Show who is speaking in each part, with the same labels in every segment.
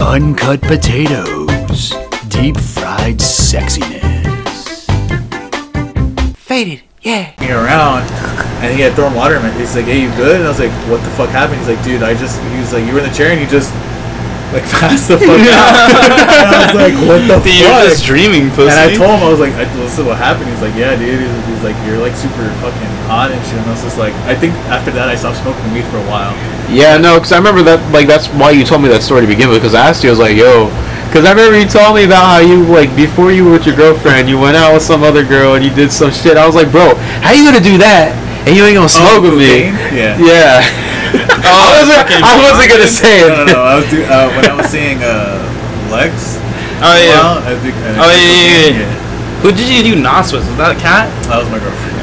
Speaker 1: Uncut potatoes, deep fried sexiness.
Speaker 2: Faded. Yeah.
Speaker 3: me around and he had thrown water in my face. He's like, hey, you good? And I was like, what the fuck happened? He's like, dude, I just, he was like, you were in the chair and you just, like, passed the fuck out. and I was like, what the
Speaker 4: Dude, You're
Speaker 3: fuck?
Speaker 4: just dreaming, pussy.
Speaker 3: and I told him, I was like, I, this is what happened. He's like, yeah, dude. He's, he's like, you're like super fucking hot and shit. And I was just like, I think after that, I stopped smoking weed for a while.
Speaker 4: Yeah, no, because I remember that. Like, that's why you told me that story to begin with. Because I asked you, I was like, "Yo," because I remember you told me about how you like before you were with your girlfriend, you went out with some other girl and you did some shit. I was like, "Bro, how you gonna do that? And you ain't gonna
Speaker 3: Oh,
Speaker 4: smoke with me?"
Speaker 3: Yeah.
Speaker 4: Yeah. I wasn't,
Speaker 2: fucking
Speaker 4: I wasn't gonna say it.
Speaker 3: Oh, No, no, no. I was do, uh, when I was seeing uh, Lex.
Speaker 2: Oh
Speaker 3: for a
Speaker 2: yeah.
Speaker 3: while, I think, and
Speaker 2: Oh, yeah, yeah, yeah, Who did you do knots with? Was that a cat?
Speaker 3: That was my girlfriend.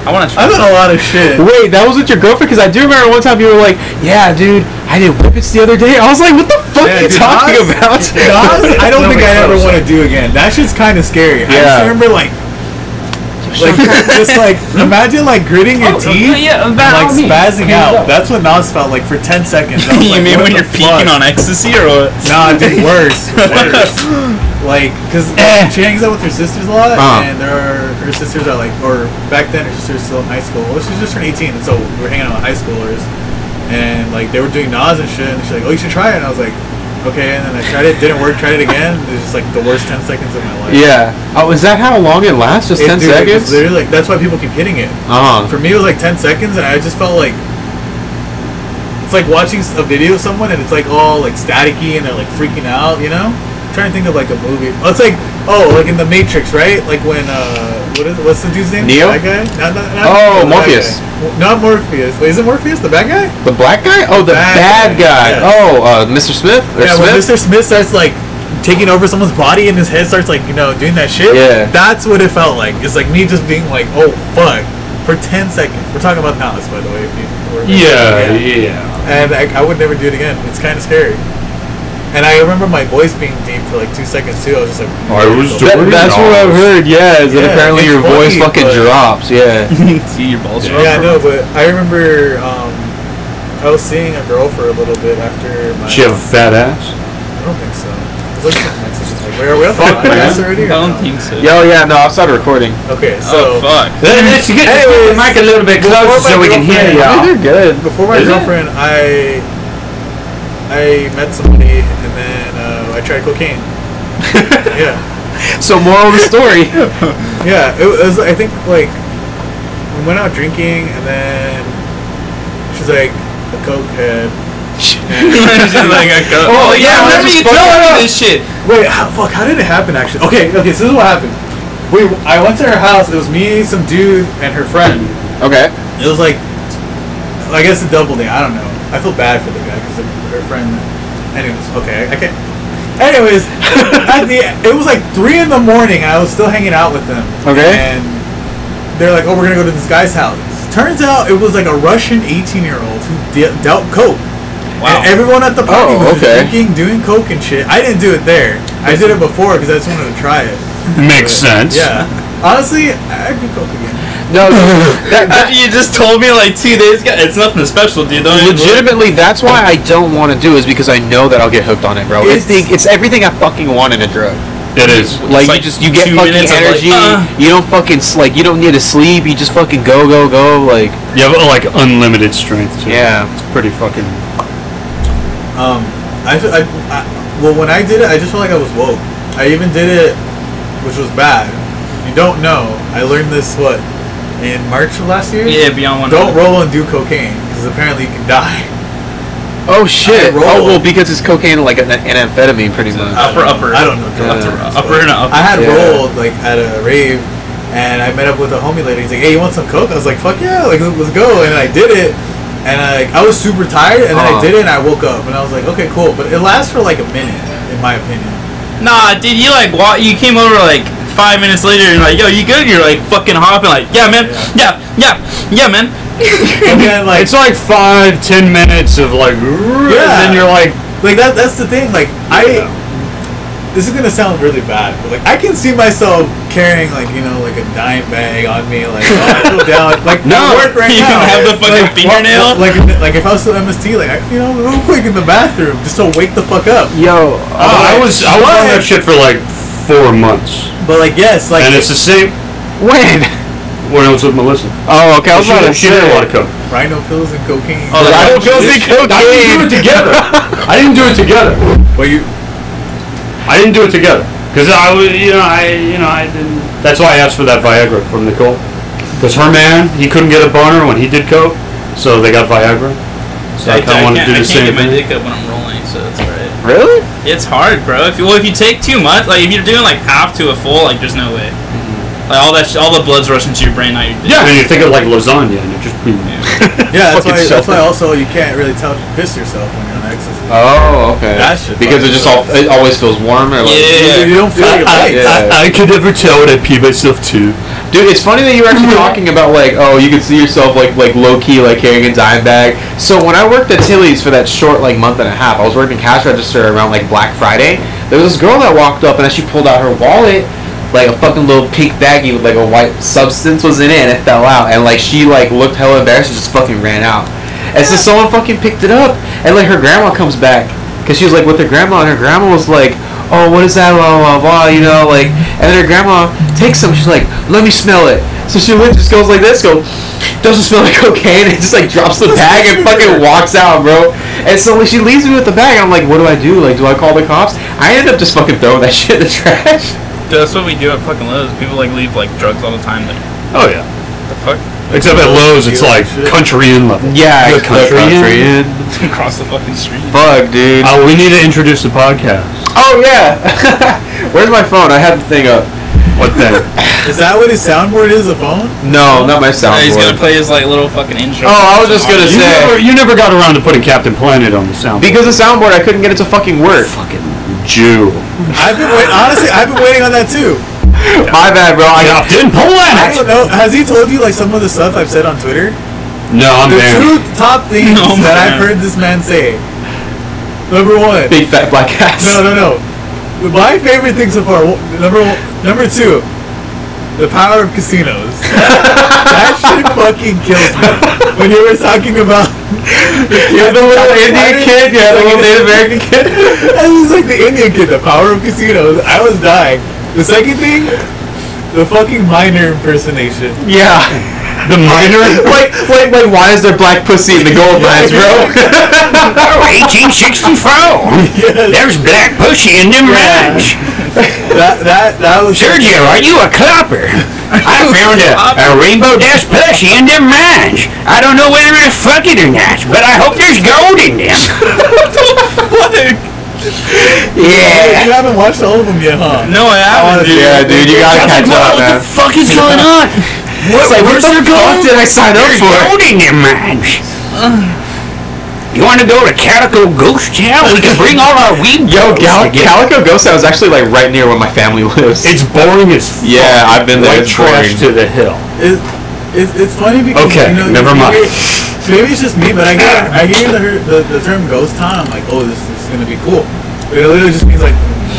Speaker 2: I want to
Speaker 3: I've
Speaker 2: try.
Speaker 3: done a lot of shit.
Speaker 4: Wait, that was with your girlfriend? Because I do remember one time you were like, "Yeah, dude, I did whippets the other day." I was like, "What the fuck are
Speaker 3: Yeah,
Speaker 4: you
Speaker 3: dude,
Speaker 4: talking
Speaker 3: Nas-
Speaker 4: about?"
Speaker 3: Nas, I don't
Speaker 4: No,
Speaker 3: think
Speaker 4: wait,
Speaker 3: I
Speaker 4: so-
Speaker 3: ever want to do again. That shit's kind of scary. I just
Speaker 4: Yeah.
Speaker 3: remember like, like just like imagine like gritting your
Speaker 2: Oh,
Speaker 3: teeth,
Speaker 2: yeah, yeah,
Speaker 3: and,
Speaker 2: about
Speaker 3: like
Speaker 2: me.
Speaker 3: spazzing
Speaker 2: Hands
Speaker 3: out.
Speaker 2: up.
Speaker 3: That's what Nas felt like for ten seconds. I was
Speaker 2: you
Speaker 3: like,
Speaker 2: mean
Speaker 3: what
Speaker 2: when
Speaker 3: the
Speaker 2: you're peeking
Speaker 3: fuck?
Speaker 2: on ecstasy or what?
Speaker 3: Nah, dude, worse, worse. like, cause
Speaker 2: Eh.
Speaker 3: she hangs out with her sisters a lot,
Speaker 4: Uh-huh.
Speaker 3: and there are, her sisters are like, or back then her sisters still in high school. Well, she's just turned 18, and so we were hanging out with high schoolers, and like they were doing Nas and shit, and she's like, oh, you should try it, and I was like, okay, and then I tried it, didn't work, tried it again. It was just like the worst 10 seconds of my life.
Speaker 4: Yeah. Oh, is that how long it lasts? Just
Speaker 3: It-
Speaker 4: ten
Speaker 3: dude, it was
Speaker 4: seconds?
Speaker 3: literally, like that's why people keep hitting it.
Speaker 2: Oh,
Speaker 4: Uh huh.
Speaker 3: For me, it was like 10 seconds, and I just felt like it's like watching a video of someone, and it's like all like staticky, and they're like freaking out, you know? I'm trying to think of like a movie. Oh, it's like oh, like in the Matrix, right? Like when uh, what is what's the dude's name?
Speaker 4: Neo?
Speaker 3: The bad guy? Not, not, not,
Speaker 4: Oh,
Speaker 3: the bad
Speaker 4: Morpheus.
Speaker 3: guy. Mo- Not Morpheus. Wait, is it Morpheus? The bad guy?
Speaker 4: The black guy? Oh, the
Speaker 3: Bad
Speaker 4: bad, guy.
Speaker 3: guy, yeah.
Speaker 4: Oh, uh, Mr. Smith? Or
Speaker 3: yeah, when
Speaker 4: Smith?
Speaker 3: Mr. Smith starts like taking over someone's body and his head starts like you know doing that shit.
Speaker 4: Yeah.
Speaker 3: that's what it felt like. It's like me just being like, oh fuck, for ten seconds. We're talking about Nas, by the way. If you were
Speaker 4: yeah.
Speaker 3: And I, I would never do it again. It's kind of scary. And I remember my voice being deep for like two seconds too. I was just like,
Speaker 5: I Oh, was
Speaker 4: That,
Speaker 5: doing
Speaker 4: that's what I've heard. Yeah, is that
Speaker 3: Yeah,
Speaker 4: apparently
Speaker 3: it's
Speaker 4: your voice
Speaker 3: funny,
Speaker 4: fucking
Speaker 3: but-
Speaker 4: drops? Yeah.
Speaker 2: See your balls.
Speaker 3: yeah, I know. But I remember um, I was seeing a girl for a little bit after my.
Speaker 5: She have a fat ass.
Speaker 3: I don't think so. I was looking at my messages, like, where are we on the podcast
Speaker 2: I
Speaker 3: already? or
Speaker 2: don't
Speaker 3: no?
Speaker 2: think so.
Speaker 4: Yo, yeah. No, I've started recording.
Speaker 3: Okay, so.
Speaker 2: oh fuck.
Speaker 5: Let's get the mic a little bit
Speaker 3: closer so we can hear
Speaker 4: I
Speaker 3: y'all. Yeah.
Speaker 4: think You're good.
Speaker 3: Before my
Speaker 5: Is it?
Speaker 3: girlfriend, I I met somebody and then uh, I tried cocaine. yeah,
Speaker 4: So moral of the story.
Speaker 3: yeah. It was. I think like we went out drinking and then she's like a cokehead. uh,
Speaker 4: Oh, yeah, I remember
Speaker 2: was
Speaker 4: you
Speaker 2: fucking
Speaker 4: telling
Speaker 2: with
Speaker 4: us.
Speaker 2: this shit.
Speaker 3: Oh, Wait, how, fuck. How did it happen? Actually, okay, okay. So this is what happened. We I went to her house. It was me, some dude, and her friend.
Speaker 4: okay.
Speaker 3: It was like, I guess a double day. I don't know. I feel bad for the guy because her friend. Anyways, okay, I can't. Anyways, at the it was like three in the morning. I was still hanging out with them.
Speaker 4: Okay.
Speaker 3: And they're like, "Oh, we're gonna go to this guy's house." Turns out it was like a Russian 18-year-old who de- dealt coke.
Speaker 2: Wow.
Speaker 3: And everyone at the party
Speaker 4: Oh,
Speaker 3: was
Speaker 4: okay.
Speaker 3: drinking, doing coke and shit. I didn't do it there. I did it before because I just wanted to try it.
Speaker 5: Makes sense.
Speaker 3: Yeah. Honestly, I'd do coke again.
Speaker 4: No, that, that-
Speaker 2: After you just told me like two days ago, it's nothing special, dude. Don't even look.
Speaker 4: legitimately, that's why I don't want to do is because I know that I'll get hooked on it, bro. It's the, it's everything I fucking want in a drug.
Speaker 5: It is.
Speaker 4: Like, you
Speaker 2: like
Speaker 4: just you get
Speaker 2: two
Speaker 4: fucking
Speaker 2: minutes of, like,
Speaker 4: energy.
Speaker 2: uh.
Speaker 4: You don't fucking s- like you don't need to sleep. You just fucking go go go. Like
Speaker 5: You have like unlimited strength. Too.
Speaker 4: Yeah.
Speaker 5: It's pretty fucking.
Speaker 3: Um, I, fe- I, I, well, when I did it, I just felt like I was woke. I even did it, which was bad. You don't know. I learned this what in March of last year.
Speaker 2: Yeah, beyond one.
Speaker 3: Don't roll and do cocaine because apparently you can die.
Speaker 4: oh shit.
Speaker 3: I rolled.
Speaker 4: Oh well, because it's cocaine like an, an amphetamine, pretty
Speaker 3: Uh,
Speaker 4: much.
Speaker 2: Upper, upper.
Speaker 3: I don't know. drugs
Speaker 4: Yeah.
Speaker 3: or drugs,
Speaker 2: Upper and
Speaker 3: but
Speaker 2: upper.
Speaker 3: I had
Speaker 4: Yeah.
Speaker 3: rolled like at a rave, and I met up with a homie later. He's like, "Hey, you want some coke?" I was like, "Fuck yeah! Like let's go!" And I did it. And I, I was super tired, and then I
Speaker 4: Uh-huh.
Speaker 3: did it, and I woke up, and I was like, okay, cool. But it lasts for like a minute, in my opinion.
Speaker 2: Nah, dude, you like wa- you came over like five minutes later and like, yo, you good? You're like fucking hopping, like, yeah, man, yeah, yeah, yeah, man.
Speaker 3: But then, like,
Speaker 5: It's like five, ten minutes of like. Yeah. And then you're like,
Speaker 3: Like that that's the thing. Like I this is gonna sound really bad, but like I can see myself carrying like you know like a dime bag on me like all down like
Speaker 4: No,
Speaker 3: to work right
Speaker 2: you
Speaker 3: now.
Speaker 2: have the fucking
Speaker 3: like,
Speaker 2: fingernail.
Speaker 3: Like like if I was still MST, like I, you know real quick in the bathroom just to wake the fuck up.
Speaker 4: Yo,
Speaker 6: I
Speaker 3: Otherwise-
Speaker 6: was I was on that shit for like four months,
Speaker 3: But like yes, like
Speaker 6: and it's the same
Speaker 4: when?
Speaker 6: when I was with Melissa.
Speaker 4: Oh, okay. I was
Speaker 6: She,
Speaker 4: about to
Speaker 6: she did a lot of
Speaker 4: say.
Speaker 6: coke.
Speaker 3: rhino pills and cocaine.
Speaker 2: Oh, like-
Speaker 4: Rhino pills and
Speaker 6: I didn't do it
Speaker 4: cocaine.
Speaker 6: together. I didn't do it together.
Speaker 3: but you
Speaker 6: I didn't do it together because I was, you know, I, you know, I didn't. That's why I asked for that Viagra from Nicole, because her man he couldn't get a boner when he did coke, so they got Viagra. So
Speaker 2: I,
Speaker 6: I, kind of
Speaker 2: can't,
Speaker 6: wanted to do
Speaker 2: I can't get
Speaker 6: the same
Speaker 2: my
Speaker 6: thing.
Speaker 2: dick up when I'm rolling, so it's alright.
Speaker 4: Really?
Speaker 2: It's hard, bro. If you, well, if you take too much, like if you're doing like half to a full, like there's no way. Like all that, sh- all the blood's rushing to your brain, not your dick.
Speaker 6: Yeah, and you think of like lasagna, and it just be.
Speaker 3: yeah, that's
Speaker 4: Fucking
Speaker 3: why that's
Speaker 4: self-
Speaker 3: why also you can't really tell if you piss yourself when you're on ecstasy.
Speaker 4: Oh, okay.
Speaker 3: That shit
Speaker 4: because it just all it always feels warmer. Like,
Speaker 2: Yeah.
Speaker 3: You- you don't feel your legs.
Speaker 4: I- I-
Speaker 6: could never tell when I pee myself too.
Speaker 4: Dude, it's funny that you were actually talking about like, oh, you could see yourself like like low key like carrying a dime bag. So when I worked at Tilly's for that short like month and a half, I was working cash register around like Black Friday. There was this girl that walked up and as she pulled out her wallet, like a fucking little pink baggie with like a white substance was in it and it fell out and like she like looked hella embarrassed and just fucking ran out. And so someone fucking picked it up and like her grandma comes back because she was like with her grandma, and her grandma was like, "Oh, what is that?" Blah blah blah. You know, like, and then her grandma takes some. She's like, "Let me smell it." So she went, just goes like this, go, doesn't smell like cocaine, and just like drops the bag and fucking walks out, bro. And so like, she leaves me with the bag. and I'm like, "What do I do? Like, do I call the cops?" I ended up just fucking throwing that shit in the trash.
Speaker 2: Dude, that's what we do at fucking Lowe's. People like leave like drugs all the time. Like
Speaker 6: Oh yeah.
Speaker 2: the fuck
Speaker 6: Except at Lowe's, it's like country inn level.
Speaker 4: Yeah, the
Speaker 6: Good country,
Speaker 4: country
Speaker 6: inn.
Speaker 2: across the fucking street.
Speaker 4: Fuck, dude.
Speaker 6: Oh, we need to introduce the podcast.
Speaker 4: Oh yeah. Where's my phone? I had the thing up.
Speaker 6: What then?
Speaker 3: Is that what his soundboard is? A phone?
Speaker 4: No, not my
Speaker 2: Yeah, he's gonna
Speaker 4: soundboard.
Speaker 2: play his like little fucking intro.
Speaker 4: Oh, I was just gonna
Speaker 6: You
Speaker 4: say-
Speaker 6: never, you never got around to putting Captain Planet on the sound.
Speaker 4: Because the soundboard, I couldn't get it to fucking work.
Speaker 6: fucking Jew.
Speaker 3: I've been wait- honestly I've been waiting on that too.
Speaker 4: My bad, bro. I got
Speaker 3: I
Speaker 6: Captain
Speaker 3: don't
Speaker 6: Planet.
Speaker 3: know. Has he told you like some of the stuff I've said on Twitter?
Speaker 6: No, I'm
Speaker 3: The
Speaker 6: banned.
Speaker 3: two top things
Speaker 2: No,
Speaker 3: that
Speaker 2: man.
Speaker 3: I've heard this man say. Number one.
Speaker 4: big fat black ass.
Speaker 3: No, no, no. My favorite thing so far. w- Number one, number two. The power of casinos. that shit fucking kills me. When you were talking about.
Speaker 4: You had the little Indian kid, you had the little Native American kid.
Speaker 3: I was like the Indian kid, the power of casinos. I was dying. The second thing, the fucking minor impersonation.
Speaker 4: Yeah.
Speaker 6: The minor.
Speaker 4: Like, like, like, why is there black pussy in the gold mines, bro?
Speaker 6: 1864.
Speaker 3: Yes.
Speaker 6: Oh, There's black pussy in them mines.
Speaker 3: That that that was.
Speaker 6: Sergio, are you a copper? I found a, a rainbow dash plushie in them mines. I don't know whether to fuck it or not, but I hope there's gold in them.
Speaker 3: Hey,
Speaker 6: yeah.
Speaker 3: You haven't watched all of them yet, huh?
Speaker 2: No, I haven't, dude.
Speaker 4: yeah, dude, you gotta
Speaker 6: I was
Speaker 4: catch
Speaker 6: like,
Speaker 4: up,
Speaker 6: what
Speaker 4: man.
Speaker 6: the fuck is going on?
Speaker 4: It's like, what
Speaker 6: where's
Speaker 4: the
Speaker 6: your
Speaker 4: fuck
Speaker 6: gold?
Speaker 4: did I sign up
Speaker 6: There's
Speaker 4: for?
Speaker 6: gold in them mines. You want to go to Calico Ghost Town? We can bring all our weed.
Speaker 4: Yo,
Speaker 6: bros
Speaker 4: Gal-
Speaker 6: together.
Speaker 4: Calico Ghost Town is actually like right near where my family lives.
Speaker 6: It's boring as fuck.
Speaker 4: yeah, I've been there.
Speaker 6: White
Speaker 4: it's
Speaker 6: trash
Speaker 4: boring.
Speaker 6: to the hill.
Speaker 3: It, it, it's funny because
Speaker 6: Okay,
Speaker 3: you know,
Speaker 6: never
Speaker 3: you
Speaker 6: mind.
Speaker 3: hear- maybe it's just me, but I hear I hear the, the, the term ghost town. I'm like, oh, this, this is gonna be cool. But it literally just means like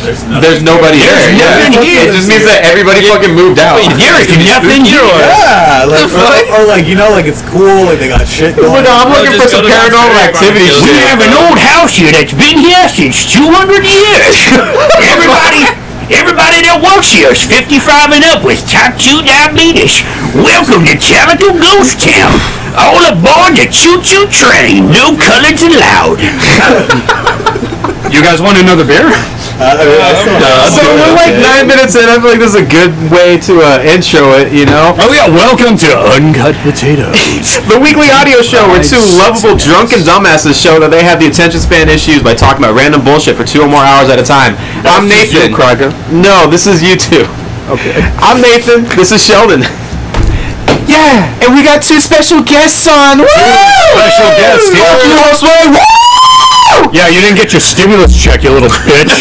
Speaker 3: there's nothing.
Speaker 4: There's nobody
Speaker 6: There's
Speaker 4: there. Yeah,
Speaker 6: nothing here.
Speaker 4: it just means that Oh, everybody fucking moved out.
Speaker 6: There's nothing here.
Speaker 3: yeah, like or,
Speaker 2: the fuck?
Speaker 3: or like you know, like it's cool, like they got shit going.
Speaker 4: Look, I'm
Speaker 3: on.
Speaker 4: looking
Speaker 2: just
Speaker 4: for some
Speaker 2: go to my
Speaker 4: paranormal
Speaker 2: favorite
Speaker 4: activity
Speaker 2: fucking
Speaker 6: We
Speaker 4: shit.
Speaker 6: have an old house here that's been here since 200 years. Everybody, everybody that works here is 55 and up with type 2 diabetes. Welcome to Chemical Ghost Town. All aboard the choo-choo train. No colors allowed. you guys want another beer?
Speaker 3: I mean, I still-
Speaker 4: So we're like nine minutes in. I feel like this is a good way to uh, intro it. You know,
Speaker 6: Oh yeah, welcome to Uncut.
Speaker 1: Potatoes.
Speaker 4: the weekly audio show where two lovable drunken dumbasses show that they have the attention span issues by talking about random bullshit for two or more hours at a time. I'm Nathan.
Speaker 6: Crocker.
Speaker 4: No, this is you two. Okay. I'm Nathan. This is Sheldon. Yeah, and we got two special guests on. Woo!
Speaker 6: Special guests, yeah.
Speaker 4: Fuck you, Jose. Woo!
Speaker 6: Yeah, you didn't get your stimulus check, you little bitch.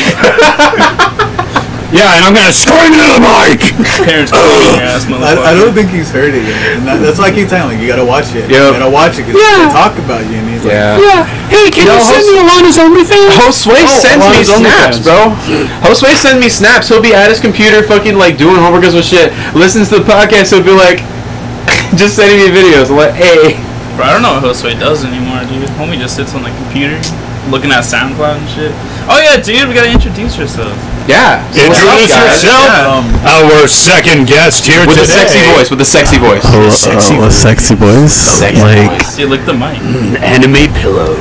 Speaker 5: Yeah, and I'm gonna scream into the mic.
Speaker 2: Parents calling your ass, motherfucker.
Speaker 3: I, I don't think he's heard it yet. And that, that's why I keep telling him, like, you gotta watch it.
Speaker 4: Yep.
Speaker 3: You gotta watch it because
Speaker 5: Yeah.
Speaker 3: they talk about you. And he's like,
Speaker 4: Yeah. Oh,
Speaker 5: Yeah. Hey, can
Speaker 4: Yo,
Speaker 5: you send
Speaker 4: host-
Speaker 5: me a line as OnlyFans?
Speaker 4: Josue sends
Speaker 1: Well,
Speaker 4: me
Speaker 1: it's only
Speaker 4: snaps,
Speaker 1: fans.
Speaker 4: bro. Josue sends me snaps. He'll be at his computer, fucking like doing homework or some shit. Listens to the podcast. He'll be like, just sending me videos. I'm like, hey,
Speaker 2: Bro, I don't know what Josue does anymore, dude. Homie just sits on the computer looking at SoundCloud and shit. Oh yeah, dude, we gotta introduce yourself.
Speaker 4: yeah. So what's up,
Speaker 5: Introduce
Speaker 4: guys?
Speaker 5: yourself.
Speaker 3: um,
Speaker 5: Our second guest here
Speaker 4: With
Speaker 5: today.
Speaker 4: a sexy voice. With a sexy voice.
Speaker 1: Sexy, oh, sexy boys. Sexy
Speaker 2: I see, lick the mic.
Speaker 5: Anime pillows.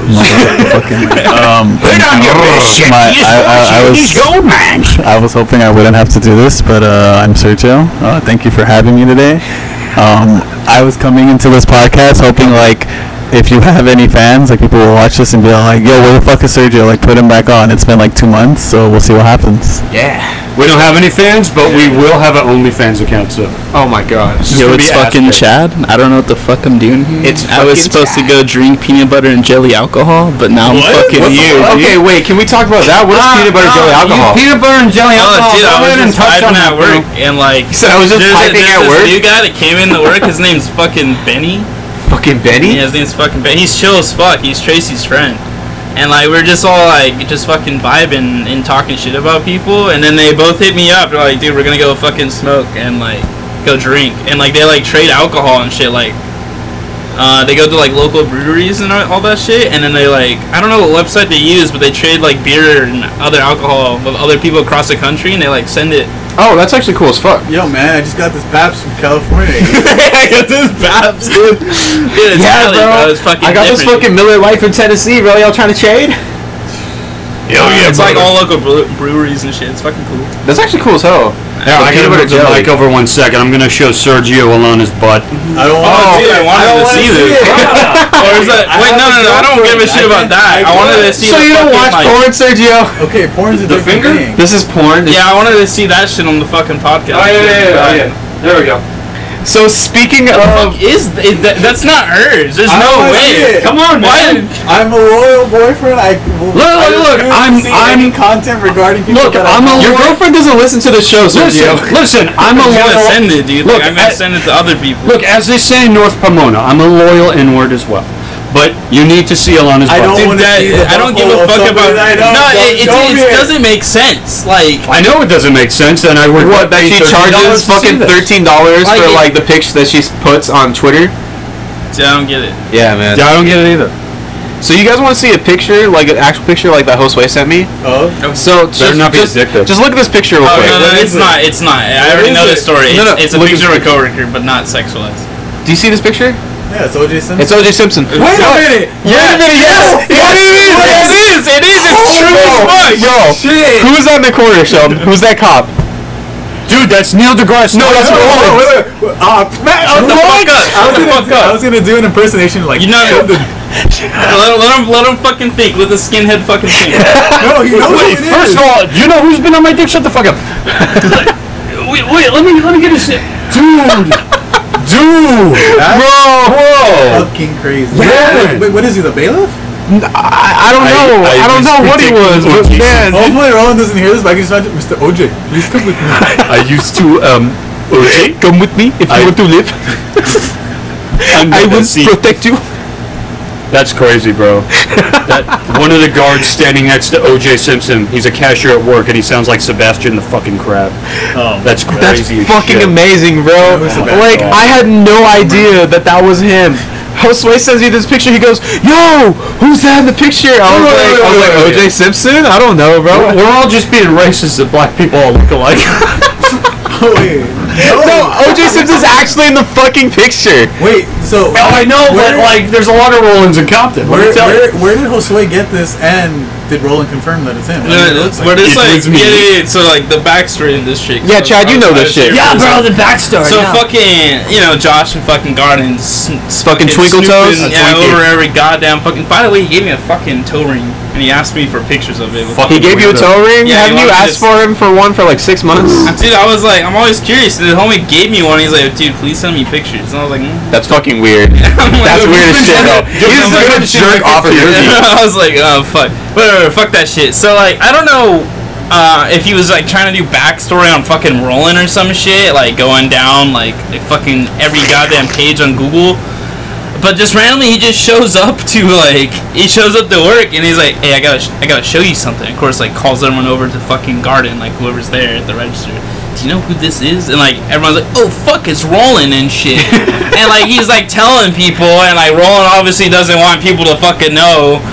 Speaker 1: um,
Speaker 5: Put on your best shit.
Speaker 1: my-
Speaker 5: Just
Speaker 1: I- I-
Speaker 5: watch
Speaker 1: I
Speaker 5: it.
Speaker 1: was-
Speaker 5: These gold mines.
Speaker 1: I was hoping I wouldn't have to do this, but uh, I'm Sergio. Uh, thank you for having me today. Um, I was coming into this podcast hoping, like, if you have any fans, like, people will watch this and be like, yo, where the fuck is Sergio? Like, put him back on. It's been, like, two months, so we'll see what happens.
Speaker 7: We don't have any fans, but we will have an OnlyFans account, so.
Speaker 4: Oh my god.
Speaker 7: It's just
Speaker 8: Yo,
Speaker 7: gonna
Speaker 8: it's
Speaker 7: be
Speaker 8: fucking
Speaker 7: ass pics.
Speaker 8: Chad. I don't know what the fuck I'm doing here.
Speaker 4: It's
Speaker 8: I was
Speaker 4: fucking
Speaker 8: supposed to go drink peanut butter and jelly alcohol, but now I'm fucking
Speaker 4: What the
Speaker 8: here.
Speaker 4: fuck? okay, wait. Can we talk about that? What is peanut butter jelly alcohol?
Speaker 7: Peanut butter and jelly
Speaker 2: Oh,
Speaker 7: alcohol.
Speaker 2: dude,
Speaker 7: Go
Speaker 2: I was
Speaker 7: ahead and
Speaker 2: just
Speaker 7: touch on
Speaker 2: vibing at
Speaker 7: that,
Speaker 2: work,
Speaker 7: bro.
Speaker 2: and like,
Speaker 4: You said I was just
Speaker 2: there's,
Speaker 4: typing
Speaker 2: there's
Speaker 4: at
Speaker 2: this
Speaker 4: work?
Speaker 2: new guy that came in the work. His name's fucking Benny.
Speaker 4: Fucking Benny.
Speaker 2: Yeah, his name's fucking Benny. He's chill as fuck. He's Tracy's friend. And like, we're just all like, just fucking vibing and talking shit about people. And then they both hit me up. They're like, dude, we're gonna go fucking smoke and like go drink. And like, they like trade alcohol and shit. Like, uh, they go to like local breweries and all all that shit, and then they like I don't know what website they use, but they trade like beer and other alcohol with other people across the country, and they like send it.
Speaker 4: Oh, that's actually cool as fuck.
Speaker 3: yo, man, I just got this Paps from California.
Speaker 2: I got this Babs, dude. Dude, it's
Speaker 4: Yeah,
Speaker 2: valid,
Speaker 4: bro.
Speaker 2: It's fucking
Speaker 4: I got this
Speaker 2: different.
Speaker 4: fucking Miller Life in Tennessee, bro. Y'all trying to trade?
Speaker 7: Yo,
Speaker 4: Oh,
Speaker 7: yeah,
Speaker 2: it's like
Speaker 7: brother.
Speaker 2: all local bre- breweries and shit. It's fucking cool.
Speaker 4: That's actually cool as hell.
Speaker 7: Yeah, I
Speaker 4: The peanut
Speaker 7: gotta
Speaker 4: butter
Speaker 7: move the
Speaker 4: jelly.
Speaker 7: mic over one second. I'm gonna show Sergio Alana's butt.
Speaker 3: I
Speaker 7: Oh,
Speaker 3: don't want
Speaker 2: dude, I wanted to see this. or is that, wait, no, no, no. I don't give a shit about that. I, wanted to see.
Speaker 4: So
Speaker 2: the
Speaker 4: you don't
Speaker 2: fucking,
Speaker 4: watch
Speaker 2: like-
Speaker 4: porn, Sergio?
Speaker 3: to. Okay, porn's a different thing.
Speaker 4: This is porn.
Speaker 2: Yeah, I wanted to see that shit on the fucking podcast.
Speaker 4: Oh, There we go. So speaking
Speaker 2: Fuck
Speaker 4: of,
Speaker 2: is th- that, that's not urge. There's
Speaker 3: I
Speaker 2: no
Speaker 3: wanna see
Speaker 2: way.
Speaker 3: it. Come
Speaker 2: on, man.
Speaker 3: I'm a royal boyfriend. I
Speaker 7: look,
Speaker 3: look,
Speaker 7: look, I'm-
Speaker 3: see
Speaker 7: I'm-
Speaker 3: any content regarding people.
Speaker 7: Look,
Speaker 3: that I
Speaker 7: I'm a
Speaker 3: know.
Speaker 4: your girlfriend doesn't listen to the show,
Speaker 7: Listen,
Speaker 4: Sergio.
Speaker 7: listen, I'm a
Speaker 2: I'm gonna
Speaker 7: loyal.
Speaker 2: send it, dude.
Speaker 7: Look,
Speaker 2: like, I'm
Speaker 7: I-
Speaker 2: gonna send it to other people.
Speaker 7: Look, as they say in North Pomona, I'm a loyal inward as well. But you need to see Alana's butt.
Speaker 3: I don't
Speaker 2: Dude,
Speaker 3: wanna
Speaker 2: that,
Speaker 3: see the
Speaker 2: I don't give
Speaker 3: butthole
Speaker 2: a
Speaker 3: of
Speaker 2: fuck
Speaker 3: somebody
Speaker 2: about.
Speaker 3: that I don't-
Speaker 2: no,
Speaker 3: don't
Speaker 2: it, it,
Speaker 3: show me
Speaker 2: it
Speaker 3: it.
Speaker 2: doesn't make sense. Like,
Speaker 7: I know it doesn't make sense, and I would.
Speaker 4: What that
Speaker 7: pay
Speaker 4: she
Speaker 7: $30 to
Speaker 4: charges
Speaker 7: see
Speaker 4: fucking
Speaker 7: this.
Speaker 4: thirteen dollars
Speaker 2: Like
Speaker 4: for
Speaker 2: it-
Speaker 4: like the pictures that she puts on Twitter?
Speaker 2: dude, I don't get it.
Speaker 4: Yeah, man.
Speaker 7: Yeah, I don't get it either.
Speaker 4: So you guys want to see a picture, like an actual picture, like that Josue sent me?
Speaker 3: Oh,
Speaker 4: So just,
Speaker 7: not be
Speaker 4: just,
Speaker 7: addictive.
Speaker 4: just look at this picture real
Speaker 2: Oh,
Speaker 4: quick.
Speaker 2: no, no, it's not. It's not. I already
Speaker 4: is
Speaker 2: know this
Speaker 4: it?
Speaker 2: story.
Speaker 4: No, no,
Speaker 2: It's, it's a
Speaker 4: look at
Speaker 2: picture of a coworker, but not sexualized.
Speaker 4: Do you see this picture?
Speaker 3: yeah, it's OJ Simpson.
Speaker 4: It's OJ Simpson.
Speaker 3: Wait a minute.
Speaker 4: Wait a minute, yes! Yes, it is!
Speaker 2: is. It is.
Speaker 4: Yo,
Speaker 3: Shit.
Speaker 4: who's that in the corner, Sheldon? Who's that cop?
Speaker 7: Dude, that's Neil deGrasse.
Speaker 4: No, that's
Speaker 3: Oh,
Speaker 4: Rollins.
Speaker 3: wait, wait, wait. Ah, man, I was
Speaker 2: the fuck up. Shut the fuck
Speaker 3: I
Speaker 2: up.
Speaker 3: was gonna do an impersonation like
Speaker 2: You know, let, him- let him let him fucking think. Let the skinhead fucking think.
Speaker 3: no, you know
Speaker 7: Wait,
Speaker 3: who it
Speaker 7: first
Speaker 3: is.
Speaker 7: of all, you know who's been on my dick? Shut the fuck up. wait, wait, let me let me get a shit. Dude. Dude. Bro. Whoa.
Speaker 3: fucking crazy.
Speaker 7: Yeah.
Speaker 3: Wait, what is he? The bailiff?
Speaker 4: I, I don't know. I, don't know what he was, but man.
Speaker 3: Hopefully, Roland doesn't hear this. But I can just imagine, Mr. OJ, please come with me.
Speaker 7: I used to um okay.
Speaker 4: Come with me if you
Speaker 7: I-
Speaker 4: want to live. I will
Speaker 7: see.
Speaker 4: protect you.
Speaker 7: That's crazy, bro. that one of the guards standing next to OJ Simpson, he's a cashier at work and he sounds like Sebastian the fucking crab.
Speaker 3: Oh,
Speaker 7: That's
Speaker 4: That's
Speaker 7: crazy. as
Speaker 4: fucking
Speaker 7: shit.
Speaker 4: amazing, bro.
Speaker 3: who's the bad
Speaker 4: Like,
Speaker 3: guy?
Speaker 4: I had no idea that that was him. Josue sends me this picture. He goes, "Yo, who's that in the picture?" I
Speaker 7: Wait,
Speaker 4: was like,
Speaker 7: wait,
Speaker 4: "I was
Speaker 7: wait,
Speaker 4: like,
Speaker 7: wait,
Speaker 4: OJ
Speaker 7: wait.
Speaker 4: Simpson? I don't know, bro."
Speaker 7: We're all just being racist that black people all look alike.
Speaker 3: Oh, wait.
Speaker 4: No, OJ Simpson's actually in the fucking picture.
Speaker 3: Wait, so.
Speaker 7: oh, I know,
Speaker 3: where,
Speaker 7: but like, there's a lot of Rollins in Compton. Let
Speaker 3: Where,
Speaker 7: me tell you.
Speaker 3: where, where did Josue get this, and did Roland confirm that it's him? I mean, it looks
Speaker 2: But
Speaker 3: like-
Speaker 2: it's
Speaker 7: It
Speaker 2: like,
Speaker 7: was me.
Speaker 2: yeah, yeah, yeah, so like the backstory of this shit. 'cause
Speaker 4: Yeah,
Speaker 2: I was-
Speaker 4: Chad,
Speaker 2: I
Speaker 4: you
Speaker 2: was-
Speaker 4: know
Speaker 2: I
Speaker 4: this
Speaker 2: was
Speaker 4: shit.
Speaker 2: here
Speaker 4: Yeah,
Speaker 2: for this.
Speaker 5: the backstory.
Speaker 2: So fucking, you know, Josh and fucking Gardens, s-
Speaker 4: Fucking Twinkle
Speaker 2: snooping,
Speaker 4: Toes?
Speaker 2: yeah,
Speaker 4: Twinkie.
Speaker 2: over every goddamn fucking. By the way, he gave me a fucking toe ring, and he asked me for pictures of it.
Speaker 7: Fuck.
Speaker 4: He gave you a toe ring.
Speaker 2: Yeah,
Speaker 4: Haven't
Speaker 2: he
Speaker 4: you
Speaker 2: wanted
Speaker 4: asked
Speaker 2: this-
Speaker 4: for him for one for like six months?
Speaker 2: Dude, I was like, I'm always curious. And the homie gave me one. He's like, dude, please send me pictures. And I was like, mm.
Speaker 4: That's fucking weird.
Speaker 2: I'm like,
Speaker 4: That's weird as shit, though. You just
Speaker 2: I'm
Speaker 4: gonna
Speaker 2: like,
Speaker 4: jerk off of your feet.
Speaker 2: I was like, oh fuck, whatever, fuck that shit. So like, I don't know uh, if he was like trying to do backstory on fucking Roland or some shit, like going down like, like fucking every goddamn page on Google. But just randomly, he just shows up to like he shows up to work and he's like, "Hey, I gotta, sh- I gotta show you something." Of course, like calls everyone over to the fucking garden, like whoever's there at the register. Do you know who this is? And like everyone's like, "Oh fuck, it's Roland and shit." and like he's like telling people, and like Roland obviously doesn't want people to fucking know.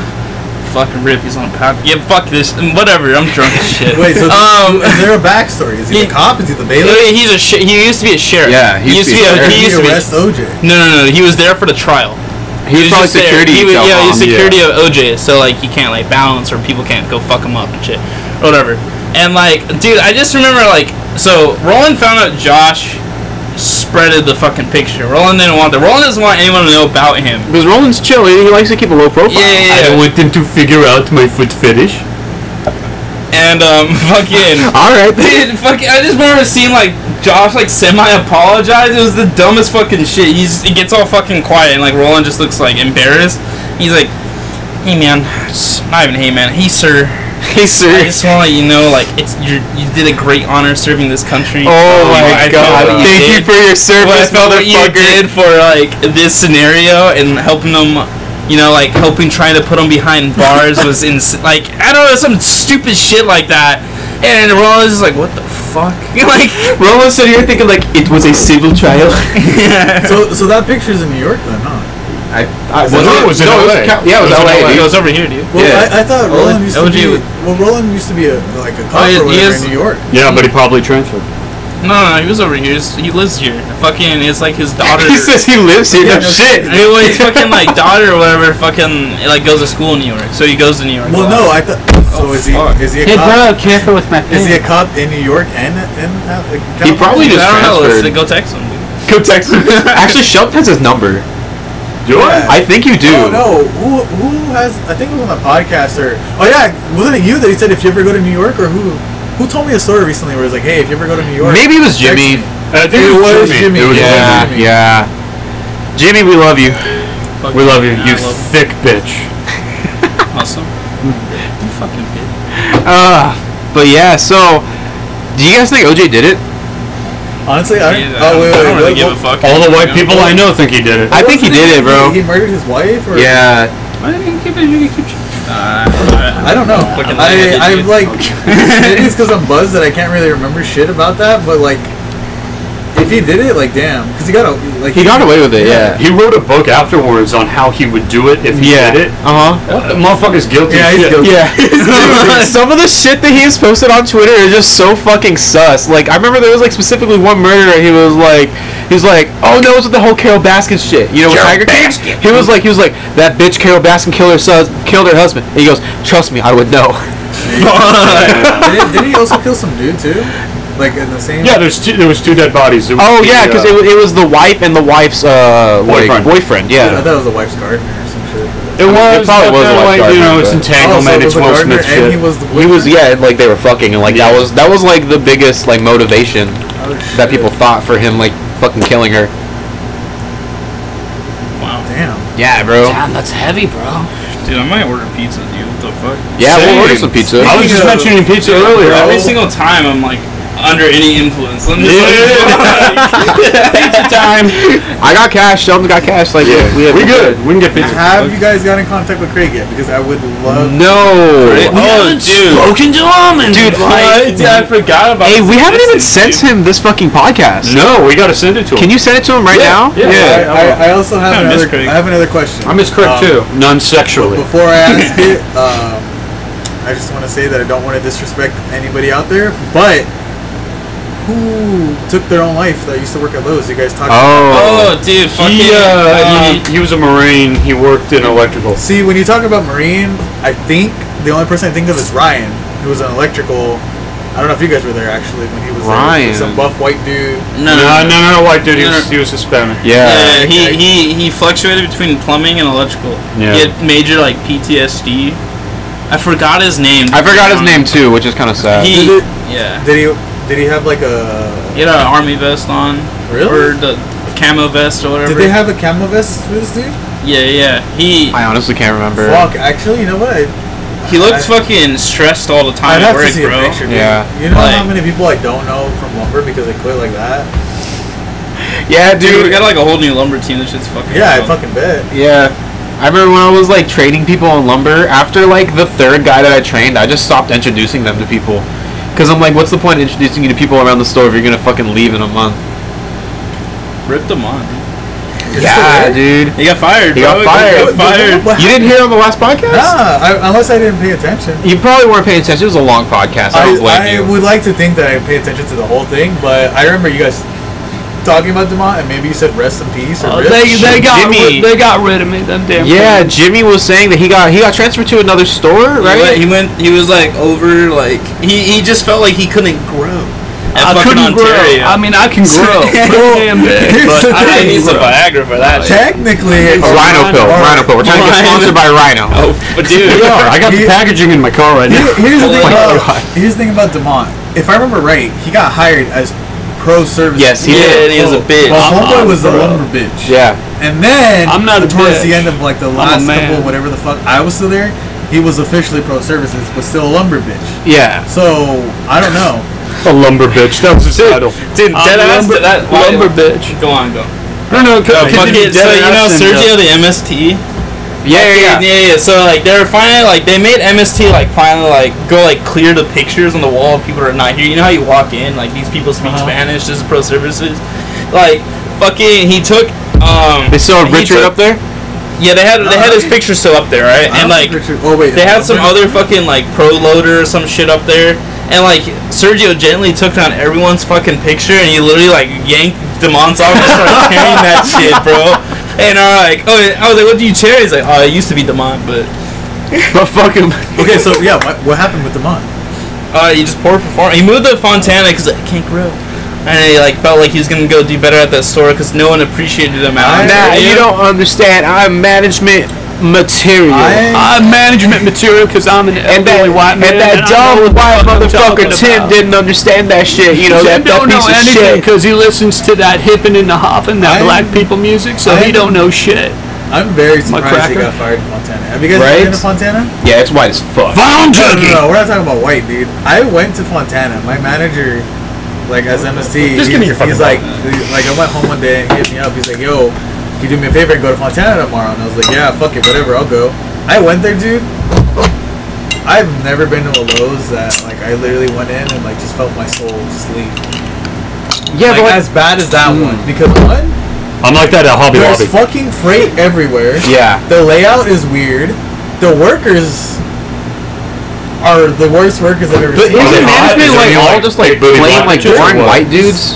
Speaker 2: Fucking rip, he's on cop. Yeah, fuck this. Whatever, I'm drunk as shit.
Speaker 3: Wait, so
Speaker 2: um,
Speaker 3: is there a backstory? Is he a
Speaker 2: Yeah.
Speaker 3: cop? Is he the bailiff?
Speaker 2: he- he's a sh- he used to be a sheriff.
Speaker 4: Yeah,
Speaker 2: he used to be.
Speaker 4: a
Speaker 2: A,
Speaker 4: sheriff.
Speaker 2: he
Speaker 3: Did
Speaker 2: used to be.
Speaker 3: arrest OJ?
Speaker 2: No, no, no. He was there for the trial.
Speaker 4: He was probably
Speaker 2: just there.
Speaker 4: security.
Speaker 2: He was,
Speaker 4: detail
Speaker 2: yeah, he was
Speaker 4: mom,
Speaker 2: security of OJ, so like he can't like balance or people can't go fuck him up and shit, or whatever. And like, dude, I just remember like, so Roland found out Josh spreaded the fucking picture. Roland didn't want that. Roland doesn't want anyone to know about him.
Speaker 4: Because Roland's chill. He he likes to keep a low profile.
Speaker 2: Yeah, yeah, yeah.
Speaker 7: want them to figure out my foot fetish.
Speaker 2: and um, fucking.
Speaker 7: All right.
Speaker 2: Dude, fucking, I just remember seeing like Josh like semi apologize. It was the dumbest fucking shit. He's he gets all fucking quiet and like Roland just looks like embarrassed. He's like, "Hey man, s- not even hey man, hey sir."
Speaker 4: Hey,
Speaker 2: I
Speaker 4: sir.
Speaker 2: just want to let you know, like it's you. You did a great honor serving this country.
Speaker 4: Oh my
Speaker 2: I feel
Speaker 4: god.
Speaker 2: what
Speaker 4: Thank you
Speaker 2: did-
Speaker 4: for your service,
Speaker 2: what, what you
Speaker 4: motherfucker.
Speaker 2: did for like this scenario and helping them, you know, like helping trying to put them behind bars was ins- like I don't know some stupid shit like that. And Rollins is like, what the fuck? like,
Speaker 4: Roland said here thinking like it was a civil trial.
Speaker 3: So, so that picture's in New York then, huh?
Speaker 4: I, I
Speaker 7: Was it- no, it was in LA.
Speaker 4: Cal- yeah, it was,
Speaker 2: It was in
Speaker 4: LA.
Speaker 2: LA.
Speaker 4: dude.
Speaker 2: It was over here, dude.
Speaker 3: Well,
Speaker 4: Yeah.
Speaker 3: I, I thought Roland used to
Speaker 2: OJ
Speaker 3: be.
Speaker 2: would-
Speaker 3: Well, Roland used to be a like a cop
Speaker 2: Oh, he-
Speaker 3: or
Speaker 2: he
Speaker 3: whatever
Speaker 2: is-
Speaker 3: in New York.
Speaker 7: Yeah, but he probably transferred.
Speaker 2: No, no, he was over here. He's- he lives here. Fucking, it's like his daughter.
Speaker 4: he says he lives here.
Speaker 3: Yeah,
Speaker 4: no
Speaker 3: no
Speaker 4: shit.
Speaker 2: I mean, well, his fucking like daughter or whatever, fucking like goes to school in New York, so he goes to New York.
Speaker 3: Well,
Speaker 2: a lot.
Speaker 3: no, I thought. So is he
Speaker 2: Oh, fuck.
Speaker 3: is he a cop?
Speaker 7: careful with my
Speaker 3: Is he a cop in New York and in uh, like, California?
Speaker 4: probably just-
Speaker 2: I don't know. Let's
Speaker 4: transferred.
Speaker 2: go text him. Dude.
Speaker 4: Go text him. Actually, Shelp has his number.
Speaker 7: Do
Speaker 3: Yeah.
Speaker 4: I think you do.
Speaker 3: Oh no! Who who has? I think it was on the podcast or oh yeah, wasn't it you that he said if you ever go to New York or who who told me a story recently where it was like hey if you ever go to New York
Speaker 4: Maybe it was Jimmy.
Speaker 7: I think it was Jimmy.
Speaker 3: It was
Speaker 4: yeah,
Speaker 3: Jimmy.
Speaker 4: yeah. Jimmy, we love you.
Speaker 2: Fuck
Speaker 7: We love you,
Speaker 2: man,
Speaker 7: you
Speaker 2: I love
Speaker 7: thick bitch.
Speaker 2: him. Awesome. You fucking bitch.
Speaker 4: Uh, but yeah, so do you guys think OJ did it?
Speaker 3: honestly I don't oh
Speaker 2: Dude,
Speaker 3: wait
Speaker 2: I
Speaker 3: wait,
Speaker 2: don't really
Speaker 3: wait,
Speaker 2: give
Speaker 3: what-
Speaker 2: a fuck.
Speaker 7: All the white
Speaker 2: Yeah.
Speaker 7: people I know think he did it.
Speaker 4: I think he
Speaker 3: wasn't
Speaker 4: did it, bro.
Speaker 3: He murdered his wife or
Speaker 4: Yeah.
Speaker 2: Why did you keep it? You keep Uh,
Speaker 3: I don't know.
Speaker 2: Fucking
Speaker 3: I,
Speaker 2: lightheaded,
Speaker 3: I
Speaker 2: dude.
Speaker 3: like maybe it's because I'm buzzed that I can't really remember shit about that. But like, if he did it, like damn, because he got a like
Speaker 4: He got away with it, yeah.
Speaker 7: He wrote a book afterwards on how he would do it if he
Speaker 4: Yeah.
Speaker 7: did it.
Speaker 4: Uh huh.
Speaker 7: The motherfucker's guilty.
Speaker 3: Yeah,
Speaker 7: as
Speaker 3: he's
Speaker 7: shit.
Speaker 3: guilty.
Speaker 4: Yeah. Some of the shit that he has posted on Twitter is just so fucking sus. Like I remember there was like specifically one murderer he was like he was like, Oh no, it was with the whole Carol Baskin shit. You know with Tiger King? He was like he was like, That bitch Carol Baskin killed her son killed her husband and he goes, Trust me, I would know.
Speaker 3: Did, did he also kill some dude too? Like in the same.
Speaker 7: Yeah, there's two, there was two dead bodies. There was
Speaker 4: Oh
Speaker 7: the,
Speaker 4: yeah, because
Speaker 7: uh,
Speaker 4: it, wa- it was the wife and the wife's uh like
Speaker 7: Boyfriend.
Speaker 4: boyfriend.
Speaker 3: I
Speaker 4: Yeah,
Speaker 3: thought it was the wife's gardener or some shit.
Speaker 7: it was.
Speaker 4: it probably
Speaker 7: but
Speaker 4: was
Speaker 7: then,
Speaker 4: a
Speaker 7: like you
Speaker 4: lifeguard,
Speaker 7: know, it's
Speaker 4: but-
Speaker 7: entanglement.
Speaker 3: Oh,
Speaker 7: It's
Speaker 3: so it was the
Speaker 7: Will
Speaker 3: gardener
Speaker 7: Smith shit.
Speaker 3: and he was the
Speaker 4: he was
Speaker 3: boyfriend?
Speaker 4: yeah like they were fucking and like that was that was like the biggest like motivation
Speaker 3: Oh,
Speaker 4: that
Speaker 3: shit.
Speaker 4: people thought for him like fucking killing her.
Speaker 2: wow,
Speaker 3: Damn.
Speaker 4: Yeah, bro.
Speaker 5: Damn, that's heavy, bro.
Speaker 2: dude, I might order pizza, dude. What the fuck?
Speaker 4: Yeah,
Speaker 7: Same.
Speaker 4: we'll order some pizza.
Speaker 7: I was just mentioning
Speaker 3: Speaking of-
Speaker 7: pizza earlier. I'll-
Speaker 2: Every single time, I'm like under any influence. I'm just
Speaker 7: Yeah.
Speaker 2: like,
Speaker 7: pizza time.
Speaker 4: I got cash. Sheldon got cash. Like we have
Speaker 7: we good. We can get pizza.
Speaker 3: Have you guys got in contact with Craig yet? Because I would love.
Speaker 4: No,
Speaker 2: Right. Oh, dude.
Speaker 5: Spoken to him and
Speaker 4: dude.
Speaker 2: I,
Speaker 4: Like,
Speaker 2: I forgot about.
Speaker 4: hey,
Speaker 2: this
Speaker 4: we haven't even
Speaker 2: existing,
Speaker 4: sent him this fucking podcast.
Speaker 7: No, we gotta send it to him.
Speaker 4: Can you send it to him right now?
Speaker 7: yeah.
Speaker 3: I,
Speaker 7: Yeah.
Speaker 3: I, I also have
Speaker 2: I
Speaker 3: another.
Speaker 2: miss Craig.
Speaker 3: I have another question.
Speaker 7: I miss Craig
Speaker 3: Um,
Speaker 7: too. Non sexually.
Speaker 3: Before I ask it, um, I just want to say that I don't want to disrespect anybody out there, but who took their own life that used to work at Lowe's? You guys
Speaker 4: Oh.
Speaker 3: talked.
Speaker 2: Oh, dude, fucking.
Speaker 7: He, uh,
Speaker 2: um,
Speaker 7: he, he was a Marine. He worked in electrical.
Speaker 3: See, when you talk about Marine, I think the only person I think of is Ryan, who was an electrical. I don't know if you guys were there actually when he was there.
Speaker 4: Ryan.
Speaker 3: Some buff white dude.
Speaker 2: no,
Speaker 7: No, no, no, no, white dude. He
Speaker 2: No,
Speaker 7: was,
Speaker 2: no.
Speaker 7: he was Hispanic.
Speaker 4: Yeah.
Speaker 2: Yeah, he,
Speaker 3: okay.
Speaker 2: he, he fluctuated between plumbing and electrical.
Speaker 7: Yeah.
Speaker 2: He had major like PTSD. I forgot his name. um,
Speaker 4: I forgot his name too, which is kind of sad.
Speaker 2: He
Speaker 3: Did it-
Speaker 2: yeah.
Speaker 3: Did he? Did he have like a?
Speaker 2: He had an army vest on.
Speaker 3: Really?
Speaker 2: Or the camo vest or whatever.
Speaker 3: Did they have a camo vest for this dude?
Speaker 2: yeah, yeah. He
Speaker 4: I honestly can't remember.
Speaker 3: Fuck. Actually, you know what? I, I
Speaker 2: He looked fucking stressed all the
Speaker 3: I'd
Speaker 2: time at
Speaker 3: have
Speaker 2: work,
Speaker 3: to see
Speaker 2: bro.
Speaker 3: a picture, dude.
Speaker 4: Yeah.
Speaker 3: You know how
Speaker 2: Like-
Speaker 3: many people I don't know from lumber because they quit like that?
Speaker 4: Yeah,
Speaker 2: Dude, we got like a whole new lumber team. That shit's fucking.
Speaker 3: Yeah, I
Speaker 2: wild.
Speaker 3: fucking bet.
Speaker 4: Yeah. I remember when I was like training people on lumber, after like the third guy that I trained, I just stopped introducing them to people. Cause I'm like, what's the point of introducing you to people around the store if you're gonna fucking leave in a month?
Speaker 2: ripped them on. dude.
Speaker 4: Yeah, dude.
Speaker 2: He got fired.
Speaker 4: He got
Speaker 2: bro.
Speaker 4: fired.
Speaker 2: He got fired.
Speaker 3: What?
Speaker 4: You didn't hear on the last podcast?
Speaker 3: Nah, I, unless I didn't pay attention.
Speaker 4: You probably weren't paying attention. It was a long podcast. I don't blame
Speaker 3: I, I
Speaker 4: you.
Speaker 3: would like to think that I pay attention to the whole thing, but I remember you guys talking about Demont, and maybe you said rest in peace
Speaker 7: Oh,
Speaker 3: or rip.
Speaker 7: they, they got
Speaker 4: Jimmy.
Speaker 7: rid, they got rid of me. Them damn.
Speaker 4: yeah, Jimmy was saying that he got he got transferred to another store,
Speaker 2: He went,
Speaker 4: right?
Speaker 2: he went. He was like over. Like he, he just felt like he couldn't grow.
Speaker 7: I
Speaker 2: At fucking
Speaker 7: couldn't
Speaker 2: Ontario.
Speaker 7: grow. I mean, I can grow. pretty damn big.
Speaker 3: Here's the
Speaker 2: I
Speaker 3: thing,
Speaker 2: need some
Speaker 3: bro.
Speaker 2: Viagra for that. shit.
Speaker 3: Technically,
Speaker 4: Rhino pill, Rhino pill. We're trying to get
Speaker 2: Rhino.
Speaker 4: sponsored by Rhino.
Speaker 2: Oh, but dude.
Speaker 7: We are. I got the
Speaker 3: He-
Speaker 7: packaging in my car right now.
Speaker 3: Here- Here's the thing
Speaker 4: Oh my
Speaker 3: about
Speaker 4: God.
Speaker 3: here's the thing about Demont. If I remember right, he got hired as pro service.
Speaker 4: Yes, he
Speaker 2: Yeah,
Speaker 4: did.
Speaker 2: and he was a bitch.
Speaker 3: Well,
Speaker 7: Uh-uh,
Speaker 3: homeboy was the
Speaker 7: bro.
Speaker 3: lumber bitch.
Speaker 4: Yeah.
Speaker 3: And then
Speaker 7: I'm not a
Speaker 3: towards
Speaker 7: bitch.
Speaker 3: the end of like
Speaker 7: a
Speaker 3: the last
Speaker 7: man.
Speaker 3: couple, whatever the fuck, I was still there. He was officially pro services, but still a lumber bitch.
Speaker 4: Yeah.
Speaker 3: So I don't know.
Speaker 7: A lumber bitch. That was his title.
Speaker 2: Dude, dead ass.
Speaker 7: lumber,
Speaker 2: that why-
Speaker 7: lumber bitch.
Speaker 2: Go on, go.
Speaker 7: No, no, c-
Speaker 2: No, fuck
Speaker 7: continue.
Speaker 2: it. So
Speaker 7: Dead
Speaker 2: you know
Speaker 7: ass and, uh,
Speaker 2: Sergio, the MST.
Speaker 4: Yeah, yeah,
Speaker 2: Yeah,
Speaker 4: yeah.
Speaker 2: yeah, yeah. So like they were finally like they made MST like finally like go like clear the pictures on the wall of people that are not here. You know how you walk in like these people
Speaker 4: Uh-huh.
Speaker 2: speak Spanish. This is pro services. Like fucking, he took. Um,
Speaker 4: They still have
Speaker 2: he
Speaker 4: Richard up
Speaker 2: took-
Speaker 4: there?
Speaker 2: Yeah, they had they had his picture still up there, right?
Speaker 3: I
Speaker 2: And
Speaker 3: don't
Speaker 2: like
Speaker 3: think Richard- oh wait,
Speaker 2: they had some
Speaker 3: lumber-
Speaker 2: other fucking like pro loader or some shit up there, and like Sergio gently took down everyone's fucking picture, and he literally like yanked Demont's off and started tearing that shit, bro. And I'm like, oh, I was like, what do you tear? He's like, oh, it used to be Demont, but
Speaker 4: But fuck him.
Speaker 3: Okay, so yeah, what, what happened with Demont?
Speaker 2: uh, he just poor perform. He moved to Fontana because like, I can't grow. And he like felt like he was gonna go do better at that store because no one appreciated him out.
Speaker 4: Nah,
Speaker 2: there,
Speaker 4: you
Speaker 2: dude.
Speaker 4: don't understand. I'm management material.
Speaker 7: I'm management material because I'm an
Speaker 4: and that,
Speaker 7: elderly white man.
Speaker 4: and
Speaker 7: I
Speaker 4: that
Speaker 7: know
Speaker 4: dumb
Speaker 7: what the
Speaker 4: white
Speaker 7: fuck I'm talking
Speaker 4: motherfucker Tim
Speaker 7: about.
Speaker 4: didn't understand that shit. You know
Speaker 7: Tim
Speaker 4: that, that
Speaker 7: don't know
Speaker 4: piece of
Speaker 7: anything
Speaker 4: shit.
Speaker 7: because he listens to that hippin' and the hoppin', that
Speaker 3: I-
Speaker 7: black people music, so he
Speaker 3: I-
Speaker 7: don't know shit.
Speaker 3: I'm very surprised he
Speaker 7: cracker?
Speaker 3: got fired in Montana. Have you guys
Speaker 4: Right?
Speaker 3: ever been to Fontana?
Speaker 4: Yeah, it's white as fuck.
Speaker 5: Found
Speaker 3: No, no,
Speaker 5: turkey.
Speaker 3: no, we're not talking about white, dude. I went to Fontana. My manager, like as MST,
Speaker 7: Just
Speaker 3: he-
Speaker 7: give me your fucking
Speaker 3: he's like, like I went home one day and he hit me up. He's like, yo, can you do me a favor and go to Fontana tomorrow? And I was like, yeah, fuck it, whatever, I'll go. I went there, dude. I've never been to a Lowe's that like I literally went in and like just felt my soul just leave.
Speaker 4: Yeah,
Speaker 3: Like,
Speaker 4: but like,
Speaker 3: as bad as that one because one,
Speaker 7: I'm like that at Hobby
Speaker 3: there's fucking freight everywhere.
Speaker 4: yeah,
Speaker 3: The layout is weird. The workers are the worst workers I've ever
Speaker 4: but
Speaker 3: seen.
Speaker 4: isn't management like all just like plain like boring white dudes?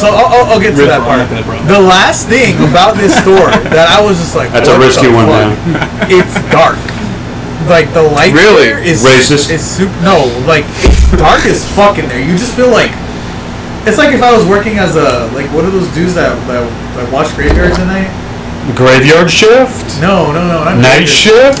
Speaker 3: So I'll, I'll, I'll get to that part. The last thing about this store that I was just like,
Speaker 9: That's a
Speaker 3: what the
Speaker 9: risky one,
Speaker 3: fuck? It's dark. Like the light
Speaker 4: Really?
Speaker 3: there is
Speaker 9: Racist?
Speaker 3: Is super, no, like it's dark as fuck in there. You just feel like it's like if I was working as a like what are those dudes that that, that watch graveyards at night?
Speaker 9: Graveyard shift?
Speaker 3: No, no, no. Not
Speaker 9: Night
Speaker 3: graveyards.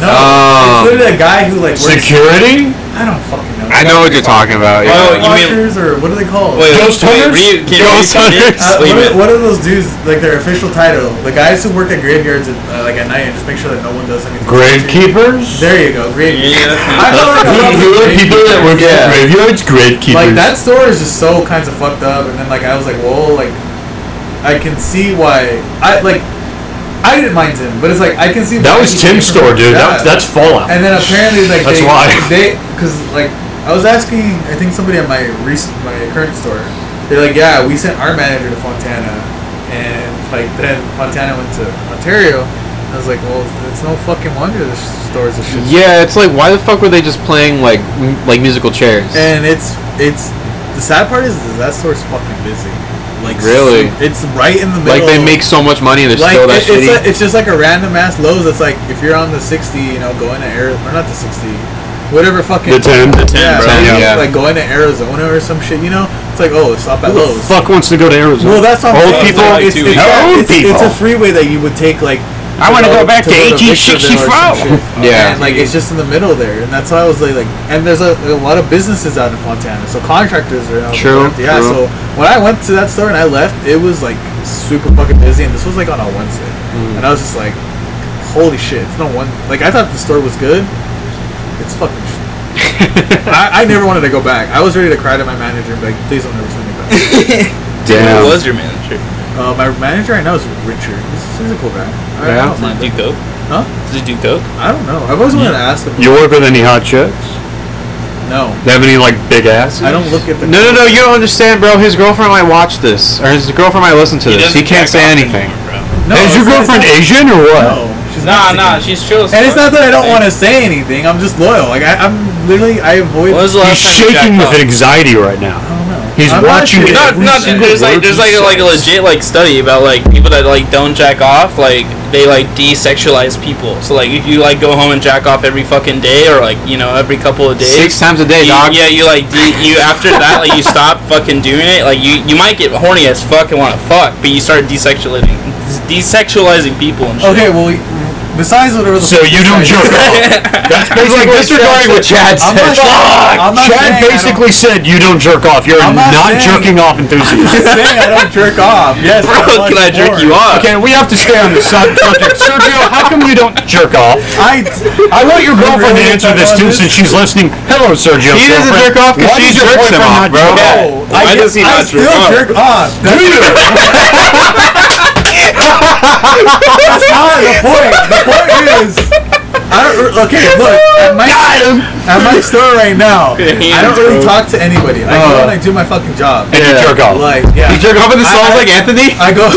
Speaker 9: shift?
Speaker 3: No,
Speaker 6: Um,
Speaker 4: Oh.
Speaker 3: it's literally a guy who like works.
Speaker 9: Security?
Speaker 3: I don't fucking know.
Speaker 4: I know what you're talking about.
Speaker 2: Oh,
Speaker 4: Yeah.
Speaker 2: you- mean-
Speaker 3: Watchers or what are they called?
Speaker 2: Wait,
Speaker 9: Ghost
Speaker 2: wait,
Speaker 9: hunters?
Speaker 2: Ryu, can
Speaker 9: Ghost
Speaker 2: Ryu come in?
Speaker 9: hunters?
Speaker 3: Uh,
Speaker 2: Wait a
Speaker 3: what,
Speaker 2: minute.
Speaker 3: are, what are those dudes like their official title? The guys who work at graveyards at, uh, like at night and just make sure that no one does anything.
Speaker 9: Gravekeepers?
Speaker 3: There you go, graveyard.
Speaker 2: Yeah, that's
Speaker 3: I don't
Speaker 9: Who
Speaker 3: know.
Speaker 9: who are people that work at
Speaker 4: Yeah.
Speaker 9: graveyards? Gravekeepers.
Speaker 3: Like that store is just so kinds of fucked up, and then like I was like, whoa, like I can see why I like I didn't mind Tim, but it's like I can see
Speaker 9: That
Speaker 3: why
Speaker 9: was
Speaker 3: he
Speaker 9: Tim's
Speaker 3: came
Speaker 9: store,
Speaker 3: from-
Speaker 9: dude.
Speaker 3: Yeah.
Speaker 9: That, that's Fallout.
Speaker 3: And then apparently, like
Speaker 9: That's
Speaker 3: they,
Speaker 9: why.
Speaker 3: they, because like I was asking, I think somebody at my rec- my current store, they're like, yeah, we sent our manager to Fontana, and like then Fontana went to Ontario. I was like, well, it's no fucking wonder this store's a shit.
Speaker 4: yeah, it's like why the fuck were they just playing like m- like musical chairs?
Speaker 3: And it's it's the sad part is that, that store's fucking busy. Like
Speaker 4: Really?
Speaker 3: su- it's right in the middle.
Speaker 4: Like they make so much money and they're
Speaker 3: Like
Speaker 4: still that
Speaker 3: it, it's,
Speaker 4: shitty.
Speaker 3: a, it's just like a random ass Lowe's. It's like if you're on the 60, you know, going to Arizona, or not the 60, whatever fucking
Speaker 9: the 10.
Speaker 3: Yeah,
Speaker 4: bro.
Speaker 3: like,
Speaker 4: Yeah.
Speaker 3: like going to Arizona or some shit, you know? It's like, oh, stop at
Speaker 7: Who the
Speaker 3: Lowe's.
Speaker 7: fuck wants to go to Arizona?
Speaker 3: Well, that's not
Speaker 9: Old people?
Speaker 3: It's, it's,
Speaker 9: Old
Speaker 3: it's, it's
Speaker 9: people.
Speaker 3: a freeway that you would take, like.
Speaker 7: I wanna go back to
Speaker 3: go Victorville or some
Speaker 7: 1865.
Speaker 3: shit.
Speaker 4: Yeah.
Speaker 3: And, like, it's just in the middle there. And that's why I was like, like and there's a, a lot of businesses out in Fontana. So contractors are out
Speaker 4: True,
Speaker 3: there. Yeah,
Speaker 4: true.
Speaker 3: so when I went to that store and I left, it was, like, super fucking busy. And this was, like, on a Wednesday.
Speaker 4: Mm.
Speaker 3: And I was just like, holy shit. It's no one. Like, I thought the store was good. It's fucking I, I never wanted to go back. I was ready to cry to my manager and be like, please don't ever send me back.
Speaker 2: Who
Speaker 4: Damn.
Speaker 2: was your manager?
Speaker 3: uh, my manager right now is Richard. He's, he's a cool guy. I,
Speaker 4: Yeah.
Speaker 3: don't mind
Speaker 2: Did
Speaker 3: him.
Speaker 2: you do coke?
Speaker 3: Huh?
Speaker 2: Did you do coke?
Speaker 3: I don't know. I've always wanted to ask him.
Speaker 9: You work with any hot chicks?
Speaker 3: No.
Speaker 9: They have any like big asses?
Speaker 3: I don't look at the.
Speaker 4: No, no, no! You don't understand, bro. His girlfriend might watch this, or his girlfriend might listen to this. He
Speaker 2: doesn't
Speaker 4: can't
Speaker 2: jack
Speaker 4: say
Speaker 2: off
Speaker 4: anything.
Speaker 2: anymore,
Speaker 3: no
Speaker 2: bro.
Speaker 9: Is your
Speaker 3: it's not-
Speaker 9: girlfriend Asian or what?
Speaker 3: No. She's
Speaker 2: Nah,
Speaker 3: Mexican.
Speaker 2: nah, she's chill.
Speaker 3: And it's not that I don't want to say anything. I'm just loyal. Like I, I'm literally, I avoid.
Speaker 2: What was the
Speaker 9: He's
Speaker 2: last time you
Speaker 9: shaking
Speaker 2: jacked
Speaker 9: with
Speaker 2: off?
Speaker 9: anxiety right now.
Speaker 3: I don't know.
Speaker 9: He's
Speaker 3: I'm not
Speaker 9: watching it.
Speaker 3: sure.
Speaker 2: No,
Speaker 9: every
Speaker 2: no,
Speaker 9: single
Speaker 2: there's like
Speaker 9: word
Speaker 2: there's
Speaker 9: he
Speaker 2: like a, like a
Speaker 9: says.
Speaker 2: legit like study about like people that like don't jack off, like they like desexualize people. So like if you like go home and jack off every fucking day or like you know every couple of days,
Speaker 4: Six times a day,
Speaker 2: you-
Speaker 4: dog.
Speaker 2: Yeah, you like you, you after that like you stop fucking doing it. Like you you might get horny as fuck and want to fuck, but you start desexualizing desexualizing people and shit.
Speaker 3: Okay, well, besides whatever. The
Speaker 9: So you don't jerk off. That's basically
Speaker 4: like disregarding what Chad
Speaker 3: I'm
Speaker 9: said.
Speaker 3: not saying- I'm not saying I
Speaker 9: Chad
Speaker 3: don't-
Speaker 9: basically said you don't jerk off. You're
Speaker 3: I'm
Speaker 9: not,
Speaker 3: not saying-
Speaker 9: jerking off enthusiast.
Speaker 3: Just saying I don't jerk off. Yes, I
Speaker 2: Bro,
Speaker 3: watch
Speaker 2: can I jerk
Speaker 3: porn.
Speaker 2: you off?
Speaker 9: okay, we have to stay on the sub- subject. Sergio, how come you don't jerk off?
Speaker 3: I,
Speaker 9: I want your girlfriend to
Speaker 3: really
Speaker 9: answer
Speaker 3: talk
Speaker 9: this
Speaker 3: about
Speaker 9: too,
Speaker 3: this?
Speaker 9: since she's listening. Hello, Sergio.
Speaker 4: He doesn't
Speaker 9: girlfriend.
Speaker 4: jerk off 'cause
Speaker 9: Why
Speaker 4: she
Speaker 9: does your
Speaker 4: jerks him
Speaker 9: boyfriend
Speaker 4: off,
Speaker 9: not jerk
Speaker 4: bro.
Speaker 9: off?
Speaker 3: Oh, no, I,
Speaker 2: Why
Speaker 3: get-
Speaker 2: does he
Speaker 3: I
Speaker 2: not
Speaker 3: still
Speaker 2: jerk off?
Speaker 3: jerk off. That's not the point. The point is. I don't, okay, look, at my, at my store right now, I don't really talk to anybody. I go and I do my fucking job.
Speaker 9: And you jerk off.
Speaker 3: Like, yeah.
Speaker 4: You jerk off in the songs
Speaker 3: I-
Speaker 4: like Anthony.
Speaker 3: I go.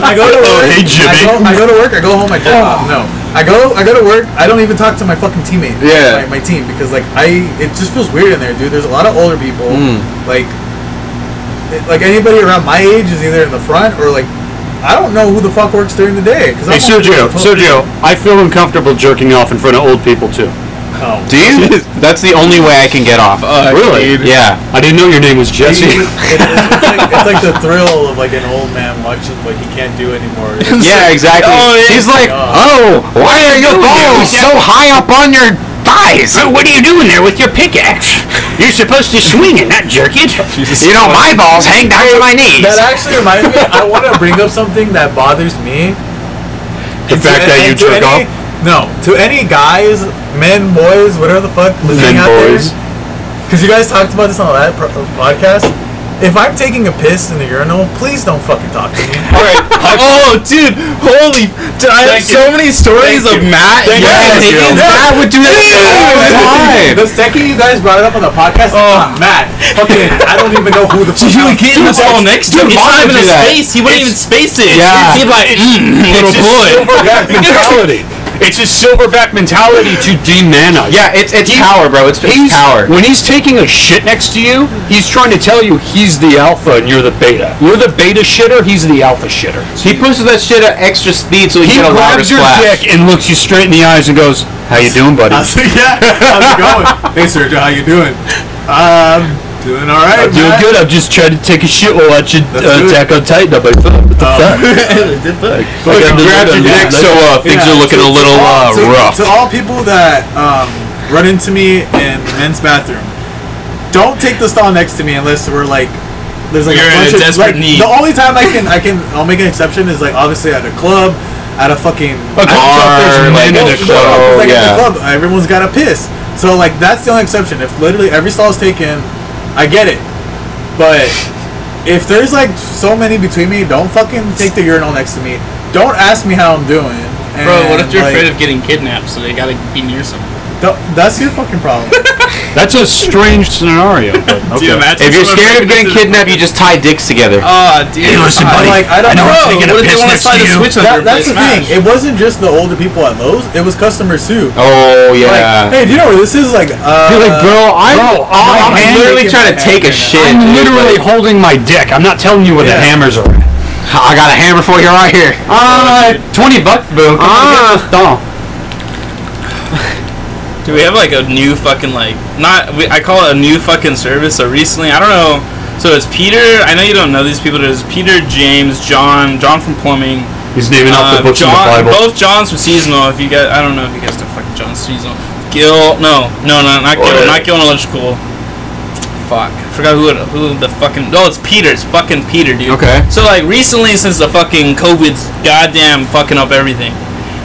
Speaker 3: I go to work.
Speaker 9: hey, Jimmy.
Speaker 3: I go, I go to work. I go home. I jerk off. No, I go. I go to work. I don't even talk to my fucking teammate.
Speaker 4: Yeah.
Speaker 3: my, my team because like I, it just feels weird in there, dude. There's a lot of older people.
Speaker 9: Hmm.
Speaker 3: Like, it- like anybody around my age is either in the front or like, I don't know who the fuck works during the day. Cause
Speaker 9: Hey,
Speaker 3: I'm only
Speaker 9: Sergio.
Speaker 3: fucking 12.
Speaker 9: Sergio, I feel uncomfortable jerking off in front of old people too.
Speaker 4: Do you? That's the only way I can get off.
Speaker 9: really?
Speaker 4: Yeah.
Speaker 9: I didn't know your name was
Speaker 3: It's,
Speaker 9: Jesse.
Speaker 3: it's, it's like, it's like the thrill of like an old man watching like he can't do anymore.
Speaker 4: Yeah, exactly. He's like, oh, why are your balls so high up on your thighs?
Speaker 5: What are you doing there with your pickaxe? You're supposed to swing it, not jerk it.
Speaker 4: You know, my balls hang down to my knees.
Speaker 3: That actually reminds me. I want to bring up something that bothers me.
Speaker 9: the fact that you
Speaker 3: And to
Speaker 9: jerk
Speaker 3: any-
Speaker 9: off.
Speaker 3: No, to any guys, men, boys, whatever the fuck, listening
Speaker 9: Men,
Speaker 3: out
Speaker 9: boys.
Speaker 3: Because you guys talked about this on that pro- podcast. If I'm taking a piss in the urinal, please don't fucking talk to me.
Speaker 2: Oh, dude, holy! dude, I have so many stories of Matt.
Speaker 4: Yes,
Speaker 2: yelling at me.
Speaker 4: I would do that all the time.
Speaker 3: the second you guys brought it up on the podcast, oh, Matt, fucking, I don't even know who the fuck.
Speaker 2: He
Speaker 3: I'm-
Speaker 2: would get in the stall next to him. He's
Speaker 4: Mara
Speaker 2: not even
Speaker 4: do
Speaker 2: a
Speaker 4: that.
Speaker 2: space. He wouldn't even space it.
Speaker 4: Yeah.
Speaker 2: He'd be like, mm, little boy.
Speaker 9: Silverback mentality. It's his silverback mentality to deman us.
Speaker 4: Yeah, it's it's power, bro. It's, it's
Speaker 9: He's,
Speaker 4: power.
Speaker 9: When he's taking a shit next to you, he's trying to tell you he's the alpha and you're the beta. You're the beta shitter, he's the alpha shitter.
Speaker 4: He pushes that shit at extra speed so he,
Speaker 9: He
Speaker 4: can get a louder
Speaker 9: grabs your
Speaker 4: splash.
Speaker 9: dick and looks you straight in the eyes and goes, "How you doing, buddy?"
Speaker 3: I was like, yeah, how's it going? hey, Sergio, how you doing? Um, doing all right.
Speaker 9: I'm doing
Speaker 3: Matt.
Speaker 9: good. I'm just trying to take a shit while watching
Speaker 3: That's
Speaker 9: uh,
Speaker 3: good.
Speaker 9: Attack on Titan on my phone. What the fuck?
Speaker 4: Look,
Speaker 9: Like,
Speaker 4: he
Speaker 9: I'm just
Speaker 4: grabs your
Speaker 9: looking
Speaker 4: dick
Speaker 9: at-
Speaker 4: so uh, things
Speaker 3: Yeah,
Speaker 4: are looking
Speaker 3: to-
Speaker 4: a
Speaker 3: to
Speaker 4: little
Speaker 3: all-
Speaker 4: uh,
Speaker 3: to,
Speaker 4: rough.
Speaker 3: To all people that um, run into me in the men's bathroom, don't take the stall next to me unless we're like. There's like
Speaker 2: You're
Speaker 3: a
Speaker 2: in
Speaker 3: bunch of
Speaker 2: a
Speaker 3: like,
Speaker 2: desperate need.
Speaker 3: The only time I can I can I'll make an exception is like obviously at a club, at a fucking
Speaker 9: A car, like,
Speaker 4: There's men in
Speaker 9: no,
Speaker 4: a
Speaker 9: no,
Speaker 4: club.
Speaker 9: no.
Speaker 4: oh,
Speaker 3: like at
Speaker 4: yeah.
Speaker 3: the club everyone's got to piss. So like that's the only exception. If literally every stall is taken, I get it. But if there's like so many between me, don't fucking take the urinal next to me. Don't ask me how I'm doing.
Speaker 2: Bro, what if
Speaker 3: and,
Speaker 2: you're
Speaker 3: like,
Speaker 2: afraid of getting kidnapped, so they gotta be near someone?
Speaker 3: Th- that's your fucking problem.
Speaker 9: That's a strange scenario. But okay.
Speaker 2: Do you imagine
Speaker 4: If you're
Speaker 2: someone
Speaker 4: scared of
Speaker 2: breaking
Speaker 4: getting
Speaker 2: into the-
Speaker 4: kidnapped, you just tie dicks together.
Speaker 2: Oh, dude.
Speaker 9: listen,
Speaker 3: I'm
Speaker 9: buddy.
Speaker 3: like,
Speaker 9: I
Speaker 3: I don't
Speaker 9: know I'm
Speaker 3: know.
Speaker 9: taking a
Speaker 2: what if they
Speaker 9: piss
Speaker 2: want to
Speaker 9: next
Speaker 2: slide
Speaker 9: to
Speaker 2: a
Speaker 9: you.
Speaker 2: switch on
Speaker 3: That,
Speaker 2: your
Speaker 3: that's the thing.
Speaker 2: place?
Speaker 3: It wasn't just the older people at Lowe's. It was customers too.
Speaker 4: Oh
Speaker 3: Like,
Speaker 4: yeah.
Speaker 3: hey, do you know where this is? Like, uh,
Speaker 9: You're like, bro, I'm,
Speaker 4: I'm
Speaker 9: I'm,
Speaker 3: hand-
Speaker 4: literally
Speaker 3: taking
Speaker 4: trying to
Speaker 3: my
Speaker 4: take a
Speaker 3: hand
Speaker 4: shit.
Speaker 9: I'm
Speaker 4: dude,
Speaker 9: literally
Speaker 4: like,
Speaker 9: holding my dick. I'm not telling you where the
Speaker 3: Yeah.
Speaker 9: hammers are. at.
Speaker 4: I got a hammer for you right here.
Speaker 9: Uh, twenty bucks, boo.
Speaker 4: Ah.
Speaker 9: Ah,
Speaker 2: Do we have like a new fucking like not? We, I call it a new fucking service. So recently, I don't know. So it's Peter. I know you don't know these people. There's Peter, James, John, John from plumbing.
Speaker 9: he's naming off the
Speaker 2: Uh,
Speaker 9: books in
Speaker 2: John-
Speaker 9: the Bible.
Speaker 2: Both Johns from seasonal. If you guys, I don't know if you guys know fucking John seasonal. Gil, no, no, no, not Gil,
Speaker 9: Alright.
Speaker 2: not Gil and Electrical. Fuck, I forgot who it- who the fucking. No, it's Peter. It's fucking Peter, dude.
Speaker 4: Okay.
Speaker 2: So like recently, since the fucking COVID's goddamn fucking up everything,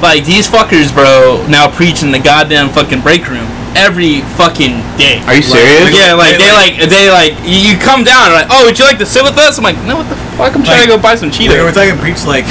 Speaker 2: like these fuckers, bro, now preach in the goddamn fucking break room. every fucking day.
Speaker 4: Are you serious?
Speaker 2: Yeah, like they like they like you you come down and like, oh, would you like to sit with us? I'm like, no, what the fuck? I'm trying to go buy some
Speaker 3: Like, we're
Speaker 2: Cheetos.
Speaker 3: talking preach like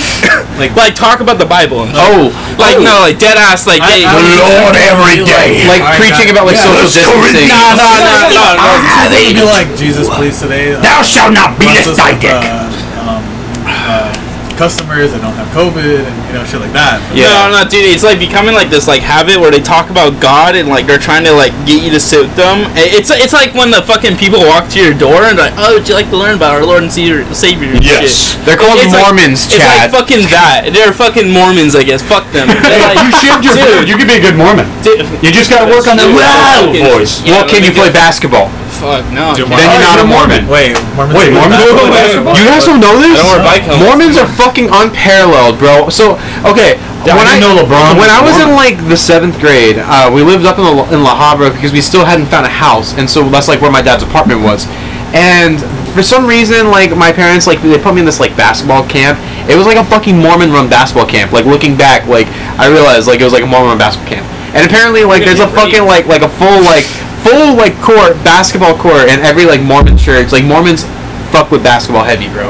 Speaker 3: like
Speaker 2: Like talk about the Bible and
Speaker 4: Oh,
Speaker 2: like no, like dead ass, like they.
Speaker 3: I- I-
Speaker 5: Lord every day.
Speaker 4: like
Speaker 3: Alright,
Speaker 4: preaching
Speaker 3: guys.
Speaker 4: about like social distancing.
Speaker 5: Nah,
Speaker 2: no,
Speaker 5: nah,
Speaker 2: no,
Speaker 5: nah.
Speaker 2: no, no.
Speaker 5: Ah,
Speaker 3: you
Speaker 5: thee.
Speaker 3: be like Jesus, please today. Uh,
Speaker 5: Thou shalt not beatest thy
Speaker 3: process with,
Speaker 5: dick.
Speaker 3: uh, um, uh, customers that don't have COVID and you know shit like that. But
Speaker 2: No, no, dude. It's like becoming like this, like habit where they talk about God and like they're trying to like get you to sit with them. I- It's it's like when the fucking people walk to your door and they're like, oh, would you like to learn about our Lord and Savior? Savior and
Speaker 9: Yes.
Speaker 2: shit?
Speaker 4: They're called
Speaker 2: It's like-
Speaker 4: Mormons,
Speaker 2: It's like
Speaker 4: Chad.
Speaker 2: fucking that. They're fucking Mormons, I guess. Fuck them. They're like,
Speaker 9: you shaved your beard. You could be a good Mormon.
Speaker 2: dude,
Speaker 9: You just gotta work on that
Speaker 2: Wow.
Speaker 9: wow voice.
Speaker 2: Yeah,
Speaker 4: well, can you
Speaker 2: let me
Speaker 4: play
Speaker 2: get-
Speaker 4: basketball?
Speaker 2: fuck no.
Speaker 3: Dude,
Speaker 2: dude.
Speaker 4: Then you're not a Mormon.
Speaker 3: Wait, Mormons
Speaker 9: Wait,
Speaker 3: do
Speaker 9: Mormons
Speaker 3: that?
Speaker 9: do
Speaker 3: Wait,
Speaker 9: basketball?
Speaker 4: You guys don't know this?
Speaker 2: I don't wear bike helmets.
Speaker 4: Mormons are fucking unparalleled, bro. So okay,
Speaker 9: Yeah, I
Speaker 4: when I
Speaker 9: didn't know LeBron
Speaker 4: when
Speaker 9: was
Speaker 4: I was
Speaker 9: Mormon.
Speaker 4: in like the seventh grade, uh, we lived up in La, in La Habra because we still hadn't found a house, and so that's like where my dad's apartment was. And for some reason, like my parents, like they put me in this like basketball camp. It was like a fucking Mormon-run basketball camp. Like looking back, like I realized like it was like a Mormon-run basketball camp. And apparently, like there's a fucking like like a full like full like court basketball court in every like Mormon church. Like Mormons fuck with basketball heavy, bro.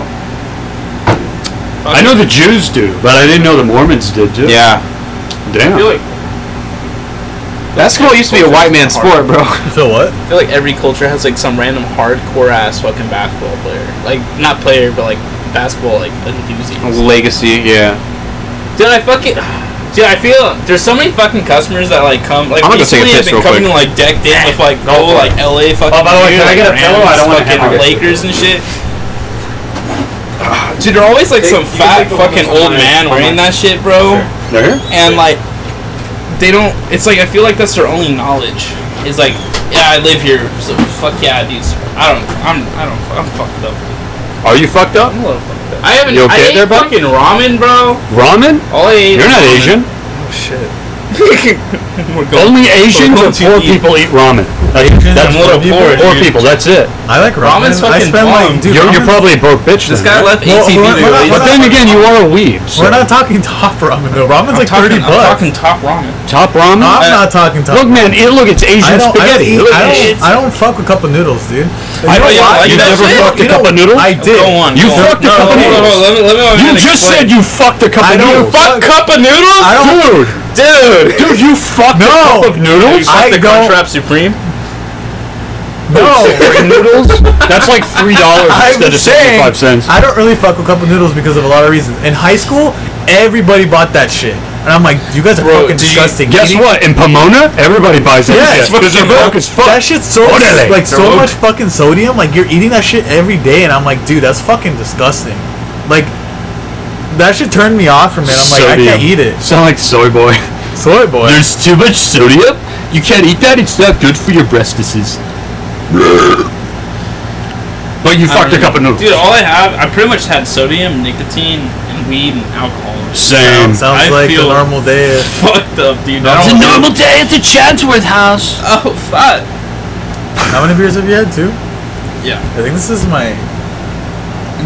Speaker 9: I know the Jews do, but I didn't know the Mormons did too.
Speaker 4: Yeah.
Speaker 9: Damn.
Speaker 2: I feel like
Speaker 4: Basketball used to be a white man sport, bro.
Speaker 3: So what?
Speaker 2: I feel like every culture has like some random hardcore ass fucking basketball player. Like not player, but like basketball like
Speaker 4: Oh,
Speaker 2: enthusiast.
Speaker 4: Legacy, yeah.
Speaker 2: Dude, I fucking. Dude, I feel there's so many fucking customers that like come like
Speaker 4: I'm gonna go take a
Speaker 2: recently have
Speaker 4: piss
Speaker 2: been
Speaker 4: real
Speaker 2: coming
Speaker 4: quick.
Speaker 2: to like decked in with like oh like LA fucking.
Speaker 9: Oh, by the way, can I get a
Speaker 2: Rams,
Speaker 9: pillow? I don't wanna
Speaker 2: fucking
Speaker 9: have it.
Speaker 2: Lakers and shit. Dude, they're always like some fat fucking old man wearing that shit, bro.
Speaker 9: They're here?
Speaker 2: And like, they don't. It's like I feel like that's their only knowledge. It's like, yeah, I live here, so fuck yeah, dudes. I don't. I'm. I don't. I'm fucked up.
Speaker 9: Are you fucked up?
Speaker 2: I'm a little fucked up. I haven't.
Speaker 9: You okay
Speaker 2: I ate
Speaker 9: there, bud?
Speaker 2: fucking ramen, bro.
Speaker 9: Ramen?
Speaker 2: All I ate.
Speaker 9: You're
Speaker 2: was
Speaker 9: not
Speaker 2: ramen.
Speaker 9: Asian.
Speaker 3: Oh shit.
Speaker 2: We're going
Speaker 9: Only Asians or
Speaker 2: going to
Speaker 9: poor
Speaker 2: eat.
Speaker 9: people eat ramen. That's,
Speaker 3: Asians
Speaker 9: that's
Speaker 3: and
Speaker 9: poor
Speaker 3: little
Speaker 9: people. Poor
Speaker 2: poor, dude.
Speaker 9: people. That's it.
Speaker 3: I like ramen. I
Speaker 2: Ramen's fucking
Speaker 3: spend
Speaker 2: bomb.
Speaker 3: like dude.
Speaker 9: you're, you're
Speaker 3: ramen-
Speaker 9: probably a broke bitch.
Speaker 2: This
Speaker 9: then,
Speaker 2: guy
Speaker 9: right?
Speaker 2: left
Speaker 3: Well,
Speaker 2: ATV
Speaker 3: we're-
Speaker 2: to
Speaker 3: we're
Speaker 2: go
Speaker 3: not-
Speaker 2: eat.
Speaker 3: we're
Speaker 9: But then again, you are a weeb. So.
Speaker 3: We're not talking top ramen though. Ramen's like thirty
Speaker 2: talking, I'm
Speaker 3: bucks.
Speaker 2: talking top ramen.
Speaker 9: top ramen.
Speaker 3: No, I'm not talking top.
Speaker 9: Look, man, it, look, it's Asian
Speaker 3: I don't, I don't,
Speaker 9: spaghetti.
Speaker 3: eat,
Speaker 9: Look,
Speaker 3: I,
Speaker 9: it's-
Speaker 3: don't, I don't fuck with cup of noodles, dude.
Speaker 9: I
Speaker 2: know
Speaker 9: don't
Speaker 2: you don't
Speaker 9: lie.
Speaker 2: like
Speaker 9: You
Speaker 2: that
Speaker 9: never
Speaker 2: shit?
Speaker 9: fucked a
Speaker 3: You
Speaker 9: cup
Speaker 3: know,
Speaker 9: of noodles?
Speaker 3: I did.
Speaker 2: Go on.
Speaker 9: You
Speaker 2: go on.
Speaker 9: fucked a
Speaker 2: No,
Speaker 9: cup of
Speaker 2: hold on,
Speaker 9: noodles.
Speaker 2: hold on, let me- let me- let me
Speaker 9: You just
Speaker 2: explain.
Speaker 9: said you fucked a cup
Speaker 3: I
Speaker 9: of
Speaker 3: don't
Speaker 9: noodles.
Speaker 3: fuck-
Speaker 9: cup of noodles?
Speaker 3: I don't-
Speaker 9: Dude,
Speaker 2: dude.
Speaker 9: dude, you fucked a
Speaker 3: No.
Speaker 9: cup of noodles?
Speaker 3: I
Speaker 2: the
Speaker 3: don't-
Speaker 2: Crunchwrap Supreme.
Speaker 3: No,
Speaker 9: Spring noodles? That's like three dollars
Speaker 3: I'm
Speaker 9: instead of
Speaker 3: saying-
Speaker 9: seventy-five cents.
Speaker 3: I don't really fuck with cup of noodles because of a lot of reasons. In high school, everybody bought that shit, and I'm like, you guys are fucking
Speaker 2: did you-
Speaker 3: disgusting.
Speaker 9: Guess
Speaker 3: Eating-
Speaker 9: what? In Pomona, everybody buys that
Speaker 3: Yeah,
Speaker 9: shit
Speaker 3: it's
Speaker 9: because they're broke as fuck.
Speaker 3: That shit's so
Speaker 9: Orale.
Speaker 3: like so
Speaker 9: They're
Speaker 3: much fucking sodium. Like you're eating that shit every day, and I'm like, dude, that's fucking disgusting. Like that should turn me off from it. I'm like, I can't eat it.
Speaker 9: Sound like soy boy.
Speaker 3: Soy boy.
Speaker 9: There's too much sodium. You can't eat that. It's not good for your breast disease. but you fucked a cup of noodles.
Speaker 2: Dude, all I have, I pretty much had sodium, nicotine, and weed and alcohol.
Speaker 9: Same.
Speaker 3: Sounds
Speaker 2: I
Speaker 3: like a
Speaker 2: feel-
Speaker 3: normal day.
Speaker 2: Fucked up, dude. I
Speaker 8: It's a
Speaker 2: don't.
Speaker 8: normal day at the Chatsworth house.
Speaker 2: Oh fuck.
Speaker 3: How many beers have you had? Two.
Speaker 2: Yeah.
Speaker 3: I think this is my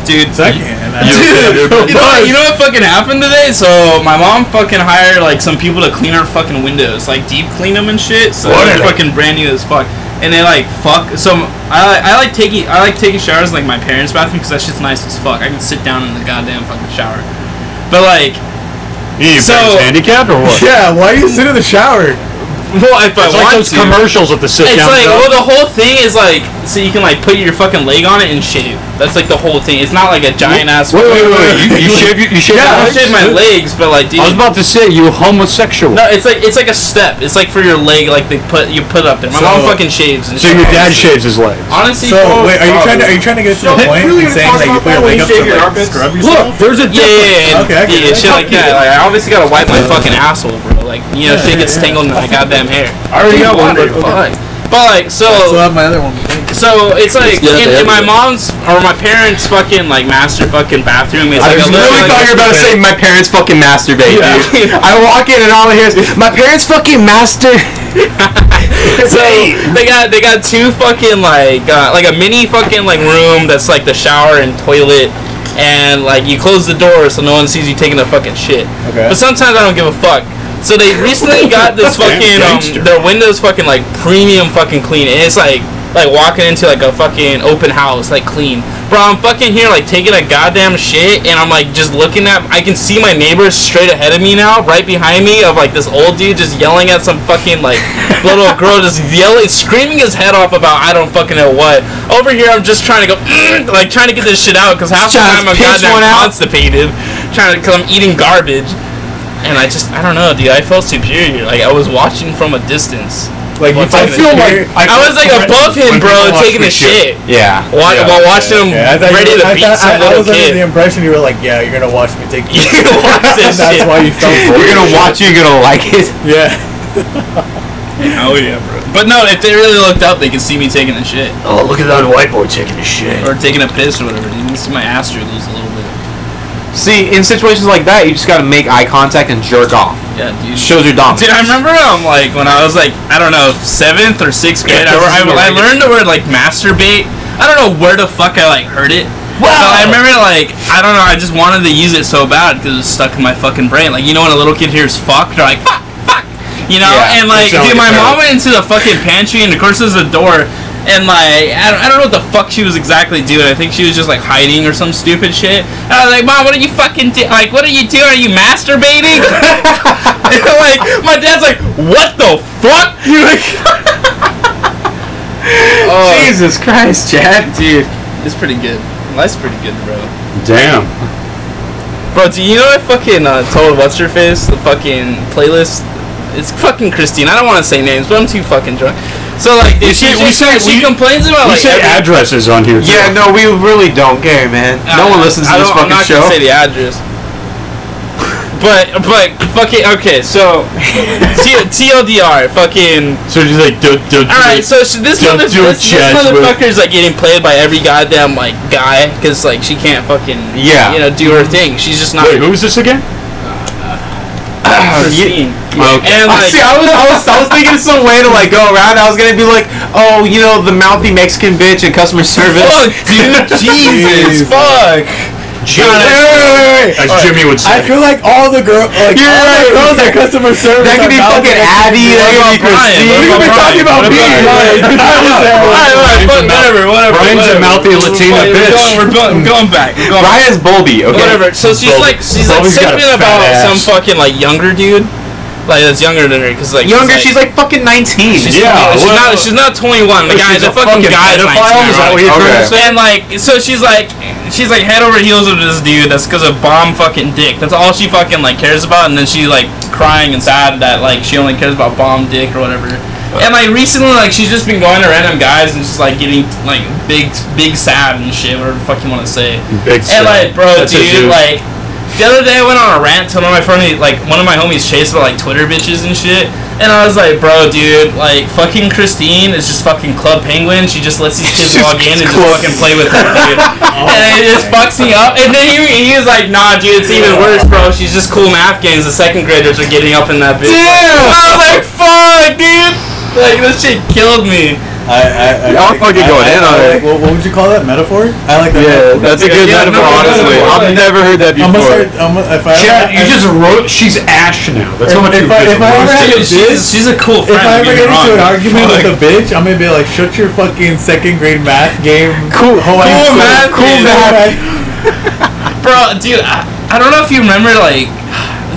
Speaker 2: Dude,
Speaker 3: second. And I-
Speaker 2: Dude, you know, what, you know what fucking happened today? So my mom fucking hired like some people to clean her fucking windows, like deep clean them and shit. So they're fucking brand new as fuck, and they like fuck. So I, I like taking I like taking showers in, like my parents' bathroom because that shit's nice as fuck. I can sit down in the goddamn fucking shower. But like,
Speaker 9: You
Speaker 2: So-
Speaker 9: parents handicapped or what?
Speaker 3: Yeah, why do you sit in the shower?
Speaker 2: well, if I
Speaker 9: It's
Speaker 2: want
Speaker 9: like those
Speaker 2: to,
Speaker 9: commercials with the sit
Speaker 2: it's
Speaker 9: down.
Speaker 2: like well, the whole thing is like so you can like put your fucking leg on it and shave. That's like the whole thing. It's not like a giant ass.
Speaker 9: wait, wait, wait, wait. You, you shave your, you shave
Speaker 2: Yeah, I
Speaker 9: your legs?
Speaker 2: shave my legs, but like, dude,
Speaker 9: I was about to say you homosexual.
Speaker 2: No, it's like it's like a step. It's like for your leg, like they put you put up there. My mom
Speaker 3: So-
Speaker 2: fucking shaves. And
Speaker 9: So
Speaker 2: shit.
Speaker 9: your dad shaves his legs.
Speaker 2: Honestly,
Speaker 3: So
Speaker 2: bro,
Speaker 3: wait, are you trying to are you trying to get to the point
Speaker 9: really
Speaker 3: in saying that you put your leg up to like, scrub yourself?
Speaker 9: there's a
Speaker 2: Yeah, yeah, yeah.
Speaker 3: Okay, I get
Speaker 2: yeah,
Speaker 3: it.
Speaker 2: shit like that. Like I obviously gotta wipe my fucking asshole, bro. Like you know, shit gets tangled in my goddamn hair.
Speaker 9: I already got one.
Speaker 2: Dude, fuck. But like,
Speaker 3: So
Speaker 2: so
Speaker 3: have my other one.
Speaker 2: so it's like
Speaker 8: Yeah,
Speaker 2: in,
Speaker 8: they
Speaker 2: in my
Speaker 8: have-
Speaker 2: mom's or my parents' fucking like master fucking bathroom. It's
Speaker 4: I
Speaker 2: like
Speaker 4: was
Speaker 2: a little,
Speaker 4: really
Speaker 2: like,
Speaker 4: thought you were about to say my parents fucking masturbate, dude. I walk in and all I hear is my parents fucking master.
Speaker 2: So they got they got two fucking like uh, like a mini fucking like room that's like the shower and toilet, and like you close the door so no one sees you taking a fucking shit.
Speaker 3: Okay.
Speaker 2: But sometimes I don't give a fuck. So they recently got this fucking
Speaker 9: gangster.
Speaker 2: um, their windows fucking like premium fucking clean, and it's like like walking into like a fucking open house like clean. Bro, I'm fucking here like taking a goddamn shit, and I'm like just looking at. I can see my neighbors straight ahead of me now, right behind me, of like this old dude just yelling at some fucking like little girl, just yelling, screaming his head off about I don't fucking know what. Over here, I'm just trying to go like trying to get this shit out because half the time I'm goddamn constipated, trying to because I'm eating garbage. And I just, I don't know, dude. I felt superior. Like I was watching from a distance.
Speaker 3: Like you
Speaker 4: I
Speaker 3: fucking
Speaker 4: feel like
Speaker 2: I was like above him, bro, taking a shit.
Speaker 4: Yeah.
Speaker 2: Wa- while watching him
Speaker 3: Yeah, I thought you
Speaker 2: ready
Speaker 3: were-
Speaker 2: to
Speaker 3: I
Speaker 2: beat
Speaker 3: thought- I- I
Speaker 2: some little
Speaker 3: was under the
Speaker 2: kid.
Speaker 3: impression you were like, yeah, you're gonna watch me take.
Speaker 2: You watch this
Speaker 3: That's
Speaker 2: shit.
Speaker 3: why you felt.
Speaker 4: You're gonna watch it. You're gonna like it.
Speaker 3: Yeah.
Speaker 2: Oh yeah, bro. But no, if they really looked up, they could see me taking a shit
Speaker 5: Oh, look at that white boy taking a shit.
Speaker 2: or taking a piss or whatever. Dude, this is my aster lose a little bit.
Speaker 4: See, in situations like that, you just gotta make eye contact and jerk off.
Speaker 2: Yeah, dude.
Speaker 4: Shows your dominance.
Speaker 2: Dude, I remember um, like when I was like I don't know seventh or sixth grade. I, I, I learned the word like masturbate. I don't know where the fuck I like heard it. Wow. I remember like I don't know. I just wanted to use it so bad because it was stuck in my fucking brain. Like you know when a little kid hears fuck, they're like fuck, fuck. You know, and like
Speaker 9: sound
Speaker 2: dude,
Speaker 9: like
Speaker 2: my
Speaker 9: a
Speaker 2: mom went into the fucking pantry and of course there's a door. And like I don't, I don't know what the fuck she was exactly doing. I think she was just like hiding or some stupid shit. And I was like, Mom, what are you fucking do- like? What are you doing? Are you masturbating? like my dad's like, what the fuck? You like,
Speaker 4: Jesus Christ, Chad.
Speaker 2: Oh. dude, it's pretty good. Life's pretty good, bro.
Speaker 9: Damn.
Speaker 2: Bro, do you know I fucking uh, told what's her face the fucking playlist? It's fucking Christine. I don't want to say names, but I'm too fucking drunk. So like,
Speaker 9: We
Speaker 2: dude, she,
Speaker 9: say- we
Speaker 2: she,
Speaker 9: say-
Speaker 2: she
Speaker 9: we-
Speaker 2: complains about
Speaker 9: We
Speaker 2: like.
Speaker 9: say
Speaker 2: every-
Speaker 9: addresses on here. too.
Speaker 4: Yeah, no, we really don't care, man. no
Speaker 2: I-
Speaker 4: one listens
Speaker 2: I
Speaker 4: to this
Speaker 2: don't- I'm
Speaker 4: fucking
Speaker 2: not
Speaker 4: show.
Speaker 2: gonna say the address. But but fucking okay, so T- TLDR, fucking
Speaker 9: So she's like, duh, duh,
Speaker 2: All right, so she, this,
Speaker 9: Don't
Speaker 2: mother,
Speaker 9: do it,
Speaker 2: this, this
Speaker 9: Chad.
Speaker 2: motherfucker's like getting played by every goddamn like guy because like she can't fucking
Speaker 4: Yeah.
Speaker 2: you know do her thing. She's just not
Speaker 9: Wait, who's this again?
Speaker 4: Okay.
Speaker 2: pristine. And
Speaker 4: Oh,
Speaker 2: like,
Speaker 4: see, I was, I was, I was thinking of some way to like go around. I was gonna be like, oh, you know, the mouthy Mexican bitch in customer service.
Speaker 2: fuck, dude, Jesus, fuck.
Speaker 9: Jimmy. As Jimmy would
Speaker 3: I
Speaker 9: say.
Speaker 3: feel like all the girl, like
Speaker 4: Yeah,
Speaker 3: all
Speaker 4: right.
Speaker 3: the girls at customer service.
Speaker 4: that could be
Speaker 3: are not
Speaker 4: fucking
Speaker 3: gonna-
Speaker 4: Abby. That could be
Speaker 2: about Brian?
Speaker 4: Christine.
Speaker 2: What
Speaker 4: We've
Speaker 2: about
Speaker 4: been talking about
Speaker 9: What
Speaker 4: me.
Speaker 9: about
Speaker 4: like-
Speaker 9: Brian?
Speaker 2: Alright, alright, fuck, whatever, whatever.
Speaker 9: Brian's a
Speaker 2: whatever.
Speaker 9: mouthy
Speaker 2: We're
Speaker 9: Latina
Speaker 2: fucking-
Speaker 9: bitch.
Speaker 2: We're going, we're going, we're going back. We're going
Speaker 4: Brian's Bulby. Okay.
Speaker 2: whatever. So she's like, she's like
Speaker 9: Bobby's got a
Speaker 2: sipping
Speaker 9: fat
Speaker 2: about
Speaker 9: ass.
Speaker 2: some fucking like younger dude, like that's younger than her, because like
Speaker 4: Younger, she's like fucking 19.
Speaker 2: She's
Speaker 9: Yeah,
Speaker 2: yeah, she's
Speaker 9: well-
Speaker 2: not. She's not 21. The guy,
Speaker 9: she's
Speaker 2: the
Speaker 9: a
Speaker 2: fucking
Speaker 9: fucking
Speaker 2: guy,
Speaker 9: pedophile, is that what
Speaker 2: right?
Speaker 9: you're
Speaker 4: trying to Okay.
Speaker 2: And like, so she's like, she's like head over heels with this dude. That's because of bomb fucking dick. That's all she fucking like cares about. And then she's like crying and sad that like she only cares about bomb dick or whatever. And like recently, like she's just been going to random guys and just like getting like big, big sad and shit, whatever the fuck you want to say.
Speaker 9: Big
Speaker 2: And
Speaker 9: Sam.
Speaker 2: like, bro,
Speaker 9: That's a
Speaker 2: dude, like, the other day I went on a rant to one of my friends, like, one of my homies chased about like Twitter bitches and shit. And I was like, bro, dude, like, fucking Christine is just fucking Club Penguin. She just lets these chicks log in and just fucking play with her, dude. and it just fucks me up. And then he, he was like, nah, dude, it's even worse, bro. She's just cool math games. The second graders are getting up in that bitch.
Speaker 4: Damn.
Speaker 2: I was like, fuck, dude. Like, this shit killed me.
Speaker 3: I, I, I,
Speaker 4: Y'all
Speaker 3: think-
Speaker 4: fucking
Speaker 3: I-
Speaker 4: going
Speaker 3: I-
Speaker 4: in
Speaker 3: I
Speaker 4: on it.
Speaker 3: like- What, what would you call that metaphor? I like that.
Speaker 4: Yeah,
Speaker 3: metaphor.
Speaker 4: that's a good
Speaker 2: Yeah,
Speaker 4: metaphor,
Speaker 2: no, no, no,
Speaker 4: honestly.
Speaker 2: no, no.
Speaker 4: I've never heard that
Speaker 3: I'm gonna
Speaker 4: before.
Speaker 3: start. I'm gonna, if I
Speaker 9: Chad,
Speaker 3: ever,
Speaker 9: you just wrote. She's ash now. That's how much you've
Speaker 3: If I- if I ever had
Speaker 9: been.
Speaker 3: a
Speaker 2: Dude, she's, she's a cool
Speaker 3: If
Speaker 2: friend.
Speaker 3: I ever
Speaker 2: don't
Speaker 3: get
Speaker 2: get me
Speaker 3: into
Speaker 2: wrong.
Speaker 3: an argument
Speaker 2: Fuck.
Speaker 3: with a bitch, I'm gonna be like, "Shut your fucking second grade math game."
Speaker 4: Cool,
Speaker 3: Ho ass shit.
Speaker 2: cool math game.
Speaker 3: math.
Speaker 2: Bro, dude, I, I don't know if you remember, like,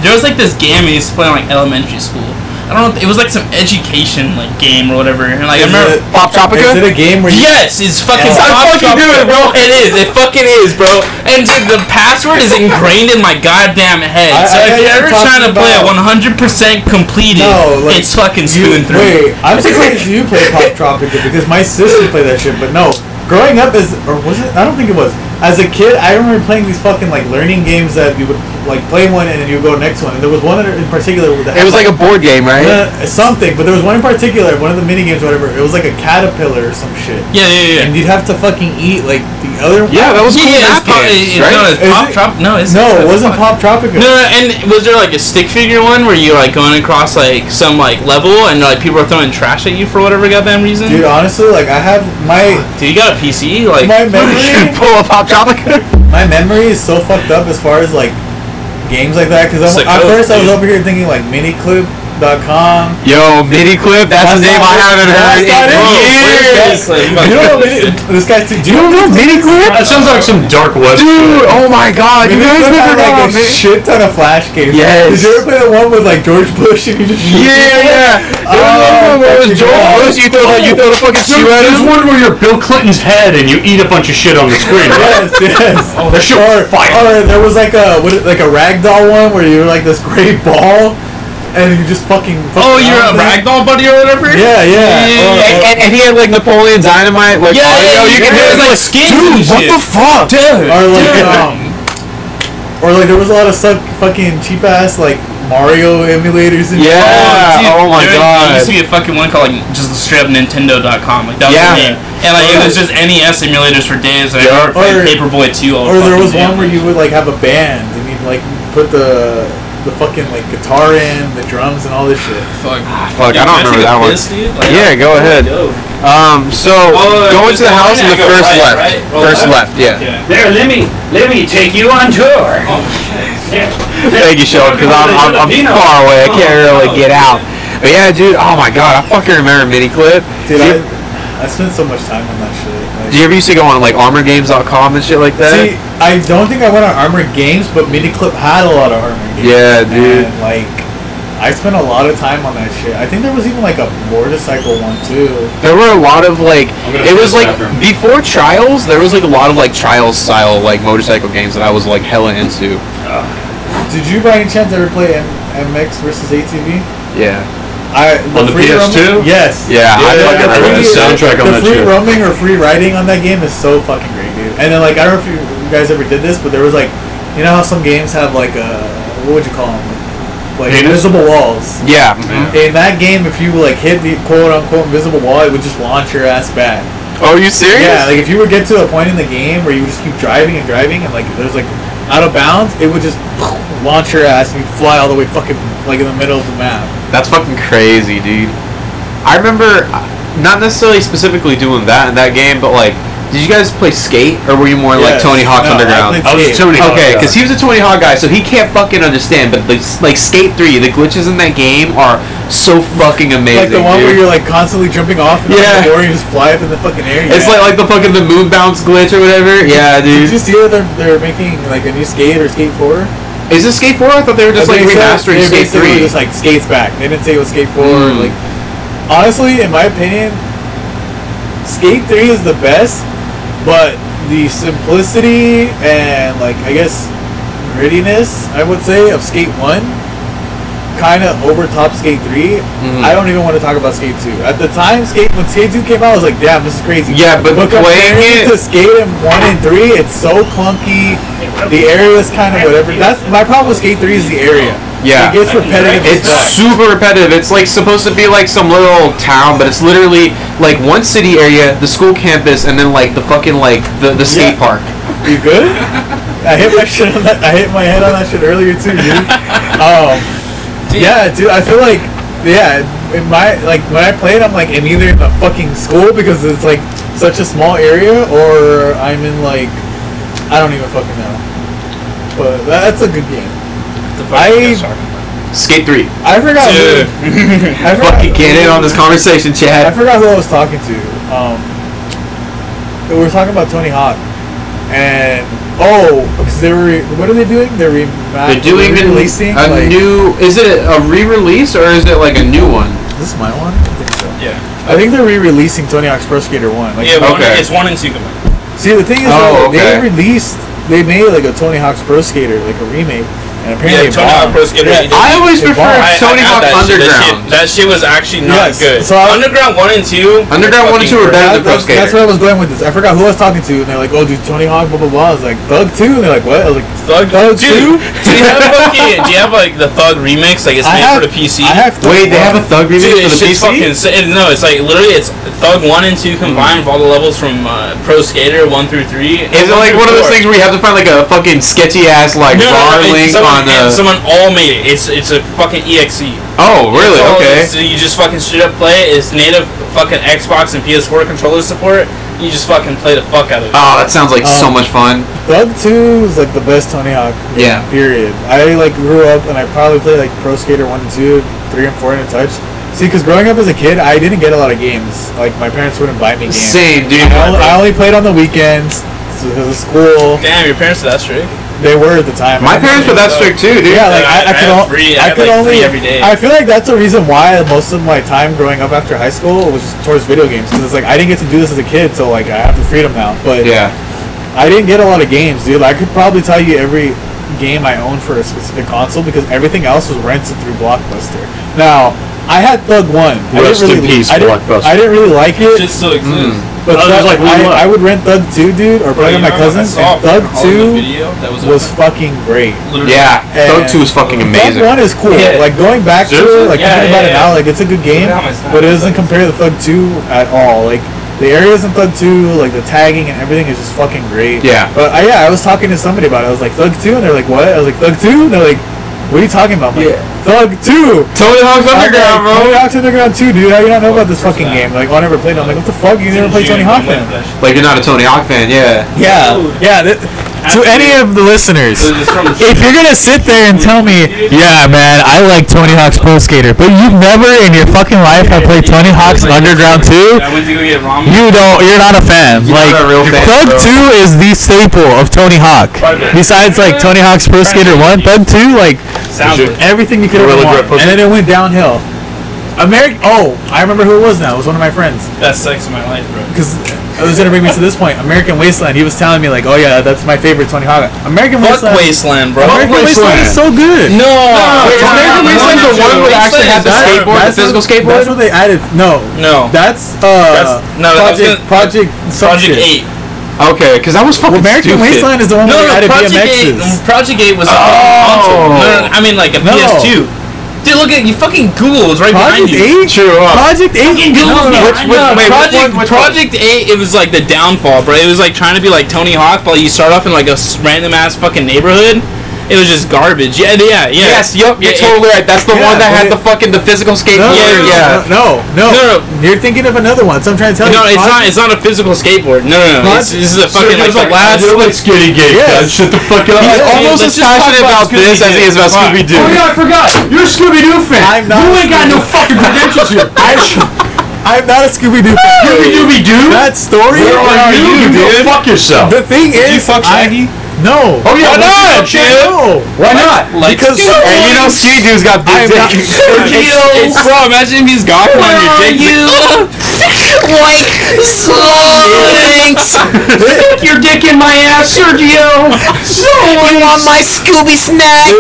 Speaker 2: there was like this game we used to play in like elementary school. I don't know, it was like some education like game or whatever. And like,
Speaker 3: Is
Speaker 2: I remember.
Speaker 3: it,
Speaker 4: Pop Topica?
Speaker 3: is it a game where you
Speaker 2: Yes, it's fucking.
Speaker 3: Yeah.
Speaker 2: Stop
Speaker 4: I fucking
Speaker 2: Shop
Speaker 4: do it, bro.
Speaker 2: It is. It fucking is, bro. And dude, the password is ingrained in my goddamn head.
Speaker 3: I-
Speaker 2: so
Speaker 3: I
Speaker 2: if
Speaker 3: know
Speaker 2: you're
Speaker 3: you're
Speaker 2: ever trying to
Speaker 3: talking
Speaker 2: play a
Speaker 3: about-
Speaker 2: 100% completed,
Speaker 3: No, like,
Speaker 2: it's fucking
Speaker 3: You,
Speaker 2: spoon through.
Speaker 3: wait, I'm surprised you play Pop Tropica because my sister played that shit. But no, growing up as or was it? I don't think it was. As a kid, I remember playing these fucking like learning games that you would like play one and then you would go next one. And there was one in particular that
Speaker 4: It was like a board game, right?
Speaker 3: uh, something, but there was one in particular, one of the mini games, whatever. It was like a caterpillar or some shit,
Speaker 2: Yeah, yeah, yeah.
Speaker 3: and you'd have to fucking eat like the other.
Speaker 4: Yeah, that was cool.
Speaker 2: yeah,
Speaker 4: math
Speaker 2: it's pop,
Speaker 4: games,
Speaker 2: it's
Speaker 4: right?
Speaker 2: known as
Speaker 3: Is
Speaker 2: pop
Speaker 3: it-
Speaker 2: Trop- No, it's
Speaker 3: no, it wasn't Pop Tropica.
Speaker 2: No, no, and was there like a stick figure one where you like going across like some like level and like people are throwing trash at you for whatever goddamn reason?
Speaker 3: Dude,
Speaker 2: Dude,
Speaker 3: honestly, like I have my
Speaker 2: you got a PC? Like,
Speaker 3: my memory,
Speaker 4: Pull up Pop Topica?
Speaker 3: my memory is so fucked up as far as like games like that because
Speaker 2: It's
Speaker 3: at
Speaker 2: like, oh,
Speaker 3: first I was
Speaker 2: dude.
Speaker 3: over here thinking like miniclip.com.
Speaker 4: Yo, mini Oh, clip. That's a
Speaker 3: That's
Speaker 4: name
Speaker 3: not
Speaker 4: I
Speaker 3: it.
Speaker 4: haven't heard
Speaker 3: That's not
Speaker 4: in
Speaker 3: it.
Speaker 4: years.
Speaker 2: It's like,
Speaker 3: You don't know
Speaker 2: fucking-
Speaker 3: mini, this guy's too. Do you
Speaker 4: know mini clip?
Speaker 9: That sounds like some dark web.
Speaker 4: Dude, oh my god, you guys
Speaker 3: Miniclip
Speaker 4: never
Speaker 3: had,
Speaker 4: know
Speaker 3: like a
Speaker 4: mini-
Speaker 3: shit ton of flash games.
Speaker 4: Yes.
Speaker 3: Did you ever play the one with like George Bush and you just shoot
Speaker 4: Yeah,
Speaker 3: people?
Speaker 4: yeah.
Speaker 3: Oh,
Speaker 4: Oh, what was
Speaker 3: that's
Speaker 4: Joel
Speaker 3: good.
Speaker 4: Bush? You throw, you throw the fucking
Speaker 9: There-
Speaker 4: shoe at
Speaker 9: There's
Speaker 4: him?
Speaker 9: one where you're Bill Clinton's head and you eat a bunch of shit on the screen. Right?
Speaker 3: Yes, yes.
Speaker 9: Oh, that shit was fire.
Speaker 3: Or there was like a what, like a ragdoll one where you were like this great ball, and you just fucking.
Speaker 2: Oh, you're a ragdoll buddy or whatever?
Speaker 3: Yeah, yeah.
Speaker 4: And, and, and he had like Napoleon Dynamite, like
Speaker 2: Yeah,
Speaker 4: audio.
Speaker 2: yeah,
Speaker 4: you can
Speaker 2: yeah.
Speaker 4: hear
Speaker 2: It was like skins and
Speaker 4: Dude, what
Speaker 2: shit."
Speaker 4: the fuck? Dude.
Speaker 3: Or, or like um, or like there was a lot of suck fucking cheap ass like Mario emulators and
Speaker 4: Yeah.
Speaker 2: dude,
Speaker 4: oh my
Speaker 2: there-
Speaker 4: God.
Speaker 2: There used to be a fucking one called like just straight up Nintendo.com. Like that was
Speaker 4: Yeah.
Speaker 2: the name. And like it was just NES emulators for days. And I remember
Speaker 3: Yeah.
Speaker 2: playing
Speaker 3: Or-
Speaker 2: Paperboy 2 all
Speaker 3: Or
Speaker 2: the
Speaker 3: there
Speaker 2: fucking
Speaker 3: was
Speaker 2: day.
Speaker 3: one where you would like have a band and you'd like put the the fucking like guitar in, the drums and all this shit.
Speaker 4: Fuck, I
Speaker 2: Fuck. Ah, Dude,
Speaker 4: don't
Speaker 2: can
Speaker 4: remember
Speaker 2: take a
Speaker 4: that one.
Speaker 2: piss, dude? Like,
Speaker 4: Yeah, go ahead.
Speaker 2: Go.
Speaker 4: Um, so
Speaker 2: Oh,
Speaker 4: go into
Speaker 2: just
Speaker 4: the
Speaker 2: go
Speaker 4: house
Speaker 2: right,
Speaker 4: and the
Speaker 2: go
Speaker 4: first
Speaker 2: right,
Speaker 4: left,
Speaker 2: right. Go
Speaker 4: first
Speaker 2: left.
Speaker 4: left, yeah.
Speaker 2: Yeah.
Speaker 5: There, let me let me take you on tour.
Speaker 2: Oh, shit.
Speaker 4: Thank you, Sheldon, because I'm, I'm, I'm
Speaker 5: Filipino.
Speaker 4: far away. I can't really get out. But yeah, dude. Oh my god, I fucking remember Miniclip.
Speaker 3: Dude,
Speaker 4: do, you,
Speaker 3: I, I spent so much time on that shit. Like,
Speaker 4: do you ever used to go on like ArmorGames.com and shit like
Speaker 3: See,
Speaker 4: that?
Speaker 3: I don't think I went on Armored Games, but Miniclip had a lot of Armored Games.
Speaker 4: Yeah, dude.
Speaker 3: And, like, I spent a lot of time on that shit. I think there was even, like, a motorcycle one, too.
Speaker 4: There were a lot of like
Speaker 9: gonna
Speaker 4: it
Speaker 9: go to
Speaker 4: was
Speaker 9: the
Speaker 4: like
Speaker 9: bathroom.
Speaker 4: before trials. There was like a lot of like trials style like motorcycle games that I was like hella into.
Speaker 3: Did you, by any chance, ever play M- MX versus ATV?
Speaker 4: Yeah,
Speaker 3: I,
Speaker 9: On the
Speaker 3: free
Speaker 9: PS2?
Speaker 3: roaming- Yes.
Speaker 4: yeah. I
Speaker 9: Yeah,
Speaker 4: fucking
Speaker 9: I remember
Speaker 4: remember
Speaker 9: the
Speaker 4: that.
Speaker 9: soundtrack on
Speaker 3: the
Speaker 9: that
Speaker 3: free
Speaker 9: shit.
Speaker 3: roaming or free riding on that game is so fucking great, dude. And then, like, I don't know if you you guys ever did this, but there was, like, you know how some games have, like, a, what would you call them? Like,
Speaker 9: Haters?
Speaker 3: invisible walls.
Speaker 4: Yeah, mhm.
Speaker 9: Mm-hmm.
Speaker 3: In that game, if you like hit the quote unquote invisible wall, it would just launch your ass back.
Speaker 4: Oh, are you serious?
Speaker 3: Yeah, like if you would get to a point in the game where you just keep driving and driving, and like there's like out of bounds, it would just launch your ass and you'd fly all the way fucking like in the middle of the map.
Speaker 4: That's fucking crazy, dude. I remember uh, not necessarily specifically doing that in that game, but like, did you guys play Skate or were you more like
Speaker 3: Yes.
Speaker 4: Tony Hawk's
Speaker 3: No, I
Speaker 4: Underground?
Speaker 3: played I was a Skate.
Speaker 9: Tony Hawk
Speaker 4: Okay,
Speaker 9: guy.
Speaker 4: because he was a Tony Hawk guy, so he can't fucking understand. But the, like Skate Three, the glitches in that game are so fucking amazing.
Speaker 3: like the one
Speaker 4: dude.
Speaker 3: where you're like constantly jumping off
Speaker 4: Yeah.
Speaker 3: and yeah. the door and you just fly up in the fucking air.
Speaker 4: It's
Speaker 3: Yeah.
Speaker 4: like like the fucking the moon bounce glitch or whatever. Yeah,
Speaker 3: Did
Speaker 4: dude.
Speaker 3: you see that they're, they're making like a new skate or skate four?
Speaker 4: Is this Skate Four? I thought they were just
Speaker 3: But
Speaker 4: like
Speaker 3: they said
Speaker 4: remastering
Speaker 3: they
Speaker 4: Skate
Speaker 3: basically
Speaker 4: Three.
Speaker 3: Just like skates back. They didn't say it was skate four.
Speaker 4: Mm.
Speaker 3: Like honestly, in my opinion, skate three is the best, but the simplicity and like I guess grittiness, I would say, of skate one kind of overtop skate 3
Speaker 4: Mhm.
Speaker 3: I don't even want to talk about skate two. At the time, skate when skate two came out, I was like, damn, this is crazy.
Speaker 4: Yeah, but playing
Speaker 3: comparing
Speaker 4: it-
Speaker 3: to skate in one and three, it's so clunky. The area is kind of whatever. That's my problem with skate three is the area.
Speaker 4: Yeah.
Speaker 3: it gets repetitive. as
Speaker 4: It's
Speaker 3: fuck.
Speaker 4: super repetitive. It's like supposed to be like some little town, but it's literally like one city area, the school campus, and then like the fucking like the, the skate
Speaker 3: Yeah.
Speaker 4: park.
Speaker 3: You good? I hit my shit on that. I hit my head on that shit earlier too, dude. Um, yeah, dude. I feel like, yeah. In my like when I played, I'm like, I'm either in the fucking school because it's like such a small area, or I'm in like, I don't even fucking know. But that's a good game. I
Speaker 4: Skate three.
Speaker 3: I forgot. Who,
Speaker 2: Dude.
Speaker 3: I forgot
Speaker 4: Fucking get in on this conversation,
Speaker 3: I
Speaker 4: Chad.
Speaker 3: forgot who I was talking to. Um, we were talking about Tony Hawk, and oh, because they were what are they doing? They're, re-
Speaker 4: They're doing an-
Speaker 3: releasing
Speaker 4: a
Speaker 3: like,
Speaker 4: new. Is it a re-release or is it like a new one?
Speaker 3: This is my one. I think so.
Speaker 2: Yeah.
Speaker 3: I think they're re-releasing Tony Hawk's Pro Skater One. Like,
Speaker 2: Yeah, one,
Speaker 4: Okay.
Speaker 2: it's one and two combined.
Speaker 3: See, the thing is,
Speaker 4: Oh,
Speaker 3: though,
Speaker 4: okay.
Speaker 3: they released, they made like a Tony Hawk's Pro Skater, like a remake, and apparently
Speaker 2: Yeah, Tony
Speaker 3: it bombed.
Speaker 2: Hawk Pro Skater,
Speaker 3: Yeah,
Speaker 2: he did.
Speaker 4: I always
Speaker 3: It
Speaker 4: prefer
Speaker 3: won't.
Speaker 2: I- I
Speaker 4: Tony Hawk
Speaker 2: got that shit. That shit-
Speaker 4: Underground.
Speaker 2: That shit, was actually not
Speaker 3: Yes.
Speaker 2: good.
Speaker 3: So I-
Speaker 2: underground one and two. were
Speaker 4: Underground one and
Speaker 2: fucking
Speaker 4: two are better than
Speaker 2: great.
Speaker 4: Pro
Speaker 3: that's, that's
Speaker 4: Skater.
Speaker 3: where I was going with this. I forgot who I was talking to, and they're like, "Oh, dude, Tony Hawk, blah blah blah." I was like, "Thug 2? and they're like, "What?" I was like,
Speaker 2: Thug,
Speaker 3: Thug Oh,
Speaker 2: dude.
Speaker 3: two?
Speaker 2: do you have fucking? Do you have like the Thug remix? Like it's
Speaker 3: "I
Speaker 2: made
Speaker 3: have
Speaker 2: for the PC.
Speaker 3: I have Thug
Speaker 4: Wait, they have a
Speaker 3: one.
Speaker 4: thug remake
Speaker 2: Dude,
Speaker 4: for
Speaker 2: it's
Speaker 4: the PC.
Speaker 2: just fucking si- it- no. It's like literally, it's Thug one and two combined with all the levels from uh, Pro Skater one through three. and
Speaker 4: Hmm. Is it like
Speaker 2: through
Speaker 4: one of those
Speaker 2: four.
Speaker 4: things where you have to find like a fucking sketchy ass like
Speaker 2: No,
Speaker 4: bar
Speaker 2: no, no,
Speaker 4: link
Speaker 2: it's someone,
Speaker 4: on the?
Speaker 2: and someone all made it. It's it's a fucking exe.
Speaker 4: oh, really?
Speaker 2: So,
Speaker 4: Okay.
Speaker 2: So you just fucking straight up play it. It's native fucking Xbox and PS4 controller support. you just fucking play the fuck out of it.
Speaker 4: Oh, that sounds like so
Speaker 3: Um,
Speaker 4: much fun.
Speaker 3: Thug 2 is like the best Tony Hawk. game,
Speaker 4: Yeah.
Speaker 3: Period. I like grew up and I probably played like Pro Skater 1 and 2, 3 and 4 in a touch. See, because growing up as a kid, I didn't get a lot of games. Like, my parents wouldn't buy me games.
Speaker 4: Same, dude.
Speaker 3: I, only, I only played on the weekends because of school.
Speaker 2: Damn, your parents are that strict.
Speaker 3: They were at the time.
Speaker 4: My parents were that strict too, dude.
Speaker 3: Yeah, like I,
Speaker 2: Yeah,
Speaker 3: I,
Speaker 2: I- I
Speaker 3: could,
Speaker 2: had
Speaker 3: al-
Speaker 2: free- I
Speaker 3: I
Speaker 2: had,
Speaker 3: could
Speaker 2: like,
Speaker 3: only.
Speaker 2: free every day.
Speaker 3: I feel like that's the reason why most of my time growing up after high school was towards video games because it's like I didn't get to do this as a kid, so like I have the freedom now. But
Speaker 4: Yeah.
Speaker 3: I didn't get a lot of games, dude. I could probably tell you every game I owned for a specific console because everything else was rented through Blockbuster. Now, I had Thug One. I
Speaker 9: Rest in
Speaker 3: didn't really,
Speaker 9: peace,
Speaker 3: I didn't,
Speaker 9: Blockbuster.
Speaker 3: I didn't really like
Speaker 2: It
Speaker 3: it,
Speaker 2: just still exists.
Speaker 3: but
Speaker 9: Oh, there's like
Speaker 3: Thug-
Speaker 9: one left.
Speaker 3: I, I would rent Thug Two, dude, or
Speaker 2: Bro,
Speaker 3: play
Speaker 2: you
Speaker 3: with my
Speaker 2: remember when I
Speaker 3: cousins.
Speaker 2: saw
Speaker 3: And Thug
Speaker 2: fucking Hollywood
Speaker 3: Two
Speaker 2: video that was,
Speaker 3: was
Speaker 2: open?
Speaker 3: fucking great.
Speaker 2: Literally.
Speaker 4: Yeah. Thug
Speaker 3: And-
Speaker 4: Two is fucking amazing.
Speaker 3: Thug One is cool.
Speaker 2: Yeah.
Speaker 3: Like going back to
Speaker 2: Seriously?
Speaker 3: it, like
Speaker 2: Yeah,
Speaker 3: thinking
Speaker 2: yeah,
Speaker 3: about it
Speaker 2: yeah.
Speaker 3: now, like it's a good game,
Speaker 2: Yeah, it's not.
Speaker 3: but it doesn't compare to Thug Two at all. Like the areas in Thug Two, like the tagging and everything is just fucking great.
Speaker 4: Yeah.
Speaker 3: But I, yeah, I was talking to somebody about it. I was like Thug Two, and they're like, "What?" I was like, "Thug 2? And they're like, "What are you talking about?" I'm like, Thug Two.
Speaker 4: Tony Hawk's Underground, bro.
Speaker 3: Tony Hawk's Underground Two, dude. How you not know about this fucking game? Like, oh, I never played. it. I'm like, what the fuck? You never played Tony Hawk?
Speaker 2: It
Speaker 3: then?"
Speaker 4: Like you're not a Tony Hawk fan, yeah.
Speaker 3: Yeah. Yeah. th-
Speaker 1: To any of the listeners,
Speaker 2: was just from the
Speaker 1: if you're gonna sit there and tell me, yeah, man, I like Tony Hawk's Pro Skater, but you've never in your fucking life have played Tony Hawk's Underground 2,
Speaker 2: I went to go get ramen.
Speaker 1: you don't, you're not a fan.
Speaker 4: You're
Speaker 1: like,
Speaker 4: not a real fan,
Speaker 1: Thug
Speaker 4: bro.
Speaker 1: 2 is the staple of Tony Hawk. Besides, like, Tony Hawk's Pro Skater 1, Thug 2, like,
Speaker 2: Sounds good.
Speaker 3: everything you could ever
Speaker 4: Gorilla
Speaker 3: want.
Speaker 4: grip pussy.
Speaker 3: And then it went downhill. American. Oh, I remember who it was now. It was one of my friends.
Speaker 2: Best sex of my life, bro.
Speaker 3: Because it was gonna bring me to this point. American Wasteland. He was telling me like, oh yeah, that's my favorite Tony Hawk. American
Speaker 2: Fuck
Speaker 3: Wasteland.
Speaker 2: Wasteland, bro.
Speaker 3: American Wasteland is so good.
Speaker 2: No.
Speaker 4: Wait, is American Wasteland the one that actually had the
Speaker 2: That's-
Speaker 4: skateboard, the physical
Speaker 3: That's
Speaker 4: skateboard?
Speaker 3: what they added. No.
Speaker 2: No.
Speaker 3: That's uh.
Speaker 2: That's- no, that was
Speaker 3: Project
Speaker 2: gonna-
Speaker 3: Project some
Speaker 2: Project
Speaker 3: shit.
Speaker 2: 8.
Speaker 4: Okay, because I was fucking
Speaker 3: American
Speaker 4: stupid.
Speaker 3: Wasteland is the one
Speaker 2: No,
Speaker 3: where
Speaker 2: no,
Speaker 3: they added
Speaker 2: Project 8.
Speaker 3: BMXs.
Speaker 2: Project 8 was
Speaker 4: Oh.
Speaker 2: a console. No, no, no, I mean like a
Speaker 3: No.
Speaker 2: PS2. Dude, look at you fucking Google is right behind
Speaker 3: Project
Speaker 2: you.
Speaker 3: Eight.
Speaker 4: True. Uh,
Speaker 3: Project Eight.
Speaker 2: No, no,
Speaker 4: Which-
Speaker 2: I
Speaker 4: which-
Speaker 2: know.
Speaker 4: wait, which
Speaker 2: Project,
Speaker 4: one- which one?
Speaker 2: Project 8, it was like the downfall, bro. It was like trying to be like Tony Hawk, but you start off in like a s- random ass fucking neighborhood. It was just garbage. Yeah, yeah, yeah.
Speaker 4: yes, yup, you're
Speaker 2: Yeah,
Speaker 4: totally right. That's the
Speaker 3: Yeah,
Speaker 4: one that
Speaker 3: but
Speaker 4: had
Speaker 3: it-
Speaker 4: the fucking the physical
Speaker 3: No,
Speaker 4: skateboard.
Speaker 2: Yeah,
Speaker 4: yeah.
Speaker 3: No, no,
Speaker 2: No,
Speaker 3: no. You're thinking of another one. So I'm trying to tell
Speaker 2: it-
Speaker 3: you.
Speaker 2: No, it's
Speaker 3: Project
Speaker 2: not. It's not a physical skateboard. No, no, no. It's, this is a fucking like, the last.
Speaker 9: like skinny gay.
Speaker 3: Yes.
Speaker 9: Shut the fuck up.
Speaker 4: He's
Speaker 2: Yeah,
Speaker 4: almost
Speaker 2: let's
Speaker 4: as
Speaker 2: just talk
Speaker 4: passionate
Speaker 2: about
Speaker 4: about this as he is about
Speaker 2: Scooby-Doo.
Speaker 4: Scooby Doo.
Speaker 9: Oh yeah, I forgot. You're a Scooby Doo fan.
Speaker 3: I'm not
Speaker 9: You
Speaker 3: a
Speaker 9: ain't got no fucking credentials here.
Speaker 3: I'm not a Scooby Doo fan.
Speaker 9: Scooby Dooby Doo.
Speaker 3: That story.
Speaker 9: Where are you? Go fuck yourself.
Speaker 3: The thing is, I, no.
Speaker 9: Oh yeah, why not, dude?
Speaker 3: No.
Speaker 9: Why not?
Speaker 2: Like,
Speaker 3: Because
Speaker 4: And you know, Scooby Doo's got big
Speaker 3: not-
Speaker 4: dick.
Speaker 2: It's, it's, bro, imagine if he's got one on your dick.
Speaker 9: Stick your dick in my ass, Sergio. So you want my Scooby snack?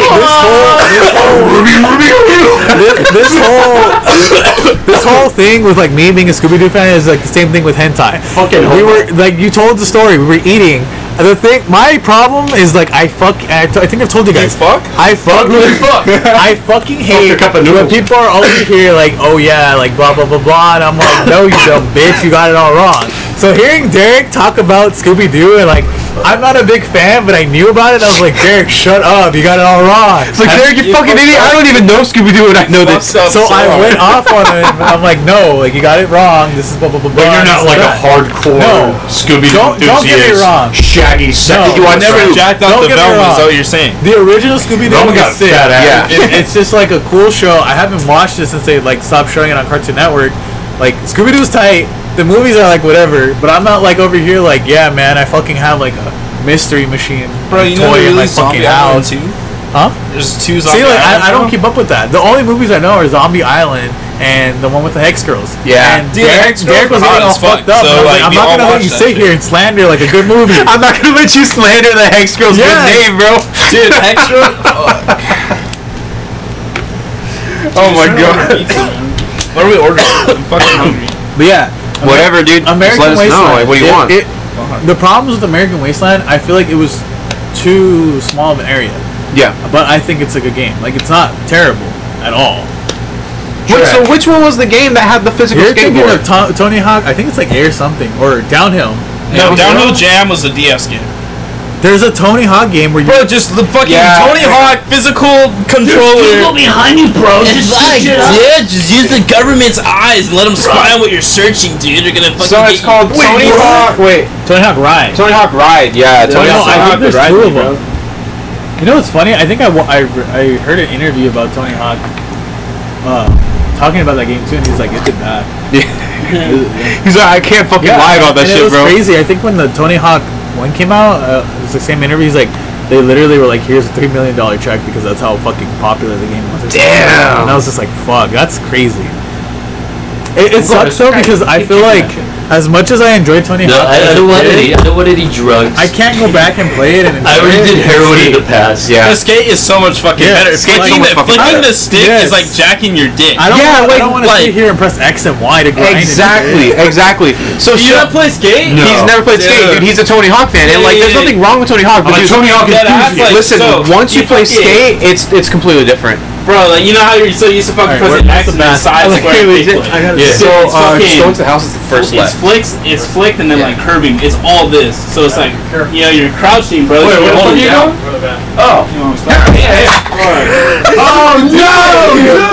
Speaker 3: this, this whole this whole thing with like me being a Scooby Doo fan is like the same thing with hentai.
Speaker 9: Fucking
Speaker 3: we
Speaker 9: homo.
Speaker 3: were like you told the story. We were eating. And The thing, my problem is like I fuck. I, t- I think I've told you guys.
Speaker 2: fuck?
Speaker 3: I fuck. I fucking hate
Speaker 9: your cup of
Speaker 3: when
Speaker 9: noodles.
Speaker 3: people are over here like, oh yeah, like blah blah blah blah, and I'm like, no, you dumb bitch, you got it all wrong. So hearing Derek talk about Scooby Doo and like, I'm not a big fan, but I knew about it. I was like, Derek, shut up, you got it all wrong.
Speaker 4: It's like, Derek, you fucking idiot. I don't even know Scooby Doo and I know this.
Speaker 2: Fucked up
Speaker 3: So I
Speaker 2: hard.
Speaker 3: went off on him. I'm like, no, like you got it wrong. This is blah blah blah.
Speaker 9: But
Speaker 3: blah.
Speaker 9: you're
Speaker 3: this
Speaker 9: not
Speaker 3: is
Speaker 9: like a
Speaker 3: that."
Speaker 9: hardcore
Speaker 3: No.
Speaker 9: Scooby Doo
Speaker 3: Don't- don't
Speaker 9: enthusiast.
Speaker 3: get me wrong.
Speaker 9: Shaggy,
Speaker 3: No,
Speaker 9: sexy.
Speaker 3: you are
Speaker 2: Never jacked off
Speaker 3: Don't
Speaker 2: the
Speaker 3: get me
Speaker 2: velvet
Speaker 3: wrong.
Speaker 2: is all you're saying.
Speaker 3: The original Scooby Doo
Speaker 9: Velma got
Speaker 3: was sick.
Speaker 9: fat ass.
Speaker 3: Yeah, It- it's just like a cool show. I haven't watched it since they like stopped showing it on Cartoon Network. Like Scooby Doo's tight. The movies are like whatever, but I'm not like over here like yeah, man. I fucking have like a mystery machine
Speaker 2: Bro, you know
Speaker 3: toy
Speaker 2: they
Speaker 3: in my
Speaker 2: released
Speaker 3: fucking
Speaker 2: Zombie Island
Speaker 3: house.
Speaker 2: too.
Speaker 3: Huh?
Speaker 2: There's two Zombie
Speaker 3: See, like
Speaker 2: Island
Speaker 3: I, I don't
Speaker 2: now.
Speaker 3: keep up with that. The only movies I know are Zombie Island and the one with the Hex Girls.
Speaker 4: Yeah.
Speaker 3: and
Speaker 2: Dude,
Speaker 3: Derek,
Speaker 2: Hex
Speaker 3: Derek
Speaker 2: Girls
Speaker 3: was
Speaker 2: are hot
Speaker 3: getting all
Speaker 2: as fuck,
Speaker 3: fucked up. and
Speaker 2: so,
Speaker 3: I was like,
Speaker 2: like,
Speaker 3: I'm
Speaker 2: we
Speaker 3: not
Speaker 2: all
Speaker 3: gonna let
Speaker 2: watched
Speaker 3: you
Speaker 2: that
Speaker 3: sit
Speaker 2: shit.
Speaker 3: here and slander like a good movie.
Speaker 4: I'm not gonna let you slander the Hex Girl's
Speaker 3: Yeah.
Speaker 4: good name, bro.
Speaker 2: Dude, extra.
Speaker 4: Oh my god.
Speaker 2: what are we ordering? I'm fucking hungry.
Speaker 3: but yeah,
Speaker 4: Whatever, dude. just let
Speaker 3: American
Speaker 4: us
Speaker 3: Wasteland.
Speaker 4: know. Like, what do you
Speaker 3: it-
Speaker 4: want?
Speaker 3: it- the problems with American Wasteland, I feel like it was too small of an area.
Speaker 4: yeah.
Speaker 3: But I think it's a good game. Like it's not terrible at all.
Speaker 4: Wait, so which one was the game that had the physical
Speaker 3: You're thinking
Speaker 4: skateboard?
Speaker 3: of To- Tony Hawk. I think it's like Air something or Downhill.
Speaker 2: No, Downhill Jam was the DS game.
Speaker 3: There's a Tony Hawk game where you
Speaker 2: Bro, just the fucking
Speaker 4: Yeah.
Speaker 2: Tony Hawk physical
Speaker 5: People
Speaker 2: controller.
Speaker 5: behind you, bro. Just like,
Speaker 2: Like,
Speaker 5: shit up.
Speaker 2: yeah, just use the government's eyes and let them spy on what you're searching, dude. They're gonna fucking.
Speaker 4: So
Speaker 2: get
Speaker 4: it's called
Speaker 2: you.
Speaker 4: Tony Hawk. Wait,
Speaker 3: Tony Hawk Ride.
Speaker 4: Tony Hawk Ride. Yeah, Tony
Speaker 3: no,
Speaker 4: Hawk
Speaker 3: I think
Speaker 4: Ride.
Speaker 3: there's
Speaker 4: Ride
Speaker 3: two
Speaker 4: me,
Speaker 3: of
Speaker 4: bro.
Speaker 3: You know what's funny? I think I, wa- I, I heard an interview about Tony Hawk uh, talking about that game too, and he's like, it's bad.
Speaker 4: He's like, I can't fucking lie about that
Speaker 3: and it
Speaker 4: shit,
Speaker 3: was
Speaker 4: bro.
Speaker 3: crazy. I think when the Tony Hawk one came out, uh, it was the same interview. He's like, they literally were like, here's a three million dollar check because that's how fucking popular the game was.
Speaker 4: Damn.
Speaker 3: And I was just like, fuck, that's crazy. It, it sucks though because I feel like as much as I enjoy Tony
Speaker 6: No,
Speaker 3: Hawk,
Speaker 6: I,
Speaker 3: as
Speaker 6: I
Speaker 3: a
Speaker 6: don't want
Speaker 3: kid,
Speaker 6: any. I don't want any drugs.
Speaker 3: I can't go back and play it and enjoy
Speaker 6: I already
Speaker 3: it.
Speaker 6: did heroin in the past.
Speaker 4: Yeah.
Speaker 2: The skate is so much fucking
Speaker 3: Yeah,
Speaker 2: better.
Speaker 3: skate's so
Speaker 2: Flicking,
Speaker 3: much
Speaker 2: the,
Speaker 4: fucking
Speaker 2: flicking
Speaker 4: better.
Speaker 2: the stick
Speaker 3: Yes.
Speaker 2: is like jacking your dick.
Speaker 3: I don't.
Speaker 4: Yeah,
Speaker 3: Yeah,
Speaker 4: wait,
Speaker 3: I don't want to
Speaker 2: like-
Speaker 3: sit here and press X and Y to grind. and-
Speaker 4: Exactly, exactly. So
Speaker 2: Do you
Speaker 4: shit-
Speaker 2: not play skate?
Speaker 4: He's never played skate, dude. He's a Tony Hawk fan, and like, there's
Speaker 2: Yeah, yeah,
Speaker 4: nothing wrong with Tony Hawk. But
Speaker 2: like,
Speaker 4: dude,
Speaker 2: Tony Hawk is Yeah, that's huge. like-
Speaker 4: Listen,
Speaker 2: so,
Speaker 4: once you
Speaker 2: you
Speaker 4: play
Speaker 2: fucking-
Speaker 4: skate, it's it's completely different.
Speaker 2: Bro, like you know how you're so used to fucking
Speaker 3: Alright,
Speaker 2: pressing
Speaker 3: where-
Speaker 2: X and then side
Speaker 4: Like,
Speaker 2: square.
Speaker 4: really, shit.
Speaker 2: and kick flip.
Speaker 4: Yeah. So
Speaker 2: It's
Speaker 4: uh,
Speaker 2: fucking-
Speaker 4: just going to the house is the first
Speaker 2: It's
Speaker 4: left.
Speaker 2: flicks, it's flicked, and then
Speaker 4: Yeah.
Speaker 2: like curving. It's all this. So it's like you know you're crouching, bro.
Speaker 4: Wait, where
Speaker 2: you're
Speaker 4: the fuck
Speaker 2: holding
Speaker 4: are you
Speaker 2: down.
Speaker 4: Oh no!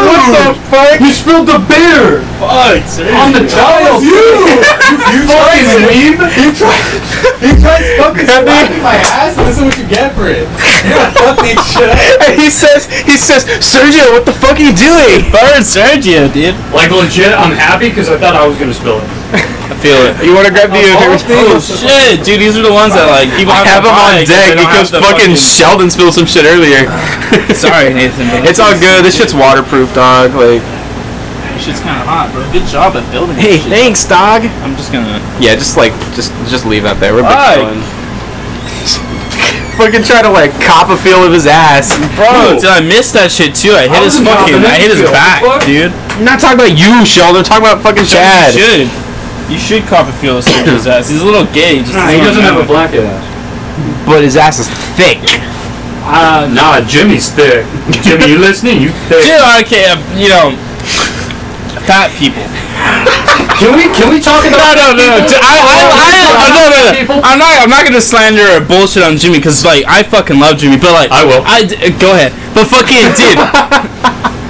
Speaker 4: What the fuck? You spilled the beer
Speaker 2: Fuck, seriously.
Speaker 4: the towel. You, you fucking weeb. You tried. You tried fucking slapping my ass. This is what you get for it. Fuck shit. And he says, he says, Sergio, what the fuck are you doing?
Speaker 2: Burn Sergio, dude.
Speaker 9: Like legit, I'm happy because I thought I was gonna spill it.
Speaker 2: I feel it.
Speaker 4: You want to grab the? uh,
Speaker 2: Oh shit, dude, these are the ones that like people
Speaker 4: I
Speaker 2: have,
Speaker 4: have
Speaker 2: to
Speaker 4: him
Speaker 2: buy
Speaker 4: on
Speaker 2: 'cause
Speaker 4: deck
Speaker 2: they don't
Speaker 4: because
Speaker 2: have the
Speaker 4: fucking Sheldon spilled some shit earlier.
Speaker 2: Sorry, Nathan. Bro.
Speaker 4: It's all good. This shit's waterproof, dog. Like,
Speaker 2: This shit's kind of hot, bro. Good job at building.
Speaker 4: hey,
Speaker 2: this shit.
Speaker 4: thanks, dog.
Speaker 2: I'm just gonna.
Speaker 4: Yeah, just like, just, just leave that there. We're
Speaker 2: Fuck.
Speaker 4: big fun. fucking try to like cop a feel of his ass.
Speaker 2: Bro, dude, I missed that shit too. I hit his fucking. I hit his back, dude.
Speaker 4: I'm not talking about you, Sheldon. I'm talking about fucking Chad.
Speaker 2: You should. You should cop a feel of his ass. He's a little gay. Just
Speaker 9: Nah, he doesn't have a black ass.
Speaker 4: But his ass is thick.
Speaker 9: Uh, nah, Jimmy's thick. Jimmy, you listening? You thick.
Speaker 2: Dude, okay, uh, you know, fat people.
Speaker 9: Can we can we talk about?
Speaker 2: No, no, no. J- I,
Speaker 4: Oh,
Speaker 2: I, I, I, no, no, no. I'm not. I'm not gonna slander or bullshit on Jimmy because like I fucking love Jimmy, but like
Speaker 9: I will.
Speaker 2: I d- uh, go ahead, but fucking dude,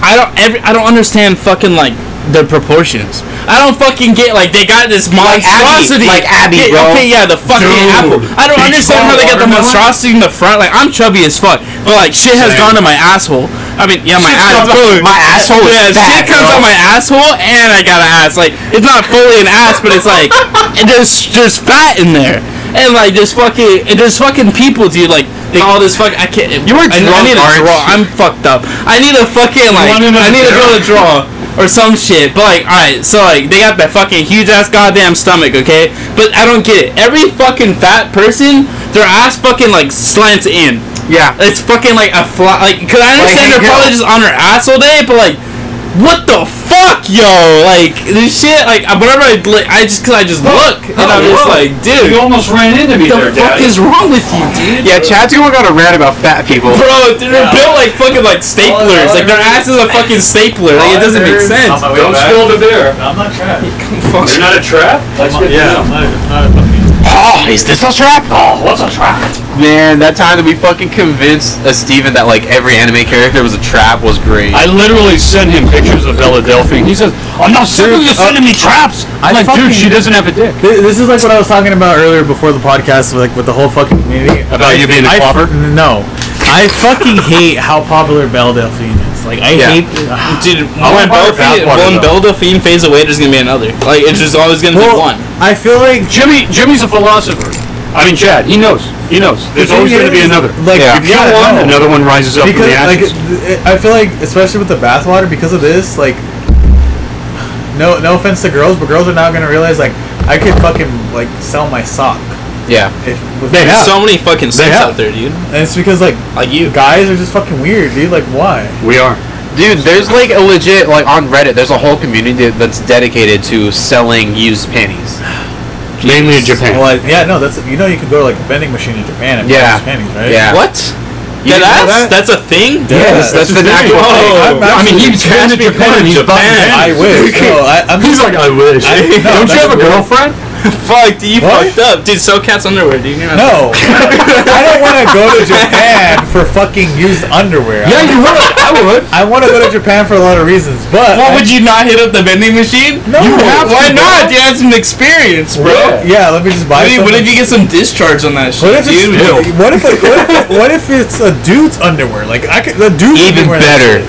Speaker 2: I don't. Every, I don't understand fucking like the proportions. I don't fucking get like they got this
Speaker 4: Like Abby-
Speaker 2: monstrosity.
Speaker 4: like Abby,
Speaker 2: Yeah,
Speaker 4: bro.
Speaker 2: Okay, yeah, the fucking apple. I don't understand how they got the monstrosity in the front. Like I'm chubby as fuck, but like shit has gone to my asshole. I mean, yeah, my ass.
Speaker 4: My asshole
Speaker 2: Yeah,
Speaker 4: is fat.
Speaker 2: shit comes
Speaker 4: bro.
Speaker 2: out my asshole, and I got an ass. Like it's not fully an ass, but it's like and there's there's fat in there, and like there's fucking and there's fucking people, dude. Like they all this fuck. I can't. You
Speaker 4: were
Speaker 2: I, I
Speaker 4: drunk,
Speaker 2: need a
Speaker 4: aren't you?
Speaker 2: draw. Oh, I'm fucked up. I need a fucking like. I need to go to draw or some shit. But like, all right. So like, they got that fucking huge ass goddamn stomach, okay? But I don't get it. Every fucking fat person, their ass fucking like slants in.
Speaker 4: Yeah.
Speaker 2: It's fucking like a fly. Like, cause I understand
Speaker 4: Hank
Speaker 2: they're probably
Speaker 4: Hill.
Speaker 2: just on her ass all day, but like, what the fuck, yo? Like this shit. Like whenever I like, I just cause I just look and I'm just like,
Speaker 9: You
Speaker 2: dude,
Speaker 9: almost ran into me
Speaker 2: the
Speaker 9: there,
Speaker 2: fuck
Speaker 9: Daddy.
Speaker 2: is wrong with you, dude?
Speaker 4: Yeah, Chad's gonna go on a rant about fat people.
Speaker 2: Bro, dude, they're built like fucking like staplers.
Speaker 9: Oh,
Speaker 2: Like their ass is a fucking stapler. Like it doesn't make sense.
Speaker 3: On my way
Speaker 9: Don't
Speaker 3: back.
Speaker 9: spill the beer.
Speaker 3: I'm not trapped.
Speaker 9: They're not a trap. That's good to
Speaker 3: Yeah,
Speaker 9: know.
Speaker 3: I'm not, I'm not a fucking.
Speaker 4: Oh, is this a trap?
Speaker 9: Oh, what's a trap?
Speaker 4: Man, that time that we fucking convinced uh, Steven that like every anime character was a trap was great.
Speaker 9: I literally sent him pictures of Bella Delphine. He says, "I'm not sending you sending me traps." I'm like, dude, she doesn't have a dick.
Speaker 3: Th- This is like what I was talking about earlier before the podcast, like with the whole fucking community.
Speaker 9: About you being a
Speaker 3: I,
Speaker 9: clobber?
Speaker 3: No, I fucking hate how popular Belle Delphine is. Like I
Speaker 4: Yeah.
Speaker 3: hate.
Speaker 2: Dude,
Speaker 9: want
Speaker 2: when
Speaker 9: water,
Speaker 2: Belfie,
Speaker 9: bath water,
Speaker 2: when
Speaker 9: though.
Speaker 2: Belfie fades away, there's gonna be another. Like it's just always gonna be one.
Speaker 3: I feel like
Speaker 9: Jimmy, Jimmy's a philosopher. I mean, Chad, he knows. He knows. There's
Speaker 3: The
Speaker 9: always
Speaker 3: thing
Speaker 9: going to be
Speaker 3: is,
Speaker 9: another.
Speaker 3: Like
Speaker 4: Yeah.
Speaker 3: you
Speaker 9: You get
Speaker 3: gotta
Speaker 9: one,
Speaker 3: know.
Speaker 9: another one rises up from
Speaker 3: because
Speaker 9: the
Speaker 3: like
Speaker 9: ashes.
Speaker 3: th- I feel like especially with the bathwater because of this like no no offense to girls but girls are now gonna realize like I could fucking like sell my sock
Speaker 4: yeah.
Speaker 3: if with
Speaker 9: They
Speaker 2: There's
Speaker 9: have.
Speaker 2: so many fucking sticks
Speaker 9: have.
Speaker 2: out there, dude.
Speaker 3: and it's because like
Speaker 2: Like you.
Speaker 3: guys are just fucking weird dude like why
Speaker 9: we are.
Speaker 4: Dude, there's like a legit like on Reddit. There's a whole community that's dedicated to selling used panties.
Speaker 9: Mainly in Japan.
Speaker 3: well I, yeah no that's you know you could go to like a vending machine in Japan and
Speaker 4: Yeah.
Speaker 3: buy these panties right
Speaker 4: Yeah.
Speaker 2: What?
Speaker 4: didn't
Speaker 2: That
Speaker 4: know
Speaker 2: ass?
Speaker 4: that?
Speaker 2: That's a thing?
Speaker 4: Yes, that's the actual thing.
Speaker 3: I'm
Speaker 9: I mean,
Speaker 3: actually-
Speaker 9: he's been to Japan. He's
Speaker 2: Japan.
Speaker 9: buying
Speaker 3: I
Speaker 9: panties.
Speaker 3: wish no I, I'm
Speaker 9: He's like, I wish.
Speaker 3: no,
Speaker 9: Don't you
Speaker 3: that's
Speaker 9: have a
Speaker 3: weird.
Speaker 9: girlfriend?
Speaker 2: Fuck, dude, you
Speaker 10: What?
Speaker 2: fucked up, dude. So cat's underwear, dude. You're not-
Speaker 10: No, I don't want to go to Japan for fucking used underwear.
Speaker 4: Yeah, you would. I would.
Speaker 10: I want to go to Japan for a lot of reasons, but
Speaker 2: Why would you not hit up the vending machine?
Speaker 10: No, you have
Speaker 2: Why not? Dude, that's an experience, bro.
Speaker 10: Yeah, let me just buy.
Speaker 2: I mean, what
Speaker 10: something.
Speaker 2: if you get some discharge on that shit,
Speaker 10: What if it's
Speaker 2: dude?
Speaker 10: what if like, what if what if it's a dude's underwear? Like I could the dude
Speaker 4: Even
Speaker 10: underwear
Speaker 4: better.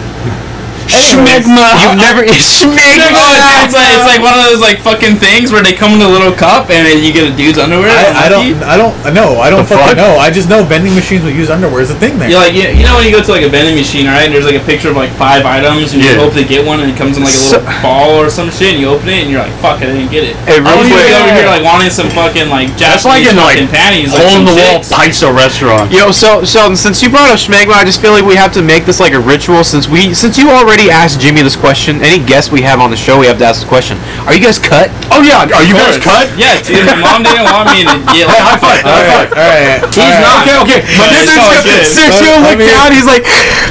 Speaker 10: Schmegma.
Speaker 4: You've never
Speaker 2: Oh, it's, like, it's like one of those like fucking things where they come in a little cup and then you get a dude's underwear.
Speaker 10: I, I don't I don't know I don't
Speaker 4: The
Speaker 10: fucking
Speaker 4: fuck?
Speaker 10: know I just know vending machines with used underwear is a thing there.
Speaker 2: You're like, you, you know when you go to like a vending machine, right? And there's like a picture of like five items, and
Speaker 4: Yeah.
Speaker 2: you hope to get one, and it comes in like a little ball or some shit, and you open it, and you're like, fuck, I didn't get it.
Speaker 4: Hey,
Speaker 2: I
Speaker 4: real
Speaker 2: don't even
Speaker 4: quick.
Speaker 2: get over here like wanting some fucking like
Speaker 6: That's like
Speaker 2: Japanese
Speaker 6: in like
Speaker 2: fucking panties, like
Speaker 6: hole
Speaker 2: some
Speaker 6: in the wall
Speaker 2: chicks.
Speaker 6: pizza restaurant.
Speaker 4: Yo, so Sheldon, since you brought up Schmegma, I just feel like we have to make this like a ritual. Since we, since you already asked Jimmy this question, any guest we have on the show, we have to ask the question. Are you guys cut?
Speaker 6: Oh yeah, are you guys cut?
Speaker 2: Yeah, dude, my mom didn't want me to get
Speaker 6: Hey,
Speaker 2: like.
Speaker 6: high five!
Speaker 10: all
Speaker 6: High
Speaker 10: right,
Speaker 6: five!
Speaker 10: all right. All
Speaker 6: He's
Speaker 10: right.
Speaker 6: not okay. Okay, my
Speaker 2: Yeah,
Speaker 6: next,
Speaker 2: it's all
Speaker 6: question-
Speaker 2: good.
Speaker 10: Let-
Speaker 4: Sergio
Speaker 10: let
Speaker 4: looked
Speaker 10: me-
Speaker 4: down. He's like,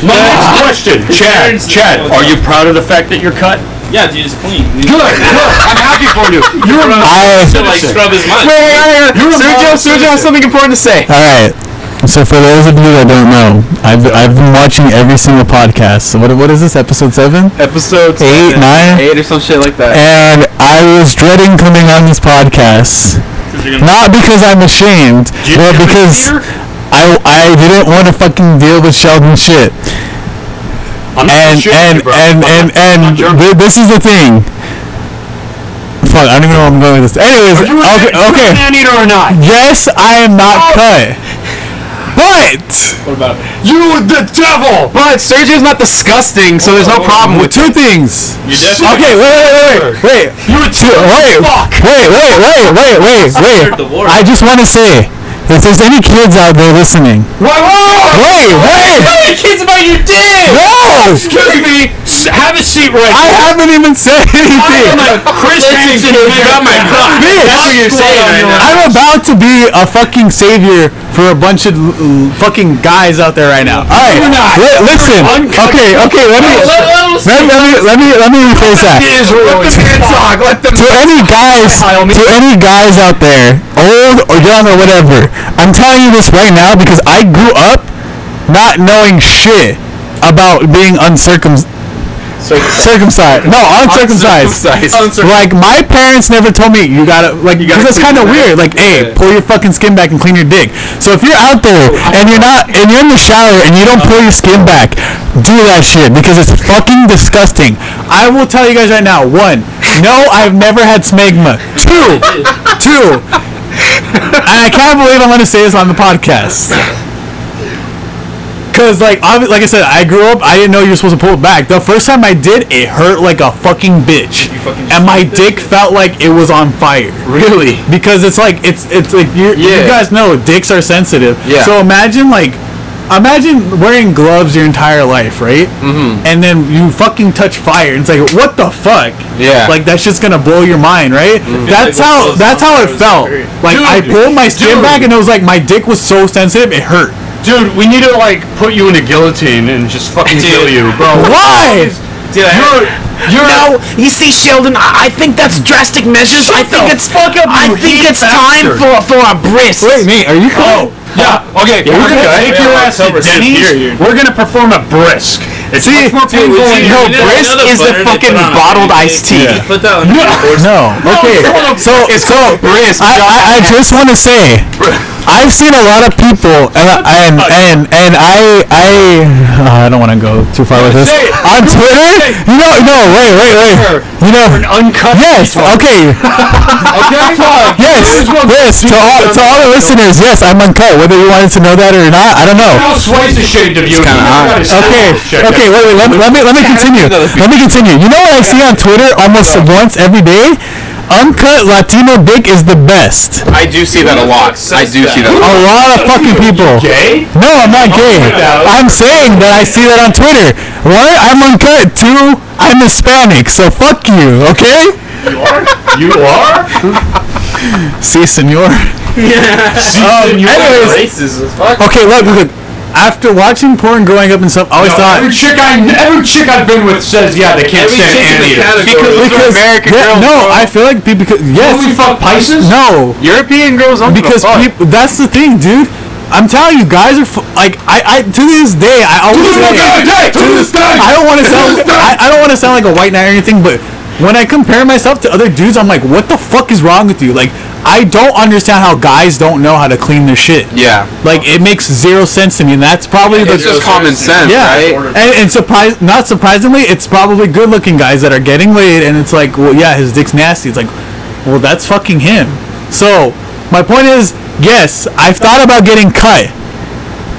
Speaker 6: my next question, Chad.
Speaker 2: Parents-
Speaker 6: Chad, are you proud of the fact that you're cut?
Speaker 2: Yeah, dude, it's clean. Dude.
Speaker 6: Good. Good. I'm happy for you. You're a
Speaker 3: I-
Speaker 2: To, like scrub his
Speaker 4: wait,
Speaker 2: mud.
Speaker 4: wait, wait, wait. Sergio, Sergio has something important to say.
Speaker 3: All right. So for those of you that don't know, I've I've been watching every single podcast. So what what is this episode seven?
Speaker 4: Episode
Speaker 3: Eight, nine? Eh.
Speaker 4: eight, or some shit like that.
Speaker 3: And I was dreading coming on this podcast, not because I'm ashamed, but because I I didn't want to fucking deal with Sheldon shit.
Speaker 6: I'm
Speaker 3: and
Speaker 6: not sure,
Speaker 3: and,
Speaker 6: bro.
Speaker 3: and and and
Speaker 6: I'm not German.
Speaker 3: th- this is the thing. Fuck, I don't even know where I'm going with this. Anyways,
Speaker 6: Are you a Oh.
Speaker 3: okay,
Speaker 6: man- you
Speaker 3: okay.
Speaker 6: a man-eater or not?
Speaker 3: Yes, I am not cut, but
Speaker 6: You the devil!
Speaker 4: But Sergio's not disgusting, so there's no
Speaker 6: Oh,
Speaker 4: problem with
Speaker 3: two things.
Speaker 6: Okay.
Speaker 3: Okay, wait, wait, wait, wait, wait.
Speaker 6: You a
Speaker 3: Two- wait,
Speaker 6: Fuck.
Speaker 3: wait, wait, wait, wait, wait,
Speaker 2: Secured the war.
Speaker 3: wait. I just want to say, if there's any kids out there listening,
Speaker 6: Why? whoa!
Speaker 3: wait, wait,
Speaker 6: Hey, kids about your dick!
Speaker 3: no,
Speaker 6: Excuse me! S- have a seat right
Speaker 3: I
Speaker 6: here.
Speaker 3: haven't even said anything.
Speaker 6: I am a Christian kid about my cock.
Speaker 3: Bitch.
Speaker 6: That's what you're saying right now.
Speaker 3: I'm about to be a fucking savior for a bunch of l- l- fucking guys out there right now. All right,
Speaker 6: You're not.
Speaker 3: li- listen.
Speaker 6: Uncut.
Speaker 3: Okay, okay. Let me
Speaker 6: Let- let- let's-
Speaker 3: let, let me let me let me rephrase that.
Speaker 6: Israel. Let the man talk. Let them
Speaker 3: to any guys, to any guys out there, old or young or whatever, I'm telling you this right now because I grew up not knowing shit about being uncircumcised. Circumcised? No, uncircumcised. Like my parents never told me you gotta like because that's kind of weird. Like, hey, pull your fucking skin back and clean your dick. So if you're out there and you're not and you're in the shower and you don't pull your skin back, do that shit because it's fucking disgusting. I will tell you guys right now. One, no, I've never had smegma. Two, two, and I can't believe I'm gonna say this on the podcast. Cause like obvi- like I said, I grew up. I didn't know you were supposed to pull it back. The first time I did, it hurt like a fucking bitch,
Speaker 2: fucking
Speaker 3: and my dick felt like it was on fire.
Speaker 4: Really?
Speaker 3: Because it's like it's it's like you you
Speaker 4: Yeah.
Speaker 3: guys know dicks are sensitive.
Speaker 4: Yeah.
Speaker 3: So imagine like imagine wearing gloves your entire life, right? Mm-hmm. And then you fucking touch fire. And it's like what the fuck?
Speaker 4: Yeah.
Speaker 3: Like that's just gonna blow your mind, right? That's
Speaker 2: Like,
Speaker 3: how
Speaker 2: what
Speaker 3: that's how it
Speaker 2: goes on
Speaker 3: felt.
Speaker 2: is
Speaker 3: Like I
Speaker 6: Dude,
Speaker 3: pulled my skin
Speaker 6: dude.
Speaker 3: back, and it was like my dick was so sensitive, it hurt.
Speaker 6: Dude, we need to like put you in a guillotine and just fucking
Speaker 2: Dude.
Speaker 6: kill you, bro.
Speaker 3: Why?
Speaker 2: Dude, I-
Speaker 6: You're you're
Speaker 1: No, you see, Sheldon, I, I think that's drastic measures. I think it's fuck up, I think it's time for for a brisk.
Speaker 3: Wait, mate, are you cool?
Speaker 6: yeah, okay, we're gonna
Speaker 2: okay.
Speaker 6: take
Speaker 2: Yeah,
Speaker 6: your
Speaker 2: I'm
Speaker 6: ass to
Speaker 2: sober, dude.
Speaker 6: Denny's.
Speaker 2: Here, here.
Speaker 6: We're gonna perform a brisk. It's
Speaker 4: See,
Speaker 6: much more painful
Speaker 4: dude,
Speaker 6: than
Speaker 4: no,
Speaker 2: You
Speaker 6: you-
Speaker 2: know,
Speaker 4: brisk is
Speaker 2: another
Speaker 4: the
Speaker 2: butter to
Speaker 4: fucking
Speaker 2: put on a
Speaker 4: bottled iced
Speaker 2: pancake.
Speaker 4: tea.
Speaker 2: You Put that on. your fork.
Speaker 3: No. Okay. So, so
Speaker 4: brisk,
Speaker 3: I, I, I just want to say, I've seen a lot of people, and I- and and, and I I uh, I don't want to go too far with this.
Speaker 6: Say it.
Speaker 3: On Twitter, you know, no, wait, wait, wait. You know,
Speaker 6: uncut.
Speaker 3: yes, okay,
Speaker 6: Okay, fuck.
Speaker 3: yes, yes. To all to all the listeners, yes, I'm uncut. Whether you wanted to know that or not, I don't know.
Speaker 6: How slice is shaved of you.
Speaker 4: kinda
Speaker 6: You
Speaker 4: hot.
Speaker 6: gotta stop
Speaker 3: Okay,
Speaker 6: this shit.
Speaker 3: okay, wait, wait, let, let me let me continue. Let me continue. You know what I see on Twitter almost once every day? Uncut Latino dick is the best.
Speaker 4: I do see that a lot. I do see that.
Speaker 3: A lot of fucking people.
Speaker 6: Gay? Oh
Speaker 3: No, I'm not gay. I'm saying that I see that on Twitter. One, I'm uncut. Two, I'm Hispanic. So fuck you, okay?
Speaker 6: You are?
Speaker 3: See, senor.
Speaker 2: Dude,
Speaker 3: anyways-
Speaker 2: racist as fuck.
Speaker 3: Okay, look, look. after watching porn growing up and stuff, I always
Speaker 6: No,
Speaker 3: thought
Speaker 6: every chick I every chick I've been with says yeah they can't
Speaker 2: Every
Speaker 6: stand
Speaker 2: chick in the
Speaker 6: anteaters.
Speaker 2: category.
Speaker 6: Because
Speaker 2: Those
Speaker 3: because yeah, no, I feel like people because yes,
Speaker 6: only fuck Pisces.
Speaker 3: no,
Speaker 4: European girls don't give a
Speaker 3: because
Speaker 4: fuck.
Speaker 3: people, that's the thing, dude. I'm telling you, guys are f- like I, I to this day I always like,
Speaker 6: to this day.
Speaker 3: I don't want to sound I, I don't want to sound like a white knight or anything, but when I compare myself to other dudes, I'm like, what the fuck is wrong with you? Like, I don't understand how guys don't know how to clean their shit.
Speaker 4: yeah,
Speaker 3: Like, it makes zero sense to me, and that's probably the
Speaker 4: it's just common sense,
Speaker 3: yeah,
Speaker 4: right?
Speaker 3: and, and surprise, not surprisingly, it's probably good-looking guys that are getting laid, and it's like, well, yeah, his dick's nasty. It's like, well, that's fucking him. So my point is, yes, I've thought about getting cut,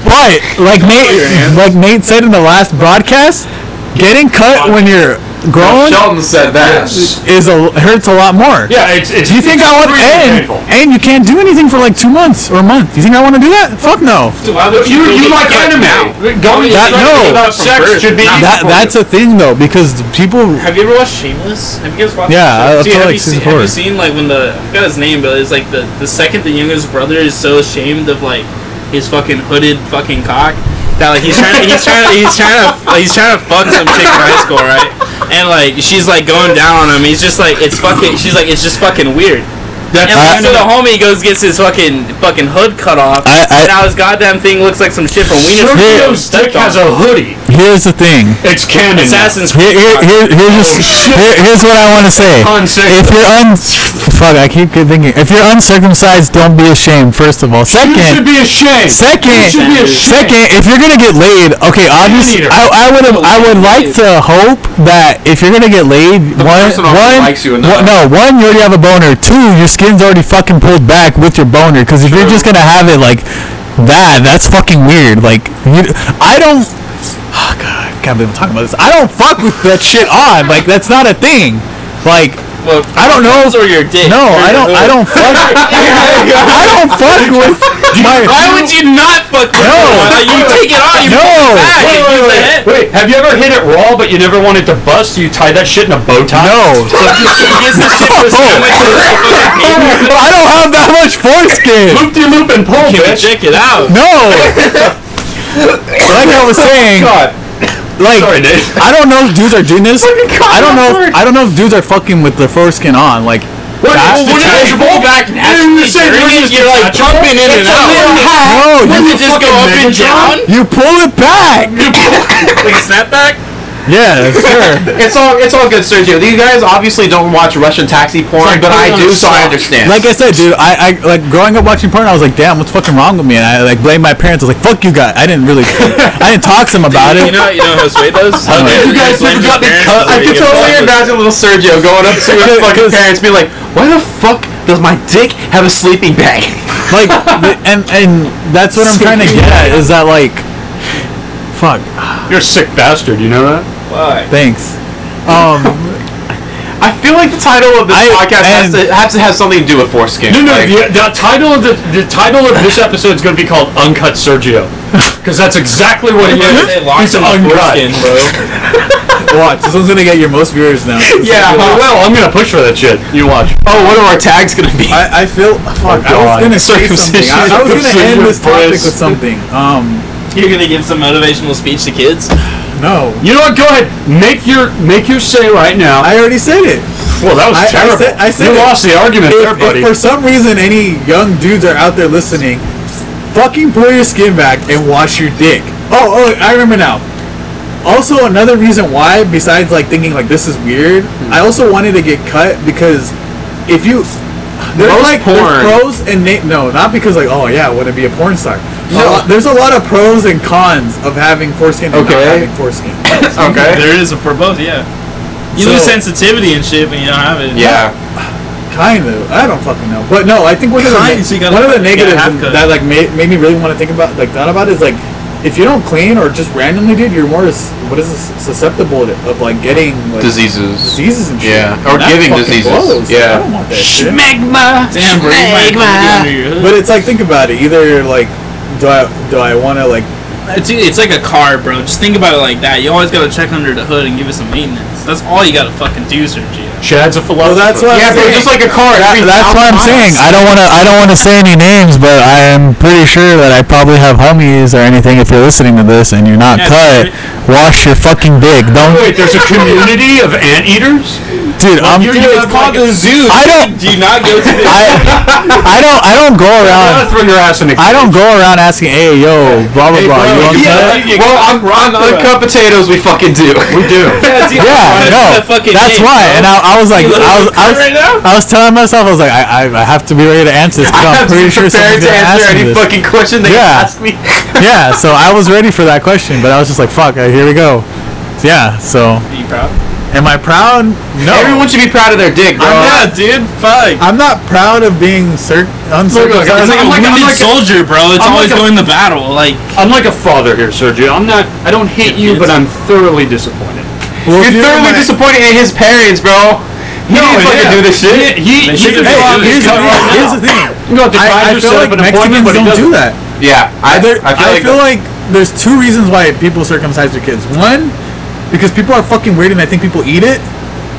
Speaker 3: but like Nate, like Nate said in the last broadcast, getting cut when you're growing
Speaker 4: Sheldon said that.
Speaker 3: is a hurts a lot more.
Speaker 6: Yeah, it's it's.
Speaker 3: Do you think I want and
Speaker 6: painful.
Speaker 3: and you can't do anything for like two months or a month? You think I want to do that? Fuck no.
Speaker 6: You you like anime? Going
Speaker 3: That- no.
Speaker 6: without sex should be
Speaker 3: That that's a thing though because people
Speaker 2: Have you ever watched Shameless? Have you guys watched?
Speaker 3: Yeah, I- I
Speaker 2: Dude,
Speaker 3: feel
Speaker 2: have,
Speaker 3: like
Speaker 2: you seen,
Speaker 3: season
Speaker 2: have
Speaker 3: four.
Speaker 2: you seen like when the I forgot his name, but it's like the the second the youngest brother is so ashamed of like his fucking hooded fucking cock that like he's trying to he's trying to he's trying to like, he's trying to fuck some chick in high school, right? And like she's like going down on him. He's just like it's fucking. She's like it's just fucking weird.
Speaker 6: That's
Speaker 2: and like, so the homie goes gets his fucking fucking hood cut off,
Speaker 3: I- I-
Speaker 2: and now his goddamn thing looks like some shit from Wiener.
Speaker 6: Sergio's
Speaker 2: Stepped
Speaker 6: dick
Speaker 2: on.
Speaker 6: has a hoodie.
Speaker 3: here's the thing.
Speaker 6: It's canon.
Speaker 2: Assassin's
Speaker 3: Here,
Speaker 2: Creed.
Speaker 3: here, here, here's, just, here, here's what I want to say.
Speaker 6: Pun safe.
Speaker 3: If you're un, fuck, I keep thinking. If you're uncircumcised, don't be ashamed. First of all,
Speaker 6: You should
Speaker 3: second,
Speaker 6: be ashamed.
Speaker 3: second,
Speaker 6: should be ashamed.
Speaker 3: second. If you're gonna get laid, okay, obviously,
Speaker 6: eater.
Speaker 3: I, I would, I would like to hope that if you're gonna get laid, one,
Speaker 4: person already
Speaker 3: one,
Speaker 4: likes you enough.
Speaker 3: one- no, one, you already have a boner. Two, your skin's already fucking pulled back with your boner. Because if you're just gonna have it like that, that's fucking weird. Like, you, I don't. Oh god, I can't believe I'm talking about this. I don't fuck with that shit on. Like that's not a thing. Like
Speaker 2: Well,
Speaker 3: I don't know.
Speaker 2: or your dick.
Speaker 3: No, I don't. I don't fuck. I don't fuck with my.
Speaker 2: Why would you not fuck with
Speaker 3: No.
Speaker 2: her? Like, you take it off, you
Speaker 3: No.
Speaker 2: put it back,
Speaker 6: Wait,
Speaker 2: you
Speaker 6: wait,
Speaker 2: use the
Speaker 6: wait,
Speaker 2: head.
Speaker 6: wait, have you ever hit it raw but you never wanted to bust? So you tie that shit in a bow tie?
Speaker 3: No,
Speaker 2: He gets the shit for
Speaker 3: No. I don't have that much foreskin.
Speaker 6: Loop de loop and pull,
Speaker 2: Can we
Speaker 6: bitch.
Speaker 2: check it out?
Speaker 3: No. Like I was saying,
Speaker 6: God.
Speaker 3: like
Speaker 6: Sorry, Nate.
Speaker 3: I don't know if dudes are doing this. I don't know. If, I don't know if dudes are fucking with their foreskin on. Like
Speaker 6: What
Speaker 3: that's
Speaker 6: is the roll back naturally? You say
Speaker 2: You're,
Speaker 6: you're
Speaker 2: like
Speaker 6: like
Speaker 2: pumping in and
Speaker 3: no,
Speaker 2: out.
Speaker 3: you,
Speaker 2: Does it just go up and down?
Speaker 3: you pull it back.
Speaker 2: Like a snapback?
Speaker 3: Yeah, sure.
Speaker 4: It's all it's all good, Sergio. These guys obviously don't watch Russian taxi porn, but I do, so I understand.
Speaker 3: Like I said, dude, I, I like growing up watching porn. I was like, damn, what's fucking wrong with me? And I like blamed my parents. I was like, fuck you guys. I didn't really, I didn't talk to them about
Speaker 2: You
Speaker 3: it.
Speaker 2: know, you know how sweet those?
Speaker 3: You
Speaker 2: guys never got me cut.
Speaker 4: I can totally imagine little Sergio going up to his fucking parents, being like, "Why the fuck does my dick have a sleeping bag?"
Speaker 3: Like, the- and and that's what I'm trying to get at is that like, fuck,
Speaker 6: You're a sick bastard, you know that?
Speaker 3: thanks. Um,
Speaker 4: I feel like the title of this
Speaker 3: I-
Speaker 4: podcast has to
Speaker 3: and-
Speaker 4: has to have something to do with foreskin.
Speaker 6: No, no,
Speaker 4: Like,
Speaker 6: the, the title of the, the title of this episode is going to be called Uncut Sergio. Because that's exactly what he is. He's uncut.
Speaker 11: Watch, this one's gonna get your most viewers now.
Speaker 4: yeah.
Speaker 6: Oh, well, I'm going to push for that shit. You watch.
Speaker 4: Oh, what are our tags gonna be?
Speaker 11: I, I feel fuck.
Speaker 3: Oh,
Speaker 11: I was gonna say something. I, I was gonna
Speaker 4: Circumcision
Speaker 11: end
Speaker 4: of
Speaker 11: this topic
Speaker 4: breasts.
Speaker 11: with something. Um,
Speaker 2: You're gonna give some motivational speech to kids?
Speaker 11: no,
Speaker 6: You know what? Go ahead. Make your make your say right now.
Speaker 11: I already said it.
Speaker 6: well, that was
Speaker 11: I- I
Speaker 6: terrible.
Speaker 11: said- I said
Speaker 6: you
Speaker 11: it.
Speaker 6: lost the argument there,
Speaker 11: If, if
Speaker 6: buddy.
Speaker 11: for some reason any young dudes are out there listening, fucking pull your skin back and wash your dick. Oh, oh, I remember now. Also, another reason why, besides like thinking like this is weird,
Speaker 4: Hmm.
Speaker 11: I also wanted to get cut because if you, there's
Speaker 4: Most
Speaker 11: like
Speaker 4: porn-
Speaker 11: there's pros and na- no, not because like oh yeah, I want to be a porn star. No, there's a lot of pros and cons of having foreskin and
Speaker 4: Okay.
Speaker 11: not having foreskin.
Speaker 4: Okay.
Speaker 2: There is for both, yeah. You lose
Speaker 11: So-
Speaker 2: sensitivity and shit when you don't have it.
Speaker 4: Yeah.
Speaker 11: Kind of. I don't fucking know. But no, I think one of the,
Speaker 2: Kind, so you gotta
Speaker 11: one of the
Speaker 2: fucking get
Speaker 11: negatives
Speaker 2: a half cut.
Speaker 11: that like made, made me really want to think about like thought about it is like if you don't clean or just randomly dude, you're more s- what is this, susceptible to, of like getting like,
Speaker 4: Diseases.
Speaker 11: diseases and shit.
Speaker 4: Yeah. Or
Speaker 11: That
Speaker 4: giving
Speaker 11: fucking
Speaker 4: diseases.
Speaker 11: blows.
Speaker 4: Yeah.
Speaker 11: I don't want that shit.
Speaker 12: Schmegma.
Speaker 2: Damn, bro, you might be under your hood.
Speaker 11: But it's like think about it. Either like do I do I want to like
Speaker 2: It's, it's like a car, bro. Just think about it like that. You always gotta check under the hood and give it some maintenance. That's all you gotta fucking do, Sergio.
Speaker 6: Chad's a philosopher.
Speaker 3: that's what
Speaker 4: Yeah,
Speaker 3: I'm
Speaker 4: bro,
Speaker 3: saying.
Speaker 4: just like a car.
Speaker 3: That- that's what I'm saying. I don't want to. I don't want to say any names, but I am pretty sure that I probably have homies or anything. If you're listening to this and you're not
Speaker 2: Yeah,
Speaker 3: cut,
Speaker 2: dude.
Speaker 3: wash your fucking dick. Don't,
Speaker 6: Wait, there's a community of anteaters?
Speaker 3: dude. I'm.
Speaker 6: You're, you have like a zoo.
Speaker 3: I don't.
Speaker 2: Do you not go to the
Speaker 3: I, I don't. I don't go around.
Speaker 6: gotta throw your ass in the
Speaker 3: I don't go around asking, hey, yo, blah blah blah. you want
Speaker 4: Yeah,
Speaker 3: cut?
Speaker 4: well, I'm, on uncut potatoes, we fucking do. We do.
Speaker 3: Yeah, no,
Speaker 2: the fucking
Speaker 3: that's
Speaker 2: dick,
Speaker 3: why. And I, I was like,
Speaker 2: look
Speaker 3: I was, I was,
Speaker 2: right now?
Speaker 3: I was telling myself, I was like, I, I, I have to be ready to answer this because
Speaker 4: I'm
Speaker 3: I'm pretty sure
Speaker 4: prepared
Speaker 3: someone's
Speaker 4: to
Speaker 3: gonna
Speaker 4: answer
Speaker 3: ask me
Speaker 4: any
Speaker 3: this.
Speaker 4: fucking question they
Speaker 3: Yeah.
Speaker 4: ask me.
Speaker 3: yeah, so I was ready for that question, but I was just like, fuck, uh, here we go. Yeah, so
Speaker 2: Be proud.
Speaker 3: am I proud? No.
Speaker 4: Everyone should be proud of their dick, bro.
Speaker 2: Yeah, dude. Fuck.
Speaker 3: I'm not proud of being cir- uncircumcised.
Speaker 2: It's like
Speaker 6: I'm
Speaker 2: a
Speaker 6: like- I'm
Speaker 2: wounded
Speaker 6: like a-
Speaker 2: soldier, bro. It's
Speaker 6: I'm
Speaker 2: always
Speaker 6: like a-
Speaker 2: going to battle. Like
Speaker 6: I'm like a father here, Sergio. I'm not. I don't hate you, but I'm thoroughly disappointed.
Speaker 3: Well,
Speaker 4: You're
Speaker 3: if you don't
Speaker 4: thoroughly
Speaker 3: wanna-
Speaker 4: disappointed in his parents, bro. He didn't fucking do this shit.
Speaker 6: He, he,
Speaker 2: should
Speaker 6: he-
Speaker 2: just
Speaker 3: Hey,
Speaker 2: do
Speaker 6: he-
Speaker 2: it.
Speaker 3: here's, the
Speaker 6: cut
Speaker 3: thing,
Speaker 6: right
Speaker 3: here's
Speaker 6: now.
Speaker 3: the thing.
Speaker 6: No, the
Speaker 3: I, I
Speaker 6: advisor
Speaker 3: feel
Speaker 6: set up
Speaker 3: like
Speaker 6: an appointment,
Speaker 3: Mexicans
Speaker 6: but he
Speaker 3: don't do
Speaker 6: doesn't.
Speaker 3: that.
Speaker 4: Yeah, I,
Speaker 3: Either,
Speaker 4: I feel like
Speaker 3: there's two reasons why people circumcise their kids. One, because people are fucking weird and I think people eat it.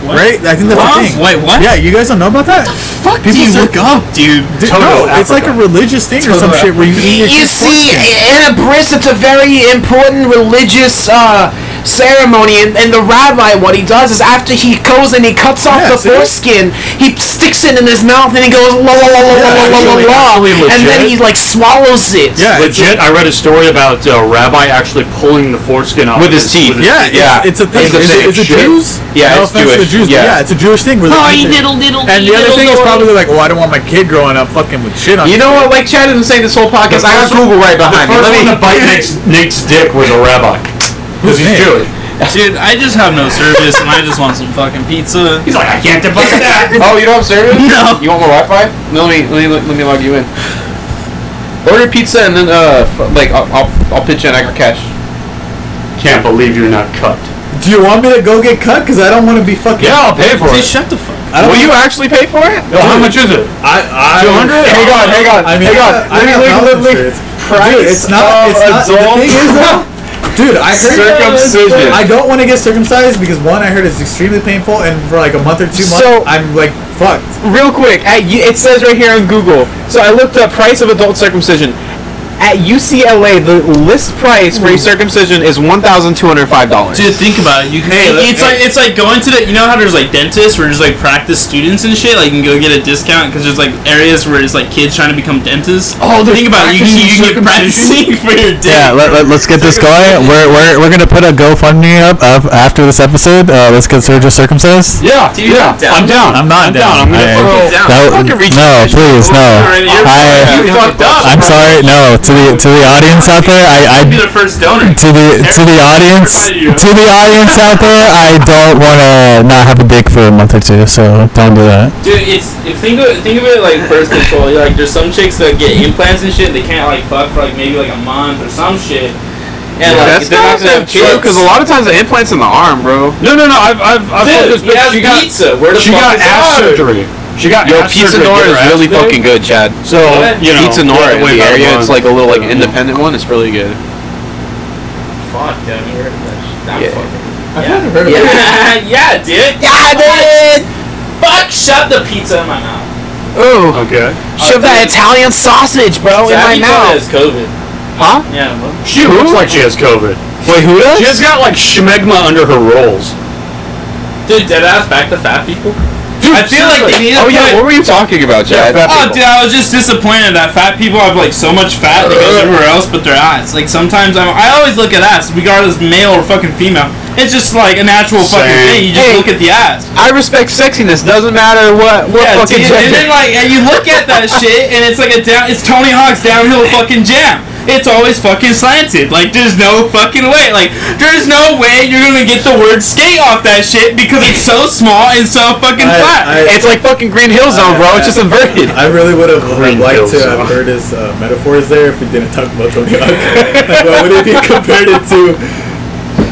Speaker 3: Right? I think that's
Speaker 2: What?
Speaker 3: the thing.
Speaker 2: Wait, what?
Speaker 3: Yeah, you guys don't know about that? What the fuck people
Speaker 2: you
Speaker 3: circ-
Speaker 2: look up, dude.
Speaker 3: Dude,
Speaker 6: Toto,
Speaker 3: no, it's like a religious thing or some shit where you eat your
Speaker 1: You
Speaker 3: kid's
Speaker 1: see,
Speaker 3: foreskin.
Speaker 1: in a bris, it's a very important religious uh, ceremony, and, and the rabbi, what he does is after he goes and he cuts off
Speaker 3: Yeah,
Speaker 1: the
Speaker 3: see?
Speaker 1: foreskin, he sticks it in his mouth and he goes la la la la la la la
Speaker 6: actually-
Speaker 1: la,
Speaker 6: actually
Speaker 1: la, and then he
Speaker 6: legit.
Speaker 1: like swallows it.
Speaker 3: Yeah, it's-
Speaker 6: Legit, I read a story about uh, rabbi actually pulling the foreskin off
Speaker 4: With his teeth.
Speaker 3: Yeah, yeah,
Speaker 4: Yeah.
Speaker 3: it's a thing.
Speaker 4: It's a
Speaker 3: Is
Speaker 4: thing.
Speaker 3: it, is it
Speaker 4: Shit.
Speaker 3: Jews?
Speaker 4: Yeah,
Speaker 3: no
Speaker 4: it's
Speaker 3: offense to
Speaker 4: Jewish.
Speaker 3: the Jews,
Speaker 4: Yeah.
Speaker 3: but yeah, it's a Jewish thing. Where they
Speaker 1: Oh,
Speaker 3: eat it.
Speaker 1: diddle diddle.
Speaker 3: and the other thing is probably like, oh, I don't want my kid growing up fucking with shit on.
Speaker 4: You
Speaker 3: me."
Speaker 4: know what? Like Chad has been saying this whole podcast.
Speaker 6: The
Speaker 4: I got
Speaker 6: first one-
Speaker 4: Google right
Speaker 6: The
Speaker 4: behind me.
Speaker 6: first
Speaker 4: Let
Speaker 6: one
Speaker 4: me.
Speaker 6: to bite Nate's, Nate's dick was a rabbi. Because he's
Speaker 3: Nate?
Speaker 6: Jewish.
Speaker 2: Dude, I just have no service and I just want some fucking pizza.
Speaker 6: He's like, I can't debunk that.
Speaker 4: Oh, you don't have service?
Speaker 2: No.
Speaker 4: You want more Wi-Fi? No, let me let me, let me log you in. Order pizza and then uh f- like I'll I'll, I'll pitch in. I got cash.
Speaker 6: Can't believe you're not cut.
Speaker 3: Do you want me to go get cut? Because I don't want to be fucking.
Speaker 6: I'll pay for
Speaker 2: Dude, shut the fuck.
Speaker 3: I don't
Speaker 4: Will you actually pay for it?
Speaker 6: Yo, how much is it?
Speaker 3: I, I,
Speaker 6: Two hundred?
Speaker 4: Hang on, hang on,
Speaker 3: I mean,
Speaker 4: hang on.
Speaker 3: I, I
Speaker 4: Let me
Speaker 3: got
Speaker 4: look-
Speaker 3: health
Speaker 4: let me-
Speaker 3: insurance. Dude, it's not.
Speaker 4: of
Speaker 3: It's not. The
Speaker 4: adult
Speaker 3: thing is though, dude, I heard.
Speaker 4: Circumcision.
Speaker 3: I don't want to get circumcised because one, I heard it's extremely painful, and for like a month or two months,
Speaker 4: So-
Speaker 3: I'm like fucked.
Speaker 4: Real quick, at, U- it says right here on Google. So I looked up price of adult circumcision. At UCLA, the list price for a circumcision is one thousand two hundred five dollars.
Speaker 2: Dude, think about it. You can, it's like it's like going to the. You know how there's like dentists where there's like practice students and shit. Like you can go get a discount because there's like areas where it's like kids trying to become dentists.
Speaker 4: Oh, there's
Speaker 2: think about it. You can, you can get practicing for your dick.
Speaker 3: Yeah, let, let, let's get this going. We're, we're, we're gonna put a GoFundMe up uh, after this episode. Uh, let's get Sergio circumcised.
Speaker 6: Yeah, yeah. I'm down.
Speaker 3: I'm not down.
Speaker 6: I'm
Speaker 3: I-
Speaker 6: gonna fucking down.
Speaker 3: No,
Speaker 4: Fucking reach
Speaker 3: no,
Speaker 4: the
Speaker 3: please, no.
Speaker 2: Already, you're
Speaker 4: You
Speaker 3: I,
Speaker 4: fucked up.
Speaker 3: I'm sorry, no. To the to the audience out there, I, I
Speaker 2: Be the first donor.
Speaker 3: to the to the audience to the audience out there, I don't want to not have a dick for a month or two, so don't do that.
Speaker 2: Dude, it's if think of think of it like birth control. Like there's some chicks that get implants and shit. They can't like fuck for like maybe like a month or some shit. And like
Speaker 4: That's
Speaker 2: they're
Speaker 4: not
Speaker 2: not gonna have
Speaker 4: true
Speaker 2: kids.
Speaker 4: because a lot of times the implants in the arm, bro.
Speaker 6: No, no, no. I've, I've, I've told
Speaker 2: Dude,
Speaker 6: this
Speaker 2: he
Speaker 6: bitch.
Speaker 2: has
Speaker 6: She got,
Speaker 2: pizza. Where the
Speaker 6: she
Speaker 2: fuck
Speaker 6: got
Speaker 2: is
Speaker 6: ass
Speaker 2: that?
Speaker 6: surgery. She got
Speaker 4: Yo,
Speaker 6: ass
Speaker 4: Pizza
Speaker 6: surgery.
Speaker 4: Nora
Speaker 6: Get
Speaker 4: is
Speaker 6: her ass
Speaker 4: really
Speaker 6: today.
Speaker 4: fucking good, Chad.
Speaker 6: So you know,
Speaker 4: Pizza
Speaker 6: you
Speaker 4: Nora
Speaker 6: have to
Speaker 4: in
Speaker 6: wait
Speaker 4: the
Speaker 6: about
Speaker 4: area, it's
Speaker 6: month.
Speaker 4: like a little like independent one. It's really good.
Speaker 2: Fuck, dude, I heard that.
Speaker 4: Yeah.
Speaker 2: shit. That fucking- Yeah, yeah, dude.
Speaker 1: Yeah, dude.
Speaker 2: Fuck, shove the pizza in my mouth.
Speaker 1: Ooh,
Speaker 6: Okay.
Speaker 1: shove that Italian sausage, bro, in my
Speaker 2: Zabby thought it
Speaker 1: mouth.
Speaker 2: was COVID.
Speaker 4: Huh?
Speaker 2: Yeah. Well,
Speaker 6: She looks like she has COVID.
Speaker 4: Wait, who does?
Speaker 6: She's got like schmegma under her rolls.
Speaker 2: dude, dead ass back to fat people. I feel like they need to
Speaker 4: Oh yeah,
Speaker 2: put-
Speaker 4: what were you talking about, Chad?
Speaker 2: Oh, dude, I was just disappointed that fat people have like so much fat that goes everywhere else but their ass. Like sometimes I'm, I always look at ass, regardless male or fucking female. It's just like a natural fucking
Speaker 6: Same.
Speaker 2: thing. You just
Speaker 4: Hey.
Speaker 2: look at the ass.
Speaker 4: I respect sexiness. Doesn't matter what what
Speaker 2: Yeah,
Speaker 4: fucking
Speaker 2: dude, and
Speaker 4: gender.
Speaker 2: then like and you look at that shit, and it's like a down. It's Tony Hawk's downhill fucking jam. It's always fucking slanted. Like there's no fucking way. Like there's no way you're gonna get the word skate off that shit because it's so small and so fucking flat.
Speaker 4: It's like fucking Green Hill Zone, bro. It's just inverted.
Speaker 13: I really would have
Speaker 6: Green
Speaker 13: liked to
Speaker 6: Hills.
Speaker 13: have heard his uh, metaphors there if we didn't talk about Tony Hawk. like, what would it be compared it to?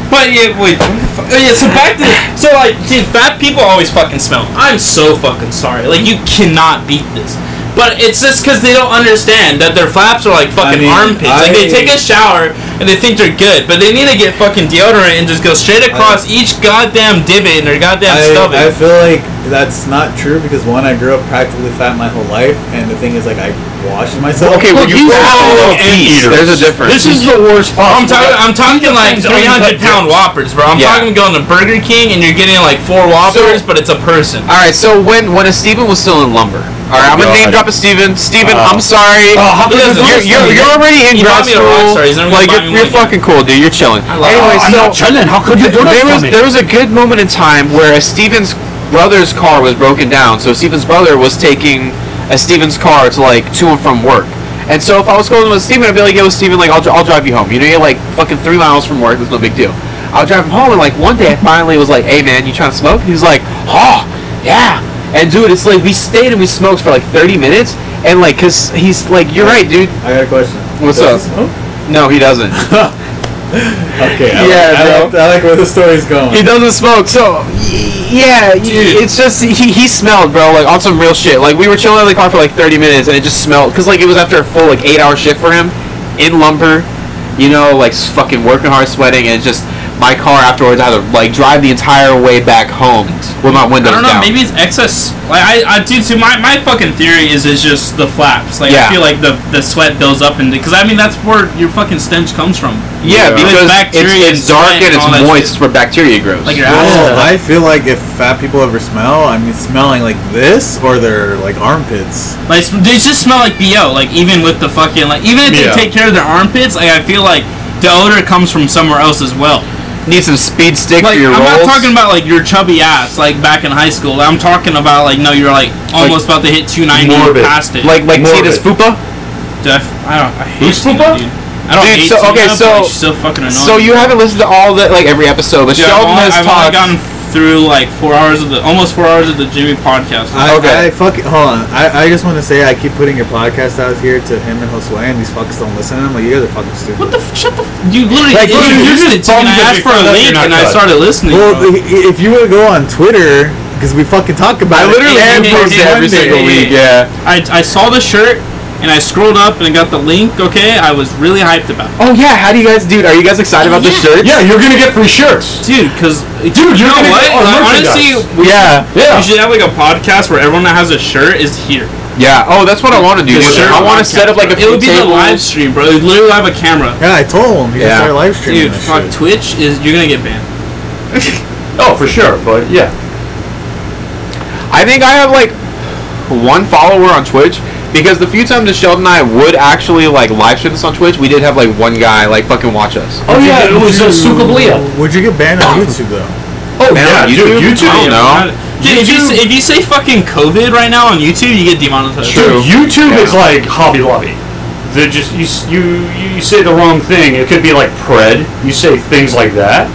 Speaker 2: But yeah, wait. oh, Yeah, so back to so like, dude, fat people always fucking smell. I'm so fucking sorry. Like, you cannot beat this. But it's just because they don't understand that their flaps are like fucking
Speaker 3: mean,
Speaker 2: armpits. like they
Speaker 3: I-
Speaker 2: take a shower and they think they're good, but they need to get fucking deodorant and just go straight across each goddamn divot in their goddamn stubble.
Speaker 3: I, I feel like that's not true because one, I grew up practically fat my whole life, and the thing is, like, I washed myself.
Speaker 4: Okay, when you
Speaker 7: these
Speaker 4: grow
Speaker 7: are
Speaker 4: up, there's a difference.
Speaker 7: This is the worst possible.
Speaker 2: I'm talking. I'm talking like 300 pound whoppers, bro. I'm
Speaker 4: Yeah.
Speaker 2: talking going to Burger King and you're getting like four whoppers, but it's a person.
Speaker 4: All right, so when when Steven was still in lumber. All right, I'm gonna name drop a Steven. Steven, I'm
Speaker 2: Oh,
Speaker 4: sorry.
Speaker 2: does
Speaker 4: you're,
Speaker 2: this
Speaker 4: you're,
Speaker 2: mean?
Speaker 4: you're already in
Speaker 2: He
Speaker 4: grad
Speaker 2: bought me a rock
Speaker 4: school.
Speaker 2: star, he's never gonna
Speaker 4: like
Speaker 2: buy
Speaker 4: you're,
Speaker 2: me one
Speaker 4: you're
Speaker 2: again.
Speaker 4: fucking cool, dude. You're chilling.
Speaker 2: love-
Speaker 4: Anyway,
Speaker 7: I'm
Speaker 4: so
Speaker 7: not chilling. How could you do that
Speaker 4: there
Speaker 7: to
Speaker 4: was
Speaker 7: me?
Speaker 4: there was a good moment in time where Steven's brother's car was broken down. So Steven's brother was taking a Steven's car to like to and from work. And so if I was going with Steven, I'd be like, "Yo, Steven, like I'll, dr- I'll drive you home. You know, you're like fucking three miles from work. It's no big deal." I'll drive him home, and like one day, I finally was like, "Hey, man, you trying to smoke?" He's like, "Oh, yeah." And dude, it's like we stayed and we smoked for like 30 minutes, and like, cause he's like, "You're right, dude."
Speaker 3: I got a question.
Speaker 4: What's
Speaker 3: Does
Speaker 4: up?
Speaker 3: it smoke?
Speaker 4: No, he doesn't.
Speaker 3: Okay, I,
Speaker 4: Yeah,
Speaker 3: like, I,
Speaker 4: bro.
Speaker 3: like, I like where the story's going.
Speaker 4: He doesn't smoke, so y- yeah, y- it's just he, he smelled, bro, like on some real shit. Like we were chilling in the car for like 30 minutes, and it just smelled because like it was after a full like eight hour shift for him in lumber, you know, like s- fucking working hard, sweating, and just my car afterwards I had to like drive the entire way back home with my windows
Speaker 2: I don't
Speaker 4: down.
Speaker 2: know. Maybe it's excess. Like I, I dude. So my, my fucking theory is it's just the flaps. Like
Speaker 4: Yeah.
Speaker 2: I feel like the the sweat builds up into because I mean that's where your fucking stench comes from.
Speaker 4: yeah,
Speaker 2: With
Speaker 4: because
Speaker 2: bacteria
Speaker 4: it's, it's dark
Speaker 2: sweat
Speaker 4: and it's
Speaker 2: all that
Speaker 4: moist.
Speaker 2: shit.
Speaker 4: It's where bacteria grows.
Speaker 2: Like your ass.
Speaker 3: Well, I feel like if fat people ever smell, I mean, smelling like this or their like armpits.
Speaker 2: Like they just smell like bo. Like even with the fucking like even if
Speaker 3: Yeah.
Speaker 2: they take care of their armpits, like I feel like the odor comes from somewhere else as well.
Speaker 4: Need some speed stick for
Speaker 2: Like
Speaker 4: your
Speaker 2: I'm
Speaker 4: rolls.
Speaker 2: not talking about like your chubby ass like back in high school. I'm talking about like no, you're like almost about to hit 290 and
Speaker 9: morbid.
Speaker 2: past it.
Speaker 4: like like
Speaker 9: Morbid.
Speaker 4: Tita's fupa.
Speaker 2: Def- I don't. I hate
Speaker 9: Who's
Speaker 2: Tina,
Speaker 9: Fupa?
Speaker 2: dude. I don't
Speaker 4: Dude,
Speaker 2: hate
Speaker 4: so-
Speaker 2: Tina,
Speaker 4: okay,
Speaker 2: but
Speaker 4: so-
Speaker 2: she's so fucking annoying.
Speaker 4: So you haven't listened to all the like every episode, but
Speaker 2: Dude, I've
Speaker 4: Sheldon
Speaker 2: only,
Speaker 4: has
Speaker 2: I've only
Speaker 4: talked.
Speaker 2: gotten through like four hours of the almost four hours of the Jimmy podcast.
Speaker 3: I,
Speaker 4: Okay.
Speaker 3: I fuck hold on. I, I just want to say I keep putting your podcast out here to him and Josue, and these fucks don't listen. I'm like, you guys are fucking stupid.
Speaker 2: what the f- shut the f- you literally
Speaker 9: Like, dude, you
Speaker 2: introduced
Speaker 9: just
Speaker 2: it to me and I
Speaker 9: bummed
Speaker 2: asked
Speaker 9: it
Speaker 2: for a
Speaker 9: because
Speaker 2: link
Speaker 9: you're not
Speaker 2: and I
Speaker 9: good.
Speaker 2: started listening.
Speaker 3: Well,
Speaker 2: bro.
Speaker 3: i- i- if you would go on Twitter, because we fucking talk about
Speaker 4: I
Speaker 3: it.
Speaker 4: literally
Speaker 2: Yeah,
Speaker 4: am
Speaker 2: yeah,
Speaker 4: posted
Speaker 2: yeah,
Speaker 4: every
Speaker 2: yeah,
Speaker 4: single
Speaker 2: yeah,
Speaker 4: week.
Speaker 2: yeah.
Speaker 4: Yeah.
Speaker 2: I, I saw the shirt and I scrolled up and I got the link. Okay, I was really hyped about it,
Speaker 4: Oh yeah. How do you guys, dude? Are you guys excited about the shirt?
Speaker 9: Yeah, you're gonna get free shirts.
Speaker 2: dude. Because
Speaker 9: Dude, you're
Speaker 2: you know
Speaker 9: gonna
Speaker 2: what?
Speaker 9: get all
Speaker 2: Like, honestly,
Speaker 9: merchandise.
Speaker 2: we
Speaker 4: Yeah.
Speaker 2: should,
Speaker 9: Yeah.
Speaker 2: we should have like a podcast where everyone that has a shirt is here.
Speaker 4: Yeah. Oh, that's what I want to do.
Speaker 2: The shirt
Speaker 4: I want to
Speaker 2: podcast,
Speaker 4: set up like a
Speaker 2: bro.
Speaker 4: few
Speaker 2: it would be the live
Speaker 4: tables.
Speaker 2: stream, bro. It would literally have a camera.
Speaker 3: Yeah, I told him. You
Speaker 4: Yeah.
Speaker 3: yeah. started live streaming.
Speaker 2: Dude,
Speaker 3: that
Speaker 2: fuck
Speaker 3: shit.
Speaker 2: Twitch is you're gonna get banned.
Speaker 9: Oh, for sure. But yeah,
Speaker 4: I think I have like one follower on Twitch because the few times that Sheldon and I would actually like live stream this on Twitch, we did have like one guy like fucking watch us.
Speaker 9: Oh yeah, it was uh, Sukablia.
Speaker 3: Would you get banned on YouTube though?
Speaker 9: Oh
Speaker 4: Man,
Speaker 9: yeah,
Speaker 4: on
Speaker 9: dude,
Speaker 4: YouTube?
Speaker 9: YouTube.
Speaker 4: I don't know.
Speaker 2: Not- Dude, if you, say, if you say fucking COVID right now on YouTube, you get demonetized.
Speaker 4: True.
Speaker 9: Dude, YouTube is like Hobby Lobby. They just you s- you you say the wrong thing. It could be like pred. You say things like that,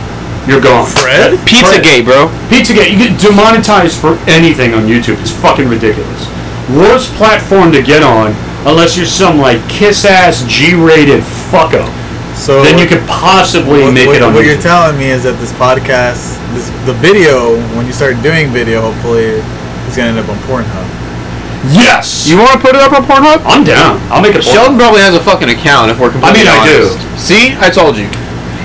Speaker 9: you're gone. Pred?
Speaker 4: Pizzagate, bro.
Speaker 9: Pizzagate. You get demonetized for anything on YouTube. It's fucking ridiculous. Worst platform to get on, unless you're some like kiss ass G rated fucko.
Speaker 3: So
Speaker 9: Then you could possibly
Speaker 3: what,
Speaker 9: make
Speaker 3: what,
Speaker 9: it on
Speaker 3: what you're
Speaker 9: YouTube.
Speaker 3: telling me is that this podcast, this the video, when you start doing video, hopefully, it's gonna end up on Pornhub.
Speaker 9: yes.
Speaker 4: You want to put it up on Pornhub?
Speaker 9: I'm down. I'll make a
Speaker 4: Sheldon probably has a fucking account. If we're completely
Speaker 9: I do.
Speaker 4: honest. See, I told you.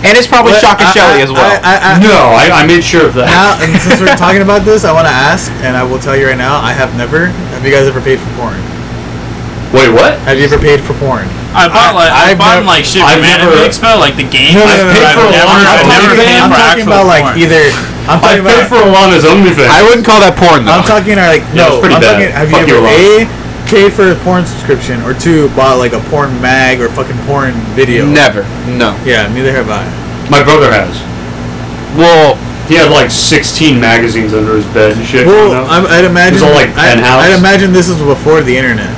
Speaker 4: And it's probably
Speaker 3: But
Speaker 4: Shock and
Speaker 3: I-
Speaker 4: Shelly
Speaker 3: I-
Speaker 4: as well.
Speaker 3: I, I, I,
Speaker 9: No, I, I made sure of that.
Speaker 3: Now, and since we're talking about this, I want to ask, and I will tell you right now, I have never. Have you guys ever paid for porn?
Speaker 9: Wait, what?
Speaker 3: Have you ever paid for porn?
Speaker 2: I bought like
Speaker 3: I've
Speaker 2: I, bought
Speaker 3: nev-
Speaker 2: like shit
Speaker 9: I've
Speaker 2: from Anime
Speaker 9: never-
Speaker 2: Expo, like the
Speaker 3: No,
Speaker 2: game.
Speaker 3: no,
Speaker 2: I've
Speaker 3: no,
Speaker 2: paid
Speaker 3: no,
Speaker 2: for
Speaker 9: no,
Speaker 2: never,
Speaker 9: I'm
Speaker 2: I've
Speaker 9: talking-
Speaker 2: never
Speaker 9: I'm
Speaker 3: I'm
Speaker 2: paid for
Speaker 3: talking
Speaker 2: actual
Speaker 3: about like
Speaker 2: porn.
Speaker 3: either. I'm
Speaker 9: I
Speaker 3: talking
Speaker 9: paid
Speaker 3: about.
Speaker 9: for Alana's OnlyFans.
Speaker 4: I wouldn't call that porn though.
Speaker 3: I'm talking like
Speaker 9: Yeah,
Speaker 3: no.
Speaker 9: it's pretty
Speaker 3: I'm
Speaker 9: bad.
Speaker 3: talking. Have
Speaker 9: Fuck
Speaker 3: you
Speaker 9: you
Speaker 3: ever
Speaker 9: a lot.
Speaker 3: a paid for a porn subscription or two bought like a porn mag or fucking porn video?
Speaker 4: Never. No.
Speaker 3: Yeah, neither have I.
Speaker 9: My brother has.
Speaker 4: Well,
Speaker 9: He had like 16 magazines under his bed and shit.
Speaker 3: Well,
Speaker 9: you know?
Speaker 3: I'm, I'd imagine.
Speaker 9: It's all, like,
Speaker 3: I,
Speaker 9: penthouse.
Speaker 3: I'd imagine this is before the internet.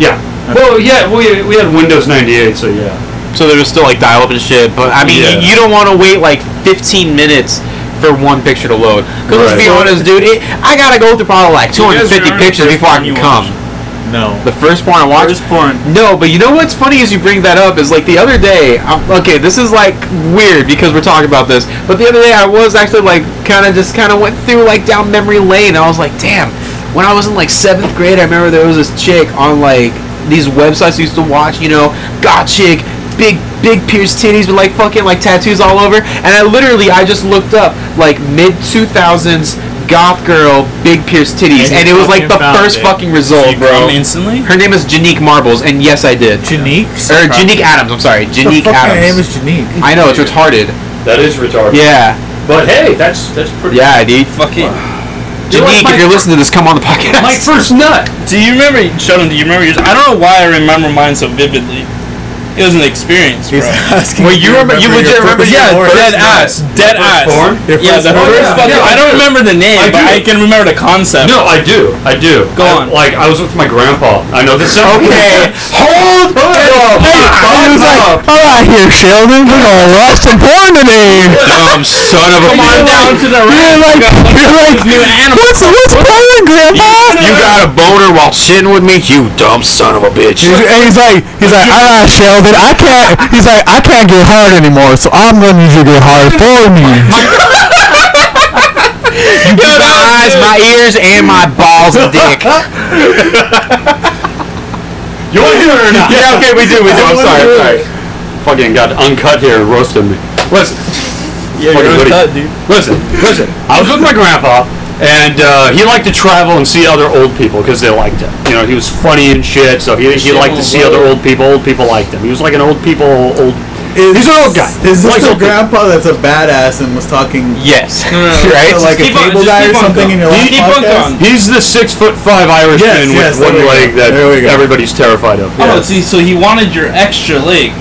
Speaker 9: yeah. Well, yeah, we, we had Windows 98, so yeah.
Speaker 4: so there was still like dial up and shit, but I mean,
Speaker 9: Yeah.
Speaker 4: you, you don't want to wait like 15 minutes for one picture to load. Cause let's be
Speaker 9: Right.
Speaker 4: honest, dude, it, I gotta go through probably like 250
Speaker 2: guys remember
Speaker 4: pictures
Speaker 2: the
Speaker 4: before I can
Speaker 2: first
Speaker 4: come.
Speaker 2: porn you
Speaker 3: No.
Speaker 4: The first porn I watched.
Speaker 2: Where's porn?
Speaker 4: No, but you know what's funny is you bring that up is like the other day. I'm, okay, this is like weird because we're talking about this, but the other day I was actually like kind of just kind of went through like down memory lane. I was like, damn, when I was in like seventh grade, I remember there was this chick on like these websites I used to watch, you know, got chick, big big pierced titties with like fucking like tattoos all over, and I literally I just looked up like mid two thousands goth girl big pierced titties,
Speaker 3: And
Speaker 4: and, it
Speaker 3: you
Speaker 4: was like the
Speaker 3: fucking found
Speaker 4: first
Speaker 3: it.
Speaker 4: fucking result,
Speaker 2: Come
Speaker 4: bro.
Speaker 2: instantly?
Speaker 4: Her name is Janique Marbles, and yes, I did.
Speaker 3: Janique?
Speaker 4: Or Janique Adams. I'm sorry, Janique
Speaker 3: the fuck Her name
Speaker 4: Adams.
Speaker 3: is Janique.
Speaker 4: I know it's retarded.
Speaker 14: That is retarded.
Speaker 4: Yeah,
Speaker 14: But hey, that's that's pretty.
Speaker 4: yeah, dude.
Speaker 2: Fuck it.
Speaker 4: Janique, if you're listening to this, come on the podcast.
Speaker 6: My first nut.
Speaker 2: Do you remember, Sheldon, do you remember yours? I don't know why I remember mine so vividly. It was an experience, bro.
Speaker 3: He's asking.
Speaker 4: Well,
Speaker 3: if
Speaker 4: you remember, you
Speaker 3: your
Speaker 4: legit remember,
Speaker 3: first
Speaker 4: yeah,
Speaker 3: name or
Speaker 4: first
Speaker 2: dead
Speaker 4: nut.
Speaker 2: ass. Dead ass.
Speaker 6: Porn?
Speaker 3: Your
Speaker 2: Yeah,
Speaker 3: first
Speaker 2: the
Speaker 3: name.
Speaker 2: first
Speaker 6: yeah,
Speaker 2: fucking.
Speaker 6: yeah.
Speaker 2: I don't remember the name,
Speaker 6: I
Speaker 2: but
Speaker 6: do.
Speaker 2: I can remember the concept.
Speaker 6: No, I do. I do.
Speaker 2: Go
Speaker 6: I-
Speaker 2: on.
Speaker 6: Like I was with my grandpa. I know this sounds
Speaker 4: Okay, hold up.
Speaker 1: He was like, all right here, Sheldon, we're gonna watch some porn today.
Speaker 4: dumb son of a. Come on down to the
Speaker 1: You're like, you're like, what's, what's porn, Grandpa?
Speaker 4: You got a boner while sitting with me, you dumb son of a bitch.
Speaker 1: And he's like, he's like, all right, Sheldon, I can't. He's like, I can't get hard anymore, so I'm gonna need you to get hard for me.
Speaker 4: my eyes, my ears, and my balls, and dick.
Speaker 6: You want to hear it or not?
Speaker 4: Yeah, okay, we do, we do. I'm sorry, I'm sorry.
Speaker 6: Fucking got uncut here and roasted me. Listen. Yeah,
Speaker 2: You're uncut, dude.
Speaker 6: Listen, listen. I was with my grandpa, and uh, he liked to travel and see other old people because they liked him. You know, he was funny and shit, so he, he liked to see other old people. Old people liked him. He was like an old people old.
Speaker 3: Is-
Speaker 6: He's an old guy.
Speaker 3: Is
Speaker 6: Like
Speaker 3: this the
Speaker 6: old people.
Speaker 3: grandpa that's a badass and was talking
Speaker 4: Yes.
Speaker 3: shit
Speaker 4: Right?
Speaker 3: to like a
Speaker 2: Keep on-
Speaker 3: cable
Speaker 2: just
Speaker 3: guy
Speaker 2: keep
Speaker 3: or
Speaker 2: on
Speaker 3: something in your
Speaker 2: going.
Speaker 3: last
Speaker 2: Keep on
Speaker 3: podcast?
Speaker 2: going.
Speaker 6: He's the six foot five
Speaker 3: Yes,
Speaker 6: Irishman
Speaker 3: yes, there
Speaker 6: with one
Speaker 3: we go.
Speaker 6: leg that
Speaker 3: There we go.
Speaker 6: everybody's terrified of.
Speaker 2: Oh, see, so he wanted your extra leg.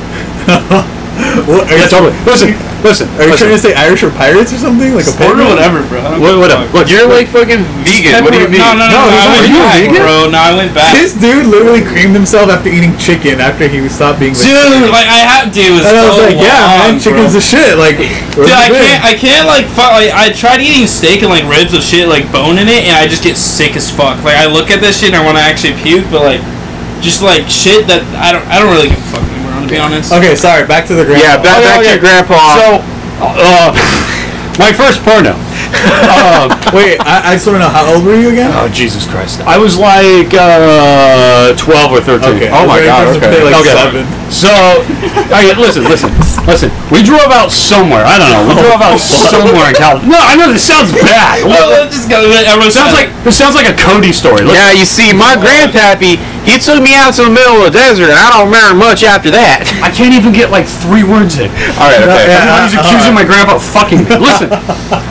Speaker 3: What, are, you,
Speaker 6: Yeah, totally. Listen, listen.
Speaker 3: are you
Speaker 6: listen.
Speaker 3: trying to say Irish or pirates or something? Like a
Speaker 2: Or
Speaker 3: pirate?
Speaker 2: whatever, bro. I don't
Speaker 6: What, what, what,
Speaker 4: You're like fucking vegan. What do you mean?
Speaker 2: No, no, no.
Speaker 6: No,
Speaker 2: no,
Speaker 6: he's
Speaker 2: I
Speaker 6: not-
Speaker 2: went
Speaker 6: you a
Speaker 2: back,
Speaker 6: vegan?
Speaker 2: bro. No, I went back.
Speaker 3: This dude literally creamed himself after eating chicken after he stopped being.
Speaker 2: Dude, like I have to. It was
Speaker 3: and I was
Speaker 2: so
Speaker 3: like, yeah,
Speaker 2: long,
Speaker 3: man, chicken's
Speaker 2: bro.
Speaker 3: the shit. Like,
Speaker 2: Dude, I
Speaker 3: been?
Speaker 2: can't. I can't like. Fu- like. I tried eating steak and like ribs of shit, like bone in it, and I just get sick as fuck. Like I look at this shit and I want to actually puke, but like, just like shit that I don't. I don't really give a fuck anymore. To be honest.
Speaker 3: Okay, sorry. Back to the grandpa.
Speaker 4: Yeah,
Speaker 6: Oh,
Speaker 4: back, back to your grandpa.
Speaker 6: So, uh, my first porno. um,
Speaker 3: Wait, I, I just want to know how old were you again?
Speaker 6: oh Jesus Christ! I was like uh, twelve or thirteen.
Speaker 3: Okay.
Speaker 6: Oh my
Speaker 3: Very
Speaker 6: God!
Speaker 3: impressive.
Speaker 6: Okay.
Speaker 3: Like
Speaker 6: okay.
Speaker 3: seven.
Speaker 6: So, all right, listen, listen, listen. We drove out somewhere. I don't know. We drove out somewhere in California. No, I know this sounds bad.
Speaker 2: Well, let's just go. Everyone
Speaker 6: It sounds like it sounds like a Cody story. Listen,
Speaker 4: Now you see, my grandpappy, he took me out to the middle of the desert, and I don't remember much after that.
Speaker 6: I can't even get like three words in.
Speaker 4: All right, okay.
Speaker 6: Everybody's accusing my grandpa of fucking me. Listen,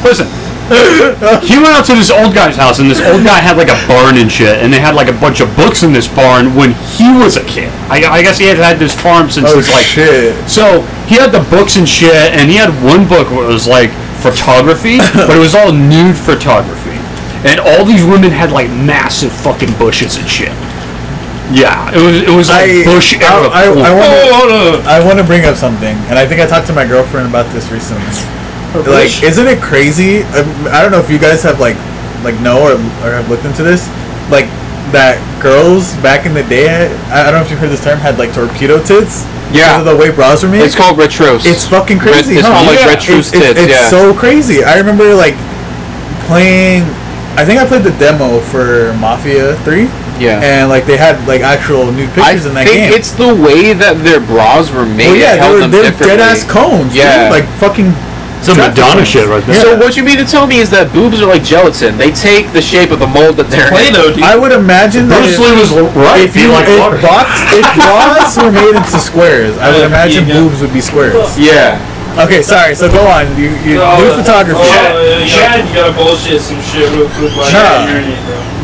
Speaker 6: listen. He went out to this old guy's house, and this old guy had like a barn and shit, and they had like a bunch of books in this barn when he was a kid. I, I guess he had had this farm since
Speaker 3: Oh
Speaker 6: he was like
Speaker 3: shit!
Speaker 6: so he had the books and shit, and he had one book where it was like photography, but it was all nude photography, and all these women had like massive fucking bushes and shit. Yeah, it was it was
Speaker 3: I,
Speaker 6: like bush era.
Speaker 3: I, I,
Speaker 6: porn.
Speaker 3: I want to.
Speaker 2: Hold on.
Speaker 3: I want to bring up something, and I think I talked to my girlfriend about this recently. Like, isn't it crazy? I, I don't know if you guys have like, like know or, or have looked into this, like that girls back in the day. I, I don't know if you've heard this term had like torpedo tits.
Speaker 4: Yeah.
Speaker 3: because of the way bras were made.
Speaker 4: It's called retros.
Speaker 3: It's fucking crazy.
Speaker 4: Red- it's
Speaker 3: huh?
Speaker 4: called, like, Red Shoes
Speaker 3: it's, it's-
Speaker 4: Tits,
Speaker 3: it's
Speaker 4: yeah.
Speaker 3: so crazy. I remember like playing. I think I played the demo for Mafia Three.
Speaker 4: Yeah.
Speaker 3: And like they had like actual nude
Speaker 4: I
Speaker 3: pictures in that
Speaker 4: think
Speaker 3: game.
Speaker 4: it's the way that their bras were made. that
Speaker 3: well, yeah, they
Speaker 4: held
Speaker 3: were,
Speaker 4: them
Speaker 3: they were dead
Speaker 4: differently.
Speaker 3: ass cones.
Speaker 4: Yeah.
Speaker 3: Yeah. Like fucking.
Speaker 6: Some Madonna shit right there.
Speaker 4: So what you mean to tell me is that boobs are like gelatin? They take the shape of the mold that they're
Speaker 2: Play
Speaker 4: in.
Speaker 2: though, dude.
Speaker 3: I would imagine that
Speaker 6: Bruce
Speaker 3: if,
Speaker 6: Lee was l- right.
Speaker 3: if you
Speaker 6: like
Speaker 3: if,
Speaker 6: water.
Speaker 3: box, if bras were made into squares, I would
Speaker 2: Yeah,
Speaker 3: imagine
Speaker 2: yeah.
Speaker 3: boobs would be squares.
Speaker 4: Yeah.
Speaker 3: Okay, sorry. So go on. You, you
Speaker 2: Oh,
Speaker 3: new
Speaker 2: uh,
Speaker 3: photography.
Speaker 2: Oh, yeah, you, gotta, you gotta bullshit some shit real quick. Like,
Speaker 3: Nah.
Speaker 2: yeah.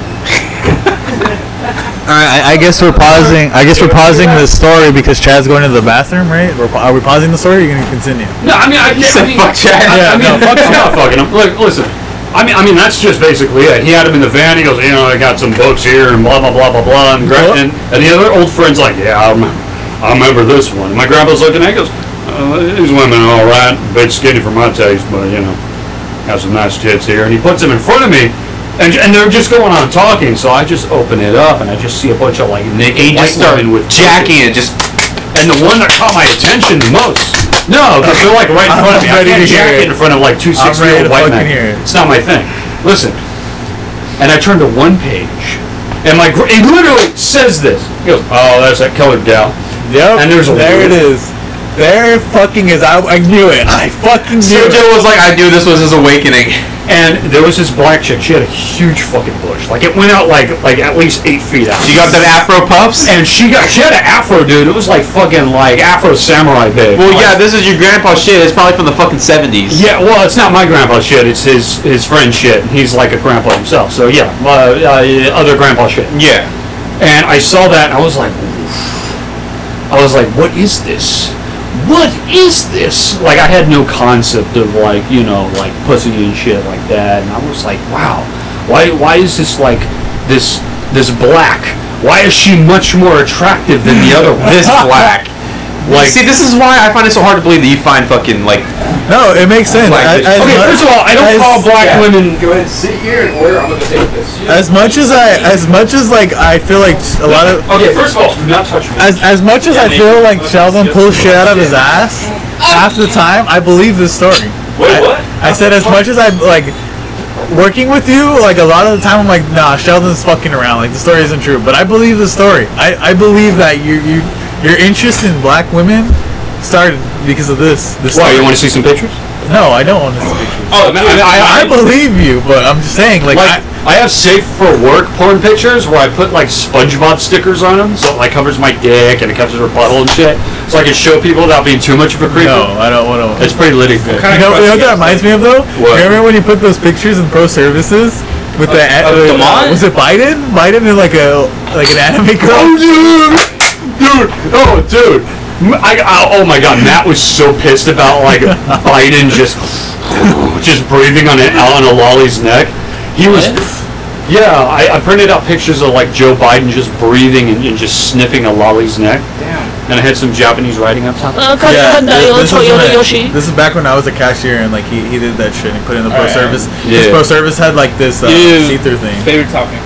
Speaker 1: All right, I, I guess we're pausing. I guess we're pausing the story because Chad's going to the bathroom, right?
Speaker 3: We're, pa- are we pausing the story? Or are you gonna continue?
Speaker 6: no, I mean I can't. I mean,
Speaker 4: Fuck Chad.
Speaker 6: I, I
Speaker 3: Yeah, no,
Speaker 6: mean, fuck, I'm not fucking him. Look, listen. I mean, I mean, that's just basically it. He had him in the van. He goes, you know, I got some books here and blah blah blah blah blah. And,
Speaker 3: Yep.
Speaker 6: gra- and, and the other old friend's like, yeah, I remember, I remember this one. And my grandpa's looking at it, he goes, uh, these women are all right, a bit skinny for my taste, but you know, got some nice tits here. And he puts them in front of me. And, and they're just going on talking, so I just open it up and I just see a bunch of like naked
Speaker 4: I
Speaker 6: white
Speaker 4: start
Speaker 6: women with
Speaker 4: jacking it. Just
Speaker 6: and the one that caught my attention the most. Uh, No, because they're like right in front of me. I
Speaker 3: ready to
Speaker 6: can't
Speaker 3: hear
Speaker 6: jack
Speaker 3: it.
Speaker 6: it in front of like two
Speaker 3: I'm
Speaker 6: six year
Speaker 3: ready
Speaker 6: old
Speaker 3: to
Speaker 6: white
Speaker 3: fucking
Speaker 6: men.
Speaker 3: hear it.
Speaker 6: It's not my thing. Listen, and I turned to one page, and my gr- it literally says this. He goes, "Oh, that's that colored gal."
Speaker 3: Yep.
Speaker 6: And there's a
Speaker 3: there it
Speaker 6: weird-
Speaker 3: is. There it fucking is. I, I knew it. I fucking knew it.
Speaker 4: Sergio was like, I knew this was his awakening.
Speaker 6: And there was this black chick. She had a huge fucking bush. Like it went out like like at least eight feet out.
Speaker 4: You got them Afro puffs?
Speaker 6: And she got she had an afro, dude. It was like fucking like Afro samurai big.
Speaker 4: Well,
Speaker 6: Like,
Speaker 4: yeah, this is your grandpa shit. It's probably from the fucking seventies.
Speaker 6: Yeah, well, it's not my grandpa shit. It's his his friend shit. He's like a grandpa himself. So yeah, uh, uh, other grandpa shit.
Speaker 4: Yeah.
Speaker 6: And I saw that, and I was like, "Oof." I was like, what is this? What is this? Like, I had no concept of like you know like pussy and shit like that, and I was like, wow, why why is this like this this black? Why is she much more attractive than the other one?
Speaker 4: This black. Like, see, this is why I find it so hard to believe that you find fucking like.
Speaker 3: No, it makes sense.
Speaker 4: Like this.
Speaker 3: I- as
Speaker 6: Oh Okay,
Speaker 3: mu-
Speaker 6: first of all, I don't
Speaker 3: as-
Speaker 6: call black women
Speaker 4: Go ahead, sit here and order. I'm gonna take this.
Speaker 3: As much as I, as much as like, I feel like a lot of.
Speaker 6: Okay, first of all, do not touch me.
Speaker 3: As, as much as I feel like Sheldon pulls shit out of his ass, half the time I believe this story.
Speaker 6: Wait, what?
Speaker 3: I said as much as I like working with you, like a lot of the time I'm like, nah, Sheldon's fucking around. Like the story isn't true, but I believe the story. I, I believe that you you your interest in black women started because of this. This
Speaker 6: Why,
Speaker 3: story.
Speaker 6: you want to see some pictures?
Speaker 3: no, I don't want to see pictures.
Speaker 6: Oh, I, mean,
Speaker 3: I,
Speaker 6: I, I,
Speaker 3: believe you, but I'm just saying, like,
Speaker 6: like, I have safe for work porn pictures where I put like SpongeBob stickers on them, so it like covers my dick and it covers her butthole and shit, so I can show people without being too much of a
Speaker 3: I,
Speaker 6: creep.
Speaker 3: no, I don't want to.
Speaker 6: It's pretty litty good.
Speaker 3: You know, you know what that reminds me of though?
Speaker 6: What?
Speaker 3: Remember when you put those pictures in pro services with the a-
Speaker 6: of
Speaker 3: with, uh,
Speaker 6: Demont?
Speaker 3: was it Biden? Biden in like a like an anime
Speaker 2: Oh,
Speaker 3: girl.
Speaker 6: dude, dude, oh, dude. M- I, I- oh my god, Matt was so pissed about like Biden just just breathing on a, on a lolly's neck. He was, yeah. I, I printed out pictures of like Joe Biden just breathing and, and just sniffing a lolly's neck. Damn. And I had some Japanese writing up top.
Speaker 3: Yeah, this, this was when I- this is back when I was a cashier and like he, he did that shit and put in the pro service. His
Speaker 4: Yeah.
Speaker 3: pro service had like this uh,
Speaker 2: Ew.
Speaker 3: see through thing.
Speaker 2: Favorite topic.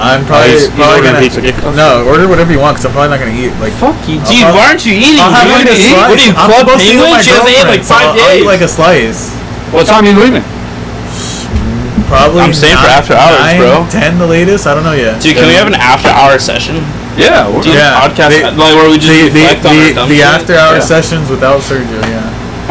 Speaker 3: I'm probably,
Speaker 6: he's- he's
Speaker 3: probably
Speaker 6: ordering
Speaker 3: gonna
Speaker 6: pizza.
Speaker 3: no order whatever you want because I'm probably not gonna eat like.
Speaker 2: Fuck you,
Speaker 3: dude, why
Speaker 2: aren't you eating?
Speaker 3: I'll have like a slice.
Speaker 2: What are you,
Speaker 3: I'm
Speaker 2: Club
Speaker 3: supposed to eat with
Speaker 2: Penguin?
Speaker 3: my
Speaker 2: She hasn't ate in,
Speaker 3: girlfriend,
Speaker 2: like
Speaker 3: so
Speaker 2: five
Speaker 3: I'll- I'll eat
Speaker 2: days.
Speaker 3: like a slice.
Speaker 6: What time are you leaving?
Speaker 3: Probably.
Speaker 8: I'm staying for after hours,
Speaker 3: nine,
Speaker 8: bro.
Speaker 3: Ten, the latest. I don't know yet.
Speaker 2: Dude, can we have an after-hour session?
Speaker 8: Yeah, we're
Speaker 3: Dude, yeah,
Speaker 8: podcast
Speaker 3: they-
Speaker 8: like where we just
Speaker 3: the the,
Speaker 8: reflect on our
Speaker 3: the,
Speaker 8: dumb
Speaker 3: the
Speaker 8: shit.
Speaker 3: after hour sessions without Sergio. Yeah.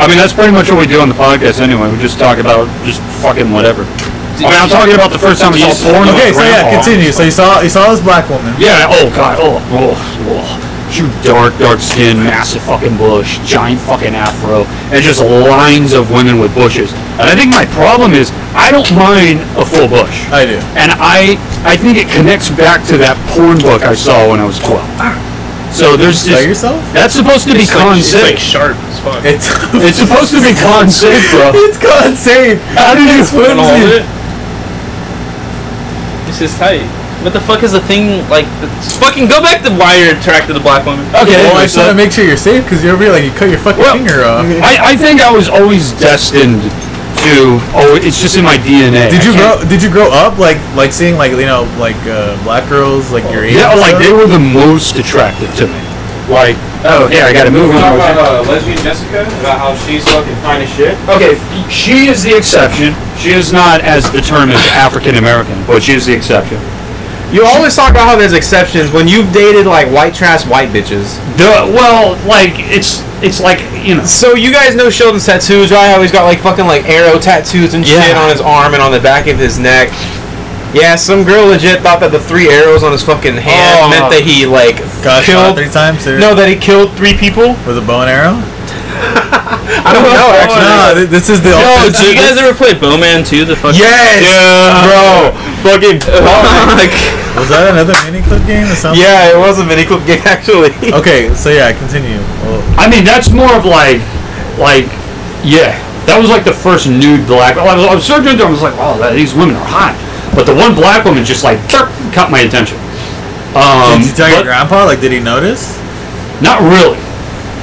Speaker 6: I mean, that's pretty much what we do on the podcast anyway. We just talk about just fucking whatever. I mean, I'm talking about the first time I saw porn. with
Speaker 3: Okay, so yeah,
Speaker 6: grandpa.
Speaker 3: continue. So you saw you saw this black woman.
Speaker 6: Yeah, oh god, oh, oh, oh. You dark, dark skin, massive fucking bush, giant fucking afro, and just lines of women with bushes. And I think my problem is, I don't mind a full bush.
Speaker 3: I do.
Speaker 6: And I, I think it connects back to that porn book I saw when I was 12. So there's
Speaker 3: By
Speaker 6: just,
Speaker 3: yourself?
Speaker 6: that's supposed to be con
Speaker 2: It's like
Speaker 6: safe.
Speaker 2: sharp as fuck.
Speaker 3: It's
Speaker 6: It's supposed to be con safe, bro.
Speaker 3: it's gone safe. How did you swim?
Speaker 2: Don't hold it. This is tight. What the fuck is the thing like? It's fucking go back to why you're attracted to black women.
Speaker 6: Okay,
Speaker 3: Well, I just
Speaker 6: so-
Speaker 3: want to make sure you're safe because you're over here like you cut your fucking
Speaker 6: Well,
Speaker 3: finger off.
Speaker 6: I, I think I was always destined to. Oh, it's just in my DNA.
Speaker 3: Did
Speaker 6: I
Speaker 3: you
Speaker 6: can't-
Speaker 3: grow? Did you grow up like like seeing like you know like uh, black girls like your age?
Speaker 6: Yeah,
Speaker 3: and
Speaker 6: like
Speaker 3: stuff?
Speaker 6: they were the most attractive to me. Like, oh yeah, I gotta move on.
Speaker 4: about uh, lesbian Jessica about how she's fucking fine as shit.
Speaker 6: Okay, she is the exception. She is not as determined African American, but she is the exception.
Speaker 4: You always talk about how there's exceptions when you've dated like white trash white bitches.
Speaker 6: The, well, like it's it's like you know.
Speaker 4: So you guys know Sheldon's tattoos, right? How he's got like fucking like arrow tattoos and shit
Speaker 6: Yeah.
Speaker 4: on his arm and on the back of his neck. Yeah, some girl legit thought that the three arrows on his fucking hand
Speaker 6: Oh.
Speaker 4: meant that he like
Speaker 3: got shot
Speaker 4: killed.
Speaker 3: three times. Or,
Speaker 4: No, that he killed three people.
Speaker 3: with a bow and arrow.
Speaker 4: I don't know actually.
Speaker 3: No, Uh, th- this is the.
Speaker 2: Yo,
Speaker 3: this
Speaker 2: do you guys ever play Bowman 2? The fucking
Speaker 4: Yes, bro. Fucking.
Speaker 3: was that another mini clip game or something?
Speaker 4: yeah, it was a mini clip game actually.
Speaker 3: Okay, so yeah, continue. Well,
Speaker 6: I mean, that's more of like, like, yeah, that was like the first nude black. I was, I was searching through. I was like, wow, that, these women are hot. But the one black woman just like chirp, caught my attention. Um,
Speaker 3: did you tell your
Speaker 6: but
Speaker 3: grandpa? Like, did he notice?
Speaker 6: not really,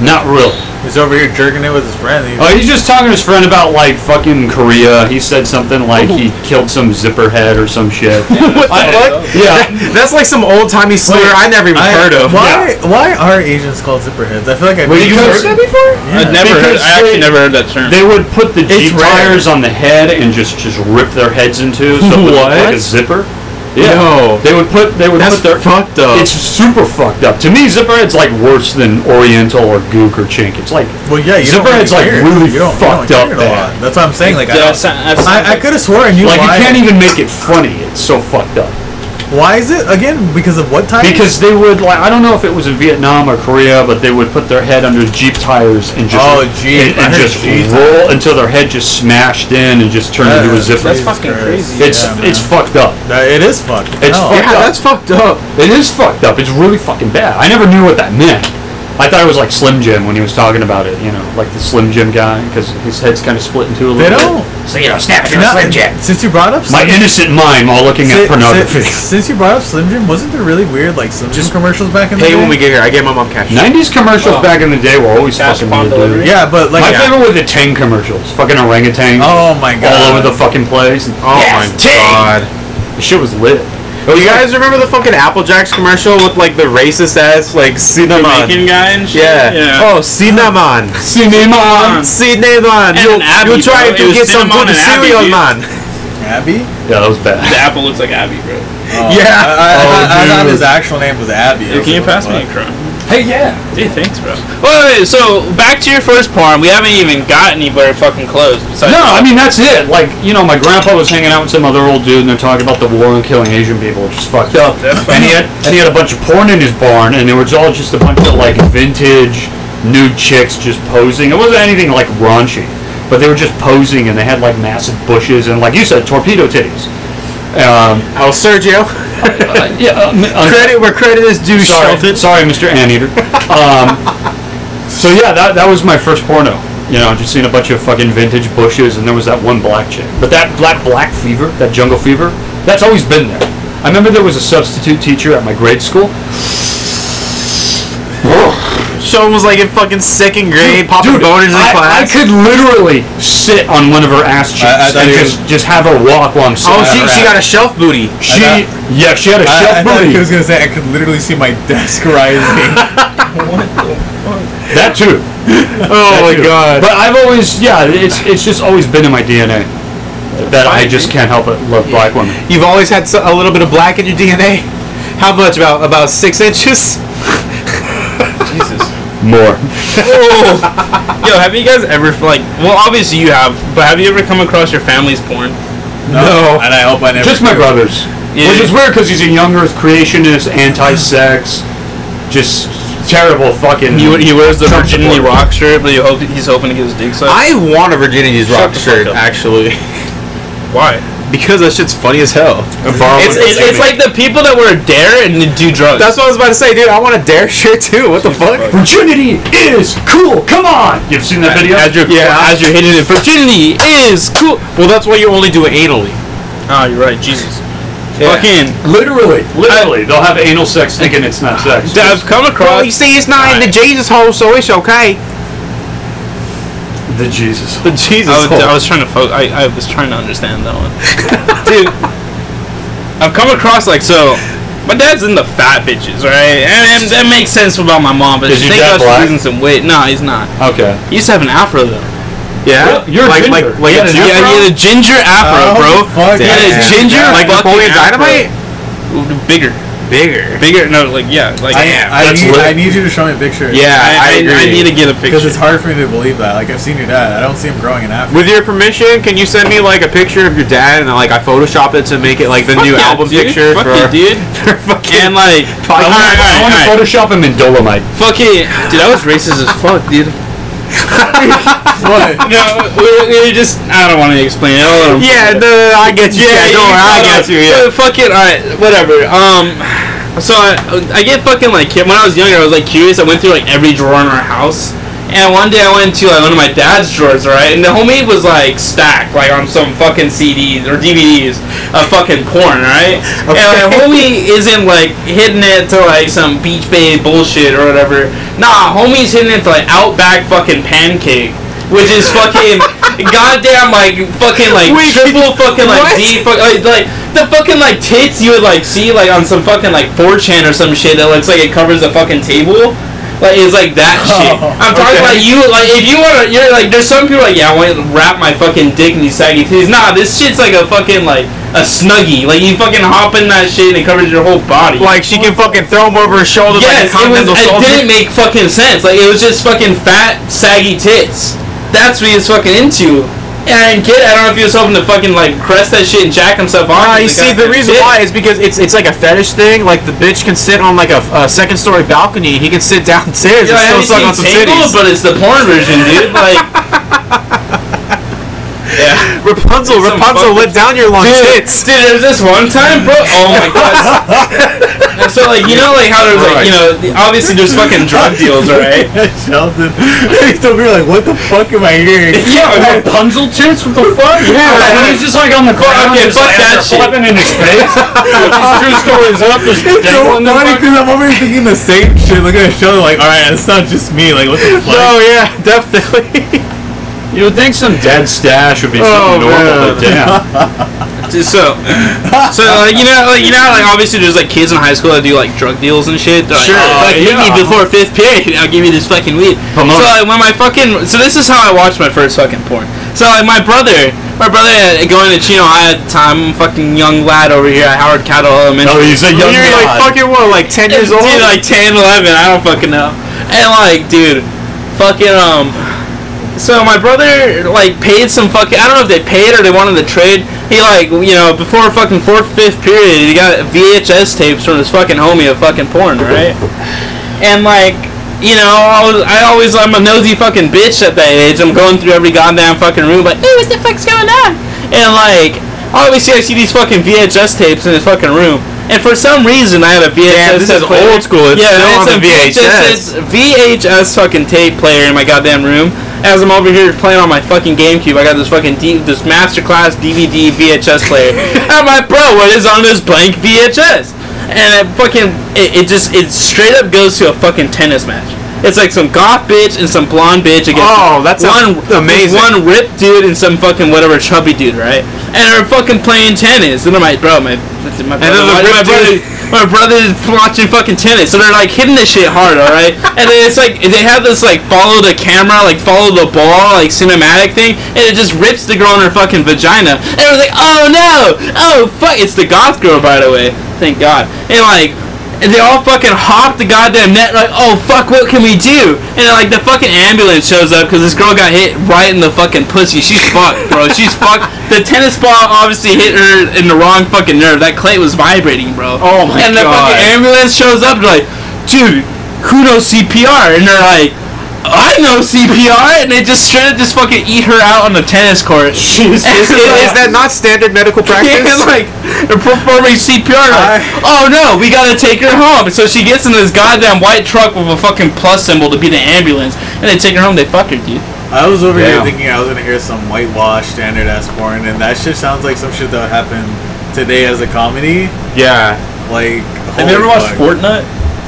Speaker 6: not really.
Speaker 3: He's over here jerking it with his friend. and he-
Speaker 6: Oh, he's just talking to his friend about like fucking Korea. He said something like he killed some zipper head or some shit.
Speaker 4: What the fuck?
Speaker 6: yeah,
Speaker 4: That's like some old timey slur I never even
Speaker 3: I-
Speaker 4: heard of.
Speaker 3: Why? Why are Asians called zipperheads? I feel like I've
Speaker 6: Well, you
Speaker 3: never-
Speaker 6: heard that
Speaker 3: Yeah.
Speaker 2: I've never heard,
Speaker 6: Because
Speaker 2: I actually
Speaker 6: they-
Speaker 2: never heard that term.
Speaker 6: they would put the jeep
Speaker 3: rare.
Speaker 6: tires on the head and just just rip their heads into so it would look like a zipper. Yeah,
Speaker 4: No.
Speaker 6: they would put they would
Speaker 4: That's
Speaker 6: put their
Speaker 4: fucked up.
Speaker 6: It's super fucked up. To me, zipperhead's like worse than Oriental or Gook or Chink. It's like
Speaker 3: Well, yeah, you
Speaker 6: Zipperhead's,
Speaker 3: don't
Speaker 6: like,
Speaker 3: hear it.
Speaker 6: really
Speaker 3: you don't, you
Speaker 6: fucked
Speaker 3: don't hear
Speaker 6: up
Speaker 3: it a
Speaker 6: bad.
Speaker 3: lot. That's what I'm saying. Like,
Speaker 2: Yeah,
Speaker 3: I,
Speaker 2: I've seen- I've seen
Speaker 3: I, I
Speaker 2: that.
Speaker 3: could have sworn you
Speaker 6: like
Speaker 3: why,
Speaker 6: you can't even make it funny. It's so fucked up.
Speaker 3: Why is it again? Because of what time?
Speaker 6: Because they would like I don't know if it was in Vietnam or Korea, but they would put their head under jeep tires and just
Speaker 3: Oh, Jeep.
Speaker 6: and, and
Speaker 3: I heard
Speaker 6: just
Speaker 3: Jeep.
Speaker 6: roll until their head just smashed in and just turned into a zipper.
Speaker 3: Uh, That's fucking crazy. Uh,
Speaker 6: it's it's fucked up.
Speaker 3: it is fucked.
Speaker 6: It's
Speaker 3: No.
Speaker 6: fucked
Speaker 4: Yeah,
Speaker 6: up.
Speaker 4: that's fucked up.
Speaker 6: It is fucked up. It's really fucking bad. I never knew what that meant. I thought it was like Slim Jim when he was talking about it, you know, like the Slim Jim guy, because his head's kind of split into a little
Speaker 3: They
Speaker 6: bit.
Speaker 3: don't.
Speaker 5: So, you know, snap it to a
Speaker 3: Not-
Speaker 5: Slim Jim.
Speaker 3: Since you brought up
Speaker 6: My
Speaker 3: Slim-
Speaker 6: innocent mind while looking
Speaker 3: si-
Speaker 6: at
Speaker 3: si-
Speaker 6: pornography.
Speaker 3: since you brought up Slim Jim, wasn't there really weird like Slim Jim commercials back in the
Speaker 4: Hey,
Speaker 3: day?
Speaker 4: when we get here, I gave my mom cash.
Speaker 6: 90s commercials back in the day were always
Speaker 2: Cash
Speaker 6: fucking
Speaker 2: upon
Speaker 6: weird,
Speaker 2: delivery.
Speaker 6: dude.
Speaker 3: yeah, but like,
Speaker 6: My
Speaker 3: yeah.
Speaker 6: favorite were the Tang commercials. Fucking orangutan.
Speaker 3: oh my god,
Speaker 6: All over the fucking place.
Speaker 4: Oh
Speaker 5: Yes,
Speaker 4: my
Speaker 5: Ting.
Speaker 4: god.
Speaker 6: The shit was lit.
Speaker 4: You guys remember the fucking Apple Jacks commercial with like the racist ass like cinnamon?
Speaker 2: Jamaican guy and shit.
Speaker 4: Yeah.
Speaker 2: yeah.
Speaker 4: Oh, cinnamon.
Speaker 6: Cinema.
Speaker 4: Cinnamon.
Speaker 2: And
Speaker 4: You
Speaker 2: an Abbey,
Speaker 4: you try
Speaker 2: bro. It
Speaker 4: to
Speaker 2: was
Speaker 4: get some
Speaker 2: cinnamon
Speaker 4: good
Speaker 2: and Abbey,
Speaker 4: cereal,
Speaker 2: dude.
Speaker 4: man.
Speaker 3: Abby.
Speaker 6: Yeah, that was bad.
Speaker 2: The apple looks like Abby, bro.
Speaker 3: I,
Speaker 4: Yeah.
Speaker 3: I,
Speaker 6: Oh,
Speaker 3: I, I thought
Speaker 6: dude.
Speaker 3: his actual name was Abby. I
Speaker 2: Dude,
Speaker 3: was
Speaker 2: can you
Speaker 3: like,
Speaker 2: pass
Speaker 3: what
Speaker 2: me
Speaker 3: the
Speaker 2: a
Speaker 3: fuck?
Speaker 2: crumb?
Speaker 6: Hey, yeah.
Speaker 2: Hey, thanks, bro. Wait, wait, so back to your first porn. We haven't even got any but our fucking clothes. Besides
Speaker 6: No, I mean that's it. Like you know, my grandpa was hanging out with some other old dude, and they're talking about the war and killing Asian people, which is fucked up. And he had and he had a bunch of porn in his barn, and it was all just a bunch of like vintage nude chicks just posing. It wasn't anything like raunchy, but they were just posing, and they had like massive bushes and like you said, torpedo titties. Um,
Speaker 4: Oh, Sergio.
Speaker 6: uh, yeah, uh, m- uh,
Speaker 4: Credit where credit is due.
Speaker 6: sorry,
Speaker 4: Shelton.
Speaker 6: sorry, Mr. Anteater. Um, so yeah, that, that was my first porno. You know, just seeing a bunch of fucking vintage bushes, and there was that one black chick. But that black black fever, that jungle fever, that's always been there. I remember there was a substitute teacher at my grade school.
Speaker 4: Shelton was like in fucking second grade, popping boners in
Speaker 6: I, I
Speaker 4: class.
Speaker 6: could literally sit on one of her ass cheeks
Speaker 3: I thought
Speaker 6: and
Speaker 3: you were-
Speaker 6: just, just have her walk while I'm sitting.
Speaker 4: oh, she,
Speaker 6: on her
Speaker 4: she
Speaker 6: ass.
Speaker 4: got a shelf booty.
Speaker 6: she yeah she
Speaker 3: I,
Speaker 6: had a
Speaker 3: I
Speaker 6: shelf
Speaker 3: thought
Speaker 6: booty.
Speaker 3: he was gonna say I could literally see my desk rising.
Speaker 6: That too.
Speaker 4: Oh my
Speaker 6: too.
Speaker 4: god.
Speaker 6: But I've always, yeah, it's it's just always been in my DNA that I just can't help but love black women.
Speaker 4: You've always had so- a little bit of black in your DNA. How much? About about six inches.
Speaker 6: More.
Speaker 2: Yo, have you guys ever like? Well, obviously you have, but have you ever come across your family's porn?
Speaker 6: No.
Speaker 3: and I hope I never.
Speaker 6: Just my brother's,
Speaker 2: Yeah.
Speaker 6: which is weird because he's a young Earth creationist, anti-sex, just terrible fucking.
Speaker 2: He, he wears the
Speaker 6: Trump
Speaker 2: virginity
Speaker 6: supporter.
Speaker 2: rock shirt, but you hope he's hoping to get his dick sucked.
Speaker 4: I want a Virginity's Rock
Speaker 2: the fuck
Speaker 4: shirt
Speaker 2: up.
Speaker 4: actually
Speaker 2: Why?
Speaker 4: because that shit's funny as hell.
Speaker 2: It's, it's, it's like the people that wear dare and do drugs.
Speaker 4: That's what I was about to say, dude. I want a Dare shirt too. What the fuck?
Speaker 6: Virginity is cool. Come on. You've seen that video?
Speaker 2: as you're
Speaker 4: Yeah.
Speaker 2: as you're hitting it. Virginity is cool.
Speaker 4: Well, that's why you only do it anally.
Speaker 2: Ah, you're right. Jesus. Fucking.
Speaker 6: literally, literally, they'll have anal sex thinking it's not sex.
Speaker 2: I've come
Speaker 4: Well, you
Speaker 2: across
Speaker 4: see, it's not in the Jesus hole, so it's okay.
Speaker 6: the Jesus.
Speaker 4: The Jesus
Speaker 2: I was,
Speaker 4: hole.
Speaker 2: I was trying to fo- I, I was trying to understand that one. Dude, I've come across like so. My dad's in the fat bitches, right? And, and that makes sense about my mom, but
Speaker 6: Is your
Speaker 2: thank
Speaker 6: dad
Speaker 2: God she's
Speaker 6: black?
Speaker 2: losing some weight. No, he's not.
Speaker 6: Okay.
Speaker 2: He used to have an afro though.
Speaker 4: yeah,
Speaker 6: You're a
Speaker 4: like like
Speaker 6: ginger.
Speaker 4: like
Speaker 6: You
Speaker 4: a
Speaker 2: Yeah,
Speaker 6: had an
Speaker 4: Jew-
Speaker 6: afro?
Speaker 2: he had a ginger afro,
Speaker 3: Oh,
Speaker 2: bro.
Speaker 3: fuck
Speaker 2: he had a
Speaker 3: yeah.
Speaker 2: ginger,
Speaker 4: like
Speaker 2: fucking
Speaker 4: Napoleon
Speaker 2: afro.
Speaker 4: Dynamite.
Speaker 2: bigger,
Speaker 4: Bigger.
Speaker 2: bigger. No, like yeah, like
Speaker 3: I, I,
Speaker 6: that's
Speaker 3: need,
Speaker 6: lit.
Speaker 3: I need you to show me a picture.
Speaker 4: Yeah, I,
Speaker 2: I,
Speaker 4: agree.
Speaker 2: I, I need to get a
Speaker 3: Because
Speaker 2: picture.
Speaker 3: it's hard for me to believe that. Like I've seen your dad. I don't see him growing an afro.
Speaker 4: With your permission, can you send me like a picture of your dad and like I Photoshop it to make it like the
Speaker 2: Fuck
Speaker 4: new
Speaker 2: yeah,
Speaker 4: album
Speaker 2: dude.
Speaker 4: picture
Speaker 2: Fuck
Speaker 4: for,
Speaker 2: yeah, dude.
Speaker 4: for fucking
Speaker 2: And like,
Speaker 6: I
Speaker 2: alright,
Speaker 6: want, I want
Speaker 2: alright, alright.
Speaker 6: to Photoshop him in Dolomite.
Speaker 2: Fucking dude, I was racist as fuck, dude.
Speaker 3: What?
Speaker 2: No, we, we were just. I don't want to explain it. I'll let 'em-
Speaker 4: Yeah, no, no, no, I get you. Yeah, don't worry, I get you. Yeah.
Speaker 2: Uh, Fuck it. All right, whatever. Um, so I, I get fucking like cu- when I was younger, I was like curious. I went through like every drawer in our house, and one day I went to like one of my dad's drawers, right? And the homemade was like stacked, like on some fucking CDs or DVDs, a fucking porn, right? And like, homie isn't like hitting it to like some beach bay bullshit or whatever. Nah, homie's hitting it to like Outback fucking pancake. Which is fucking goddamn like fucking like triple fucking like D fuck, like, like the fucking like tits you would like see like on some fucking like 4chan or some shit that looks like it covers the fucking table. Like it's like that shit. I'm talking about you. Like if you wanna, you're like. There's some people like, yeah, I want to wrap my fucking dick in these saggy titties. Nah, this shit's like a fucking like a snuggie. Like you fucking hop in that shit and it covers your whole body.
Speaker 7: Like she can fucking throw him over her shoulder like a
Speaker 2: yes, it was.
Speaker 7: continental
Speaker 2: It
Speaker 7: soldier.
Speaker 2: didn't make fucking sense. Like it was just fucking fat saggy tits. That's what he was fucking into. And kid, I don't know if he was hoping to fucking like crest that shit and jack himself off.
Speaker 7: Ah, you
Speaker 2: with
Speaker 7: see, the
Speaker 2: goddamn
Speaker 7: reason
Speaker 2: dick.
Speaker 7: why is because it's it's like a fetish thing. Like the bitch can sit on like a, a second story balcony. He can sit downstairs
Speaker 2: Yeah, I
Speaker 7: and
Speaker 2: haven't
Speaker 7: still suck on
Speaker 2: seen
Speaker 7: some
Speaker 2: Tangled,
Speaker 7: titties.
Speaker 2: but it's the porn version, dude. Like, yeah.
Speaker 7: Rapunzel,
Speaker 2: Some
Speaker 7: Rapunzel,
Speaker 2: fucking-
Speaker 7: let down your long tits.
Speaker 2: Dude, there's this one time, bro. Oh my god. And so like, you know, like how there's like, you know, the- obviously there's fucking drug deals, right?
Speaker 3: Sheldon. so we were like, what the fuck am I hearing?
Speaker 2: Yeah.
Speaker 6: Punzel tits? What the fuck? Yeah, and he's just like on the ground,
Speaker 2: okay,
Speaker 6: just
Speaker 2: fuck
Speaker 6: like,
Speaker 2: that shit.
Speaker 6: flapping in his face. These two stories up, just
Speaker 3: It's so
Speaker 6: dangling the
Speaker 3: funny
Speaker 6: fucking-
Speaker 3: because I'm over here thinking the same shit. Looking at Sheldon like, alright, it's not just me. Like, what the fuck?
Speaker 7: Oh yeah, definitely.
Speaker 6: You would think some dead stash would be something
Speaker 7: Oh,
Speaker 6: normal, but damn.
Speaker 2: So, so like, you know, like you know, like obviously there's like kids in high school that do like drug deals and shit. They're like,
Speaker 6: Sure.
Speaker 2: oh, fuck,
Speaker 6: Oh,
Speaker 2: hit me
Speaker 6: yeah.
Speaker 2: before fifth period. I'll give you this fucking weed.
Speaker 6: Promote.
Speaker 2: So like, when my fucking so this is how I watched my first fucking porn. So like my brother, my brother had, going to Chino High at the time, fucking young lad over here at Howard Cattle Elementary.
Speaker 6: Oh, he's a young
Speaker 7: You're like
Speaker 6: god.
Speaker 7: fucking what, like ten years old?
Speaker 2: Dude, like 10, 11, I don't fucking know. And like, dude, fucking um. So my brother like paid some fucking. I don't know if they paid or they wanted to trade. He like you know before fucking fourth, fifth period, he got VHS tapes from his fucking homie of fucking porn, right? And like, you know, I, was, I always I'm a nosy fucking bitch at that age. I'm going through every goddamn fucking room, like, hey, what the fuck's going on? And like, obviously I see these fucking VHS tapes in his fucking room. And for some reason, I had a VHS.
Speaker 7: Damn, this is
Speaker 2: tape player.
Speaker 7: old school. It's still on
Speaker 2: and
Speaker 7: the
Speaker 2: VHS. VHS fucking tape player in my goddamn room. As I'm over here playing on my fucking GameCube, I got this fucking D- this masterclass DVD VHS player. I'm like, bro, what is on this blank VHS? And it fucking it, it just it straight up goes to a fucking tennis match. It's like some goth bitch and some blonde bitch against
Speaker 7: Oh, that sounds
Speaker 2: one
Speaker 7: amazing.
Speaker 2: One some ripped dude and some fucking whatever chubby dude, right? And they're fucking playing tennis. And I'm like, bro, my my brother,
Speaker 7: then the
Speaker 2: my,
Speaker 7: ripped
Speaker 2: brother,
Speaker 7: dude-
Speaker 2: my brother's watching fucking tennis. So they're like hitting this shit hard, all right? and then it's like they have this like follow the camera, like follow the ball, like cinematic thing, and it just rips the girl in her fucking vagina. And it was like, oh no, oh fuck, it's the goth girl, by the way. Thank God. And like. And they all fucking hop the goddamn net like, oh fuck, what can we do? And like the fucking ambulance shows up because this girl got hit right in the fucking pussy. She's fucked, bro. She's fucked. The tennis ball obviously hit her in the wrong fucking nerve. That clay was vibrating, bro.
Speaker 7: Oh my
Speaker 2: And the fucking
Speaker 7: God.
Speaker 2: ambulance shows up they're like, dude, who knows CPR? And they're like, I know CPR, and they just straight up just fucking eat her out on the tennis court. Jesus,
Speaker 7: is, is that not standard medical practice?
Speaker 2: yeah, like they're performing CPR. Like, oh no, we gotta take her home. So she gets in this goddamn white truck with a fucking plus symbol to be the ambulance, and they take her home. They fuck her, dude.
Speaker 3: I was over here
Speaker 6: Yeah.
Speaker 3: thinking I was gonna hear some whitewash standard ass porn, and that shit sounds like some shit that would happen today as a comedy.
Speaker 7: yeah.
Speaker 3: Like,
Speaker 2: Have you ever watched
Speaker 3: porn?
Speaker 2: Fortnite?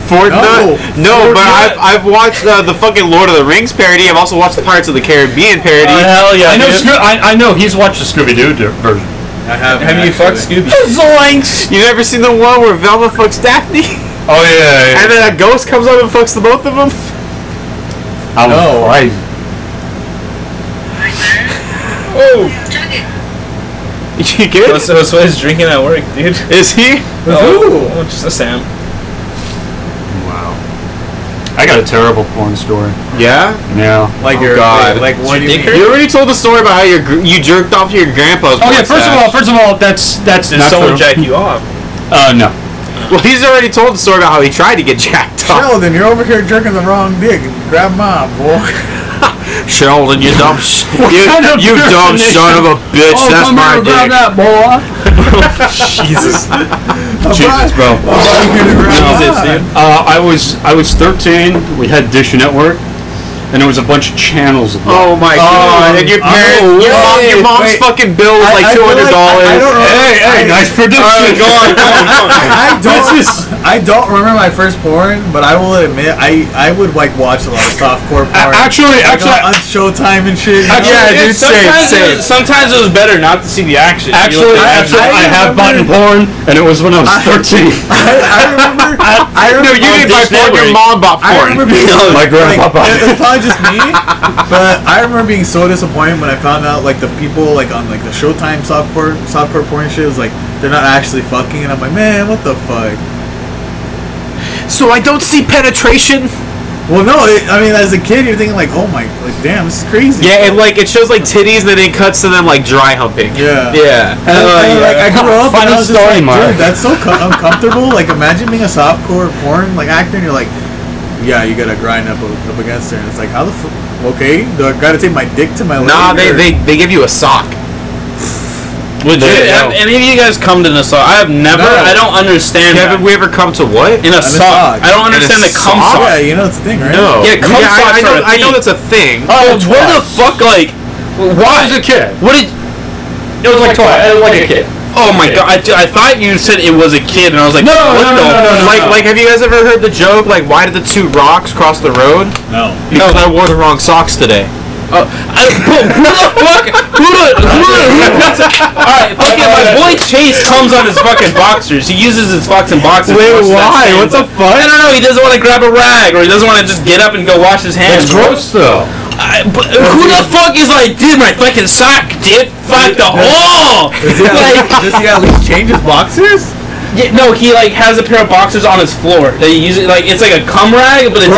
Speaker 7: Fortnite? No, Oh, but
Speaker 2: Fortnite.
Speaker 7: I've, I've watched uh, the fucking Lord of the Rings parody. I've also watched the Pirates of the Caribbean parody.
Speaker 2: hell yeah!
Speaker 6: I know, Scoo- I, I know he's watched the Scooby Doo version.
Speaker 3: I haven't.
Speaker 2: Have you fucked
Speaker 3: actually.
Speaker 2: Scooby?
Speaker 7: Zoinks! You never seen the one where Velma fucks Daphne?
Speaker 6: Oh, yeah,
Speaker 7: And then a ghost comes up and fucks the both of them?
Speaker 6: I was
Speaker 3: No.
Speaker 6: crazy.
Speaker 7: You good?
Speaker 2: That's that's what he's drinking at work, dude.
Speaker 7: Is he?
Speaker 2: Oh, oh, just a Sam.
Speaker 6: Wow. I got a terrible porn story.
Speaker 7: Yeah?
Speaker 6: Yeah.
Speaker 3: Like your
Speaker 7: God.
Speaker 3: Like what do you mean?
Speaker 7: You already told the story about how your gr- you jerked off to your grandpa's
Speaker 6: Okay,
Speaker 7: porn
Speaker 6: first of
Speaker 7: stash.
Speaker 6: all, first of all, that's that's
Speaker 2: Did
Speaker 6: not
Speaker 2: someone
Speaker 6: true.
Speaker 2: jack you off?
Speaker 6: Uh, no.
Speaker 7: Well, he's already told the story about how he tried to get jacked off.
Speaker 3: Sheldon, you're over here jerking the wrong dick. Grab mine, boy.
Speaker 7: Sheldon, you dumb sh- you,
Speaker 6: kind of
Speaker 7: you dumb
Speaker 6: person is-
Speaker 7: son of a bitch.
Speaker 4: Oh,
Speaker 7: That's my dick.
Speaker 6: Jesus. Jesus, bro.
Speaker 3: Grab
Speaker 6: Uh, I was I was 13. We had Dish Network, and there was a bunch of channels of that.
Speaker 4: Oh my god! And your parents, your, mom, your mom's fucking bill was like two hundred dollars.
Speaker 3: I don't remember.
Speaker 6: Hey, hey, nice production. go on, go on, go on.
Speaker 3: I don't. I don't remember my first porn, but I will admit I, I would like watch a lot of softcore porn.
Speaker 6: Actually,
Speaker 3: Like,
Speaker 6: actually,
Speaker 3: on, on Showtime and shit. you know?
Speaker 4: yeah, dude,
Speaker 2: Dude,
Speaker 4: same,
Speaker 2: sometimes,
Speaker 4: same.
Speaker 2: it was, sometimes it was better not to see the action. You
Speaker 6: Actually,
Speaker 2: looked at it.
Speaker 6: actually, I, have button porn, and it was when I was 13.
Speaker 3: I remember. I
Speaker 4: No,
Speaker 3: remember.
Speaker 4: you didn't buy
Speaker 6: Dish
Speaker 4: porn. Your
Speaker 6: Network.
Speaker 4: mom bought
Speaker 3: I
Speaker 4: porn.
Speaker 3: remember being
Speaker 6: My grandpa bought
Speaker 3: Like, it was probably just me, but I remember being so disappointed when I found out like the people like on like the Showtime softcore softcore porn shit was like they're not actually fucking, and I'm like, man, what the fuck?
Speaker 5: So I don't see penetration.
Speaker 3: Well, no, it, I mean, as a kid, you're thinking like, oh my, like damn, this is crazy.
Speaker 4: Yeah, and like it shows like titties, and then it cuts to them like dry humping.
Speaker 3: Yeah.
Speaker 4: Yeah.
Speaker 3: And, and, like I grew up and
Speaker 6: Funny
Speaker 3: I was just
Speaker 6: story,
Speaker 3: like,
Speaker 6: Mark.
Speaker 3: dude, that's so co- uncomfortable. like imagine being a softcore porn like actor and you're like, yeah, you gotta grind up up against her, and it's like, how the fuck? Okay, do I gotta take my dick to my leg?
Speaker 4: Nah, they,
Speaker 3: or-
Speaker 4: they they give you a sock.
Speaker 2: legit.
Speaker 4: Yeah,
Speaker 2: Have any of you guys come to Nassau? I have never.
Speaker 3: No.
Speaker 2: I don't understand.
Speaker 4: Yeah, have
Speaker 2: that.
Speaker 4: we ever come to what?
Speaker 2: in a
Speaker 3: sock.
Speaker 2: sock. I
Speaker 4: In a
Speaker 2: don't understand the cum
Speaker 4: sock?
Speaker 2: sock.
Speaker 3: Yeah, you know it's a thing, right?
Speaker 4: No.
Speaker 2: Yeah, cum socks
Speaker 4: I, I
Speaker 2: are
Speaker 4: know.
Speaker 2: a
Speaker 4: I know
Speaker 2: thing.
Speaker 4: that's a thing.
Speaker 2: Oh, where the fuck? Like, why?
Speaker 6: As a kid.
Speaker 2: What did?
Speaker 6: It was like, it was like a kid.
Speaker 2: Oh my god! I, ju- I thought you said it was a kid, and I was like,
Speaker 6: No,
Speaker 2: what
Speaker 6: no,
Speaker 2: the
Speaker 6: no, no, no, no.
Speaker 4: like, like, have you guys ever heard the joke? Like, why did the two rocks cross the road?
Speaker 3: No.
Speaker 4: Because I wore the wrong socks today.
Speaker 2: Uh, I, who, who the fuck? Who the? Who the? All right, fucking my boy Chase comes on his fucking boxers. He uses his fucking boxers.
Speaker 6: Wait,
Speaker 2: to wash that
Speaker 6: why?
Speaker 2: sand,
Speaker 6: What the
Speaker 2: but- I don't know. He doesn't want to grab a rag, or he doesn't want to just get up and go wash his hands.
Speaker 6: It's gross, though.
Speaker 2: I, but who the fuck is like, dude, my fucking sock, dude? Fuck the wall.
Speaker 3: Does he, at least, does he at least change his boxers?
Speaker 2: Yeah, no, he like has a pair of boxers on his floor. They use it like it's like a cum rag, but it's a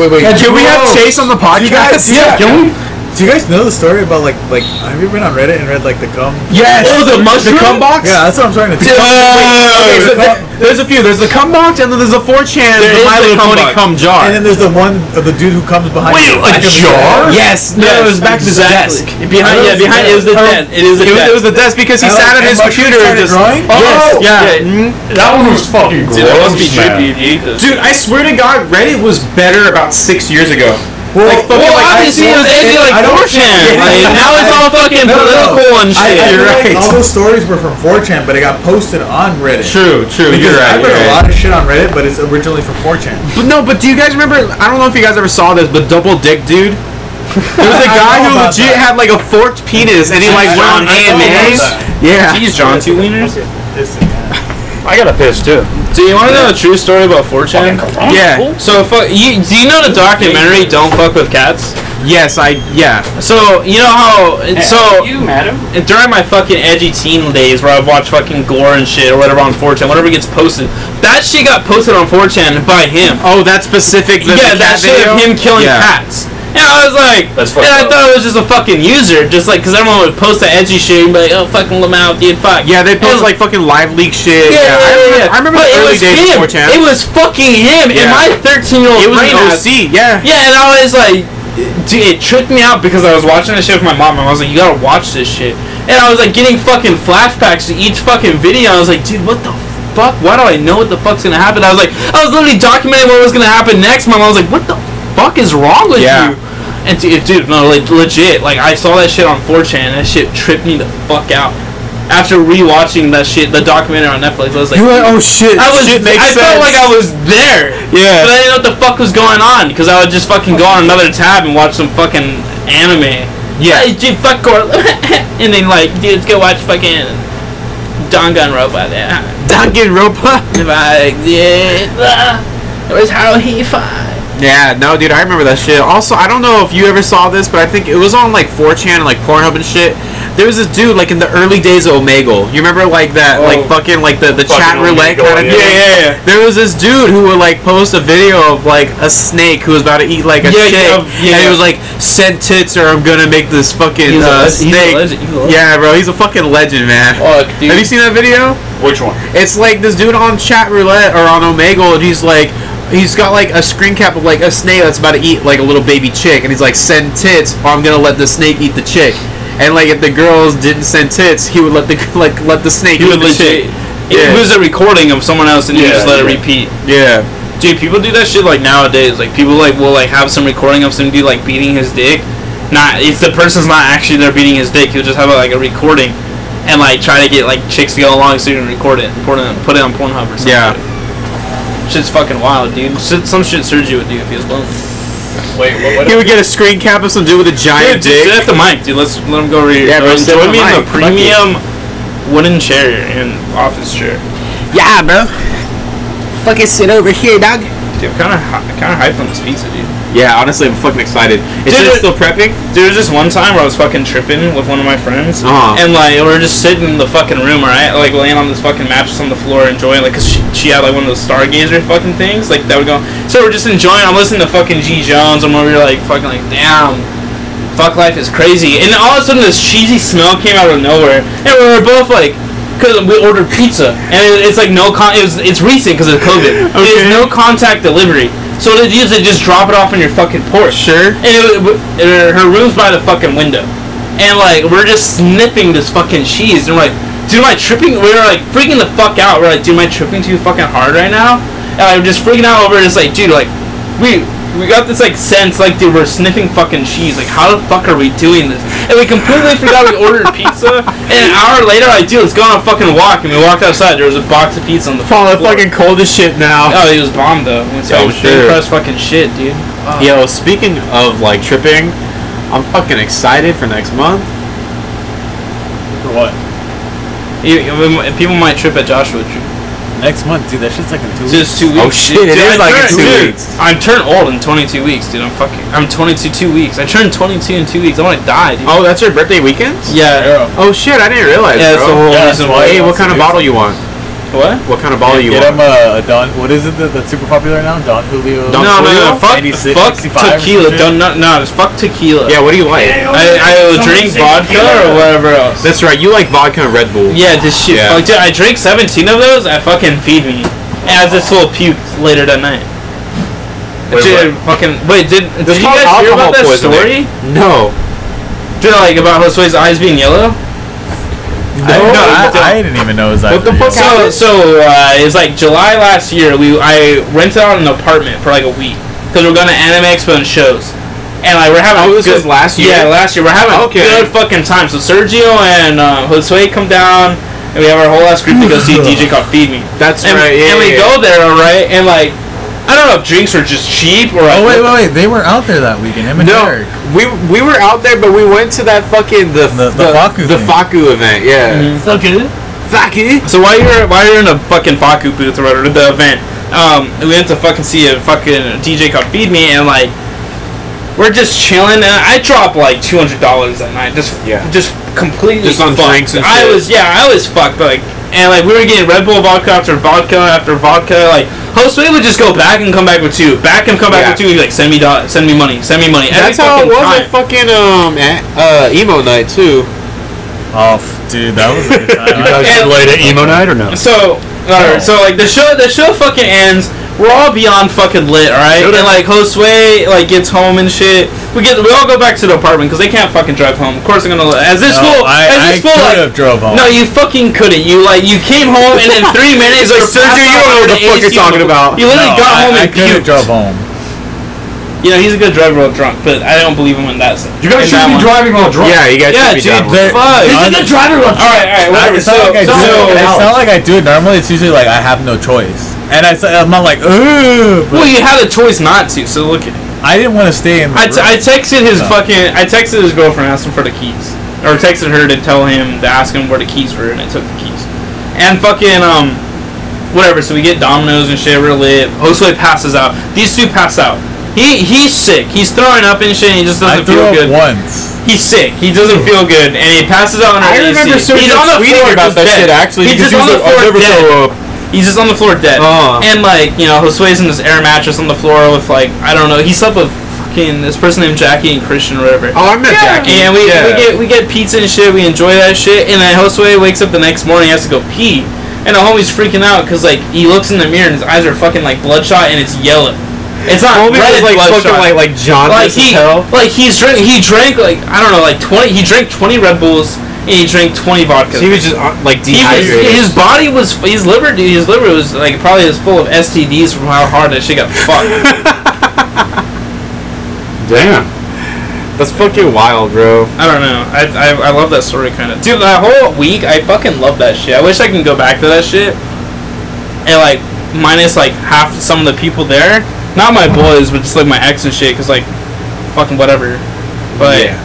Speaker 3: wait, wait.
Speaker 4: Can we have Chase on the
Speaker 3: You
Speaker 4: podcast?
Speaker 3: guys, yeah. Do you guys know the story about like like have you been on Reddit and read like the cum?
Speaker 4: Yes.
Speaker 2: Oh, the mushroom cum box.
Speaker 3: Yeah, that's what I'm trying to.
Speaker 4: Dude, wait, okay, so there- there's a few. There's the cum box, and then there's a 4chan
Speaker 2: There is
Speaker 4: Miley
Speaker 2: the cum
Speaker 4: Coney
Speaker 2: box.
Speaker 4: cum jar.
Speaker 3: And then there's the one of the dude who comes behind. you.
Speaker 4: a jar? Yes. No, it was back to his desk.
Speaker 2: Behind, yeah, behind it was the
Speaker 4: Or-
Speaker 2: desk. It is the
Speaker 4: It was,
Speaker 2: desk.
Speaker 4: it was the desk because he sat at his computer and just. Oh, Yes.
Speaker 3: drawing.
Speaker 4: Yeah. mhm.
Speaker 6: That one was fucking gross,
Speaker 2: Dude, that must be
Speaker 6: man.
Speaker 2: trippy if you eat this.
Speaker 4: Dude, I swear to God, Reddit was better about six years ago.
Speaker 3: Well,
Speaker 4: Like, fucking,
Speaker 2: well,
Speaker 4: like, I-
Speaker 2: obviously it was
Speaker 4: I-
Speaker 2: ending like
Speaker 4: I don't-
Speaker 2: 4chan.
Speaker 4: Yeah.
Speaker 2: Like, now it's all fucking
Speaker 3: No, no, no.
Speaker 2: political and
Speaker 3: I,
Speaker 2: shit.
Speaker 3: I
Speaker 4: You're
Speaker 3: feel like
Speaker 4: right.
Speaker 3: All those stories were from 4chan, but it got posted on Reddit.
Speaker 4: True, true.
Speaker 3: Because
Speaker 4: You're right.
Speaker 3: I read
Speaker 4: you're
Speaker 3: a
Speaker 4: right.
Speaker 3: lot of shit on Reddit, but it's originally from 4chan.
Speaker 4: But no, but do you guys remember? I don't know if you guys ever saw this, but Double Dick Dude. There was a
Speaker 3: I
Speaker 4: guy
Speaker 3: know
Speaker 4: who
Speaker 3: about
Speaker 4: legit
Speaker 3: that.
Speaker 4: had like a forked penis, and he like went on
Speaker 2: John, I know about
Speaker 4: AMAs.
Speaker 2: that.
Speaker 4: Yeah.
Speaker 2: Jeez, John, two wieners.
Speaker 6: I got a piss, too.
Speaker 2: Do you want to know a true story about 4chan?
Speaker 4: Yeah.
Speaker 2: So, fuck, you, do you know the documentary "Don't Fuck with Cats"?
Speaker 4: Yes, I. Yeah.
Speaker 2: So you know how so
Speaker 8: you, madam.
Speaker 2: And during my fucking edgy teen days where I've watched fucking gore and shit or whatever on 4chan, whatever gets posted, that shit got posted on 4chan by him.
Speaker 4: Oh, that specific. The,
Speaker 2: yeah,
Speaker 4: the cat
Speaker 2: that shit
Speaker 4: video?
Speaker 2: of him killing
Speaker 4: Yeah.
Speaker 2: cats. And I was like,
Speaker 6: That's
Speaker 2: and
Speaker 6: fucked
Speaker 2: I
Speaker 6: up.
Speaker 2: thought it was just a fucking user, just like, because everyone would post that edgy shit and be like, oh, fucking Lamau, dude, fuck.
Speaker 4: Yeah, they post
Speaker 2: And-
Speaker 4: like fucking live leak shit. I
Speaker 2: yeah, yeah, yeah,
Speaker 4: remember,
Speaker 2: yeah.
Speaker 4: I remember
Speaker 2: But
Speaker 4: the
Speaker 2: it
Speaker 4: early
Speaker 2: was
Speaker 4: days
Speaker 2: him.
Speaker 4: of 4chan.
Speaker 2: It was fucking him in
Speaker 4: Yeah.
Speaker 2: my 13 year old
Speaker 4: It was
Speaker 2: brain.
Speaker 4: an
Speaker 2: I-
Speaker 4: OC. Yeah.
Speaker 2: Yeah, and I was like, dude, it tripped me out because I was watching this shit with my mom, and I was like, you gotta watch this shit. And I was like getting fucking flashbacks to each fucking video. I was like, dude, what the fuck? Why do I know what the fuck's gonna happen? I was like, I was literally documenting what was gonna happen next. My mom was like, what the fuck is wrong with
Speaker 4: Yeah.
Speaker 2: you? And dude, dude, no, like legit, like I saw that shit on 4chan. That shit tripped me the fuck out. After rewatching that shit, the documentary on Netflix, I was like,
Speaker 4: You were like, oh shit.
Speaker 2: I was.
Speaker 4: Shit makes
Speaker 2: I felt
Speaker 4: sense.
Speaker 2: like I was there.
Speaker 4: Yeah.
Speaker 2: But I didn't know what the fuck was going on because I would just fucking go on another tab and watch some fucking anime.
Speaker 4: Yeah.
Speaker 2: Hey, dude, fuck gore. and then like, dude, let's go watch fucking Danganronpa. Yeah.
Speaker 4: Danganronpa.
Speaker 2: Like, yeah. ah, Where's Haruhi Five?
Speaker 4: Yeah, no, dude, I remember that shit. Also, I don't know if you ever saw this, but I think it was on like 4chan and like Pornhub and shit. There was this dude like in the early days of Omegle. You remember like that, like fucking like the, the chat
Speaker 6: Fucking
Speaker 4: roulette
Speaker 6: Omegle,
Speaker 4: kind of
Speaker 6: yeah.
Speaker 4: thing.
Speaker 6: Yeah,
Speaker 4: yeah, yeah. There was this dude who would like post a video of like a snake who was about to eat like a
Speaker 2: Yeah,
Speaker 4: chick,
Speaker 2: yeah, yeah.
Speaker 4: and he was like, "Send tits or I'm gonna make this fucking
Speaker 2: He's
Speaker 4: uh,
Speaker 2: a leg- he's a
Speaker 4: snake."
Speaker 2: legend, he's a legend.
Speaker 4: yeah, bro, he's a fucking legend, man.
Speaker 2: Fuck, dude.
Speaker 4: Have you seen that video?
Speaker 6: Which one?
Speaker 4: It's like this dude on chat roulette or on Omegle, and he's like, he's got like a screen cap of like a snake that's about to eat like a little baby chick, and he's like, send tits, or I'm gonna let the snake eat the chick. And like if the girls didn't send tits, he would let the like let the snake eat
Speaker 2: He would
Speaker 4: the chick.
Speaker 2: legit. It
Speaker 4: Yeah.
Speaker 2: was a recording of someone else, and you
Speaker 6: Yeah,
Speaker 2: just let it
Speaker 6: yeah.
Speaker 2: repeat.
Speaker 4: Yeah.
Speaker 2: Dude, people do that shit like nowadays. Like people like will like have some recording of some dude like beating his dick. Not if the person's not actually there beating his dick, he'll just have like a recording and like try to get like chicks to go along so you can record it and put it on, put it on Pornhub or something.
Speaker 4: Yeah.
Speaker 2: Shit's fucking wild, dude. Shit, some shit Sergio would do if he was blown.
Speaker 3: Wait, what?
Speaker 4: He would get a screen cap of some dude with a
Speaker 2: Dude,
Speaker 4: giant
Speaker 2: dude,
Speaker 4: dick.
Speaker 2: sit at the mic, dude. Let's let him go over here.
Speaker 4: Yeah, bro,
Speaker 2: Uh,
Speaker 4: sit at
Speaker 2: join
Speaker 4: the
Speaker 2: me in
Speaker 4: mic.
Speaker 2: the
Speaker 4: Fuck
Speaker 2: premium wooden chair and office chair.
Speaker 8: Yeah, bro. Fucking sit over here, dog.
Speaker 2: Dude, I'm kind of kind of hyped on this pizza, dude.
Speaker 4: Yeah, honestly, I'm fucking excited. Is
Speaker 2: Dude,
Speaker 4: it
Speaker 2: it-
Speaker 4: still prepping?
Speaker 2: Dude, there was this one time where I was fucking tripping with one of my friends,
Speaker 4: Uh-huh.
Speaker 2: and like we were just sitting in the fucking room, right? Like laying on this fucking mattress on the floor, enjoying like, cause she, she had like one of those stargazer fucking things, like that would go. So we're just enjoying. I'm listening to fucking G Jones, and we were like fucking like, damn, fuck life is crazy. And then all of a sudden this cheesy smell came out of nowhere, and we were both like. Cause we ordered pizza, and it, it's like no con. It was, it's recent because of COVID. It's no contact delivery. So what it is, they just drop it off on your fucking porch.
Speaker 4: Sure.
Speaker 2: And it, w- her, her room's by the fucking window. And like we're just sniffing this fucking cheese, and we're like, dude, am I tripping? We were like freaking the fuck out. We're like, dude, am I tripping too fucking hard right now? And I'm just freaking out over. it. It's like, dude, like we we got this like sense, like dude, we're sniffing fucking cheese. Like how the fuck are we doing this? And we completely forgot we ordered pizza. And an hour later, I like, dude, let's go on a fucking walk. And we walked outside. There was a box of pizza on the
Speaker 4: Paul, I'm
Speaker 2: floor.
Speaker 4: fucking cold as shit now.
Speaker 2: Oh, he was bomb though. It's
Speaker 4: Yeah,
Speaker 2: like
Speaker 4: I'm sure.
Speaker 2: press fucking shit, dude.
Speaker 4: Yo, speaking of like tripping, I'm fucking excited for next month.
Speaker 3: For what?
Speaker 2: You- you- people might trip at Joshua. Tree.
Speaker 3: Next month, dude. That shit's like in two weeks.
Speaker 2: Just two weeks.
Speaker 4: Oh, shit, it
Speaker 2: dude.
Speaker 4: is
Speaker 2: I
Speaker 4: like in
Speaker 2: turned-
Speaker 4: two
Speaker 2: dude,
Speaker 4: weeks.
Speaker 2: I'm turned old in 22 weeks, dude. I'm fucking. I'm 22 two weeks. I turned 22 in two weeks. I want to die, dude.
Speaker 4: Oh, that's your birthday weekend?
Speaker 2: yeah.
Speaker 4: Oh shit, I didn't realize.
Speaker 2: Yeah, that's the
Speaker 4: bro.
Speaker 2: whole
Speaker 3: Yeah, that's
Speaker 2: reason
Speaker 3: why-
Speaker 2: why.
Speaker 4: Hey, what kind of bottle you want?
Speaker 2: What?
Speaker 4: What kind of bottle you
Speaker 3: Get
Speaker 4: want?
Speaker 3: him a, a uh, Don. What is it that, that's super popular now? Don Julio.
Speaker 4: Don
Speaker 2: no, no,
Speaker 4: Julio?
Speaker 2: no. Fuck,
Speaker 3: 96,
Speaker 2: fuck
Speaker 3: 65 or
Speaker 2: tequila.
Speaker 3: some shit?
Speaker 2: Don't no, no. it's Fuck tequila.
Speaker 4: Yeah, what do you like?
Speaker 2: I, I will drink vodka or whatever else.
Speaker 4: That's right, you like vodka and Red Bull.
Speaker 2: Yeah, this shit.
Speaker 4: Yeah.
Speaker 2: Fuck, dude. I drank 17 of those. I fucking feed me. As this whole puke later that night.
Speaker 4: Wait,
Speaker 2: dude, fucking wait. Did, did
Speaker 4: That's
Speaker 2: you
Speaker 4: called
Speaker 2: guys hear
Speaker 4: alcohol
Speaker 2: about that
Speaker 4: poisoning.
Speaker 2: story?
Speaker 4: No.
Speaker 2: Dude, like about Josue's eyes being yellow.
Speaker 3: I, no,
Speaker 2: No, I don't.
Speaker 3: I, I didn't even know his What
Speaker 4: the fuck
Speaker 2: So, so uh, it's like July last year. We I rented out an apartment for like a week because we're going to Anime Expo and shows, and like we're having.
Speaker 4: Oh,
Speaker 2: a
Speaker 4: this was last year?
Speaker 2: Yeah, last year we're having
Speaker 4: Okay.
Speaker 2: a good fucking time. So Sergio and uh, Josue come down, and we have our whole ass group to go see a DJ called Feed Me.
Speaker 4: That's
Speaker 2: and,
Speaker 4: right, yeah.
Speaker 2: and we
Speaker 4: yeah,
Speaker 2: go there, all right, and like I don't know if drinks were just cheap or.
Speaker 3: Oh wait, wait, wait! They were out there that weekend. Him and
Speaker 4: No,
Speaker 3: Derek.
Speaker 4: we we were out there, but we went to that fucking the
Speaker 3: The- the Faku
Speaker 4: the
Speaker 3: thing.
Speaker 4: Faku event. Yeah, Faku.
Speaker 2: So while you're while you're in a fucking Faku booth or whatever at the event, um, we went to fucking see a fucking DJ called Feed Me, and like we're just chilling. And I dropped like two hundred dollars that night, just
Speaker 4: Yeah.
Speaker 2: just completely
Speaker 4: Just on
Speaker 2: fucked.
Speaker 4: drinks and
Speaker 2: I
Speaker 4: shit.
Speaker 2: was yeah, I was fucked like. And like we were getting Red Bull vodka after vodka after vodka, like Josue would just go back and come back with two, back and come back
Speaker 4: Yeah.
Speaker 2: with two. He'd be like, "Send me, do- send me money, send me money." Every
Speaker 4: That's how it
Speaker 2: fucking
Speaker 4: was
Speaker 2: time.
Speaker 4: at fucking um at, uh emo night too.
Speaker 3: Oh, f- dude, that was a good time. I-
Speaker 6: guys
Speaker 2: And-
Speaker 6: late at emo night or no?
Speaker 2: So,
Speaker 4: Oh.
Speaker 2: alright, so like the show, the show fucking ends. We're all beyond fucking lit, all right? And like Josue like gets home and shit. We get we all go back to the apartment because they can't fucking drive home. Of course they're gonna as this
Speaker 3: no,
Speaker 2: fool
Speaker 3: I,
Speaker 2: as
Speaker 3: I
Speaker 2: this fool
Speaker 3: could
Speaker 2: like
Speaker 3: have drove home.
Speaker 2: no you fucking couldn't. You like you came home and in three minutes
Speaker 4: like,
Speaker 2: you're
Speaker 4: "Sergio,
Speaker 2: passed
Speaker 4: you
Speaker 2: out
Speaker 4: don't know what the
Speaker 2: on
Speaker 4: fuck
Speaker 2: AC
Speaker 4: you're talking
Speaker 2: on the-
Speaker 4: about."
Speaker 2: You literally
Speaker 3: No,
Speaker 2: got
Speaker 3: I,
Speaker 2: home
Speaker 3: I
Speaker 2: and
Speaker 3: could have
Speaker 2: puked.
Speaker 3: drove home.
Speaker 2: You know he's a good driver while drunk, but I don't believe him in that.
Speaker 6: You guys shouldn't be driving while drunk.
Speaker 4: Yeah, you guys should
Speaker 2: Yeah,
Speaker 4: be
Speaker 2: dude,
Speaker 4: down with
Speaker 3: There-
Speaker 4: it.
Speaker 2: Fuck.
Speaker 3: I-
Speaker 2: All right, all right,
Speaker 3: I-
Speaker 2: whatever.
Speaker 3: It's not
Speaker 2: So,
Speaker 3: like I do it-
Speaker 2: so
Speaker 3: it's not like I do it normally. It's usually like I have no choice, and I, am not like, ooh. But
Speaker 2: well, you had a choice not to. So look at. it.
Speaker 3: I didn't want to stay in. The
Speaker 2: I, t- I
Speaker 3: room.
Speaker 2: texted his
Speaker 3: No.
Speaker 2: fucking. I texted his girlfriend, asked him for the keys, or texted her to tell him to ask him where the keys were, and I took the keys. And fucking um, whatever. So we get Domino's and shit. We're lit. Josue passes out. These two pass out. He he's sick. He's throwing up and shit. And he just
Speaker 3: I
Speaker 2: doesn't
Speaker 3: threw
Speaker 2: feel
Speaker 3: up
Speaker 2: good.
Speaker 3: once.
Speaker 2: He's sick. He doesn't feel good, and he passes out on our
Speaker 4: I remember
Speaker 2: AC.
Speaker 4: Sergio
Speaker 2: He's on the
Speaker 4: tweeting
Speaker 2: floor
Speaker 4: about
Speaker 2: just
Speaker 4: that
Speaker 2: dead.
Speaker 4: shit actually.
Speaker 2: He's
Speaker 4: because
Speaker 2: just on
Speaker 4: he
Speaker 2: the
Speaker 4: was like,
Speaker 2: floor
Speaker 4: I'll never
Speaker 2: dead.
Speaker 4: throw up.
Speaker 2: He's just on the floor dead.
Speaker 4: Oh.
Speaker 2: And like, you know, Josue's in this air mattress on the floor with like I don't know, he slept with fucking this person named Jackie and Christian or whatever.
Speaker 4: Oh, I met Jackie.
Speaker 2: And we,
Speaker 4: yeah.
Speaker 2: we get we get pizza and shit. We enjoy that shit. And then Josue wakes up the next morning, he has to go pee, and the homie's freaking out because like he looks in the mirror and his eyes are fucking like bloodshot and it's yellow. It's not
Speaker 4: Homie
Speaker 2: red,
Speaker 4: was
Speaker 2: it's
Speaker 4: like fucking
Speaker 2: bloodshot.
Speaker 4: like like John
Speaker 2: like
Speaker 4: as
Speaker 2: he
Speaker 4: hell.
Speaker 2: like he's drink he drank like I don't know like twenty he drank twenty Red Bulls. and he drank twenty vodkas.
Speaker 4: So he was just uh, like
Speaker 2: He was-
Speaker 4: dehydrated.
Speaker 2: his body was his liver, dude. His liver was like probably as full of STDs from how hard that shit got fucked.
Speaker 6: Damn.
Speaker 4: That's fucking wild, bro.
Speaker 2: I don't know. I, I, I love that story kind of. Dude, that whole week, I fucking love that shit. I wish I can go back to that shit. And like minus like half some of the people there, not my boys, but just like my ex and shit, cause like fucking whatever. But
Speaker 4: Yeah.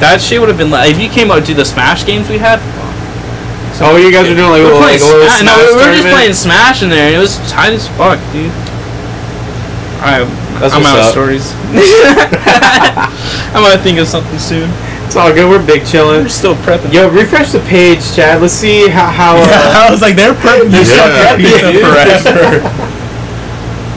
Speaker 2: that shit would have been like if you came out to the Smash games we had.
Speaker 4: So you guys are doing like,
Speaker 2: we
Speaker 4: little,
Speaker 2: were
Speaker 4: like
Speaker 2: playing
Speaker 4: a little Smash
Speaker 2: Smash. No, we were just
Speaker 4: tournament?
Speaker 2: playing Smash in there, and it was tight as fuck, dude. I,
Speaker 4: That's
Speaker 2: I'm
Speaker 4: what's up.
Speaker 2: out of stories. I'm gonna think of something soon.
Speaker 4: It's all good. We're big chilling.
Speaker 2: We're still prepping.
Speaker 4: Yo, refresh the page, Chad. Let's see how how. Uh,
Speaker 3: I was like, they're prepping this
Speaker 6: Yeah.
Speaker 3: up forever.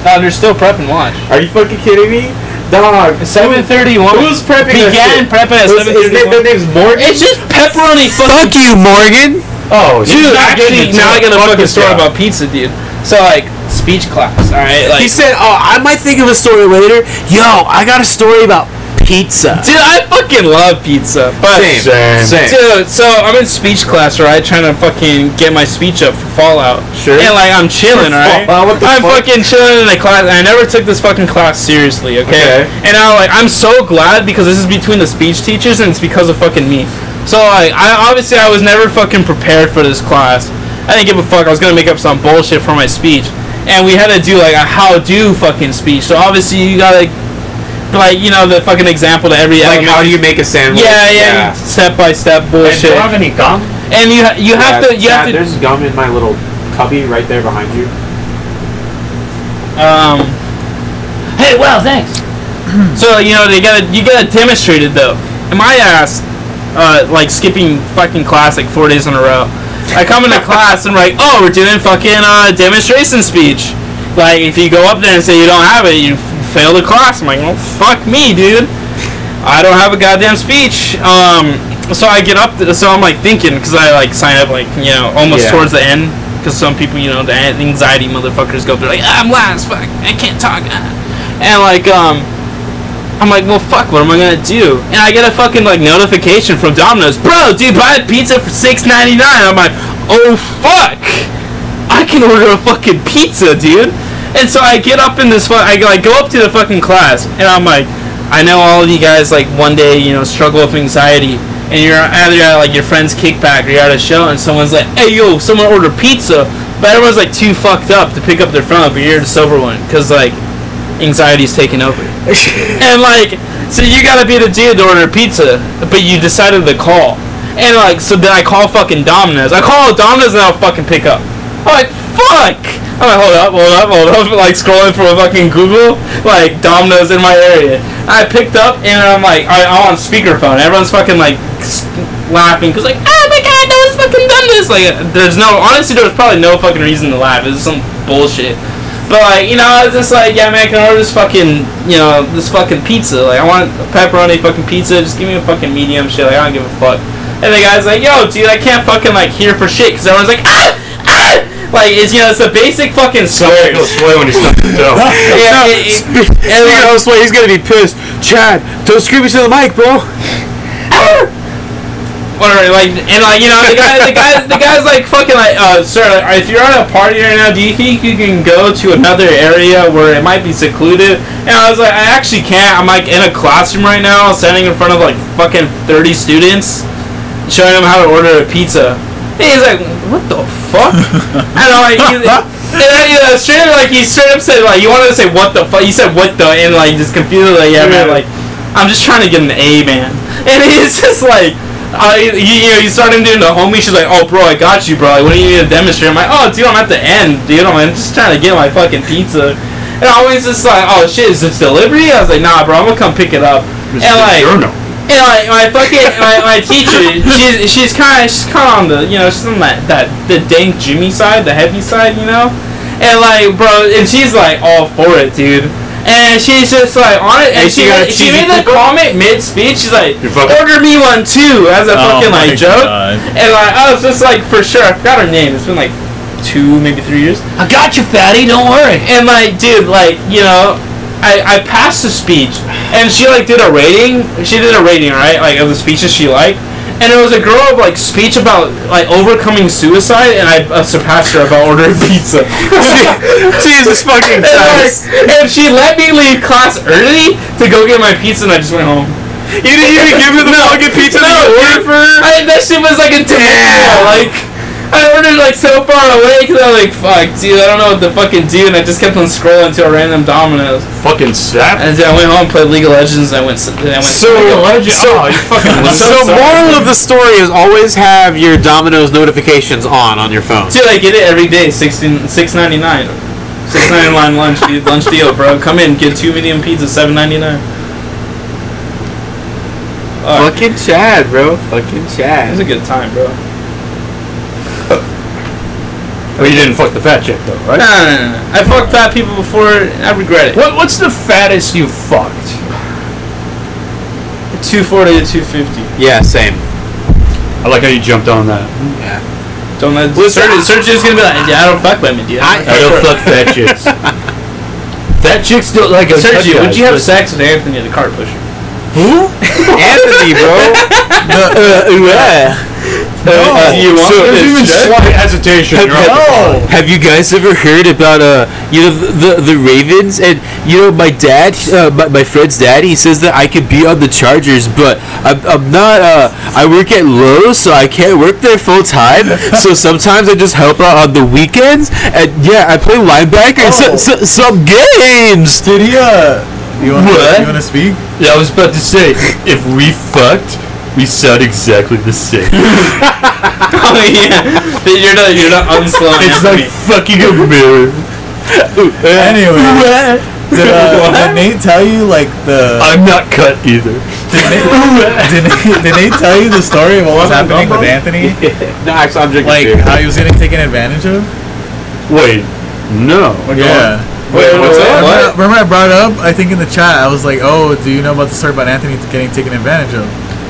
Speaker 2: Uh, they're still prepping. Watch.
Speaker 4: are you fucking kidding me, dog?
Speaker 2: Seven thirty-one.
Speaker 4: Who's prepping that
Speaker 2: Began
Speaker 4: shit?
Speaker 2: prepping at
Speaker 4: His,
Speaker 2: seven
Speaker 4: his name, their
Speaker 2: thirty-one.
Speaker 4: name's Morgan.
Speaker 2: It's just pepperoni
Speaker 7: Fuck
Speaker 2: fucking.
Speaker 7: you, Morgan.
Speaker 6: Oh,
Speaker 2: Dude,
Speaker 6: shit.
Speaker 2: actually, now I got a
Speaker 6: Fuck
Speaker 2: fucking
Speaker 6: this
Speaker 2: story
Speaker 6: guy.
Speaker 2: about pizza, dude. So like speech class, all right? Like,
Speaker 7: He said, "Oh, I might think of a story later." Yo, I got a story about pizza.
Speaker 2: dude, I fucking love pizza, but.
Speaker 4: Same. Same.
Speaker 2: Dude, so I'm in speech class, right? Trying to fucking get my speech up for Fallout.
Speaker 4: Sure.
Speaker 2: And like I'm chilling, right?
Speaker 4: Fallout, what the
Speaker 2: I'm
Speaker 4: fuck?
Speaker 2: fucking chilling in the class. and I never took this fucking class seriously,
Speaker 4: Okay.
Speaker 2: okay? And I like I'm so glad because this is between the speech teachers and it's because of fucking me. So like I obviously I was never fucking prepared for this class. I didn't give a fuck. I was gonna make up some bullshit for my speech, and we had to do like a how do fucking speech. So obviously you gotta like you know the fucking example to every
Speaker 4: Like,
Speaker 2: element.
Speaker 4: how do you make a sandwich?
Speaker 2: Yeah, yeah, step by step bullshit.
Speaker 6: any gum?
Speaker 2: And you ha- you have to you have to
Speaker 4: There's gum in my little cubby right there behind you.
Speaker 2: um. Hey, well, thanks. so you know they gotta you gotta demonstrate it though. And my ass, uh, like skipping fucking class like four days in a row. I come into class and like, oh, we're doing fucking uh, demonstration speech. Like if you go up there and say you don't have it, you f- fail the class. I'm like, well, fuck me, dude. I don't have a goddamn speech. Um, so I get up, th- so I'm like thinking, because I like sign up like you know almost
Speaker 4: Yeah.
Speaker 2: towards the end, because some people you know the an- anxiety motherfuckers go through like "Ah, I'm last, fuck, I can't talk, ah." and like um, I'm like, well, fuck, what am I gonna do? And I get a fucking like notification from Domino's, bro, dude, buy a pizza for six ninety nine. I'm like, oh fuck, I can order a fucking pizza, dude. And so I get up in this, fu- I go- like go up to the fucking class, and I'm like, I know all of you guys like one day you know struggle with anxiety, and you're either at like your friend's kickback or you're at a show, and someone's like, hey yo, someone ordered pizza, but everyone's like too fucked up to pick up their phone, but you're the sober one, cause like anxiety's taking over and like, so you gotta be the dude to order pizza, but you decided to call. And like, so then I call fucking Domino's. I call Domino's and I'll fucking pick up. I'm like, fuck! I'm like, hold up, hold up, hold up. Like, scrolling through fucking Google, like, Domino's in my area. I picked up and I'm like, I, I'm on speakerphone. Everyone's fucking like s- laughing because, like, oh my god, no one's fucking done this. Like, uh, there's no, honestly, there's probably no fucking reason to laugh. It's some bullshit. But like, you know, I was just like, yeah, man, can I order this fucking, you know, this fucking pizza? Like, I want pepperoni fucking pizza. Just give me a fucking medium shit. Like, I don't give a fuck. And the guy's like, yo, dude, I can't fucking like hear for shit because everyone's like, ah, ah. Like, it's you know, it's the basic fucking
Speaker 6: Somebody will
Speaker 2: swears.
Speaker 6: sway when he stops to tell.
Speaker 2: yeah, it- it- and,
Speaker 7: Speaking
Speaker 2: like,
Speaker 7: of this way, he's gonna be pissed. Chad, don't scream into the mic, bro.
Speaker 2: whatever, like, and like, you know, the guy, the guy, the guy's like, fucking, like, uh, sir, like, if you're at a party right now, do you think you can go to another area where it might be secluded? And I was like, I actually can't. I'm like in a classroom right now, standing in front of like fucking 30 students, showing them how to order a pizza. And he's like, what the fuck? and I'm like, he's, and then, you know, straight up, like, he straight up said, like, you wanted to say what the fuck? You said what the, and like, just confused, like, yeah, man, like, I'm just trying to get an A, man. And he's just like, I, you, you know, you start him doing the homie. She's like, "Oh, bro, I got you, bro. Like, what do you need to demonstrate?" I'm like, "Oh, dude, I'm at the end, dude. I'm just trying to get my fucking pizza." And I always just like, "Oh shit, is this delivery?" I was like, "Nah, bro, I'm gonna come pick it up." and like,
Speaker 6: Journal.
Speaker 2: and like my fucking my, my teacher, she's she's kind of she's kind of on the you know she's on that that the dank Jimmy side, the heavy side, you know. And like, bro, and she's like all for it, dude. And she's just like on it, and,
Speaker 4: And she
Speaker 2: she
Speaker 4: got a
Speaker 2: made- she,
Speaker 4: cheesy
Speaker 2: made the comment mid speech. She's like,
Speaker 6: You're fucking-
Speaker 2: "Order me one too," as a
Speaker 4: Oh
Speaker 2: fucking like joke.
Speaker 1: God.
Speaker 2: And like I was just like for sure, I forgot her name. It's been like two, maybe three years.
Speaker 5: I got you, fatty. Don't worry.
Speaker 2: And like, dude, like you know, I, I passed the speech, and she like did a rating. She did a rating, right? Like of the speeches she liked, and it was a girl of like speech about like overcoming suicide, and I uh, surpassed her about ordering pizza.
Speaker 4: Jesus fucking
Speaker 2: and, like,
Speaker 4: Christ.
Speaker 2: and she let me leave class early to go get my pizza, and I just went home.
Speaker 4: You didn't even give her the fucking pizza
Speaker 2: No,
Speaker 4: that you ordered
Speaker 2: dude.
Speaker 4: for her?
Speaker 2: I, that shit was like a tomato. Like I ordered like so far away because I was like, fuck, dude, I don't know what to fucking do, and I just kept on scrolling to a random Domino's.
Speaker 6: Fucking sap.
Speaker 2: And then I went home, played League of Legends, and I went. s- Then I went
Speaker 4: So, so, so moral of the story is always have your Domino's notifications on on your phone.
Speaker 2: Dude, I get it every day, sixteen six ninety nine. Six ninety nine lunch, dude. Lunch deal, bro. Come in, get two medium pizza, seven ninety nine. Fuck.
Speaker 4: Fucking Chad, bro. Fucking
Speaker 2: It was
Speaker 4: Chad.
Speaker 2: a good time, bro.
Speaker 6: Well, Oh, you didn't fuck the fat chick though,
Speaker 2: Nah,
Speaker 6: right?
Speaker 2: nah, nah, nah. I fucked fat people before. and I regret it.
Speaker 6: What, what's the fattest you fucked?
Speaker 2: Two forty to two fifty.
Speaker 4: Yeah, same.
Speaker 6: I like how you jumped on that.
Speaker 2: Don't let Sergio, Sergio's gonna be like, yeah, I don't fuck women, dude. I,
Speaker 6: I don't fuck fat chicks. Fat chicks don't like a
Speaker 2: Sergio, would you have sex with Anthony the cart pusher?
Speaker 4: Anthony, bro. Uh,
Speaker 6: No.
Speaker 4: Do you want
Speaker 6: so
Speaker 4: this
Speaker 6: there's even
Speaker 4: shit?
Speaker 6: slight hesitation. You're up to
Speaker 4: Have- Have you guys ever heard about uh you know the the Ravens and you know my dad uh, my, my friend's dad he says that I could be on the Chargers but I'm, I'm not uh I work at Lowe's so I can't work there full time so sometimes I just help out on the weekends and yeah I play linebacker and
Speaker 6: Oh.
Speaker 4: so, so, some games
Speaker 3: Did he, uh, you want
Speaker 6: What?
Speaker 3: to speak?
Speaker 6: Yeah, I was about to say, if we fucked, we sound exactly the same.
Speaker 2: oh yeah, But you're not you're not unslowing
Speaker 6: it's like
Speaker 2: Anthony.
Speaker 6: fucking a mirror.
Speaker 3: Anyway, did, uh, did Nate tell you, like, the.
Speaker 6: I'm not cut either.
Speaker 3: Did Nate, did, Nate, did Nate tell you the story of what was happening with Anthony?
Speaker 4: no actually I'm drinking
Speaker 3: Like, how he was getting taken advantage of?
Speaker 6: Wait, no.
Speaker 3: Yeah.
Speaker 6: Wait, what's that?
Speaker 3: Remember, remember I brought up, I think in the chat, I was like, oh, do you know about the story about Anthony getting taken advantage of?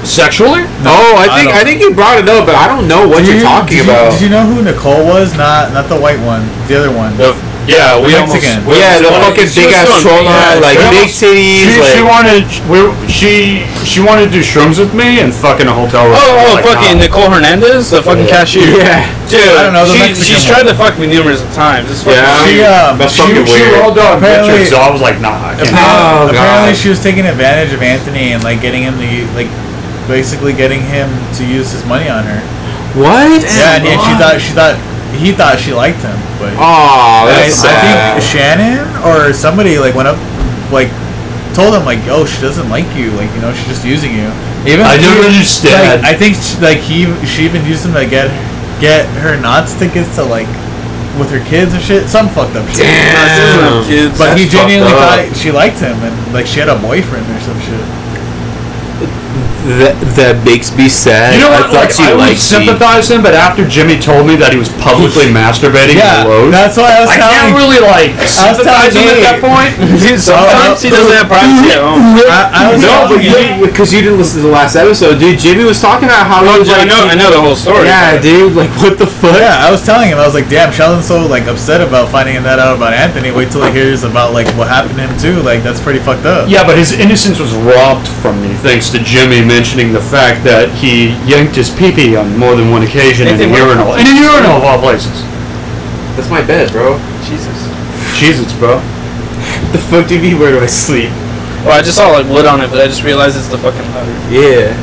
Speaker 6: Sexually?
Speaker 4: oh I think
Speaker 3: don't
Speaker 4: I,
Speaker 3: know.
Speaker 4: think you brought it up but I don't know what you're
Speaker 3: Did you-
Speaker 4: talking
Speaker 3: did you-
Speaker 4: about
Speaker 3: Did you know who Nicole was? Not not the white one, the other one.
Speaker 6: Uh, yeah, we
Speaker 3: The
Speaker 6: almost.
Speaker 3: Mexican.
Speaker 6: we
Speaker 4: yeah the
Speaker 6: almost-
Speaker 4: fucking
Speaker 6: she
Speaker 4: big
Speaker 6: was
Speaker 4: ass
Speaker 6: doing-
Speaker 4: troll
Speaker 6: yeah,
Speaker 4: like
Speaker 6: we
Speaker 4: big
Speaker 6: almost-
Speaker 4: cities
Speaker 6: She,
Speaker 4: like
Speaker 6: she wanted we were- she she wanted to do shrooms with me and fuck in a hotel room.
Speaker 2: Oh, oh,
Speaker 6: Like,
Speaker 2: fucking
Speaker 6: nah.
Speaker 2: Nicole Hernandez, the fucking cashier.
Speaker 4: yeah.
Speaker 2: Dude,
Speaker 3: I don't know, the
Speaker 2: she-
Speaker 3: Mexican
Speaker 2: she's
Speaker 3: one.
Speaker 2: tried to fuck me numerous times. It's fucking
Speaker 6: Yeah.
Speaker 3: She, um,
Speaker 6: That's
Speaker 4: She-
Speaker 6: fucking
Speaker 4: she
Speaker 6: weird. She rolled out
Speaker 3: Apparently-
Speaker 6: pictures, so I was like, nah, I can't.
Speaker 4: Oh, God.
Speaker 3: apparently she was taking advantage of Anthony and like getting him to u- like basically getting him to use his money on her.
Speaker 4: What?
Speaker 3: yeah, and, and she thought she thought he thought she liked him, but
Speaker 4: Oh,
Speaker 3: I,
Speaker 4: that's
Speaker 3: I
Speaker 4: sad.
Speaker 3: think Shannon or somebody like went up like told him like, oh, she doesn't like you, like you know, she's just using you. Even
Speaker 6: I don't
Speaker 3: like,
Speaker 6: understand.
Speaker 3: I think she, like he she even used him to get get her knots tickets to like with her kids and shit. Some fucked up shit.
Speaker 4: Damn.
Speaker 2: kids.
Speaker 3: But he
Speaker 4: That's fucked
Speaker 3: genuinely
Speaker 4: up.
Speaker 3: thought she liked him and like she had a boyfriend or some shit.
Speaker 4: That that makes me sad.
Speaker 6: You know
Speaker 4: I
Speaker 6: what?
Speaker 4: thought
Speaker 6: like,
Speaker 4: she
Speaker 6: I would
Speaker 4: liked me.
Speaker 6: sympathize him, but after Jimmy told me that he was publicly masturbating
Speaker 3: Yeah,
Speaker 6: in Lowe's,
Speaker 3: that's why I was
Speaker 6: I
Speaker 3: telling.
Speaker 6: can't really like
Speaker 3: was telling
Speaker 6: sympathize him at that
Speaker 3: Nate.
Speaker 6: point.
Speaker 4: Dude,
Speaker 2: Sometimes he doesn't have privacy at home.
Speaker 3: I, I was
Speaker 4: no,
Speaker 3: telling
Speaker 4: but
Speaker 3: you.
Speaker 4: you because you didn't listen to the last episode, dude. Jimmy was talking about how he was
Speaker 2: I
Speaker 4: like,
Speaker 2: know, I know the whole story.
Speaker 4: yeah, dup- dude. Like, what the fuck?
Speaker 3: Yeah, I was telling him. I was like, "Damn, Sheldon's so like upset about finding that out about Anthony. Wait till he hears about like what happened to him too. Like that's pretty fucked up."
Speaker 6: Yeah, but his innocence was robbed from me thanks to Jimmy mentioning the fact that he yanked his pee-pee on more than one occasion in
Speaker 2: Nathan,
Speaker 6: a
Speaker 2: what the
Speaker 6: urinal. In a urinal of all places.
Speaker 4: That's my bed, bro. Jesus.
Speaker 6: Jesus, bro.
Speaker 4: The fuck do you mean? Where do I sleep?
Speaker 2: Well, I just saw like wood on it, but I just realized it's the fucking uh, ladder.
Speaker 4: Yeah.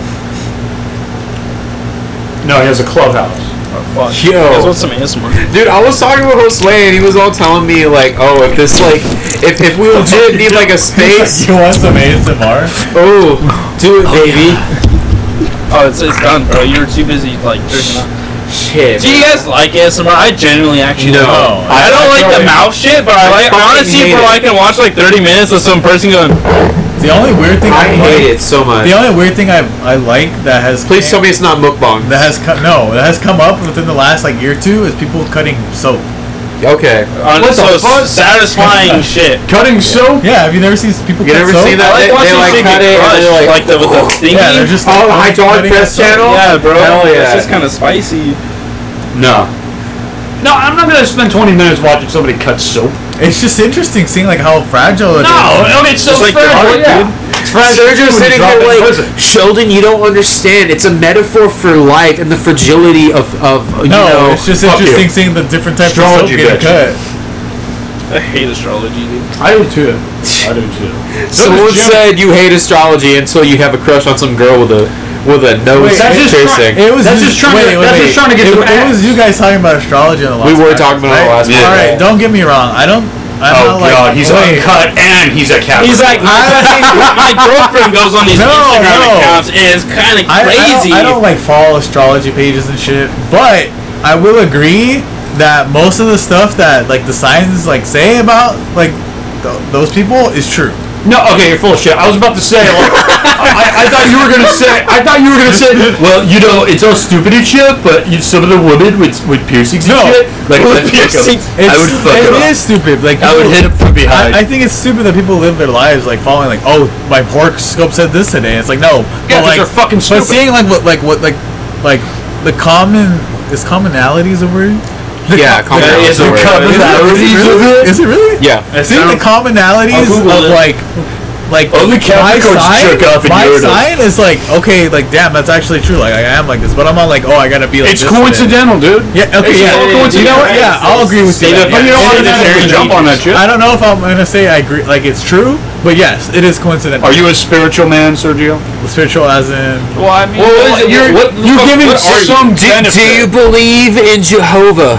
Speaker 6: No, he has a clubhouse.
Speaker 2: Fuck.
Speaker 4: Yo.
Speaker 2: You guys want some ASMR?
Speaker 4: Dude, I was talking with Host Lay, and he was all telling me like, oh, if this like, if if we legit need like a space,
Speaker 3: You want some ASMR?
Speaker 4: oh, do it, baby.
Speaker 2: Oh, it's, it's done, bro. You were too busy like. jerking off.
Speaker 4: Shit.
Speaker 2: Do you guys like ASMR? I genuinely actually
Speaker 4: No.
Speaker 2: don't. I don't like the mouth shit, but I like
Speaker 4: fucking hate
Speaker 2: honestly, bro,
Speaker 4: it.
Speaker 2: I can watch like 30 minutes of some person going. uh,
Speaker 3: The only weird thing
Speaker 4: I
Speaker 3: like,
Speaker 4: hate it Oh, so much.
Speaker 3: The only weird thing I I like that has
Speaker 4: Please tell me it's not mukbang.
Speaker 3: that has come no that has come up within the last like year or two is people cutting soap.
Speaker 4: Okay.
Speaker 2: On
Speaker 4: What
Speaker 2: what
Speaker 4: the
Speaker 2: so
Speaker 4: fuck?
Speaker 2: satisfying shit.
Speaker 6: Cutting soap?
Speaker 3: Yeah, have you never seen people
Speaker 4: You
Speaker 3: cut
Speaker 4: never
Speaker 3: soap?
Speaker 4: seen that?
Speaker 2: I
Speaker 4: They- they,
Speaker 2: like watching
Speaker 4: like,
Speaker 2: shit
Speaker 4: cut
Speaker 2: get
Speaker 4: it and
Speaker 2: crushed,
Speaker 4: they're like,
Speaker 2: like the, with the thingy.
Speaker 3: Yeah, they're just
Speaker 4: Oh, the hydraulic
Speaker 3: cutting
Speaker 4: press
Speaker 3: soap.
Speaker 4: channel.
Speaker 2: Yeah, bro.
Speaker 4: Hell yeah.
Speaker 2: It's just kind of spicy.
Speaker 6: No. No, I'm not gonna spend 20 minutes watching somebody cut soap.
Speaker 3: It's just interesting seeing like how fragile it is.
Speaker 6: No, I mean, it's so
Speaker 2: Just like the
Speaker 6: fragile,
Speaker 2: art,
Speaker 6: yeah.
Speaker 4: Fred, they're just
Speaker 6: Someone
Speaker 4: sitting
Speaker 6: drop
Speaker 4: there
Speaker 6: in
Speaker 4: like,
Speaker 6: prison.
Speaker 4: Sheldon, you don't understand. It's a metaphor for life and the fragility of, of you
Speaker 3: No,
Speaker 4: know.
Speaker 3: it's just
Speaker 6: fuck
Speaker 3: interesting
Speaker 6: you.
Speaker 3: seeing the different types
Speaker 6: Astrology
Speaker 3: of soap getting
Speaker 6: bitch.
Speaker 3: cut.
Speaker 2: I hate astrology, dude.
Speaker 6: I do too. I do too.
Speaker 4: Someone said you hate astrology until you have a crush on some girl with a with a nose
Speaker 3: Wait, that's
Speaker 6: just
Speaker 4: piercing.
Speaker 3: It was
Speaker 6: That's
Speaker 3: you-
Speaker 6: just trying to-
Speaker 3: wait, wait,
Speaker 6: that's just
Speaker 3: wait.
Speaker 6: trying to get
Speaker 3: it,
Speaker 6: some
Speaker 3: It was
Speaker 6: ass.
Speaker 3: you guys talking about astrology on the last.
Speaker 4: We were
Speaker 3: podcast,
Speaker 4: talking about it
Speaker 3: right?
Speaker 4: last
Speaker 6: Yeah.
Speaker 3: All
Speaker 4: podcast.
Speaker 3: right, don't get me wrong. I don't. I'm
Speaker 6: Oh
Speaker 3: not like,
Speaker 6: god, he's
Speaker 3: wait,
Speaker 6: uncut and he's a Capricorn.
Speaker 2: He's like, my, my girlfriend goes on these
Speaker 3: No,
Speaker 2: Instagram
Speaker 3: no.
Speaker 2: accounts and it's kind of
Speaker 3: I,
Speaker 2: crazy.
Speaker 3: I, don't, I don't like follow astrology pages and shit, but I will agree that most of the stuff that like the signs like say about like th- those people is true.
Speaker 6: No, okay, you're full of shit. I was about to say, like, I, I thought you were gonna say, I thought you were gonna say, well, you know, it's all stupid and shit, but you, some of the women with with piercings and
Speaker 3: No.
Speaker 6: shit, like,
Speaker 8: With
Speaker 6: I'd fuck 'em.
Speaker 8: piercings.
Speaker 3: It's,
Speaker 6: I would fuck
Speaker 3: it
Speaker 6: it up.
Speaker 3: is stupid. Like
Speaker 6: I would
Speaker 3: people-
Speaker 6: hit him from behind.
Speaker 3: I, I think it's stupid that people live their lives like following like oh my horoscope said this today. It's like no,
Speaker 6: Yeah,
Speaker 3: but,
Speaker 6: 'cause
Speaker 3: like,
Speaker 6: they're fucking
Speaker 3: But
Speaker 6: stupid.
Speaker 3: seeing like what like what like like the common is commonalities a word. The
Speaker 4: Yeah,
Speaker 3: com-
Speaker 4: common-
Speaker 3: the-
Speaker 4: is a word.
Speaker 3: Commonalities of it? Is it really?
Speaker 4: Yeah.
Speaker 3: Seeing the commonalities
Speaker 6: I'll
Speaker 3: of
Speaker 6: Google it.
Speaker 3: like like
Speaker 6: Only Capricorns jerk off in
Speaker 3: my
Speaker 6: Uranus.
Speaker 3: sign is like okay, like damn, that's actually true. Like I am like this, but I'm not like oh I gotta be like.
Speaker 6: It's
Speaker 3: this today.
Speaker 6: coincidental, dude.
Speaker 3: Yeah. Okay.
Speaker 6: It's
Speaker 3: Yeah. you
Speaker 6: all
Speaker 3: know what?
Speaker 6: coincidental.
Speaker 3: Yeah, I'll agree with you. that,
Speaker 6: But
Speaker 3: yeah.
Speaker 6: you don't
Speaker 3: It is
Speaker 6: automatically
Speaker 3: very
Speaker 6: jump on that shit.
Speaker 3: I don't know if I'm gonna say I agree, like it's true, but yes, it is coincidental.
Speaker 6: Are you a spiritual man, Sergio?
Speaker 3: spiritual as in?
Speaker 6: Well, I mean,
Speaker 4: you're-
Speaker 6: you're giving some
Speaker 4: Do, do you believe in Jehovah?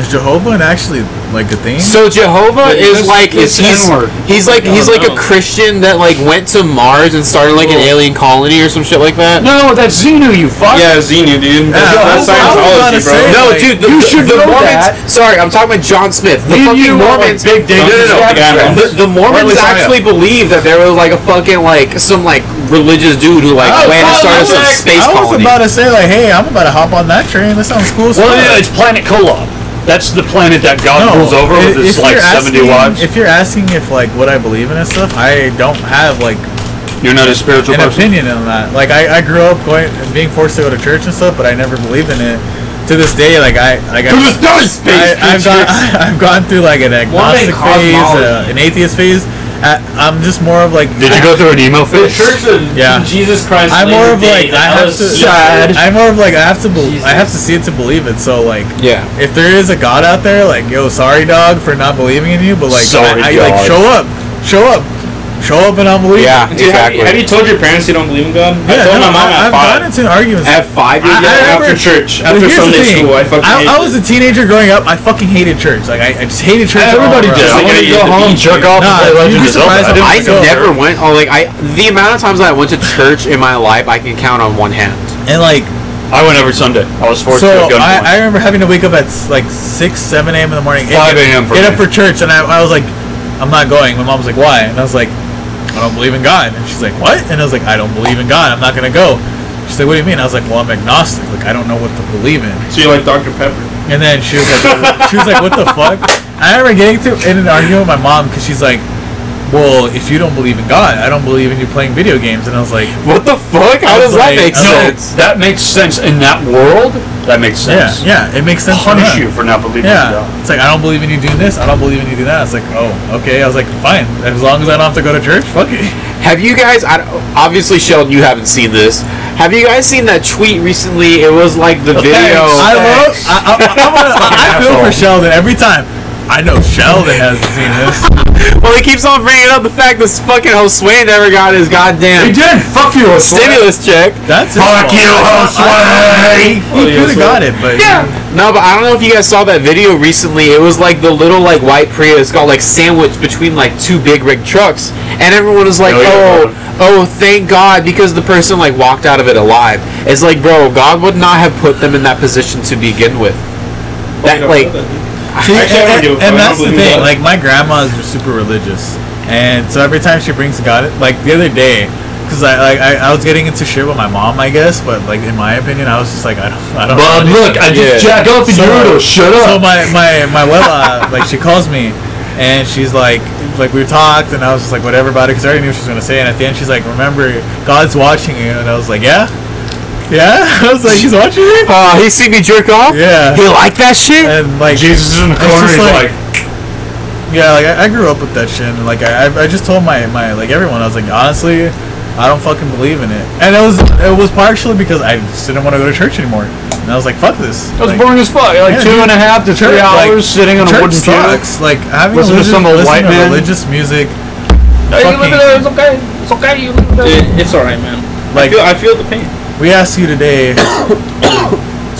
Speaker 3: Is Jehovah actually like a thing?
Speaker 4: So Jehovah
Speaker 6: But
Speaker 4: is
Speaker 6: this-
Speaker 4: like
Speaker 6: this
Speaker 4: is he's,
Speaker 6: N-word.
Speaker 4: he's like he's like a
Speaker 2: no.
Speaker 4: Christian that like went to Mars and started like an alien colony or some shit like that.
Speaker 6: No, that's Xenu, you fuck.
Speaker 8: Yeah, Xenu, dude. That's,
Speaker 3: Yeah,
Speaker 8: that's
Speaker 3: I was about to
Speaker 8: Scientology, bro.
Speaker 3: say-
Speaker 4: No,
Speaker 3: like,
Speaker 4: dude, the,
Speaker 6: you should
Speaker 4: the
Speaker 6: know
Speaker 4: Mormons.
Speaker 6: that.
Speaker 4: Sorry, I'm talking about John Smith. The
Speaker 6: Me and
Speaker 4: fucking
Speaker 6: you are, like,
Speaker 4: Mormons.
Speaker 6: big
Speaker 4: no,
Speaker 6: data
Speaker 4: no, no,
Speaker 6: subscribers.
Speaker 4: The, the Mormons
Speaker 6: Mormons are-
Speaker 4: actually believe that there was like a fucking like some like religious dude who like
Speaker 3: Oh, I was
Speaker 4: went and
Speaker 3: about
Speaker 4: started
Speaker 3: to
Speaker 4: some
Speaker 3: say-
Speaker 4: space
Speaker 3: I was
Speaker 4: colony.
Speaker 3: about to say like, hey, I'm about to hop on that train. That sounds cool. as
Speaker 6: Well,
Speaker 3: fuck.
Speaker 6: yeah, it's Planet Kolob. That's the planet that God
Speaker 3: No,
Speaker 6: rules over
Speaker 3: i-
Speaker 6: with his
Speaker 3: if
Speaker 6: like
Speaker 3: you're
Speaker 6: seventy
Speaker 3: asking-
Speaker 6: wives.
Speaker 3: If you're asking if like what I believe in and stuff, I don't have like
Speaker 6: You're not a spiritual
Speaker 3: an
Speaker 6: person.
Speaker 3: opinion on that. Like I, I grew up going being forced to go to church and stuff, but I never believed in it. To this day, like I, like I
Speaker 6: this day, space
Speaker 3: I, I've, gone, I've gone through like an agnostic phase, uh, an atheist phase. I, I'm just more of like
Speaker 6: Did you go through an emo
Speaker 2: the
Speaker 6: phase?
Speaker 2: Church of
Speaker 3: Yeah.
Speaker 2: Jesus Christ.
Speaker 3: I'm more
Speaker 2: Latter
Speaker 3: of
Speaker 2: Day,
Speaker 3: like I have to.
Speaker 2: was-
Speaker 3: I'm more of like I have to. Be- I have to see it to believe it. So like,
Speaker 4: Yeah.
Speaker 3: if there is a God out there, like yo, sorry dog for not believing in you, but like
Speaker 6: Sorry,
Speaker 3: I, I like
Speaker 6: dog.
Speaker 3: show up, show up, show up, and I'll believe.
Speaker 4: Yeah,
Speaker 2: Dude, have, you, have
Speaker 4: exactly.
Speaker 2: you told your parents you don't believe in God?
Speaker 3: Yeah,
Speaker 2: I told
Speaker 3: no,
Speaker 2: my mom
Speaker 3: I,
Speaker 2: at
Speaker 3: I've
Speaker 2: five.
Speaker 3: gotten into arguments.
Speaker 8: At five years
Speaker 3: I-
Speaker 8: old,
Speaker 3: I
Speaker 8: after
Speaker 3: remember-
Speaker 8: church,
Speaker 3: But
Speaker 8: after
Speaker 3: here's the
Speaker 8: Sunday
Speaker 3: thing.
Speaker 8: school, I fucking
Speaker 3: I,
Speaker 8: hated
Speaker 3: I
Speaker 8: it.
Speaker 3: was a teenager growing up. I fucking hated church. Like I, I just hated church. all
Speaker 6: Everybody
Speaker 3: around.
Speaker 6: did.
Speaker 2: I
Speaker 6: I
Speaker 2: wanna
Speaker 6: want to
Speaker 2: go
Speaker 6: go home,
Speaker 2: home,
Speaker 6: jerk off,
Speaker 3: Nah,
Speaker 6: and play
Speaker 3: you'd
Speaker 6: Legend
Speaker 3: be
Speaker 6: of
Speaker 3: surprised
Speaker 6: Zelda.
Speaker 3: how
Speaker 4: I
Speaker 3: much- So-
Speaker 4: never went. Oh, like I the amount of times that I went to church in my life, I can count on one hand.
Speaker 3: And like
Speaker 6: I went every Sunday. I was forced
Speaker 3: so
Speaker 6: to go.
Speaker 3: I, I remember having to wake up at s- like six, seven a.m. in the morning. and
Speaker 6: 5
Speaker 3: get-
Speaker 6: a.m. for
Speaker 3: Get up
Speaker 6: me.
Speaker 3: for church, and I, I was like, I'm not going. My mom was like, Why? And I was like, I don't believe in God. And she's like, What? And I was like, I don't believe in God. I'm not gonna go. She's like, What do you mean? I was like, Well, I'm agnostic. Like I don't know what to believe in.
Speaker 2: So you like Dr. Pepper?
Speaker 3: And then she was like, she was like, what the fuck? I remember getting to in an argument with my mom because she's like, well, if you don't believe in God, I don't believe in you playing video games. And I was like,
Speaker 4: What the fuck? How does that
Speaker 3: Like,
Speaker 4: make
Speaker 3: no.
Speaker 4: sense?
Speaker 6: that makes sense in that world. That makes
Speaker 3: yeah,
Speaker 6: sense.
Speaker 3: yeah, it makes sense. for
Speaker 6: Punish
Speaker 3: them.
Speaker 6: you for not believing in
Speaker 3: Yeah,
Speaker 6: God.
Speaker 3: it's like I don't believe in you doing this. I don't believe in you doing that. It's like, oh, okay. I was like, fine. As long as I don't have to go to church, fuck it.
Speaker 4: Have you guys? I, don't- obviously, Sheldon, you haven't seen this. Have you guys seen that tweet recently? It was like the video.
Speaker 3: I love. I, I, I, wanna, I feel for Sheldon every time. I know Sheldon hasn't seen this.
Speaker 4: Well, he keeps on bringing up the fact this fucking Josue never got his goddamn
Speaker 6: did. Fuck you,
Speaker 4: stimulus check.
Speaker 3: That's his
Speaker 6: Fuck
Speaker 3: fault.
Speaker 6: you,
Speaker 3: He
Speaker 6: Josue.
Speaker 3: could have got it, but
Speaker 4: No, but I don't know if you guys saw that video recently. It was like the little like white Prius got like sandwiched between like two big rig trucks, and everyone was like,
Speaker 6: Oh, yeah,
Speaker 4: "Oh, oh, thank God," because the person like walked out of it alive. It's like, bro, God would not have put them in that position to begin with.
Speaker 6: Oh,
Speaker 4: That like,
Speaker 3: See,
Speaker 2: Actually, I don't
Speaker 3: and,
Speaker 2: give a fuck.
Speaker 3: and
Speaker 2: I
Speaker 3: that's
Speaker 2: don't
Speaker 3: the
Speaker 2: believe in
Speaker 3: thing.
Speaker 2: God.
Speaker 3: Like my grandma's just super religious, and so every time she brings God, like the other day, because I like I, I was getting into shit with my mom, I guess, but like in my opinion, I was just like I don't I
Speaker 4: Uh,
Speaker 3: don't.
Speaker 6: Bob,
Speaker 3: know.
Speaker 6: look, I just jack off in Uranus. Shut
Speaker 3: So
Speaker 6: up.
Speaker 3: my my my wella, like she calls me, and she's like like we talked, and I was just like whatever about it, because I already knew what she was gonna say, and at the end she's like remember God's watching you, and I was like yeah, yeah, I was like he's watching me,
Speaker 4: uh, he see me jerk off.
Speaker 3: yeah,
Speaker 4: He like that shit.
Speaker 3: and like
Speaker 6: Jesus is in the
Speaker 3: It's
Speaker 6: corner.
Speaker 3: just
Speaker 6: He's
Speaker 3: like-
Speaker 6: like,
Speaker 3: Yeah, like I, I grew up with that shit. And, like I, I I just told my, my like everyone, I was like, honestly, I don't fucking believe in it. And it was it was partially because I just didn't want to go to church anymore. And I was like, fuck this.
Speaker 4: It was
Speaker 3: like,
Speaker 4: boring as fuck. Like
Speaker 3: Yeah,
Speaker 4: two
Speaker 3: dude.
Speaker 4: and a half to three
Speaker 3: Church, like,
Speaker 4: hours sitting on a
Speaker 3: church
Speaker 4: wooden pew.
Speaker 3: sucks. Like having
Speaker 4: Listen to
Speaker 3: religious,
Speaker 4: some old
Speaker 3: listen
Speaker 4: white
Speaker 3: to
Speaker 4: man.
Speaker 3: religious music.
Speaker 4: Hey, you
Speaker 3: fucking-
Speaker 4: live there. It's okay. It's okay. You live there.
Speaker 2: It, it's alright, man. I
Speaker 3: like
Speaker 2: feel, I feel the pain.
Speaker 3: we asked you today to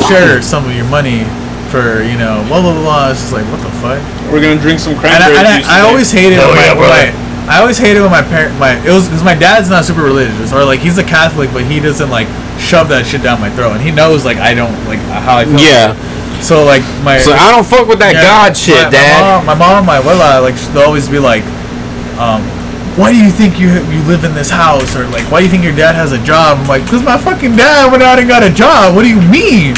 Speaker 3: share some of your money for you know blah blah blah. It's just like what the fuck.
Speaker 2: We're gonna drink some
Speaker 3: And I, and
Speaker 2: cranberry juice.
Speaker 3: I, I
Speaker 2: today.
Speaker 3: always hated
Speaker 6: Hell
Speaker 3: when my,
Speaker 6: Oh, yeah,
Speaker 3: when
Speaker 6: brother.
Speaker 3: my- I always hated when my parent my it was because my dad's not super religious or like he's a Catholic but he doesn't like shove that shit down my throat and he knows like I don't like how I feel.
Speaker 4: Yeah.
Speaker 3: So like my
Speaker 4: So I don't fuck with that
Speaker 3: yeah,
Speaker 4: God
Speaker 3: my-
Speaker 4: shit,
Speaker 3: my,
Speaker 4: Dad.
Speaker 3: mom- My mom, my abuela, like they'll always be like, um, why do you think you you live in this house or like why do you think your dad has a job? I'm like, cause my fucking dad went out and got a job. What do you mean?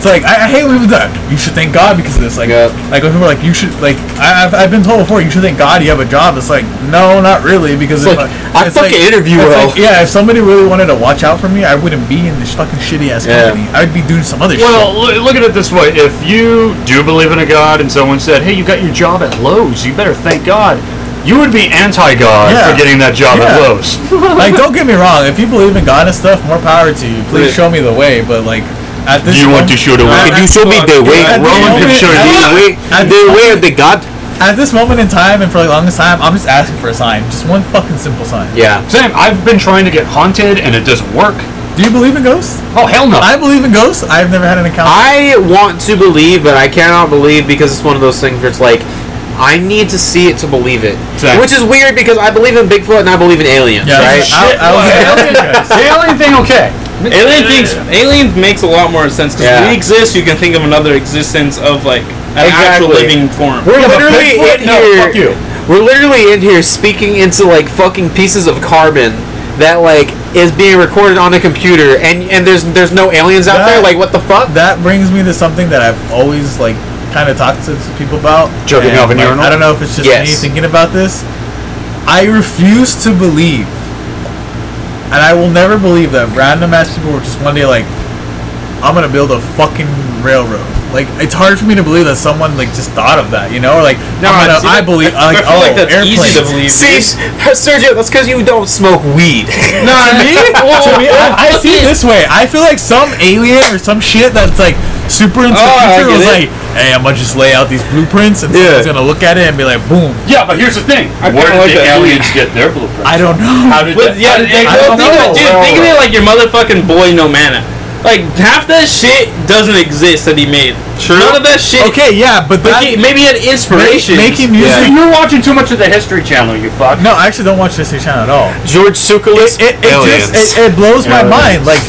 Speaker 3: It's like I, I hate when people do that. You should thank God because of this. Like,
Speaker 4: Yeah.
Speaker 3: like when people are like you should like I, I've, I've been told before you should thank God you have a job. It's like no, not really because
Speaker 4: It's
Speaker 3: if
Speaker 4: like, I
Speaker 3: it's
Speaker 4: fucking interview
Speaker 3: it's
Speaker 4: well.
Speaker 3: Like, yeah, if somebody really wanted to watch out for me, I wouldn't be in this fucking shitty ass
Speaker 4: Yeah.
Speaker 3: company. I would be doing some other shit.
Speaker 6: Well, loo- look at it this way: if you do believe in a God, and someone said, "Hey, you got your job at Lowe's, you better thank God," you would be anti-God
Speaker 3: Yeah.
Speaker 6: for getting that job at
Speaker 3: Yeah.
Speaker 6: Lowe's.
Speaker 3: like don't get me wrong if you believe in god and stuff more power to you please show me the way but like at this
Speaker 6: Do you want to
Speaker 3: moment-
Speaker 6: show the
Speaker 3: I-
Speaker 6: way?
Speaker 3: I-
Speaker 4: If you show me the way,
Speaker 3: I-
Speaker 4: Roman
Speaker 3: I-
Speaker 4: can show me the way.
Speaker 3: I-
Speaker 4: The way of the God.
Speaker 3: at this moment in time and for the longest time i'm just asking for a sign just one fucking simple sign
Speaker 4: Yeah.
Speaker 6: Sam, I've been trying to get haunted, and it doesn't work.
Speaker 3: do you believe in ghosts
Speaker 6: Oh hell no!
Speaker 3: i believe in ghosts i've never had an encounter
Speaker 4: I want to believe, but I cannot believe because it's one of those things where it's like, I need to see it to believe it.
Speaker 6: Exactly.
Speaker 4: Which is weird because I believe in Bigfoot and I believe in aliens,
Speaker 3: yeah
Speaker 4: right?
Speaker 3: I, I, was
Speaker 6: the alien thing, okay.
Speaker 2: Alien things. Alien makes a lot more sense because
Speaker 4: Yeah.
Speaker 2: we exist. You can think of another existence of like an
Speaker 4: Exactly.
Speaker 2: actual living form.
Speaker 4: We're literally
Speaker 6: Bigfoot?
Speaker 4: in
Speaker 6: No,
Speaker 4: here.
Speaker 6: fuck you.
Speaker 4: We're literally in here speaking into like fucking pieces of carbon that like is being recorded on a computer, and and there's there's no aliens out there.
Speaker 3: That-
Speaker 4: Like what the fuck?
Speaker 3: that brings me to something that i've always like kind of talked to people about
Speaker 6: Jerking
Speaker 3: and,
Speaker 6: off in
Speaker 3: like,
Speaker 6: urinal?
Speaker 3: i don't know if it's just
Speaker 4: Yes.
Speaker 3: me thinking about this i refuse to believe and i will never believe that random ass people were just one day like i'm gonna build a fucking railroad like it's hard for me to believe that someone like just thought of that you know or like
Speaker 2: No,
Speaker 3: I'm gonna,
Speaker 2: it's-
Speaker 3: i believe
Speaker 2: I
Speaker 3: like,
Speaker 2: feel
Speaker 3: oh,
Speaker 2: like that's
Speaker 3: airplanes.
Speaker 2: easy to believe.
Speaker 4: See, Sergio, that's because you don't smoke weed.
Speaker 3: No, to me, to me I, I see it this way. I feel like some alien or some shit that's like super into the
Speaker 2: Oh, I
Speaker 3: future
Speaker 2: get
Speaker 3: was
Speaker 2: it.
Speaker 3: like, hey, I'm gonna just lay out these blueprints and someone's gonna look at it and be like, boom.
Speaker 6: Yeah, but here's the thing: where
Speaker 2: kinda
Speaker 6: did
Speaker 2: like
Speaker 6: the
Speaker 2: that
Speaker 6: aliens get their blueprint?
Speaker 3: I don't know.
Speaker 6: How did
Speaker 2: But
Speaker 6: that?
Speaker 2: yeah,
Speaker 6: how did they
Speaker 2: like,
Speaker 3: I
Speaker 2: well,
Speaker 3: don't
Speaker 2: think of
Speaker 3: know.
Speaker 2: it, dude. Think of it like your motherfucking boy, no mana. Like half that shit doesn't exist that he made. Sure. None of that shit.
Speaker 3: Okay, yeah, but that
Speaker 2: But he, maybe he had inspiration.
Speaker 3: making music.
Speaker 6: You're watching too much of the History Channel, you fuck.
Speaker 3: No, I actually don't watch Disney Channel at all.
Speaker 4: George Tsoukalis,
Speaker 3: It, it
Speaker 4: aliens.
Speaker 3: just it, it blows my mind. Like,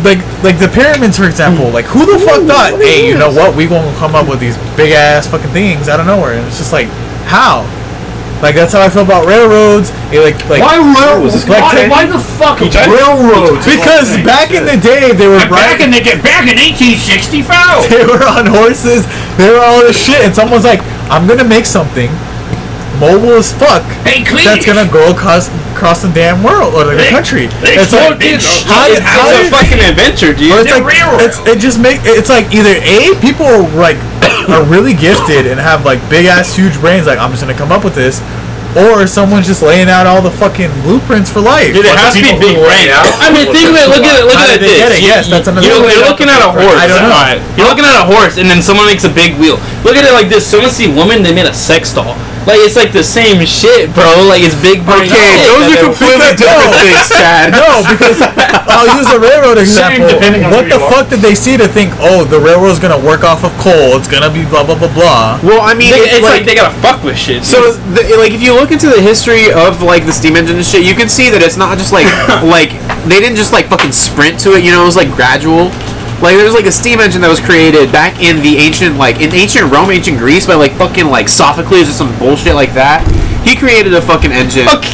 Speaker 3: like, like the pyramids, for example. Like, who the fuck thought? Hey, you know what? We gonna come up with these big ass fucking things out of nowhere, and it's just like, how? Like that's how I feel about railroads. It, like, like
Speaker 6: Why railroads?
Speaker 3: Like,
Speaker 6: Why,
Speaker 3: take-
Speaker 6: why the fuck
Speaker 3: railroads? Because back in the day, they were
Speaker 6: Back
Speaker 3: riding,
Speaker 6: in the day- back in 1865.
Speaker 3: they were on horses, they were all this shit, and someone's like, "I'm gonna make something mobile as fuck
Speaker 6: Hey, clean.
Speaker 3: that's gonna go across across the damn world or the country." It's like, how, did- how
Speaker 2: It's a
Speaker 3: did-
Speaker 2: fucking adventure, dude.
Speaker 3: or it's
Speaker 6: They're
Speaker 3: like it's, it just make it's like either a people are like are really gifted and have like big ass huge brains like I'm just gonna come up with this, or someone's just laying out all the fucking blueprints for life.
Speaker 6: Dude, it has to be big brain.
Speaker 2: I mean, think of it. Look at it. Look
Speaker 3: How
Speaker 2: at
Speaker 3: did they
Speaker 2: this.
Speaker 3: get it? Yes, that's another
Speaker 2: You're,
Speaker 3: way to
Speaker 2: you're
Speaker 3: look
Speaker 2: looking
Speaker 3: at
Speaker 2: at a
Speaker 3: it.
Speaker 2: horse.
Speaker 3: I don't know.
Speaker 2: Alright. You're looking at a horse, and then someone makes a big wheel. Look at it like this. Someone see woman, they made a sex doll. Like it's like the same shit, bro. Like it's big brain.
Speaker 4: okay,
Speaker 2: shit
Speaker 4: those
Speaker 2: that
Speaker 4: are
Speaker 2: they-
Speaker 4: completely different things, Chad.
Speaker 3: No, because I'll use the railroad example.
Speaker 6: depending on
Speaker 3: what
Speaker 6: who
Speaker 3: the
Speaker 6: you are.
Speaker 3: fuck did they see to think, oh, the railroad's gonna work off of coal, it's gonna be blah blah blah blah.
Speaker 4: Well, I mean, it's,
Speaker 2: They- It's
Speaker 4: like,
Speaker 2: like they gotta fuck with shit.
Speaker 4: So, the, like, if you look into the history of like the steam engine and shit, you can see that it's not just like like they didn't just like fucking sprint to it. You know, it was like gradual. Like there was like a steam engine that was created back in the ancient like in ancient Rome, ancient Greece by like fucking like Sophocles or some bullshit like that. He created a fucking engine.
Speaker 2: Fuck.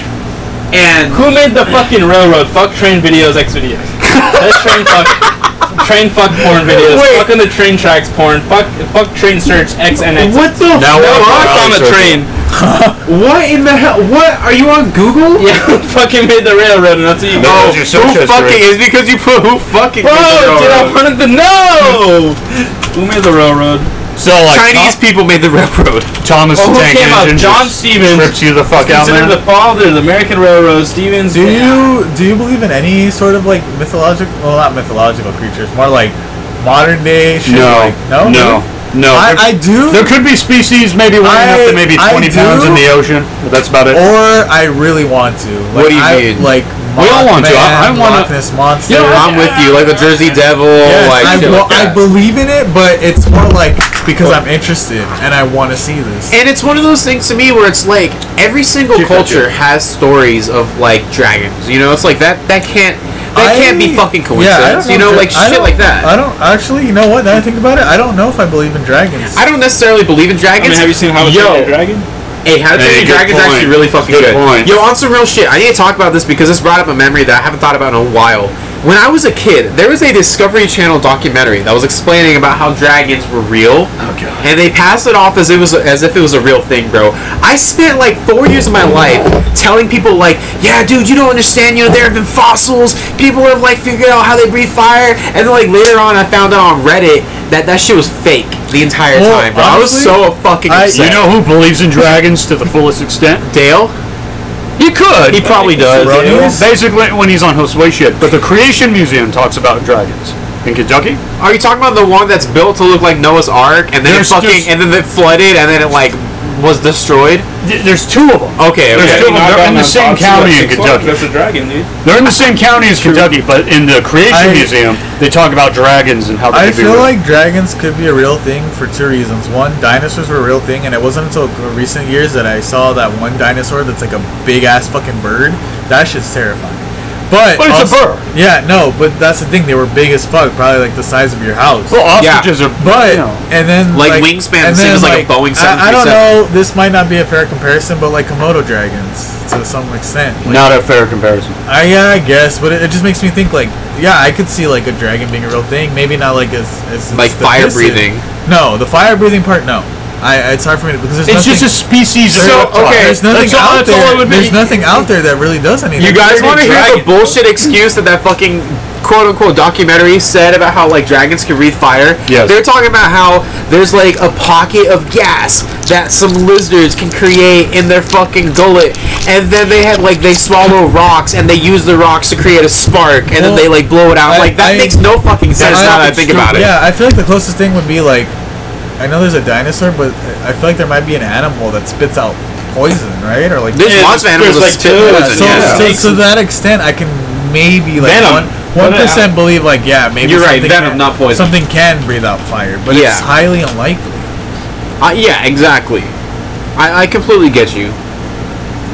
Speaker 4: And
Speaker 2: Who made the fucking railroad? Fuck train videos, X videos. That's train fuck. Train fuck porn videos.
Speaker 4: Wait.
Speaker 2: Fuck on the train tracks porn. Fuck fuck train search X and X.
Speaker 4: what the
Speaker 2: No, fuck on the train.
Speaker 4: What in the hell? What are you on Google?
Speaker 2: Yeah, fucking made the railroad, and that's what you
Speaker 6: No.
Speaker 2: got.
Speaker 6: your
Speaker 4: who
Speaker 6: search history.
Speaker 4: fucking is because you put who fucking.
Speaker 2: Bro,
Speaker 4: is the
Speaker 2: dude, I
Speaker 4: railroad.
Speaker 2: wanted to know. Who made the railroad?
Speaker 6: So like
Speaker 4: Chinese people made the railroad.
Speaker 6: Thomas
Speaker 2: Well, Oh,
Speaker 6: the
Speaker 2: who
Speaker 6: Tank
Speaker 2: came out?
Speaker 6: Engine
Speaker 2: John
Speaker 6: just
Speaker 2: Stevens.
Speaker 6: rips you the fuck out,
Speaker 2: Considered
Speaker 6: man.
Speaker 2: the father of the American Railroad, Stevens.
Speaker 3: Do you do you believe in any sort of like mythological? Well, not mythological creatures, more like modern day shit.
Speaker 6: no,
Speaker 3: like, no,
Speaker 6: no, no. There-
Speaker 3: I, I do,
Speaker 6: There could be species maybe weighing
Speaker 3: I-
Speaker 6: up to maybe
Speaker 3: I
Speaker 6: 20 pounds
Speaker 3: do.
Speaker 6: in the ocean, but that's about it.
Speaker 3: or I really want to. Like,
Speaker 4: do you
Speaker 3: I,
Speaker 4: mean?
Speaker 3: Like
Speaker 6: We all want to. I- I
Speaker 3: Mothman,
Speaker 6: wanna-
Speaker 3: Loch Ness monster.
Speaker 4: Dude, I'm with you. Like the Jersey Devil.
Speaker 3: Yes,
Speaker 4: like,
Speaker 3: I,
Speaker 4: shit
Speaker 3: well,
Speaker 4: like that.
Speaker 3: I believe in it, but it's more like because I'm interested and I want to see this.
Speaker 4: And it's one of those things to me where it's like every single culture has stories of like dragons. You know, it's like that that can't that
Speaker 3: I-
Speaker 4: can't be fucking
Speaker 3: Yeah, I
Speaker 4: coincidence.
Speaker 3: don't
Speaker 4: you know,
Speaker 3: dra-
Speaker 4: like
Speaker 3: I
Speaker 4: shit
Speaker 3: don't-
Speaker 4: like that.
Speaker 3: I don't actually. You know what? Now I think about it, I don't know if I believe in dragons.
Speaker 4: I don't necessarily believe in
Speaker 2: I
Speaker 4: dragons.
Speaker 2: mean, have you seen How to
Speaker 4: Yo.
Speaker 2: Train Your Dragon?
Speaker 4: Hey, How to Train
Speaker 6: Hey,
Speaker 4: Your
Speaker 6: good
Speaker 4: Dragon's
Speaker 6: point.
Speaker 4: actually really fucking good.
Speaker 6: Good point.
Speaker 4: Yo, on some real shit, I need to talk about this because this brought up a memory that I haven't thought about in a while. When I was a kid, there was a Discovery Channel documentary that was explaining about how dragons were real,
Speaker 6: Oh,
Speaker 4: and they passed it off as it was as if it was a real thing, bro. I spent like four years of my life telling people like, "Yeah, dude, you don't understand. You know, there have been fossils. People have like figured out how they breathe fire." And then like later on, I found out on Reddit that that shit was fake the entire
Speaker 3: Well,
Speaker 4: time, bro.
Speaker 3: honestly,
Speaker 4: I was so fucking
Speaker 3: I-
Speaker 4: upset.
Speaker 6: You know who believes in dragons to the fullest extent?
Speaker 4: Dale.
Speaker 6: He could.
Speaker 4: He probably does.
Speaker 3: Rodeos?
Speaker 6: Basically, when he's on his way shit. But the Creation Museum talks about dragons in Kentucky.
Speaker 4: Are you talking about the one that's built to look like Noah's Ark, and then
Speaker 6: There's
Speaker 4: it fucking,
Speaker 6: just-
Speaker 4: and then it flooded, and then it like was destroyed?
Speaker 6: Th- There's two of them.
Speaker 4: Okay,
Speaker 6: There's
Speaker 4: okay.
Speaker 6: two of them. They're in the
Speaker 2: Knocked
Speaker 6: same
Speaker 2: down that box
Speaker 6: county in
Speaker 2: at six o'clock.
Speaker 6: Kentucky.
Speaker 2: That's a dragon, dude.
Speaker 6: They're in the same county as Kentucky, but in the Creation Museum, they talk about dragons and how
Speaker 3: I
Speaker 6: they could be
Speaker 3: feel
Speaker 6: real.
Speaker 3: like dragons could be a real thing for two reasons. One, dinosaurs were a real thing, and it wasn't until recent years that I saw that one dinosaur that's like a big ass fucking bird. That shit's terrifying. But,
Speaker 6: But it's a bird.
Speaker 3: Yeah, no, but that's the thing. They were big as fuck, probably like the size of your house.
Speaker 6: well,
Speaker 4: Yeah.
Speaker 6: ostriches are.
Speaker 3: But
Speaker 6: you know,
Speaker 3: and then
Speaker 4: Like, wingspan,
Speaker 3: and
Speaker 4: the same
Speaker 3: then,
Speaker 4: as, like, a Boeing
Speaker 3: I, I don't
Speaker 4: 737.
Speaker 3: know. This might not be a fair comparison, but like Komodo dragons to some extent. Like,
Speaker 6: not a fair comparison.
Speaker 3: I yeah, I guess, but it, it just makes me think like, yeah, I could see like a dragon being a real thing. Maybe not like as as
Speaker 4: Like
Speaker 3: as the
Speaker 4: fire
Speaker 3: piston.
Speaker 4: breathing.
Speaker 3: No, the fire breathing part, no. I it's hard for me to, because there's
Speaker 6: It's
Speaker 3: nothing,
Speaker 6: just a species.
Speaker 4: So,
Speaker 6: reptile.
Speaker 4: okay,
Speaker 3: there's nothing
Speaker 6: that's all-
Speaker 3: out
Speaker 6: that's all it
Speaker 3: there.
Speaker 6: would be.
Speaker 3: There's nothing out there that really does anything.
Speaker 4: You guys want to hear the
Speaker 2: dragon.
Speaker 4: bullshit excuse that that fucking quote unquote documentary said about how like dragons can breathe fire?
Speaker 6: Yes.
Speaker 4: They're talking about how there's like a pocket of gas that some lizards can create in their fucking gullet, and then they have like they swallow rocks and they use the rocks to create a spark, and then they
Speaker 3: Well,
Speaker 4: like blow it out.
Speaker 3: I-
Speaker 4: like that
Speaker 3: I-
Speaker 4: makes no fucking sense
Speaker 3: I-
Speaker 4: now that I think about it.
Speaker 3: Yeah, I feel like the closest thing would be like, I know there's a dinosaur, but I feel like there might be an animal that spits out poison, right? Or like
Speaker 4: This
Speaker 2: Yeah,
Speaker 4: monster animal
Speaker 2: there's,
Speaker 4: was
Speaker 2: like,
Speaker 4: spit
Speaker 2: two,
Speaker 4: poison,
Speaker 3: So,
Speaker 4: yeah.
Speaker 3: so, so to that extent, I can maybe like
Speaker 6: Venom.
Speaker 3: one one percent believe like yeah maybe
Speaker 4: You're right,
Speaker 3: something
Speaker 4: venom,
Speaker 3: can,
Speaker 4: not poison.
Speaker 3: Something can breathe out fire, but
Speaker 4: Yeah.
Speaker 3: it's highly unlikely.
Speaker 4: Uh, yeah, exactly. I, I completely get you.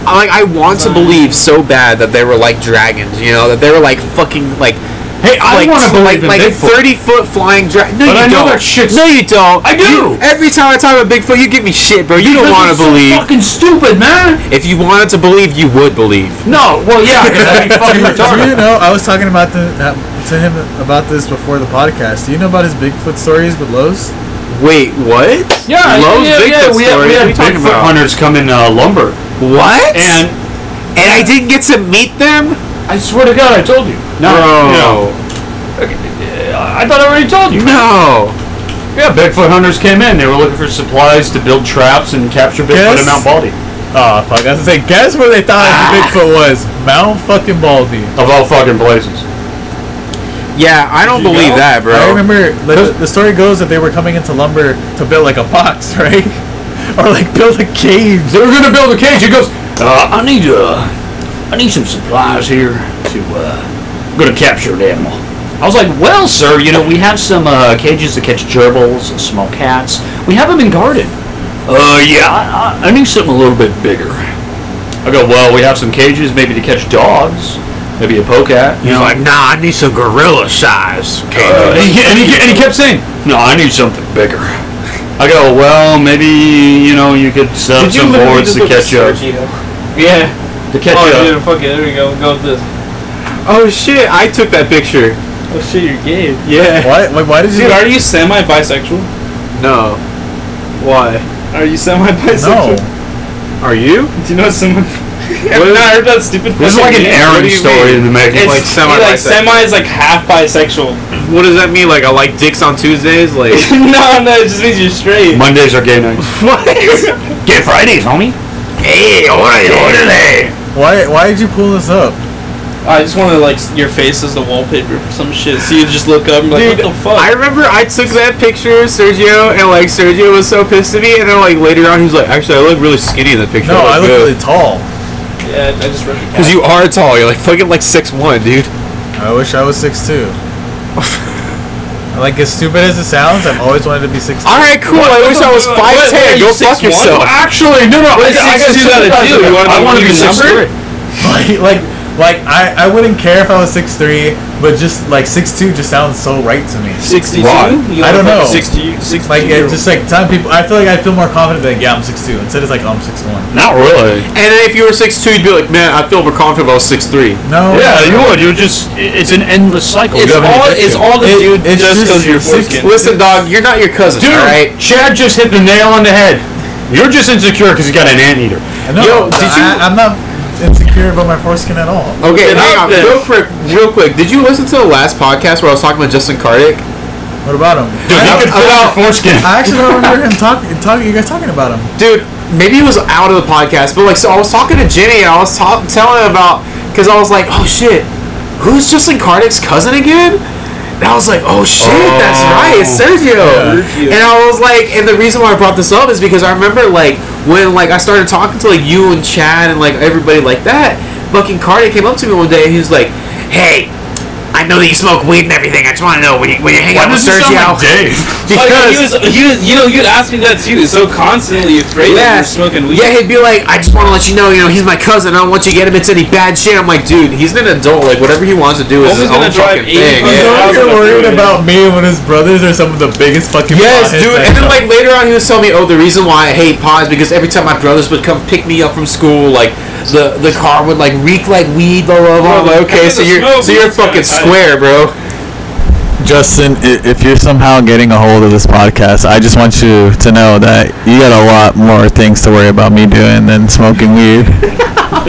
Speaker 4: I, like, I want to believe so bad that they were like dragons, you know, that they were like fucking like.
Speaker 6: Hey, I
Speaker 4: like,
Speaker 6: wanna
Speaker 4: tw- like,
Speaker 6: believe in
Speaker 4: like
Speaker 6: Bigfoot.
Speaker 4: thirty foot flying dragon. No,
Speaker 6: But
Speaker 4: you
Speaker 6: I know
Speaker 4: don't.
Speaker 6: that shit's-
Speaker 4: no, you don't.
Speaker 6: I do.
Speaker 4: You- every time I talk about Bigfoot, you give me shit, bro. You don't want to believe.
Speaker 6: Fucking stupid, man.
Speaker 4: if you wanted to believe, you would believe.
Speaker 6: No, well, yeah, 'cause that'd be fucking
Speaker 3: Do you- do you
Speaker 6: retarded.
Speaker 3: know? I was talking about the uh, to him about this before the podcast. Do you know about his Bigfoot stories with Lowe's?
Speaker 4: Wait, what?
Speaker 6: Yeah,
Speaker 4: Lowe's
Speaker 6: uh, yeah, yeah,
Speaker 4: Bigfoot story.
Speaker 6: we had, we
Speaker 4: What are
Speaker 6: had
Speaker 4: you talking
Speaker 6: Bigfoot
Speaker 4: about?
Speaker 6: hunters come in uh, lumber,
Speaker 4: What?
Speaker 6: and
Speaker 4: and I didn't get to meet them.
Speaker 6: I swear to God, I told you. No,
Speaker 4: Bro.
Speaker 6: you know, I thought I already told you.
Speaker 4: No.
Speaker 6: Yeah, Bigfoot hunters came in. They were looking for supplies to build traps and capture Bigfoot
Speaker 3: Yes.
Speaker 6: in Mount Baldy.
Speaker 3: Oh fuck! I was gonna say, guess where they thought
Speaker 4: Ah.
Speaker 3: Bigfoot was? Mount fucking Baldy.
Speaker 6: Of all fucking places.
Speaker 4: Yeah, I don't believe that, bro.
Speaker 3: I remember the, the story goes that they were coming into lumber to build like a box, right? or like build a cave.
Speaker 6: They were going to build a cage. He goes,
Speaker 7: Uh, I need uh, I need some supplies here to uh, I'm gonna capture an animal. I was like, well, sir, you know we have some uh, cages to catch gerbils and small cats. We have them in garden. Uh, yeah, I, I, I need something a little bit bigger.
Speaker 6: I go, well, we have some cages maybe to catch dogs, maybe a polecat. You
Speaker 7: He's
Speaker 6: know,
Speaker 7: like, nah, I need some gorilla size
Speaker 6: Uh,
Speaker 7: cages.
Speaker 6: and, he, and, he, and he kept saying, "No, I need something bigger." I go, "Well, maybe you know you could set up
Speaker 2: Did you
Speaker 6: some
Speaker 2: literally
Speaker 6: boards
Speaker 2: just
Speaker 6: to
Speaker 2: look at
Speaker 6: catch up,
Speaker 2: Sergio? Yeah.
Speaker 6: to catch
Speaker 2: Oh,
Speaker 6: up."
Speaker 2: dude, fuck it. There we go. Go with this.
Speaker 4: Oh shit, I took that picture.
Speaker 2: Oh shit, you're gay.
Speaker 4: Yeah.
Speaker 3: Why? Why, why did you?
Speaker 2: Dude, are you semi bisexual?
Speaker 4: No. Why?
Speaker 2: Are you semi
Speaker 3: no.
Speaker 2: bisexual?
Speaker 4: Are you?
Speaker 2: Do you know what semi? Have you not heard that stupid?
Speaker 6: This is
Speaker 2: fucking meme?
Speaker 6: like an Aaron
Speaker 2: What do you
Speaker 6: story
Speaker 2: mean?
Speaker 6: in the making.
Speaker 2: It's
Speaker 4: Like semi-
Speaker 2: like semi, like semi is like half bisexual.
Speaker 4: What does that mean? Like I like dicks on Tuesdays? Like
Speaker 2: no, no, it just means you're straight.
Speaker 6: Mondays are gay nights.
Speaker 5: Get Fridays, homie. Hey, order, order there.
Speaker 3: Why why did you pull this up?
Speaker 2: I just wanted like s- your face as the wallpaper for some shit. So you just look up and be like,
Speaker 4: Dude,
Speaker 2: what the fuck?
Speaker 4: I remember I took that picture of Sergio and like Sergio was so pissed at me and then like later on he was like, actually I look really skinny in the picture.
Speaker 3: No, I look
Speaker 4: good."
Speaker 3: really tall.
Speaker 2: yeah, I just read the
Speaker 4: Cause you are tall. You're like fucking like six one, dude.
Speaker 3: I wish I was 6'2". like as stupid as it sounds, I've always wanted to be 6'2".
Speaker 4: All right, cool. I wish I was five ten. Go fuck yourself.
Speaker 6: Actually, no, no.
Speaker 2: What is
Speaker 6: I, I,
Speaker 2: six
Speaker 6: gotta
Speaker 2: two gotta
Speaker 6: sympathize
Speaker 2: do?
Speaker 6: with
Speaker 2: You
Speaker 6: that.
Speaker 2: wanna
Speaker 6: I
Speaker 2: be
Speaker 6: want to be
Speaker 2: even
Speaker 6: six
Speaker 2: numbered?
Speaker 6: three.
Speaker 3: like like like I, I wouldn't care if I was 6'3", but just like 6'2" just sounds so right to me.
Speaker 2: Sixty-two. You
Speaker 3: I don't
Speaker 2: wanna
Speaker 3: know.
Speaker 2: fuck Sixty. Sixty.
Speaker 3: Like it just like time people, I feel like I feel more confident that yeah I'm 6'2". Instead it's like oh, I'm 6'1".
Speaker 6: Not really.
Speaker 4: And then if you were six two, you'd be like, man, I feel more confident about six three.
Speaker 3: No.
Speaker 6: Yeah,
Speaker 2: Oh.
Speaker 6: you would. You
Speaker 7: just it's an endless cycle.
Speaker 6: It's
Speaker 7: You have any
Speaker 6: all-
Speaker 7: addiction.
Speaker 6: it's
Speaker 2: all the
Speaker 3: It-
Speaker 2: dude
Speaker 3: it's just
Speaker 2: just because you're
Speaker 3: six-
Speaker 2: foreskin.
Speaker 4: Listen, dog, you're not your cousin,
Speaker 6: Dude,
Speaker 4: all right?
Speaker 6: Chad just hit the nail on the head. You're just insecure because you got an anteater.
Speaker 3: No,
Speaker 4: Yo, did you-
Speaker 3: I, I'm not insecure about my foreskin at all.
Speaker 4: Okay,
Speaker 2: Get
Speaker 4: hang
Speaker 2: out
Speaker 4: on,
Speaker 2: there.
Speaker 4: real quick, real quick. Did you listen to the last podcast where I was talking about Justin Kardik?
Speaker 3: What about him?
Speaker 6: Dude,
Speaker 3: I,
Speaker 6: you could feel your
Speaker 4: about-
Speaker 6: foreskin.
Speaker 3: I actually don't remember him talking. Talking, you guys talking about him?
Speaker 4: dude, maybe it was out of the podcast, but like, so I was talking to Jenny and I was ta- telling her about because I was like, oh shit, who's Justin Cardick's cousin again? And I was like, oh shit, that's right, it's Sergio. And I was like, and the reason why I brought this up is because I remember like when like I started talking to like you and Chad and like everybody like that. Fucking Cardick came up to me one day and he was like, hey. I know that you smoke weed and everything. I just want to know when you when you hang out with
Speaker 6: This is
Speaker 4: Sergio.
Speaker 6: like Dave.
Speaker 2: Like,
Speaker 4: because
Speaker 2: he was, he was, you know, you'd ask me that too. So constantly afraid that
Speaker 4: Yeah.
Speaker 2: you're smoking weed.
Speaker 4: Yeah, he'd be like, I just want to let you know, you know, he's my cousin. I don't want you to get him into any bad shit. I'm like, dude, he's an adult. Like, whatever he wants to do is
Speaker 2: Homie's
Speaker 4: his
Speaker 2: gonna
Speaker 4: own
Speaker 2: drive
Speaker 4: fucking
Speaker 2: 80
Speaker 4: thing.
Speaker 3: You
Speaker 2: fucking
Speaker 4: Yeah.
Speaker 2: hours.
Speaker 3: guys are worried about me and when his brothers are some of the biggest fucking.
Speaker 4: Yes,
Speaker 3: potheads
Speaker 4: dude. And
Speaker 3: I
Speaker 4: then,
Speaker 3: know.
Speaker 4: like, later on, he was telling me, oh, the reason why I hate pods because every time my brothers would come pick me up from school, like, the, the car would, like, reek like weed, blah, blah, blah.
Speaker 2: Bro,
Speaker 4: I'm like, okay,
Speaker 2: that's
Speaker 4: so
Speaker 2: the
Speaker 4: you're,
Speaker 2: smoke,
Speaker 4: so you're
Speaker 2: it's kinda
Speaker 4: fucking
Speaker 2: tight.
Speaker 4: square, bro.
Speaker 1: Justin, i- if you're somehow getting a hold of this podcast, I just want you to know that you got a lot more things to worry about me doing than smoking weed.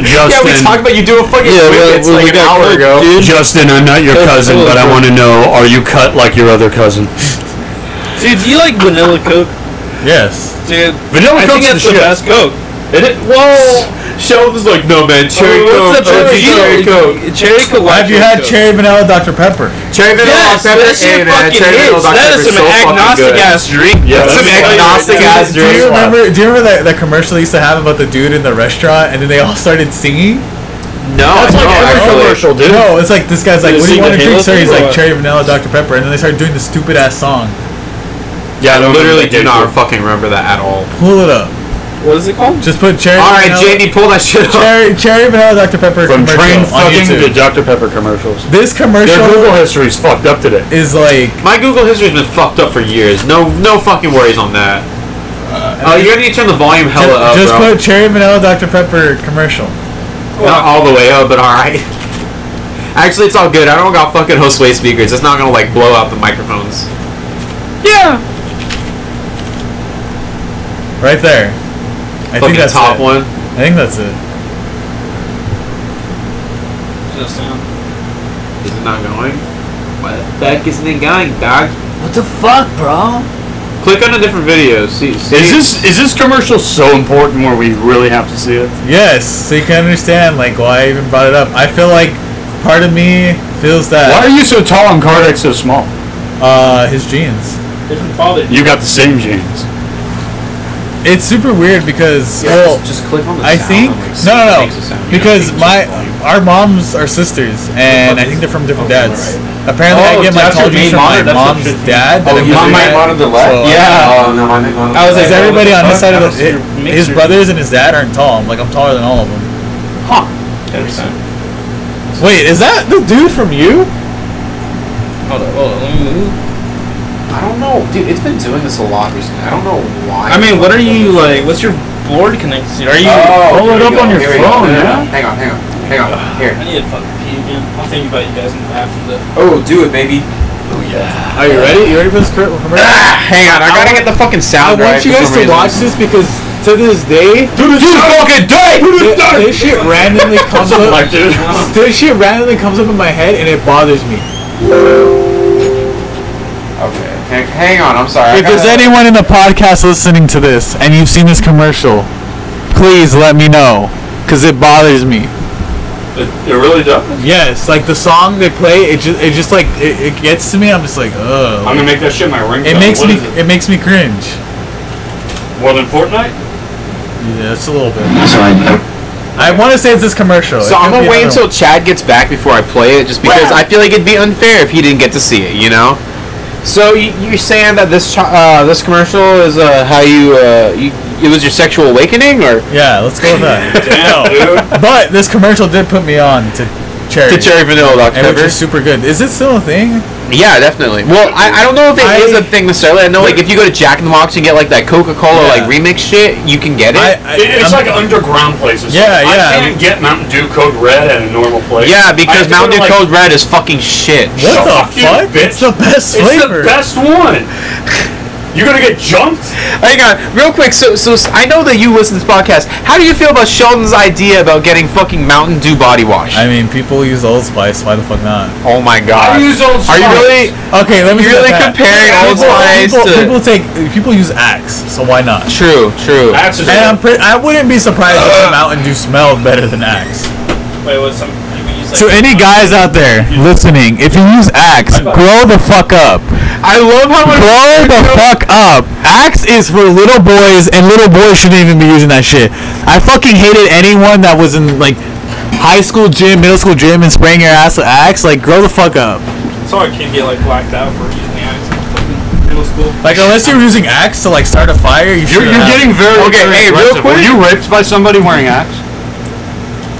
Speaker 4: Yeah, we talked about you doing fucking
Speaker 1: Yeah, well,
Speaker 4: whippets,
Speaker 1: well, we
Speaker 4: like, an
Speaker 1: got
Speaker 4: hour
Speaker 1: coke,
Speaker 4: ago.
Speaker 1: dude.
Speaker 6: Justin, I'm not your cousin, but I want to know: Are you cut like your other cousin?
Speaker 2: Dude, do you like vanilla coke?
Speaker 3: yes.
Speaker 2: Dude,
Speaker 6: Vanilla
Speaker 2: I think
Speaker 6: Coke's the
Speaker 2: that's the best
Speaker 6: shit.
Speaker 2: coke.
Speaker 6: It, well,
Speaker 4: Sheldon's like, no, man, cherry
Speaker 2: Oh,
Speaker 4: coke.
Speaker 2: what's the
Speaker 4: OG cherry
Speaker 2: cherry
Speaker 4: coke.
Speaker 2: Cherry coke. white
Speaker 3: Have you had
Speaker 2: coke.
Speaker 3: cherry vanilla Dr Pepper?
Speaker 4: Cherry vanilla
Speaker 2: Yes,
Speaker 4: Dr. Pepper.
Speaker 2: that shit
Speaker 4: Hey, man,
Speaker 2: fucking
Speaker 4: cherry vanilla
Speaker 2: hits.
Speaker 4: Dr.
Speaker 2: That is
Speaker 4: Pepper's
Speaker 2: some
Speaker 4: so fucking
Speaker 2: agnostic
Speaker 4: good.
Speaker 2: ass drink.
Speaker 6: Yeah,
Speaker 2: That's
Speaker 6: that's
Speaker 2: some
Speaker 6: right.
Speaker 2: agnostic
Speaker 4: Yeah.
Speaker 2: ass
Speaker 3: Do you
Speaker 2: drink.
Speaker 3: remember? Do you remember that, that commercial they used to have about the dude in the restaurant and then they all started singing?
Speaker 4: No,
Speaker 6: that's
Speaker 4: I
Speaker 6: like
Speaker 4: don't,
Speaker 6: every
Speaker 4: actually.
Speaker 6: commercial, dude.
Speaker 3: No, it's like this guy's like,
Speaker 2: They
Speaker 3: "What do
Speaker 2: sing
Speaker 3: you want to
Speaker 2: the
Speaker 3: drink?" Sir,
Speaker 2: Halo
Speaker 3: he's
Speaker 2: thing or
Speaker 3: like
Speaker 2: what?
Speaker 3: cherry vanilla Dr Pepper, and then they started doing this stupid ass song.
Speaker 6: yeah, I
Speaker 4: I
Speaker 6: don't
Speaker 4: literally
Speaker 6: remember
Speaker 4: do
Speaker 6: that
Speaker 4: not
Speaker 6: dude.
Speaker 4: fucking remember that at all.
Speaker 3: Pull it up.
Speaker 2: What is it called?
Speaker 3: Just put cherry.
Speaker 4: All right,
Speaker 3: vanilla,
Speaker 4: JD, pull that shit up.
Speaker 3: Cherry, cherry vanilla Dr Pepper
Speaker 6: From
Speaker 3: commercial
Speaker 6: train
Speaker 3: on
Speaker 6: fucking to
Speaker 3: YouTube.
Speaker 6: Dr Pepper commercials.
Speaker 3: This
Speaker 6: Their
Speaker 3: commercial
Speaker 6: Google history's fucked up today.
Speaker 3: is like
Speaker 4: My Google history's been fucked up for years. No, no fucking worries on that. Oh, you're gonna need to turn the volume
Speaker 3: ju-
Speaker 4: hella up,
Speaker 3: Uh, just
Speaker 4: bro.
Speaker 3: put cherry vanilla Dr Pepper commercial.
Speaker 4: not all the way up, but all right. Actually, it's all good. I don't got fucking host way speakers. It's not gonna like blow out the microphones.
Speaker 3: Right there. I think
Speaker 4: fucking
Speaker 3: that's
Speaker 4: top
Speaker 3: it.
Speaker 4: one.
Speaker 3: I think that's it.
Speaker 4: Is it not going? Why the fuck isn't it going, dog?
Speaker 5: What the fuck, bro?
Speaker 4: Click on the different videos. See, see.
Speaker 6: Is this is this commercial so important where we really have to see it?
Speaker 3: Yes, so you can understand like why I even brought it up. I feel like part of me feels
Speaker 6: Why
Speaker 3: that
Speaker 6: are you so tall and Kardec so small?
Speaker 3: uh, his jeans.
Speaker 2: Different father.
Speaker 6: You got the same genes.
Speaker 3: It's super weird because
Speaker 4: Yeah,
Speaker 3: well,
Speaker 4: just, just click on the
Speaker 3: I
Speaker 4: sound
Speaker 3: think
Speaker 4: and, like, see
Speaker 3: no,
Speaker 4: if it
Speaker 3: no,
Speaker 4: makes a sound.
Speaker 3: no,
Speaker 4: You
Speaker 3: because
Speaker 4: know,
Speaker 3: my
Speaker 4: change the volume.
Speaker 3: our moms are sisters, and I think they're from different dads. Apparently, I
Speaker 4: Oh,
Speaker 3: get my
Speaker 4: that's
Speaker 3: tall
Speaker 4: your main
Speaker 3: jeans from my
Speaker 4: monitor, that's what
Speaker 3: mom's
Speaker 4: should be-
Speaker 3: dad. that
Speaker 4: Oh,
Speaker 3: I'm
Speaker 4: you
Speaker 3: looking
Speaker 4: might
Speaker 3: at.
Speaker 4: monitor the left?
Speaker 3: So,
Speaker 4: Yeah. Oh, no, I think I
Speaker 3: Because everybody on his side of the
Speaker 2: your
Speaker 3: hi- his
Speaker 2: mixer.
Speaker 3: brothers and his dad aren't tall. I'm like I'm taller than all of them.
Speaker 2: Every time.
Speaker 3: Wait, is that the dude from you?
Speaker 2: Hold up, hold up, let me move.
Speaker 4: I don't know, dude. It's been doing this a lot recently. I don't know why.
Speaker 2: I mean, what are you like? What's your board connected? Are you?
Speaker 3: Oh,
Speaker 6: Pull it
Speaker 4: Oh, here
Speaker 6: up
Speaker 4: we go,
Speaker 6: on your
Speaker 4: here we go. No, no,
Speaker 6: phone,
Speaker 4: no.
Speaker 6: yeah?
Speaker 4: Hang on, hang on, hang on. Here.
Speaker 2: I need to fucking pee again. I'll think about you guys in the after
Speaker 4: Oh, do it, baby.
Speaker 3: Are you ready? You ready for this commercial?
Speaker 4: hang on, I gotta get the fucking
Speaker 3: I
Speaker 4: sound
Speaker 3: want you guys to watch this because to this day,
Speaker 6: Dude, you fucking die!
Speaker 3: thi- this shit randomly comes up.
Speaker 6: Like, dude.
Speaker 3: This shit randomly comes up in my head and it bothers me.
Speaker 4: Okay. Hang, hang on, I'm sorry. I
Speaker 1: If there's
Speaker 4: gotta-
Speaker 1: anyone in the podcast listening to this and you've seen this commercial, please let me know because it bothers me.
Speaker 6: It, it really does.
Speaker 3: Yes, like the song they play, it just it just like it, it gets to me. I'm just like,
Speaker 6: I'm
Speaker 3: ugh.
Speaker 6: gonna make that shit my ringtone.
Speaker 3: It makes
Speaker 6: What
Speaker 3: me
Speaker 6: is it?
Speaker 3: it makes me cringe.
Speaker 6: More than Fortnite?
Speaker 3: Yeah, it's a little bit. I want to say it's this commercial.
Speaker 4: So I'm gonna wait until Chad gets back before I play it, just because I feel like it'd be unfair if he didn't get to see it, you know. So you, you're saying that this cho- uh, this commercial is uh, how you, uh, you it was your sexual awakening, or
Speaker 3: Yeah, let's go with that.
Speaker 6: Damn, dude.
Speaker 3: but this commercial did put me on to
Speaker 4: to
Speaker 3: cherry,
Speaker 4: cherry vanilla Dr
Speaker 3: and which
Speaker 4: Pepper?
Speaker 3: is super good. Is it still a thing?
Speaker 4: Yeah, definitely. Well, I, I don't know if it
Speaker 3: I-
Speaker 4: is a thing necessarily. I know like if you go to Jack in the Box and get like that Coca Cola
Speaker 3: Yeah.
Speaker 4: like remix shit, you can get it.
Speaker 3: I, I,
Speaker 6: It, it's
Speaker 3: I'm-
Speaker 6: like underground places.
Speaker 3: Yeah, yeah.
Speaker 6: I can't get Mountain Dew Code Red at a normal place.
Speaker 4: yeah,
Speaker 6: I
Speaker 4: because
Speaker 6: have to go
Speaker 4: Mountain Dew
Speaker 6: to, like,
Speaker 4: Code Red is fucking shit.
Speaker 3: what the
Speaker 6: Fuck you,
Speaker 3: fuck?
Speaker 6: bitch.
Speaker 3: It's the best
Speaker 6: It's
Speaker 3: flavor.
Speaker 6: the best one. You're gonna get jumped.
Speaker 4: Hang on, real quick. So, so s- I know that you listen to this podcast. How do you feel about Sheldon's idea about getting fucking Mountain Dew body wash?
Speaker 3: I mean, people use Old Spice. Why the fuck not?
Speaker 4: oh my god.
Speaker 6: I use Old
Speaker 4: Are you
Speaker 6: Spice.
Speaker 4: really?
Speaker 3: Okay, let me
Speaker 4: You're
Speaker 3: get
Speaker 4: really
Speaker 3: that.
Speaker 4: comparing Old
Speaker 3: People-
Speaker 4: Spice
Speaker 3: people,
Speaker 4: to-
Speaker 3: people take people use Axe, so why not?
Speaker 4: True, true.
Speaker 6: That's just
Speaker 3: And I'm pre- I wouldn't be surprised if the Mountain Dew smelled better than Axe.
Speaker 2: Wait, what's some? You can use, like,
Speaker 1: To any guys out there listening, if you use Axe, grow the fuck up.
Speaker 4: I love how much.
Speaker 1: Grow the fuck up. Axe is for little boys, and little boys shouldn't even be using that shit. I fucking hated anyone that was in like high school gym, middle school gym, and spraying your ass with Axe. Like, grow the fuck up.
Speaker 2: That's how a kid get like blacked out for using the ice in fucking middle school.
Speaker 3: Like unless you're using Axe to like start a fire, you
Speaker 6: You're,
Speaker 3: should.
Speaker 6: you're getting very
Speaker 4: Okay,
Speaker 6: very
Speaker 4: hey, real
Speaker 6: aggressive. Were
Speaker 4: quick.
Speaker 6: you raped by somebody wearing axe?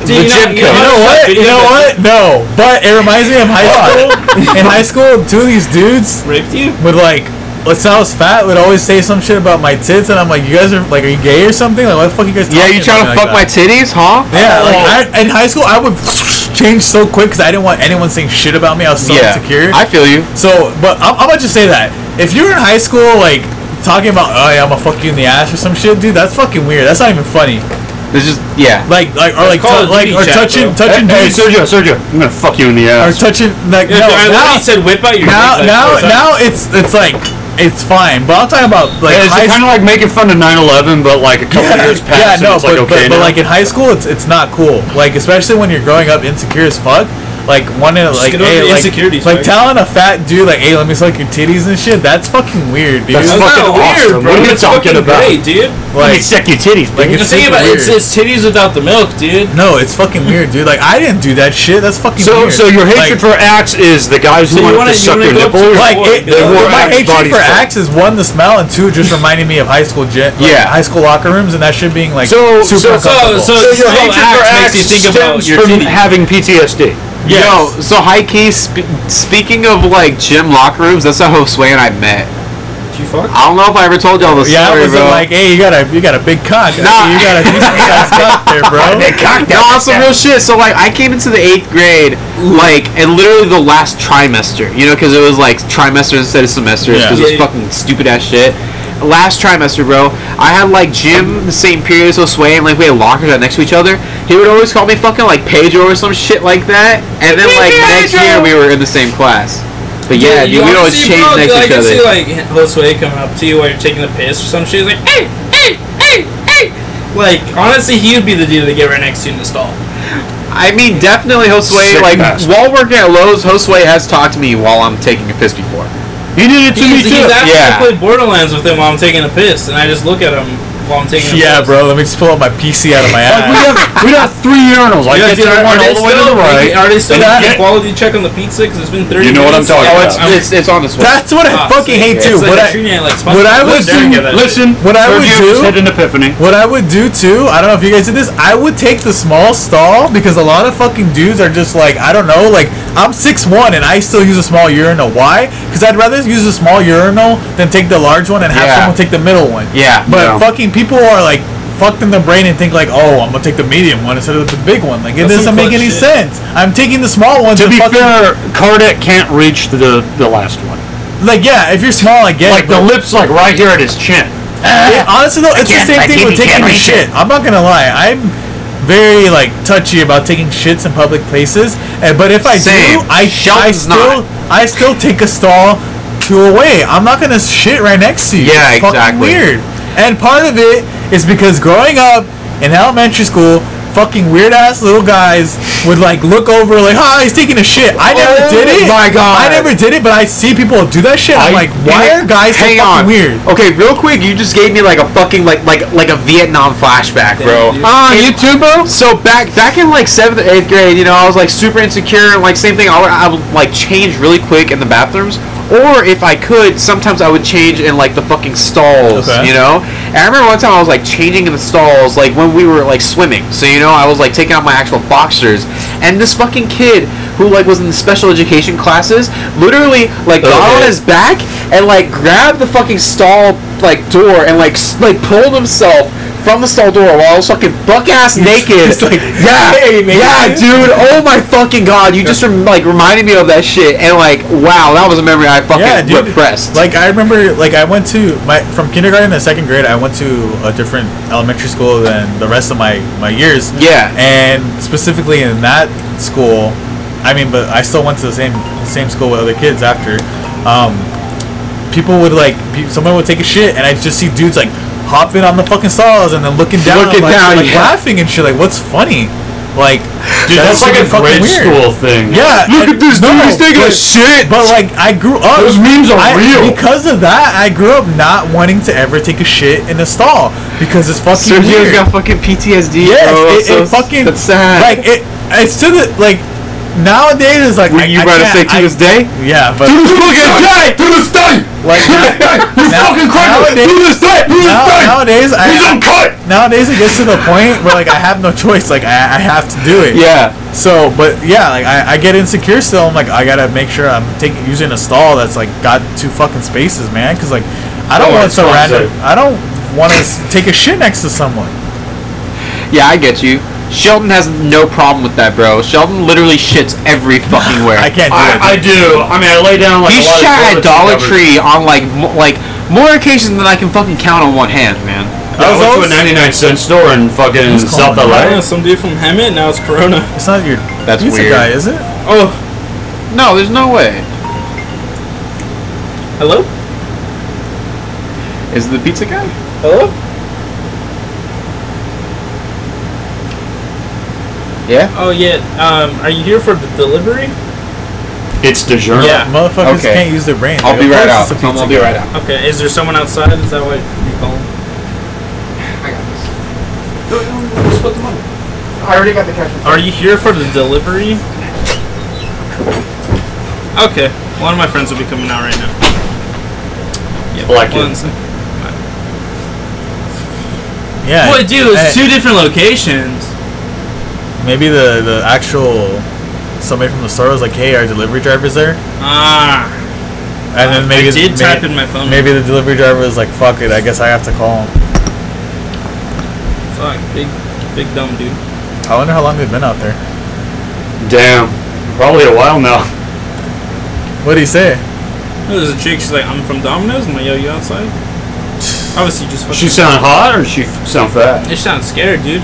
Speaker 2: Dude, you know-
Speaker 4: gym
Speaker 2: you know
Speaker 4: code.
Speaker 3: You know what? You know what? No, but it reminds me of high school. In high school, two of these dudes
Speaker 2: Raped you?
Speaker 3: would like. Let's say I was fat. Would always say some shit about my tits, and I'm like, "You guys are like, are you gay or something? Like, what the fuck you guys?"
Speaker 4: Yeah,
Speaker 3: talking
Speaker 4: you trying to
Speaker 3: about
Speaker 4: fuck
Speaker 3: me
Speaker 4: my Oh.
Speaker 3: like
Speaker 4: titties, huh?
Speaker 3: that?" Yeah, like I, in high school, I would change so quick because I didn't want anyone saying shit about me. I was so
Speaker 4: yeah.
Speaker 3: insecure.
Speaker 4: I feel you.
Speaker 3: So, but I'm, I'm about to say that if you were in high school, like talking about, oh yeah, I'm gonna fuck you in the ass or some shit, dude, that's fucking weird. That's not even funny.
Speaker 4: This is yeah.
Speaker 3: Like, like, or like,
Speaker 2: Call
Speaker 3: tou-
Speaker 2: of
Speaker 3: like, or
Speaker 2: Duty chat,
Speaker 3: touching,
Speaker 2: bro.
Speaker 3: touching dudes,
Speaker 6: Hey, Sergio, Sergio, I'm gonna fuck you in the
Speaker 3: or
Speaker 6: ass.
Speaker 3: touching, like,
Speaker 2: Yeah,
Speaker 3: no,
Speaker 2: dude, I
Speaker 3: now,
Speaker 2: literally said whip out your
Speaker 3: now,
Speaker 2: dick, like,
Speaker 3: now,
Speaker 2: what's up?
Speaker 3: now, it's, it's like, it's fine. But I'm talking about like
Speaker 6: Yeah,
Speaker 3: high
Speaker 6: it's kind of like making fun of 9/11, but like a couple years
Speaker 3: school. Yeah,
Speaker 6: past,
Speaker 3: no,
Speaker 6: and it's
Speaker 3: but,
Speaker 6: like
Speaker 3: but,
Speaker 6: okay
Speaker 3: but
Speaker 6: now.
Speaker 3: like in high school, it's it's not cool. Like especially when you're growing up insecure as fuck. Like one in like
Speaker 2: get over
Speaker 3: hey,
Speaker 2: the
Speaker 3: like,
Speaker 2: insecurities,
Speaker 3: like
Speaker 2: right?
Speaker 3: telling a fat dude like hey let me suck your titties and shit. That's fucking weird, dude.
Speaker 6: That's
Speaker 2: That's
Speaker 6: fucking
Speaker 2: not weird,
Speaker 6: awesome.
Speaker 2: bro.
Speaker 6: What are you
Speaker 2: That's fucking
Speaker 6: talking about?
Speaker 2: Great, dude.
Speaker 3: like
Speaker 6: suck your titties,
Speaker 3: like
Speaker 2: The
Speaker 3: it's
Speaker 2: thing
Speaker 3: super
Speaker 2: about
Speaker 3: weird.
Speaker 2: it's, it's titties without the milk, dude.
Speaker 3: No, it's fucking weird, dude. Like I didn't do that shit. That's fucking
Speaker 6: So,
Speaker 3: weird.
Speaker 6: so your
Speaker 3: like,
Speaker 6: hatred for axe is the guys
Speaker 2: So
Speaker 6: who
Speaker 2: you wanna-
Speaker 6: wanted to
Speaker 2: you
Speaker 6: suck
Speaker 2: wanna
Speaker 6: your
Speaker 2: go up to
Speaker 6: nipple?
Speaker 2: the
Speaker 3: like
Speaker 2: boy,
Speaker 3: it,
Speaker 2: you know?
Speaker 6: wore
Speaker 3: my
Speaker 6: Axe
Speaker 3: hatred
Speaker 6: bodies
Speaker 3: for
Speaker 6: first.
Speaker 3: Axe is one the smell and two it just reminded me of high school gym, like,
Speaker 4: Yeah.
Speaker 3: high school locker rooms and that shit being like
Speaker 6: So-
Speaker 3: super
Speaker 6: so-
Speaker 3: uncomfortable.
Speaker 2: so-
Speaker 6: So your
Speaker 2: Smell
Speaker 6: hatred for
Speaker 2: axe
Speaker 6: axe
Speaker 2: makes you think about
Speaker 6: stems
Speaker 2: your
Speaker 6: from
Speaker 2: titties.
Speaker 6: having PTSD.
Speaker 3: Yes.
Speaker 4: Yo, so high key. Spe- speaking of like gym locker rooms, that's how Sway and I met.
Speaker 2: Did you fuck?
Speaker 4: I don't know if I ever told y'all the
Speaker 3: yeah,
Speaker 4: story,
Speaker 3: I was
Speaker 4: bro.
Speaker 3: like, hey, you got a you got a big cock.
Speaker 4: Nah.
Speaker 3: you got a decent sized cock there, bro.
Speaker 4: No, on some real shit. So like, I came into the eighth grade, like, and literally the last trimester, you know, because it was like trimesters instead of semesters,
Speaker 3: Yeah.
Speaker 4: because it was
Speaker 2: Yeah.
Speaker 4: fucking stupid ass shit. Last trimester, bro, I had like gym the same period as Sway, and like we had lockers right next to each other. He would always call me fucking like Pedro or some shit like that, and then like next year we were in the same class. But yeah, dude, we'd always
Speaker 2: obviously,
Speaker 4: change
Speaker 2: bro,
Speaker 4: next to
Speaker 2: like,
Speaker 4: each
Speaker 2: I can see
Speaker 4: other.
Speaker 2: like Josue coming up to you while you're taking the piss or some shit. He's like, hey, hey, hey, hey. Like honestly, he would be the dude to get right next to you in the stall.
Speaker 4: I mean, definitely Josue.
Speaker 6: Sick
Speaker 4: Like
Speaker 6: bastard.
Speaker 4: while working at Lowe's, Josue has talked to me while I'm taking a piss before.
Speaker 6: He did it to me
Speaker 2: He's, he's
Speaker 6: too.
Speaker 2: asked
Speaker 4: Yeah.
Speaker 2: me to play Borderlands with him while I'm taking a piss, and I just look at him while I'm taking. A
Speaker 3: Yeah,
Speaker 2: piss.
Speaker 3: bro. Let me just pull out my PC out of my
Speaker 6: Like, we
Speaker 3: ass.
Speaker 6: have we got three urinals. Like
Speaker 2: Yeah,
Speaker 6: that's
Speaker 2: dude, are,
Speaker 6: the
Speaker 2: are,
Speaker 6: one all
Speaker 2: they
Speaker 6: the way to
Speaker 2: still,
Speaker 6: the right.
Speaker 2: are they still
Speaker 3: that-
Speaker 2: doing a quality check on the pizza? Because it's been 30
Speaker 6: You know what I'm
Speaker 2: minutes.
Speaker 6: talking
Speaker 2: Yeah,
Speaker 6: about.
Speaker 4: It's, it's, it's on this one.
Speaker 3: That's what I
Speaker 2: Ah,
Speaker 3: fucking hate
Speaker 2: sick. It's
Speaker 3: too.
Speaker 2: like
Speaker 3: What
Speaker 2: they're
Speaker 3: I
Speaker 2: treating it like
Speaker 3: what I
Speaker 2: SpongeBob.
Speaker 3: was
Speaker 2: Don't get that shit.
Speaker 6: Listen,
Speaker 3: What I would
Speaker 6: Sergio
Speaker 3: do-
Speaker 6: just had an epiphany.
Speaker 3: What I would do too, I don't know if you guys did this, I would take the small stall because a lot of fucking dudes are just like, I don't know, like I'm 6'1 and I still use a small urinal. Why? Because I'd rather use a small urinal than take the large one and have
Speaker 4: Yeah.
Speaker 3: someone take the middle one.
Speaker 4: yeah.
Speaker 3: But
Speaker 6: Yeah.
Speaker 3: fucking people are like fucked in the brain and think like, oh, I'm gonna take the medium one instead of the big one. Like it doesn't
Speaker 2: That's some
Speaker 3: make
Speaker 2: clutch
Speaker 3: any
Speaker 2: shit.
Speaker 3: sense. I'm taking the small one
Speaker 6: To be
Speaker 3: fucking,
Speaker 6: fair, Kardec can't reach the the last one.
Speaker 3: Like yeah, if you're small, I get
Speaker 6: Like
Speaker 3: it.
Speaker 6: the
Speaker 3: but-
Speaker 6: lips, like right here at his chin.
Speaker 3: Yeah, honestly though, it's the
Speaker 5: can't-
Speaker 3: same
Speaker 5: I
Speaker 3: thing with
Speaker 5: can't-
Speaker 3: taking
Speaker 5: can't
Speaker 3: a
Speaker 5: reach
Speaker 3: shit. I'm not gonna lie, I'm very like touchy about taking shits in public places. And, but if I
Speaker 4: Same.
Speaker 3: do, I, I
Speaker 4: Shelton's
Speaker 3: still I still take a stall to away. I'm not gonna shit right next to you.
Speaker 4: Yeah,
Speaker 3: It's fucking
Speaker 4: exactly.
Speaker 3: Weird. And part of it is because growing up in elementary school. Fucking weird ass little guys would like look over like, ah, he's taking a shit. I never
Speaker 4: Oh
Speaker 3: did it.
Speaker 4: my God.
Speaker 3: I never did it, but I see people do that shit. I'm
Speaker 4: I-
Speaker 3: like,
Speaker 4: Hang-
Speaker 3: why are guys so
Speaker 4: hang on.
Speaker 3: fucking weird?
Speaker 4: Okay, real quick, you just gave me like a fucking like like like a Vietnam flashback, bro. Ah, you too, bro. So back back in like seventh or eighth grade, you know, I was like super insecure and like same thing. I would, I would like change really quick in the bathrooms, or if I could, sometimes I would change in like the fucking stalls,
Speaker 3: Okay.
Speaker 4: you know. And I remember one time I was like changing in the stalls, like when we were like swimming. So you know, I was like taking out my actual boxers, and this fucking kid who like was in the special education classes literally like
Speaker 3: Oh,
Speaker 4: got on his back and like grabbed the fucking stall like door and like s- like pulled himself from the stall door while I was fucking buck ass naked. yeah, yeah, dude. Oh my fucking god! You just rem- like reminded me of that shit, and like wow, that was a memory I fucking
Speaker 3: yeah, dude.
Speaker 4: repressed.
Speaker 3: Like I remember, like I went to my from kindergarten to second grade. I went to a different elementary school than the rest of my my years.
Speaker 4: Yeah.
Speaker 3: and specifically in that school, I mean, but I still went to the same same school with other kids after. Um, people would like pe- someone would take a shit, and I just see dudes like hopping on the fucking stalls and then looking down,
Speaker 4: Looking
Speaker 3: like,
Speaker 4: down,
Speaker 3: like,
Speaker 4: yeah.
Speaker 3: laughing and shit. Like, what's funny? Like,
Speaker 9: Dude, that's, like a
Speaker 3: super
Speaker 9: grade
Speaker 3: fucking weird.
Speaker 9: school thing.
Speaker 3: Yeah.
Speaker 9: Look at
Speaker 3: and-
Speaker 9: this dude.
Speaker 3: no,
Speaker 9: He's taking a
Speaker 3: but-
Speaker 9: shit.
Speaker 3: But like, I grew up.
Speaker 9: Those memes are
Speaker 3: I-
Speaker 9: real.
Speaker 3: Because of that, I grew up not wanting to ever take a shit in a stall because it's fucking
Speaker 4: Sergio's
Speaker 3: weird.
Speaker 4: got fucking PTSD.
Speaker 3: yes,
Speaker 4: bro,
Speaker 3: it,
Speaker 4: so
Speaker 3: it fucking
Speaker 4: that's sad.
Speaker 3: like it. It's to the like nowadays it's like
Speaker 4: Were
Speaker 3: I,
Speaker 4: you
Speaker 3: I
Speaker 4: about to
Speaker 3: can't-
Speaker 4: say to
Speaker 3: I-
Speaker 4: this day?
Speaker 3: Yeah, but
Speaker 9: To this day! To this day!
Speaker 3: like now,
Speaker 9: He's
Speaker 3: now-
Speaker 9: fucking crazy!
Speaker 3: nowadays-
Speaker 9: To this day! To this
Speaker 3: now-
Speaker 9: day!
Speaker 3: nowadays
Speaker 9: He's
Speaker 3: I
Speaker 9: uncut!
Speaker 3: nowadays it gets to the point where like I have no choice. Like I, I have to do it.
Speaker 4: Yeah.
Speaker 3: So, but yeah, like I, I get insecure still. I'm like, I gotta make sure I'm taking using a stall that's like got two fucking spaces, man. Because like, I don't
Speaker 9: Oh,
Speaker 3: want
Speaker 9: it's
Speaker 3: some
Speaker 9: fine,
Speaker 3: random. I don't want to take a shit next to someone.
Speaker 4: Yeah, I get you. Sheldon has no problem with that, bro. Sheldon literally shits every fucking where.
Speaker 3: I can't do it.
Speaker 9: I, I do. I mean, I lay down like
Speaker 4: He's
Speaker 9: a lot
Speaker 4: shot
Speaker 9: of
Speaker 4: at Dollar
Speaker 9: toiletry
Speaker 4: Tree on like mo- like more occasions than I can fucking count on one hand, man.
Speaker 9: covers. I went to a 99 cent store in fucking South
Speaker 2: I don't know,
Speaker 9: LA.
Speaker 2: some dude from Hemet, now it's Corona.
Speaker 3: It's not your
Speaker 4: That's
Speaker 3: pizza
Speaker 4: weird.
Speaker 3: guy, is it?
Speaker 2: Oh,
Speaker 4: No, there's no way.
Speaker 2: hello?
Speaker 4: Is it the pizza guy?
Speaker 2: Hello?
Speaker 4: Yeah.
Speaker 2: Oh, yeah. Um, are you here for the delivery?
Speaker 9: It's
Speaker 6: Uh-huh.
Speaker 9: DiGiorno.
Speaker 2: Yeah.
Speaker 3: Motherfuckers
Speaker 4: Okay.
Speaker 3: can't use their brain.
Speaker 4: I'll be
Speaker 3: Like, of
Speaker 4: right out.
Speaker 3: course it's a
Speaker 4: Tom,
Speaker 3: pizza
Speaker 4: I'll be
Speaker 3: guy.
Speaker 4: right out.
Speaker 2: Okay, is there someone outside? Is that what you call him?
Speaker 4: I already got the cash.
Speaker 2: Are you here for the delivery? Okay. One of my friends will be coming out right now. Yeah,
Speaker 9: Black kid.
Speaker 2: one sec.
Speaker 3: Yeah.
Speaker 2: Boy, dude,
Speaker 3: Hey,
Speaker 2: it's two different locations.
Speaker 3: Maybe the the actual somebody from the store was like, "Hey, our delivery driver's there,"
Speaker 2: Ah,
Speaker 3: and then maybe
Speaker 2: I did
Speaker 3: maybe,
Speaker 2: type in my phone.
Speaker 3: maybe the delivery driver was like, "Fuck it, I guess I have to call him."
Speaker 2: Fuck, big, big dumb dude.
Speaker 3: I wonder how long they've been out there.
Speaker 9: Damn. Probably a while now.
Speaker 3: What do you say?
Speaker 2: There's a chick. She's like, I'm from Domino's. I'm like, yo, you outside? Obviously, just fucking.
Speaker 9: She sound hot or she f- sound fat?
Speaker 2: It sounds scared, dude.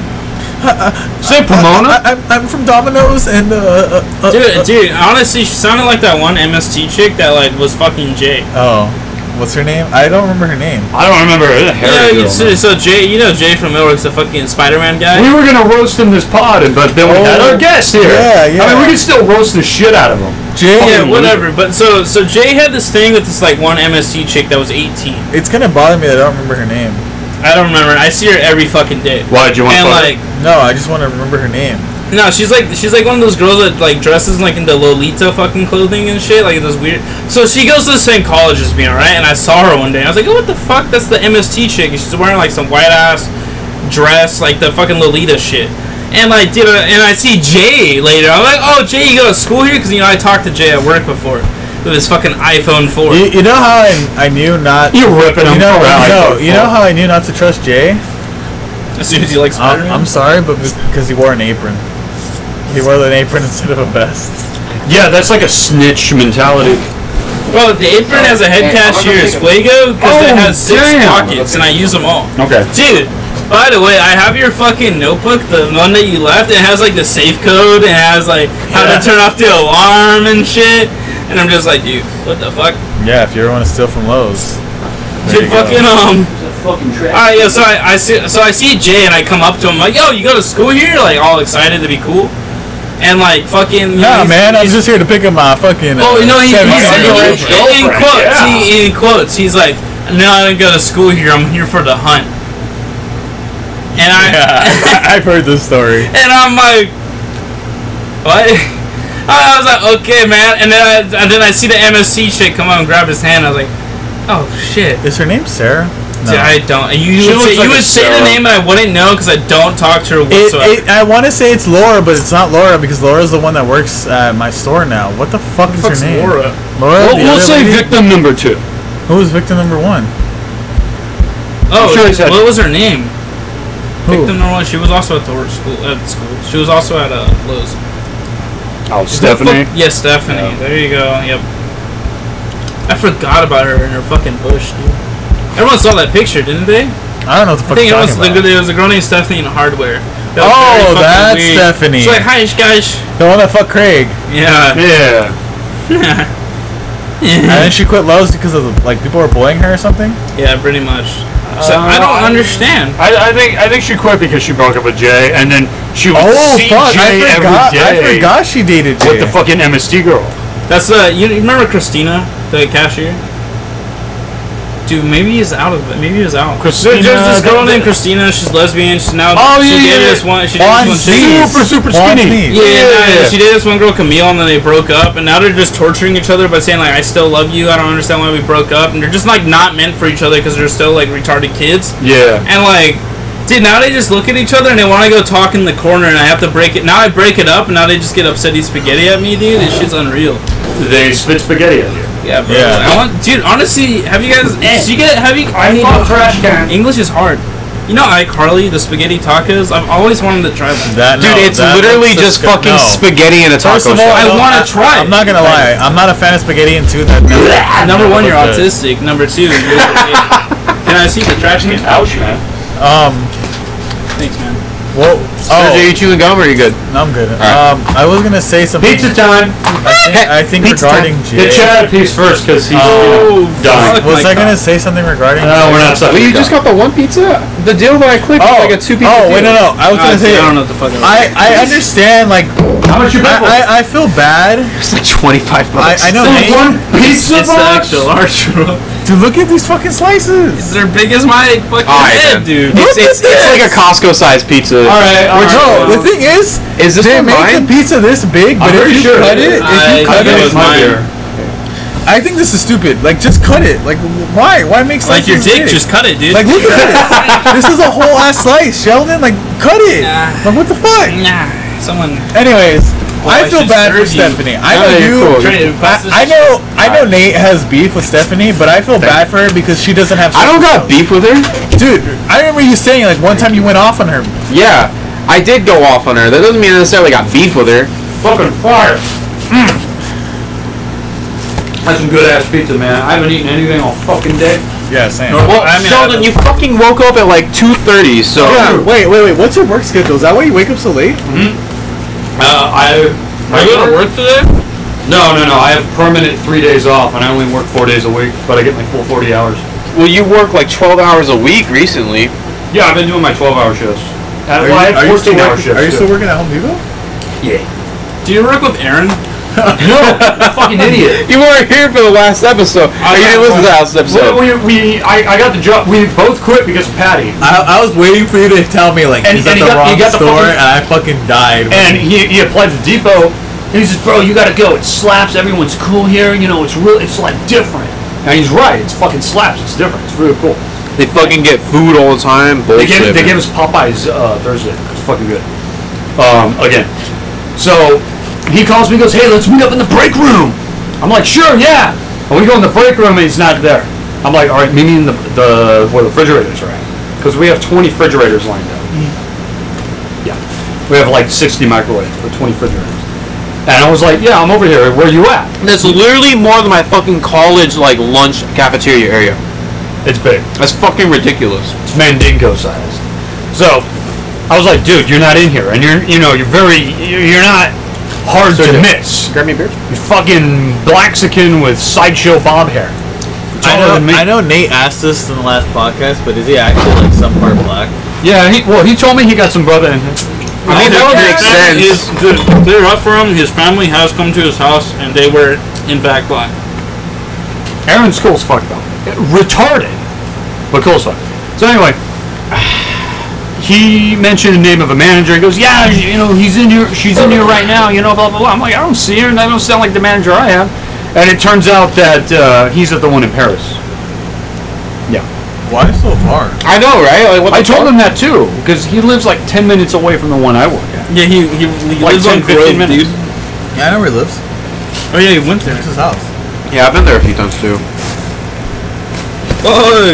Speaker 9: Say Pomona.
Speaker 3: I, I'm, I'm from Domino's and uh, uh, uh,
Speaker 2: Dude, dude. Honestly, she sounded like that one MST chick that like was fucking Jay.
Speaker 3: Oh, what's her name? I don't remember her name.
Speaker 9: I don't remember. It
Speaker 2: Yeah,
Speaker 9: hairy girl,
Speaker 2: you- so, so Jay, you know Jay from Millworks, the fucking Spider-Man guy.
Speaker 9: man. we were gonna roast him this pod, and- but then we had our
Speaker 3: Oh.
Speaker 9: guest here.
Speaker 3: Yeah, yeah.
Speaker 9: I mean, we can still roast the shit out of him.
Speaker 3: Jay.
Speaker 2: Yeah, whatever. But so so Jay had this thing with this like one MST chick that was 18.
Speaker 3: It's gonna bother me that I don't remember her name.
Speaker 2: I don't remember. I see her every fucking day.
Speaker 9: Why'd you want
Speaker 2: And
Speaker 9: to
Speaker 2: like,
Speaker 3: No, I just want to remember her name.
Speaker 2: no, she's like she's like one of those girls that like dresses like in the Lolita fucking clothing and shit, like those weird. So she goes to the same college as me, alright? And I saw her one day. I was like, oh, what the fuck? That's the MST chick. And she's wearing like some white ass dress, like the fucking Lolita shit. And like, dude, uh, and I see Jay later. I'm like, oh, Jay, you go to school here? Because you know I talked to Jay at work before with his fucking iPhone four.
Speaker 3: You, you know how I, I knew not.
Speaker 9: You're ripping
Speaker 3: You
Speaker 9: him
Speaker 3: know,
Speaker 9: for
Speaker 3: you
Speaker 9: that.
Speaker 3: know, you know how I knew not to trust Jay.
Speaker 2: As soon as you like
Speaker 3: I'm,
Speaker 2: Spider
Speaker 3: I'm sorry, but because he wore an apron, he wore an apron instead of a vest.
Speaker 9: Yeah, that's like a snitch mentality.
Speaker 2: Well, the apron has a head cashier is Fuego because it has six pockets, and I use them all.
Speaker 6: Okay.
Speaker 2: Dude, by the way, I have your fucking notebook, the one that you left. It has like the safe code. It has like how to turn off the alarm and shit. And I'm just like, dude, what the fuck?
Speaker 3: Yeah, if you ever want to steal from Lowe's.
Speaker 2: Dude, fucking um.
Speaker 7: Fucking trash.
Speaker 2: Alright, yeah, so I, I see, so I see Jay and I come up to him like, yo, you go to school here? Like all excited to be cool, and like fucking. you
Speaker 3: Nah,
Speaker 2: know, he's-
Speaker 3: man, I was just
Speaker 2: he's-
Speaker 3: here to pick up my fucking. uh,
Speaker 2: Oh no, he,
Speaker 3: seven
Speaker 2: he said
Speaker 3: year old.
Speaker 2: in, in quotes. He, in quotes, he's like, "No, I didn't go to school here. I'm here for the hunt." And I
Speaker 3: I've heard this story.
Speaker 2: and I'm like, "What?" I was like, "Okay, man." And then I, and then I see the MSC chick come out and grab his hand. I was like, "Oh shit."
Speaker 3: Is her name Sarah?
Speaker 2: Dude, I don't. You would,
Speaker 6: looks
Speaker 2: say,
Speaker 6: like
Speaker 2: you
Speaker 6: a
Speaker 2: would say the
Speaker 6: Sarah.
Speaker 2: name and I wouldn't know because I don't talk to her
Speaker 3: It,
Speaker 2: whatsoever.
Speaker 3: it, I want to say it's Laura, but it's not Laura because Laura's the one that works at my store now. What the fuck is her name?
Speaker 6: Laura?
Speaker 3: Laura.
Speaker 6: We'll,
Speaker 3: the other
Speaker 6: we'll say
Speaker 3: lady?
Speaker 6: victim number two.
Speaker 3: Who's victim number one?
Speaker 2: oh,
Speaker 6: I'm sure
Speaker 2: she-
Speaker 6: it's a-
Speaker 2: what was her name?
Speaker 3: Who?
Speaker 2: Victim number one. She was also at the work school. At school, she was also at uh, Lowe's.
Speaker 6: Oh, Stephanie.
Speaker 2: Yes, Stephanie. There you go. Yep. I forgot about her in her fucking bush, dude. Everyone saw that picture, didn't they?
Speaker 3: I don't know what the fuck
Speaker 2: I think
Speaker 3: you're
Speaker 2: it was,
Speaker 3: talking
Speaker 2: the,
Speaker 3: about.
Speaker 2: there was a girl named Stephanie in hardware. That was
Speaker 3: Oh,
Speaker 2: very fucking
Speaker 3: that's
Speaker 2: weird.
Speaker 3: Stephanie.
Speaker 2: She's like, hi, guys.
Speaker 3: The one that fucked Craig.
Speaker 2: Yeah.
Speaker 6: Yeah.
Speaker 3: And then she quit Lowe's because of the, like people were bullying her or something.
Speaker 2: Yeah, pretty much. So I
Speaker 3: Uh,
Speaker 2: don't understand.
Speaker 6: I, I think I think she quit because she broke up with Jay, and then she would
Speaker 3: Oh
Speaker 6: see
Speaker 3: fuck!
Speaker 6: Jay
Speaker 3: I forgot.
Speaker 6: every
Speaker 3: I
Speaker 6: day
Speaker 3: forgot she dated Jay.
Speaker 6: with the fucking MSD girl.
Speaker 2: That's uh, you you remember Christina, the cashier? Dude, maybe he's out of it. Maybe he was out.
Speaker 6: Christina-
Speaker 2: There's this girl named Christina. She's lesbian. She's now.
Speaker 6: Oh,
Speaker 2: she
Speaker 6: yeah,
Speaker 2: dated
Speaker 6: yeah,
Speaker 2: This one, she did
Speaker 3: On
Speaker 2: this one chick.
Speaker 3: Sneeze.
Speaker 6: Super, super
Speaker 3: On
Speaker 6: skinny.
Speaker 3: Sneeze.
Speaker 2: Yeah, yeah,
Speaker 6: Yeah.
Speaker 2: yeah. She dated this one girl, Camille, and then they broke up, and now they're just torturing each other by saying like, "I still love you. I don't understand why we broke up," and they're just like not meant for each other because they're still like retarded kids.
Speaker 6: Yeah.
Speaker 2: And like, dude, now they just look at each other and they want to go talk in the corner, and I have to break it. Now I break it up, and now they just get upset eat spaghetti at me, dude. This shit's unreal.
Speaker 6: They spit spaghetti at you.
Speaker 2: Yeah, bro.
Speaker 3: Yeah.
Speaker 2: I want, dude. Honestly, have you guys? Do you get? Have you? I need
Speaker 6: Eh. trash can.
Speaker 2: English is hard. You know, iCarly, the spaghetti tacos. I've always wanted to try one.
Speaker 3: That-
Speaker 4: Dude,
Speaker 3: no,
Speaker 4: it's
Speaker 3: that
Speaker 4: literally
Speaker 3: looks
Speaker 4: just
Speaker 3: disgu-
Speaker 4: fucking
Speaker 3: no.
Speaker 4: spaghetti and a taco
Speaker 3: First of all,
Speaker 4: shell.
Speaker 2: I
Speaker 3: don't-
Speaker 2: wanna
Speaker 3: I-
Speaker 2: try
Speaker 3: I'm not gonna lie. I'm not a fan of spaghetti, and two, that
Speaker 2: Number one, you're
Speaker 3: Okay.
Speaker 2: autistic. Number two, you're can I see the trash can?
Speaker 6: Ouch, man.
Speaker 3: um.
Speaker 2: Thanks, man.
Speaker 3: Well,
Speaker 4: Sergio,
Speaker 3: oh,
Speaker 4: you chewing gum or you good?
Speaker 3: no, I'm good. Um, I was gonna say something.
Speaker 6: Pizza time.
Speaker 3: I think, I think
Speaker 4: Pizza
Speaker 3: regarding
Speaker 6: Get
Speaker 3: Jay.
Speaker 6: Chad a piece first because he's
Speaker 2: Oh,
Speaker 6: you know, dying.
Speaker 2: fuck
Speaker 3: Was
Speaker 2: my
Speaker 3: I
Speaker 2: God.
Speaker 3: gonna say something regarding?
Speaker 6: No, we're not
Speaker 4: Wait,
Speaker 6: sucking.
Speaker 4: you just got the one pizza? The deal that I clicked
Speaker 3: Oh,
Speaker 4: was like a two pizza
Speaker 3: oh, wait, no,
Speaker 4: deal.
Speaker 3: no. I was
Speaker 2: Ah,
Speaker 3: gonna
Speaker 2: dude,
Speaker 3: say.
Speaker 2: I don't know what the fuck. I,
Speaker 3: I, I understand like
Speaker 6: How much you bet?
Speaker 3: I, I, I feel bad
Speaker 4: It's like 25
Speaker 3: I,
Speaker 4: bucks.
Speaker 3: I know Nate-
Speaker 6: one pizza
Speaker 2: it's the
Speaker 6: box.
Speaker 2: extra large, bro.
Speaker 3: dude look at these fucking slices
Speaker 2: It's as big as my fucking
Speaker 4: Alright,
Speaker 2: head,
Speaker 4: then.
Speaker 2: dude.
Speaker 3: Look
Speaker 4: It's,
Speaker 3: at
Speaker 4: it's, it's
Speaker 3: this.
Speaker 4: like a Costco sized pizza.
Speaker 6: All right, all right.
Speaker 3: no
Speaker 2: well.
Speaker 3: the thing is
Speaker 4: Is this
Speaker 3: they
Speaker 4: one
Speaker 3: make
Speaker 4: mine?
Speaker 3: the pizza this big but if
Speaker 6: I'm pretty
Speaker 3: you
Speaker 6: sure
Speaker 3: cut it if
Speaker 6: it is.
Speaker 2: I
Speaker 3: you cut
Speaker 2: think it
Speaker 3: it
Speaker 2: was mine.
Speaker 3: I think this is stupid like just cut it like why why make
Speaker 2: Like
Speaker 3: slices
Speaker 2: your dick,
Speaker 3: big?
Speaker 2: just cut it, dude.
Speaker 3: like look at it this is a whole ass slice Sheldon like cut it
Speaker 2: Nah.
Speaker 3: like what the fuck
Speaker 2: nah, someone.
Speaker 3: anyways
Speaker 2: I
Speaker 3: I feel
Speaker 2: should
Speaker 3: bad for
Speaker 2: serve you.
Speaker 3: Stephanie I
Speaker 4: No,
Speaker 3: know
Speaker 4: you're
Speaker 3: you
Speaker 4: cool.
Speaker 2: Try to pass this
Speaker 3: I, I
Speaker 2: shit.
Speaker 3: know I know Nate has beef with Stephanie but I feel bad for her because she doesn't have
Speaker 4: I don't got beef with her.
Speaker 3: Dude, I remember you saying like one time you went off on her.
Speaker 4: Yeah, I did go off on her. That doesn't mean I necessarily got beef with her.
Speaker 6: Fucking fire.
Speaker 3: Mm.
Speaker 6: That's some good ass pizza, man. I haven't eaten anything all fucking day.
Speaker 3: Yeah, same.
Speaker 4: Well,
Speaker 2: I mean, I
Speaker 4: Sheldon,
Speaker 2: don't-
Speaker 4: you fucking woke up at like 2.30, so...
Speaker 3: Yeah, wait, wait, wait. What's your work schedule? Is that why you wake up so late?
Speaker 6: Uh, I.
Speaker 2: Are you gonna work today?
Speaker 6: No, no, no. I have permanent three days off, and I only work four days a week, but I get my full 40 hours.
Speaker 4: Well, you work like 12 hours a week recently.
Speaker 6: Yeah, I've been doing my 12-hour shifts. At,
Speaker 3: Are
Speaker 6: Uh, well, I
Speaker 3: you, are
Speaker 6: have
Speaker 3: you still
Speaker 6: 14-hour
Speaker 3: working,
Speaker 6: shifts.
Speaker 3: are you
Speaker 6: too.
Speaker 3: still working at Home Depot?
Speaker 2: Do you work with Aaron?
Speaker 6: fucking idiot?
Speaker 4: You weren't here for the last episode. or
Speaker 6: I
Speaker 4: you didn't
Speaker 6: got
Speaker 4: listen to the last
Speaker 6: Well,
Speaker 4: episode.
Speaker 6: we, we, I, I got the job. We both quit because of Patty.
Speaker 3: I, I was waiting for you to tell me like
Speaker 6: And-
Speaker 3: he's at
Speaker 6: and he
Speaker 3: the
Speaker 6: got- he
Speaker 3: wrong
Speaker 6: got the
Speaker 3: store,
Speaker 6: fucking-
Speaker 3: and I fucking died.
Speaker 6: And he, he applied to Depot.
Speaker 5: He says, bro, you gotta go. It slaps. Everyone's cool here. You know, it's real. It's like different.
Speaker 6: And he's right. It's fucking slaps. It's different. It's really cool.
Speaker 4: They fucking get food all the time.
Speaker 6: They
Speaker 4: Bullshit.
Speaker 6: gave, they
Speaker 4: man.
Speaker 6: gave us Popeyes uh, Thursday. It's fucking good. Um, again. So he calls me, goes, "Hey, let's meet up in the break room." I'm like, "Sure, yeah." And we go in the break room, and he's not there. I'm like, "All right, meet me in the, the where the refrigerators are at, because we have 20 refrigerators lined up." Yeah, we have like 60 microwaves, but 20 refrigerators. And I was like, yeah, I'm over here. Where you at?
Speaker 4: That's literally more than my fucking college like lunch cafeteria area.
Speaker 6: It's big.
Speaker 4: That's fucking ridiculous.
Speaker 6: It's Mandingo sized. So I was like, dude, you're not in here, and you're you know you're very you're you're not hard to miss.
Speaker 4: Grab me a beer.
Speaker 6: You fucking Blaxican with sideshow bob hair.
Speaker 3: I
Speaker 6: Taller than me.
Speaker 3: know, I know Nate asked this in the last podcast, but is he actually like some part black?
Speaker 6: Yeah, he, well, he told me he got some brother in him.
Speaker 4: I mean, that would make sense.
Speaker 2: Is, to clear up for him, his family has come to his house and they were in fact black.
Speaker 6: Aaron School's fucked up. Retarded. But Cole's fucked. So anyway, he mentioned the name of a manager. He goes, yeah, you know, he's in here, she's in here right now, you know, blah, blah, blah. I'm like, I don't see her, and I don't sound like the manager I am. And it turns out that uh, he's at the one in Paris.
Speaker 3: Why so far?
Speaker 4: I know, right? Like, what the
Speaker 6: I told
Speaker 4: fuck?
Speaker 6: him that too, because he lives like 10 minutes away from the one I work at.
Speaker 2: Yeah, he, he, he
Speaker 6: Like
Speaker 2: lives on
Speaker 6: 10, 15
Speaker 2: Grove,
Speaker 6: minutes.
Speaker 2: dude.
Speaker 3: Yeah, I know where he lives.
Speaker 2: Oh yeah, he went there.
Speaker 3: It's his house.
Speaker 4: Yeah, I've been there a few times too.
Speaker 2: Oh,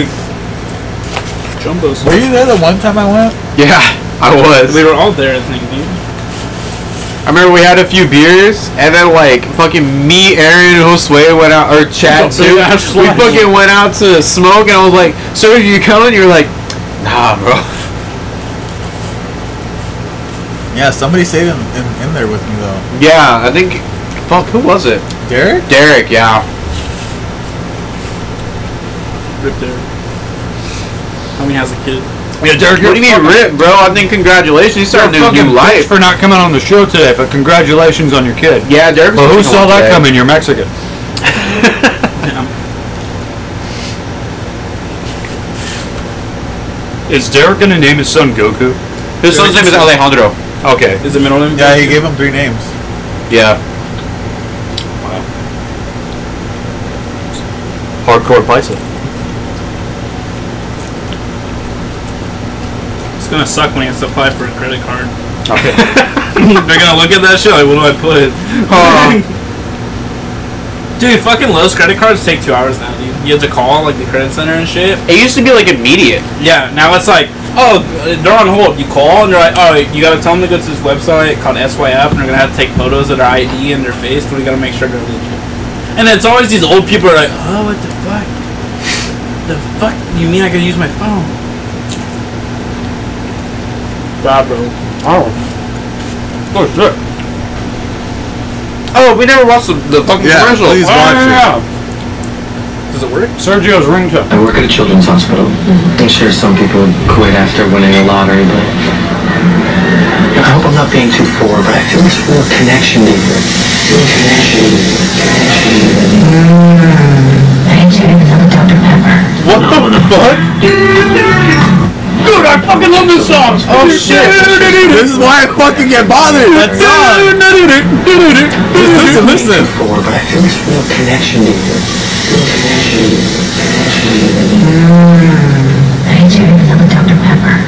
Speaker 2: Jumbo's.
Speaker 3: Were you there the one time I went?
Speaker 4: Yeah, I was.
Speaker 2: We were all there, I think, dude.
Speaker 4: I remember we had a few beers, and then like fucking me, Aaron, and Josue went out, or Chad too.
Speaker 6: big ass
Speaker 4: We
Speaker 6: flash.
Speaker 4: fucking went out to smoke, and I was like, "Sir, you coming?" You're like, "Nah, bro."
Speaker 3: Yeah, somebody stayed in, in, in there with me though.
Speaker 4: Yeah, I think. Fuck, who was it?
Speaker 3: Derek?
Speaker 4: Derek. Yeah.
Speaker 2: Ripped there. Homie has a kid.
Speaker 6: Yeah, Derek,
Speaker 4: What do you mean, rip, bro? I think congratulations. You started a new life.
Speaker 6: for not coming on the show today, but congratulations on your kid.
Speaker 4: Yeah, Derek.
Speaker 6: Well, who saw that coming? You're Mexican. Is Derek gonna name his son Goku?
Speaker 4: His son's name is Alejandro.
Speaker 6: Okay.
Speaker 2: Is the middle name?
Speaker 3: Yeah, you gave him three names.
Speaker 4: Yeah.
Speaker 6: Hardcore bicep.
Speaker 2: It's gonna suck when he has to apply for a credit card.
Speaker 6: Okay.
Speaker 2: They're gonna look at that shit. Like, what do I put? Dude, fucking Lowe's credit cards take two hours now, dude. You have to call like the credit center and shit.
Speaker 4: It used to be like immediate.
Speaker 2: Yeah, now it's like, oh, they're on hold. You call and they're like, oh, you gotta tell them to go to this website called SYF, and they're gonna have to take photos of their ID and their face, but we gotta make sure they're legit. And it's always these old people are like, oh, what the fuck? The fuck? You mean I gotta use my phone? Bye, bro.
Speaker 6: Oh shit.
Speaker 4: Oh, we never watched the, the fucking
Speaker 3: Yeah,
Speaker 4: commercial.
Speaker 6: Oh,
Speaker 3: please watch it.
Speaker 2: Does it work?
Speaker 6: Sergio's ringtone.
Speaker 15: I work at a children's hospital. I'm sure some people quit after winning the lottery, but I hope I'm not being too forward, but I feel this real connection to you. Real connection to you. Connection to you.
Speaker 16: Thank you for the Dr. Pepper.
Speaker 6: What the fuck? Dude, I fucking love this song. Oh shit.
Speaker 3: This is why I fucking get bothered. That's all. Listen, listen.
Speaker 15: Forward, but I feel this real connection to you. Real connection to you. Connection to you.
Speaker 16: Thank you for the Dr. Pepper.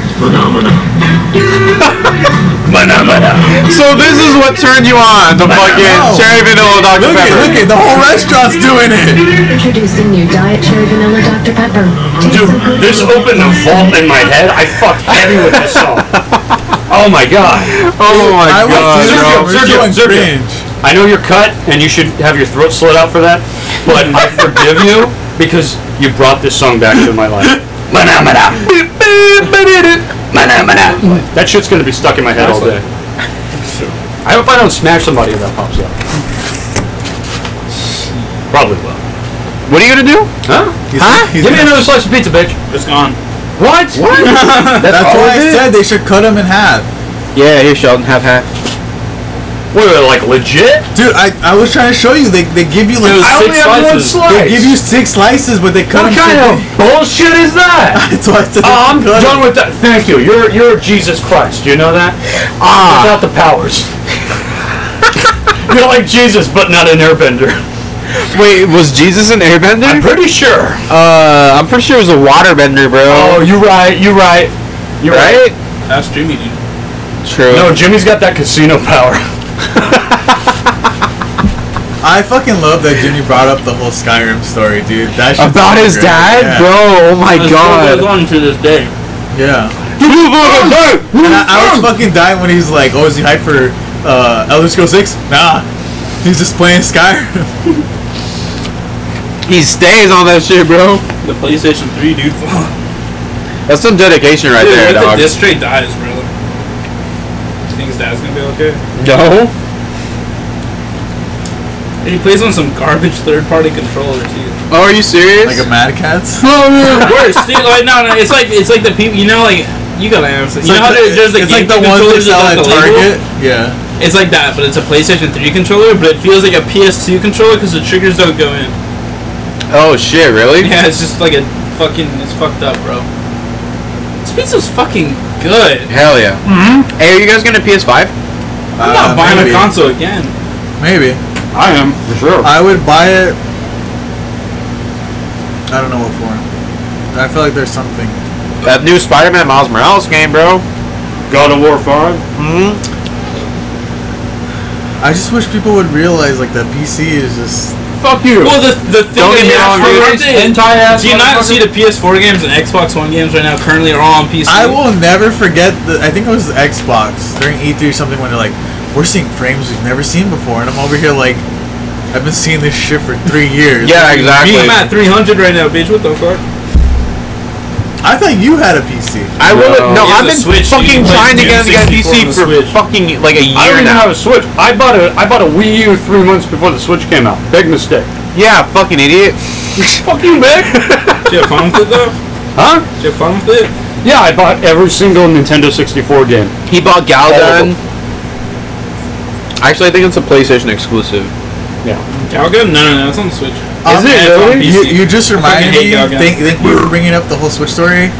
Speaker 4: So this is what turned you on to fucking
Speaker 3: know.
Speaker 4: cherry vanilla Dr
Speaker 3: Oh. Look at,
Speaker 4: Pepper.
Speaker 3: look at, the whole restaurant's doing it.
Speaker 16: Introducing new Diet Cherry Vanilla Dr. Pepper.
Speaker 6: Dude,
Speaker 16: Taste so good.
Speaker 6: this opened a vault in my head. I fucked heavy with this song. Oh my god.
Speaker 4: Oh my
Speaker 3: I
Speaker 4: god,
Speaker 3: was
Speaker 4: bro.
Speaker 6: Sergio,
Speaker 3: We're
Speaker 6: Sergio,
Speaker 3: doing
Speaker 6: Sergio.
Speaker 3: cringe.
Speaker 6: I know you're cut and you should have your throat slit out for that, but I forgive you because you brought this song back to my life. That shit's gonna be stuck in my head all day. I hope I don't smash somebody when that pops up. Probably will.
Speaker 4: What are you gonna do?
Speaker 6: Huh?
Speaker 3: He's-
Speaker 4: Huh?
Speaker 3: he's-
Speaker 6: Give me another slice of pizza, bitch.
Speaker 2: It's gone.
Speaker 6: What? What?
Speaker 3: That's
Speaker 4: all
Speaker 3: why
Speaker 4: it
Speaker 3: I
Speaker 4: is?
Speaker 3: said they should cut him in half.
Speaker 4: Yeah, here, Sheldon, have half.
Speaker 6: Wait, wait, like legit?
Speaker 3: Dude, I, I was trying to show you. They, they give you like
Speaker 6: I only
Speaker 3: six,
Speaker 6: have one
Speaker 2: slices.
Speaker 3: they
Speaker 6: slice.
Speaker 3: give you six slices, but they cut
Speaker 6: what
Speaker 3: him.
Speaker 6: kind
Speaker 3: so
Speaker 6: of
Speaker 3: big.
Speaker 6: bullshit is that? Uh,
Speaker 3: That's why I said they
Speaker 6: I'm
Speaker 3: cut
Speaker 6: done
Speaker 3: him.
Speaker 6: with that. Thank you. You're you're Jesus Christ. You know that? Ah. Without the powers. you're like Jesus, but not an airbender.
Speaker 4: Wait, was Jesus an
Speaker 6: I'm
Speaker 4: airbender?
Speaker 6: pretty sure.
Speaker 4: Uh, I'm pretty sure it was a waterbender,
Speaker 6: Oh,
Speaker 4: bro.
Speaker 6: you're right. You're right. You're right.
Speaker 4: right?
Speaker 2: That's Jimmy, dude.
Speaker 4: True.
Speaker 6: No, Jimmy's got that casino power.
Speaker 3: I fucking love that Jimmy brought up the whole Skyrim story, dude. That shit's
Speaker 4: About
Speaker 3: so
Speaker 4: his
Speaker 3: great.
Speaker 4: dad,
Speaker 3: Yeah.
Speaker 4: bro. Oh my
Speaker 2: It still
Speaker 4: god.
Speaker 2: goes on to this day.
Speaker 3: Yeah. And I, I was fucking dying when he's like, "Oh, is he hyped for uh, Elder Scrolls 6? Nah. He's just playing Skyrim.
Speaker 4: He stays on that shit, bro.
Speaker 2: The PlayStation 3, dude.
Speaker 4: That's some dedication right
Speaker 2: Dude,
Speaker 4: there, dog.
Speaker 2: what if The disc tray dies, bro. You think his dad's gonna be okay?
Speaker 4: No.
Speaker 2: And he plays on some garbage third-party controller too.
Speaker 4: Oh, are you serious? Like
Speaker 3: a Mad Cats?
Speaker 2: Worse, dude. Like no, no. It's like it's like the people. You know, like you gotta answer.
Speaker 3: It's
Speaker 2: You
Speaker 3: like
Speaker 2: know how
Speaker 3: the-
Speaker 2: there- there's the
Speaker 3: it's like the
Speaker 2: GameCube
Speaker 3: ones
Speaker 2: controllers
Speaker 3: they sell
Speaker 2: without
Speaker 3: at Target.
Speaker 2: the label?
Speaker 3: Yeah.
Speaker 2: It's like that, but it's a PlayStation 3 controller, but it feels like a PS2 controller because the triggers don't go in.
Speaker 4: Oh shit, really?
Speaker 2: Yeah, it's just like a fucking. It's fucked up, bro. This pizza's fucking good.
Speaker 4: Hell yeah. Mm-hmm. Hey, are you guys gonna PS5?
Speaker 2: I'm
Speaker 3: Uh,
Speaker 2: not buying a console again.
Speaker 3: Maybe.
Speaker 6: I am, for sure.
Speaker 3: I would buy it. I don't know what for. I feel like there's something.
Speaker 4: That new Spider-Man Miles Morales game, bro.
Speaker 6: God of War 5?
Speaker 4: Mm-hmm.
Speaker 3: I just wish people would realize like that PC is just.
Speaker 6: Fuck you.
Speaker 2: Well, the, the thing
Speaker 4: Don't
Speaker 2: is,
Speaker 4: get me wrong, dude.
Speaker 2: aren't they-
Speaker 4: Hentai ass
Speaker 2: do you not
Speaker 4: motherfucker.
Speaker 2: see the PS4 games and Xbox One games right now currently are all on PC?
Speaker 3: I will never forget. The, I think it was Xbox during E3 or something when they're like, "We're seeing frames we've never seen before," and I'm over here like, "I've been seeing this shit for three years."
Speaker 4: Yeah, exactly.
Speaker 2: I'm at 300 right now, bitch. What the fuck?
Speaker 3: I thought you had a PC.
Speaker 4: I will. No,
Speaker 2: He
Speaker 4: I've
Speaker 2: has a
Speaker 4: been
Speaker 2: Switch,
Speaker 4: fucking
Speaker 2: he plays
Speaker 4: trying to get on the
Speaker 2: N64 on
Speaker 4: PC
Speaker 2: the
Speaker 4: for
Speaker 2: Switch.
Speaker 4: fucking like a
Speaker 6: I
Speaker 4: year
Speaker 6: don't even
Speaker 4: now.
Speaker 6: have a Switch. I bought a I bought a Wii U three months before the Switch came out. Big mistake.
Speaker 4: Yeah, fucking idiot.
Speaker 6: Fuck you, man.
Speaker 2: Do you have fun with it though?
Speaker 6: huh?
Speaker 2: Do you have fun with it?
Speaker 6: Yeah, I bought every single Nintendo 64 game.
Speaker 4: He bought Galgun. Actually, I think it's a PlayStation exclusive.
Speaker 2: Galgun? No, no, no. It's on the Switch.
Speaker 3: Um,
Speaker 4: it
Speaker 2: it's on
Speaker 4: really?
Speaker 2: PC.
Speaker 3: You, you just
Speaker 2: I
Speaker 3: reminded
Speaker 2: fucking hate
Speaker 3: me.
Speaker 2: Galgun.
Speaker 3: Think, think we were bringing up the whole Switch story?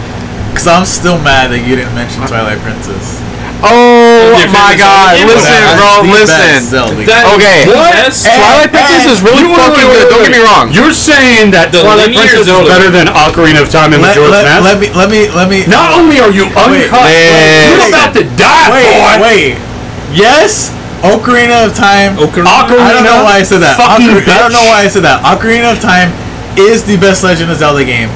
Speaker 3: Because I'm still mad that you didn't mention Twilight Princess. uh,
Speaker 4: Oh
Speaker 2: Your
Speaker 4: my
Speaker 2: favorite
Speaker 4: god!
Speaker 2: Zelda game?
Speaker 4: Listen,
Speaker 3: That's
Speaker 4: bro, listen.
Speaker 3: the best Zelda
Speaker 2: That is
Speaker 4: Okay.
Speaker 2: the
Speaker 4: What?
Speaker 2: best-
Speaker 4: Twilight Princess is really
Speaker 6: Wait, wait,
Speaker 4: fucking
Speaker 6: wait,
Speaker 4: good. Don't
Speaker 6: wait.
Speaker 4: get me wrong.
Speaker 6: You're saying that
Speaker 2: The
Speaker 6: Twilight
Speaker 2: linear
Speaker 6: Princess is
Speaker 2: Zelda.
Speaker 6: better than Ocarina of Time and
Speaker 3: Let,
Speaker 6: Majora's
Speaker 3: let,
Speaker 6: Mask?
Speaker 3: let me, let me, let me.
Speaker 6: Not only are you
Speaker 3: Wait,
Speaker 6: uncut, but you're
Speaker 4: wait,
Speaker 6: about to die, boy.
Speaker 3: wait, wait. Yes, Ocarina of Time.
Speaker 6: Ocarina,
Speaker 3: I don't know why I said that.
Speaker 6: Fucking
Speaker 3: Ocar- I don't know
Speaker 6: bitch.
Speaker 3: why I said that. Ocarina of Time is the best Legend of Zelda game,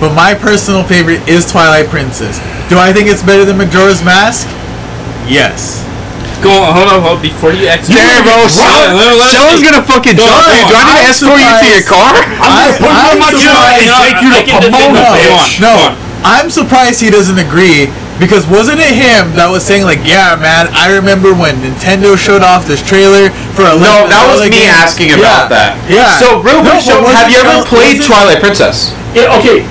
Speaker 3: but my personal favorite is Twilight Princess. Do I think it's better than Majora's Mask? Yes.
Speaker 2: Go on, hold on, hold on. Before you exit.
Speaker 4: Damn, bro. Shell- Shell's gonna fucking
Speaker 2: Go,
Speaker 4: die. Do
Speaker 2: go
Speaker 4: I need to
Speaker 3: I'm
Speaker 4: escort you to your
Speaker 3: surprised.
Speaker 4: car?
Speaker 6: I'm gonna
Speaker 3: I-
Speaker 6: put you
Speaker 3: I'm
Speaker 6: in my car
Speaker 3: surprised-
Speaker 6: and
Speaker 2: No,
Speaker 6: take you
Speaker 2: I
Speaker 6: to
Speaker 2: can defend
Speaker 6: Pomona,
Speaker 2: that. Go on.
Speaker 6: bitch.
Speaker 3: No, I'm surprised he doesn't agree because wasn't it him that was saying like, "Yeah, man, I remember when Nintendo showed off this trailer for a
Speaker 4: No, that was me asking about that.
Speaker 3: Yeah.
Speaker 4: So real
Speaker 3: No,
Speaker 4: quick,
Speaker 3: but
Speaker 4: Shell,
Speaker 3: wasn't
Speaker 4: have you ever
Speaker 3: Shell-
Speaker 4: played
Speaker 3: wasn't-
Speaker 4: Twilight Princess?
Speaker 6: Yeah, okay,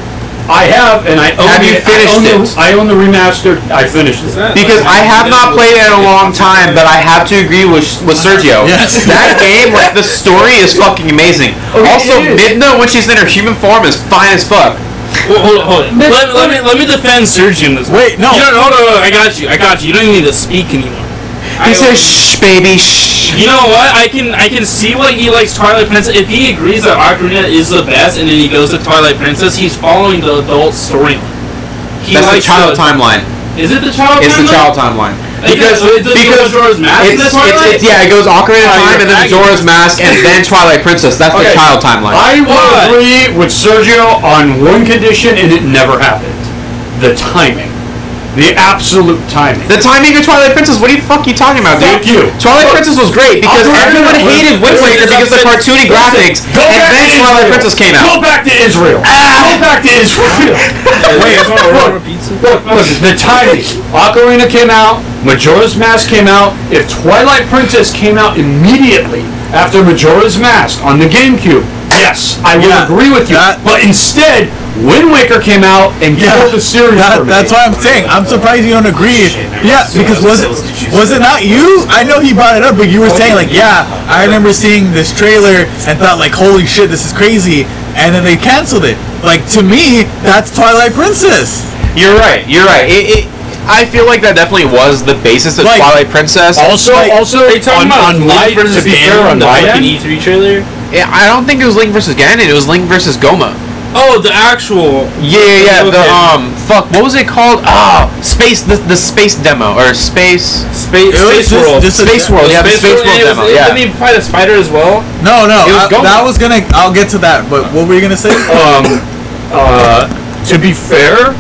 Speaker 6: I have, and I own
Speaker 4: Have you
Speaker 6: it.
Speaker 4: finished
Speaker 6: I own
Speaker 4: it?
Speaker 6: The, I own the remastered. I finished it.
Speaker 4: Because I have not played it in a long time, but I have to agree with with Sergio.
Speaker 3: Yes.
Speaker 4: That game, like the story, is fucking amazing.
Speaker 6: Okay,
Speaker 4: also,
Speaker 6: it is.
Speaker 4: Midna when she's in her human form is fine as fuck.
Speaker 2: Well, hold on, hold on. Let, let me, let me defend Sergio in this.
Speaker 3: Wait, no.
Speaker 2: You don't, hold on, hold on, I got you. I got you. You don't even need to speak anymore. I-
Speaker 4: He says, "Shh, baby, shh."
Speaker 2: You know what? I can I can see why he likes Twilight Princess. If he agrees that Ocarina is the best, and then he goes to Twilight Princess, he's following the adult storyline. He
Speaker 4: That's the
Speaker 2: likes
Speaker 4: child timeline.
Speaker 2: Is it the child?
Speaker 4: It's the
Speaker 2: timeline?
Speaker 4: child timeline.
Speaker 2: Because because Majora's Mask in
Speaker 4: It's,
Speaker 2: the
Speaker 4: it's,
Speaker 2: Twilight.
Speaker 4: it's, yeah, it goes Ocarina of
Speaker 2: Oh,
Speaker 4: Time
Speaker 2: you're
Speaker 4: and then
Speaker 2: bagging
Speaker 4: Majora's
Speaker 2: this.
Speaker 4: Mask and then Twilight Princess. That's the
Speaker 6: Okay.
Speaker 4: child timeline.
Speaker 6: I will
Speaker 2: But-
Speaker 6: agree with Sergio on one condition, and it never happened: the timing, the absolute timing.
Speaker 4: the timing of Twilight Princess? What the fuck are you talking about, dude?
Speaker 6: Fuck you.
Speaker 4: Twilight
Speaker 6: Look,
Speaker 4: Princess was great because
Speaker 6: Ocarina
Speaker 4: everyone
Speaker 6: was-
Speaker 4: hated Wind
Speaker 2: listen,
Speaker 4: Waker
Speaker 2: this
Speaker 4: because of the
Speaker 2: upsets-
Speaker 4: cartoony graphics,
Speaker 6: Go
Speaker 4: and
Speaker 6: back
Speaker 4: then
Speaker 6: to
Speaker 4: Twilight
Speaker 6: Israel.
Speaker 4: Princess came out.
Speaker 6: Go back to Israel. Go back to Israel. Wait, look, look, look, the timing. Ocarina came out. Majora's Mask came out. If Twilight Princess came out immediately after Majora's Mask on the GameCube, yes, I will
Speaker 3: Yeah,
Speaker 6: agree with you.
Speaker 3: that-
Speaker 6: but instead, Wind Waker came out and killed the series
Speaker 3: That,
Speaker 6: for me.
Speaker 3: that's what I'm saying. I'm surprised you don't agree. yeah, because was it was it not you? I know he brought it up, but you were saying like, yeah, I remember seeing this trailer and thought like, holy shit, this is crazy, and then they canceled it. Like to me, that's Twilight Princess.
Speaker 4: You're right. You're right. It, it, I feel like that definitely was the basis of
Speaker 3: Like-
Speaker 4: Twilight Princess.
Speaker 6: Also,
Speaker 3: Like,
Speaker 6: also
Speaker 2: Are you
Speaker 6: on,
Speaker 2: talking about
Speaker 6: on
Speaker 2: Light
Speaker 6: light, to
Speaker 2: versus
Speaker 6: be fair,
Speaker 2: Ganon,
Speaker 6: on
Speaker 2: the
Speaker 6: light
Speaker 2: fucking
Speaker 6: end,
Speaker 2: E3 trailer?
Speaker 4: Yeah, I don't think it was Link versus Ganon. It was Link versus Goma.
Speaker 2: Oh, the actual.
Speaker 4: Yeah, yeah, yeah. The
Speaker 2: Okay.
Speaker 4: um, fuck, what was it called? Ah, space. The, the space demo or space
Speaker 2: Space,
Speaker 3: It was
Speaker 2: space
Speaker 3: just-
Speaker 2: World.
Speaker 3: just a-
Speaker 4: space world. oh, Yeah, the space world
Speaker 2: and it was-
Speaker 4: demo.
Speaker 2: it-
Speaker 4: Yeah.
Speaker 2: Didn't he fight a spider as well?
Speaker 3: No, no,
Speaker 4: It was
Speaker 3: I-
Speaker 4: Goma.
Speaker 3: that was gonna. I'll get to that. But what were you gonna say?
Speaker 6: um, uh, to be fair,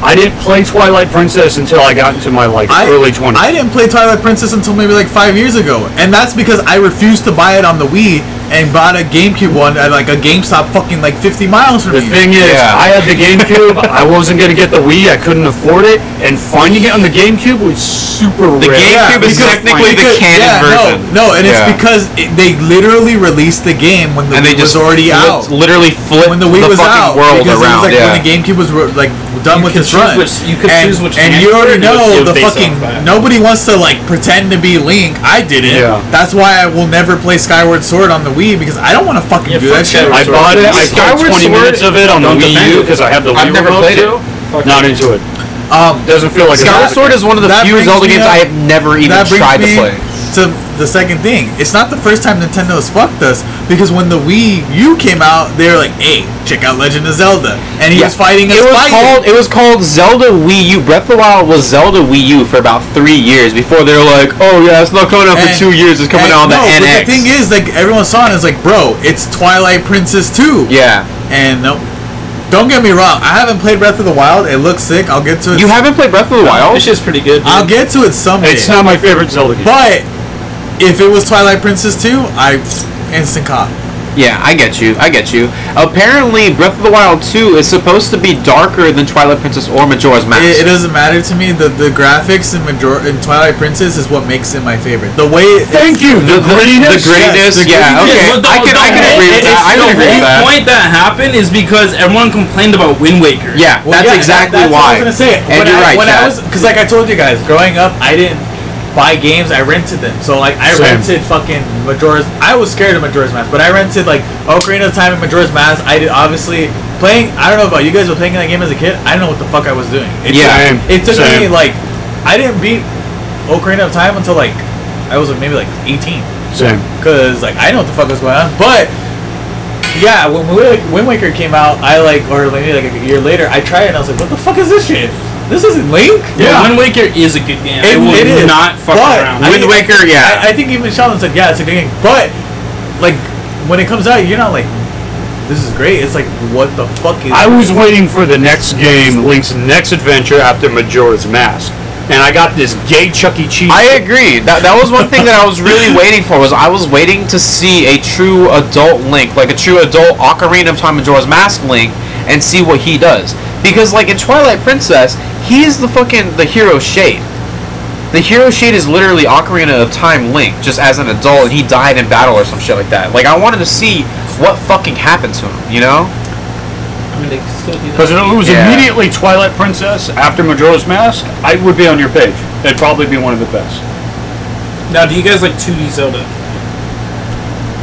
Speaker 6: I didn't play Twilight Princess until I got into my like early 20s.
Speaker 3: I didn't play Twilight Princess until maybe like five years ago, and that's because I refused to buy it on the Wii and bought a GameCube one at like a GameStop fucking like 50 miles from
Speaker 6: The
Speaker 3: me.
Speaker 6: thing is, I had the GameCube. I wasn't gonna get the Wii. I couldn't afford it, and finding it on the GameCube was super rare. Because- because-
Speaker 3: yeah, No, no, and
Speaker 6: Yeah.
Speaker 3: it's because it, they literally released the game when the
Speaker 6: And
Speaker 3: Wii
Speaker 6: they just
Speaker 3: was already
Speaker 6: flipped-
Speaker 3: out.
Speaker 6: literally flipped
Speaker 3: when the Wii
Speaker 6: the
Speaker 3: was
Speaker 6: fucking
Speaker 3: out
Speaker 6: world
Speaker 3: because
Speaker 6: around,
Speaker 3: It was like
Speaker 6: yeah.
Speaker 3: when the GameCube was re- like done with
Speaker 2: could
Speaker 3: its
Speaker 2: choose
Speaker 3: run.
Speaker 2: which- you could
Speaker 3: and,
Speaker 2: choose which
Speaker 3: and
Speaker 2: hand
Speaker 3: you already
Speaker 2: it was- it
Speaker 3: know
Speaker 2: was
Speaker 3: the
Speaker 2: based off
Speaker 3: fucking
Speaker 2: of.
Speaker 3: nobody wants to like pretend to be Link. I didn't.
Speaker 6: Yeah.
Speaker 3: That's why I will never play Skyward Sword on the Wii because I don't want to fucking do that shit.
Speaker 6: I bought it. I played 20 minutes of it on the Wii U because I have the Wii
Speaker 3: I've never
Speaker 6: remote
Speaker 3: played it.
Speaker 6: too. Not into it.
Speaker 3: Um,
Speaker 6: Doesn't feel like a
Speaker 3: Skyward
Speaker 6: Zelda
Speaker 3: Sword
Speaker 6: game.
Speaker 3: is one of the
Speaker 6: That
Speaker 3: few
Speaker 6: brings
Speaker 3: Zelda
Speaker 6: me
Speaker 3: games
Speaker 6: up-
Speaker 3: I have
Speaker 4: never
Speaker 6: even
Speaker 3: that brings
Speaker 6: tried to
Speaker 3: me
Speaker 6: play.
Speaker 3: To the second thing, it's not the first time Nintendo has fucked us because when the Wii U came out, they were like, "Hey, check out Legend of Zelda," and he
Speaker 4: Yeah.
Speaker 3: was fighting a
Speaker 4: It was
Speaker 3: spider.
Speaker 4: called it was called Zelda Wii U. Breath of the Wild was Zelda Wii U for about three years before they were like, oh yeah, it's not coming out for
Speaker 3: And-
Speaker 4: two years. It's coming
Speaker 3: and
Speaker 4: out on
Speaker 3: no,
Speaker 4: the
Speaker 3: but
Speaker 4: NX.
Speaker 3: The thing is, like everyone saw it, and it's like, bro, it's Twilight Princess 2.
Speaker 4: Yeah.
Speaker 3: And no, don't get me wrong, I haven't played Breath of the Wild. It looks sick. I'll get to it.
Speaker 4: You haven't played Breath of the Wild?
Speaker 3: It's just
Speaker 2: pretty good.
Speaker 3: I'll get to it someday.
Speaker 6: It's not my favorite Zelda game.
Speaker 3: But if it was Twilight Princess 2, I instant cop.
Speaker 4: Yeah, I get you. I get you. Apparently, Breath of the Wild 2 is supposed to be darker than Twilight Princess or Majora's Mask.
Speaker 3: It, it doesn't matter to me. The the graphics in Major in Twilight Princess is what makes it my favorite. The way. Thank
Speaker 6: you. The
Speaker 3: greatness.
Speaker 4: the greatness, yeah, okay.
Speaker 2: But the-
Speaker 4: I can,
Speaker 2: the
Speaker 4: I can
Speaker 2: whole-
Speaker 4: agree with
Speaker 2: it's-
Speaker 4: that. I
Speaker 2: the
Speaker 4: can agree with
Speaker 2: whole
Speaker 4: that.
Speaker 2: point that happened is because everyone complained about Wind Waker.
Speaker 4: Yeah,
Speaker 3: Well, yeah, that- that's What I was gonna say.
Speaker 4: And
Speaker 3: when
Speaker 4: you're
Speaker 3: I,
Speaker 4: right,
Speaker 3: When
Speaker 4: Chad.
Speaker 3: I was, because like I told you guys, growing up, I didn't buy games. I rented them. So like I
Speaker 6: Same.
Speaker 3: rented fucking Majora's. I was scared of Majora's Mask, but I rented like Ocarina of Time and Majora's Mask. I did obviously playing. I don't know about you guys, but playing that game as a kid, I don't know what the fuck I was doing. It
Speaker 6: Yeah,
Speaker 3: took-
Speaker 6: same.
Speaker 3: it took
Speaker 6: Same.
Speaker 3: me like I didn't beat Ocarina of Time until like I was maybe like 18.
Speaker 6: Same.
Speaker 3: Cause like I know what the fuck was going on, but yeah, when Wi- Wind Waker came out, I like, or maybe like a year later, I tried it and I was like, what the fuck is this shit? This isn't Link.
Speaker 2: Yeah. Wind Waker is a good game. It, will
Speaker 3: is,
Speaker 2: not fuck
Speaker 3: but
Speaker 2: around.
Speaker 3: I think- I, I think even Sheldon said, yeah, it's a good game, but like when it comes out, you're not like, this is great. It's like, what the fuck is?
Speaker 6: I was
Speaker 3: this?
Speaker 6: waiting for the next game, Link's next adventure after Majora's Mask, and I got this gay Chuck E. Cheese.
Speaker 4: I agree. That, that was one thing that I was really waiting for was I was waiting to see a true adult Link, like a true adult Ocarina of Time Majora's Mask Link, and see what he does. Because like in Twilight Princess, he's the fucking the hero shade. The hero shade is literally Ocarina of Time Link, just as an adult, and he died in battle or some shit like that. Like I wanted to see what fucking happened to him, you know?
Speaker 2: I mean, they could still do that.
Speaker 6: Because it was
Speaker 4: Yeah.
Speaker 6: immediately Twilight Princess after Majora's Mask. I would be on your page. It'd probably be one of the best.
Speaker 2: Now, do you guys like 2D Zelda?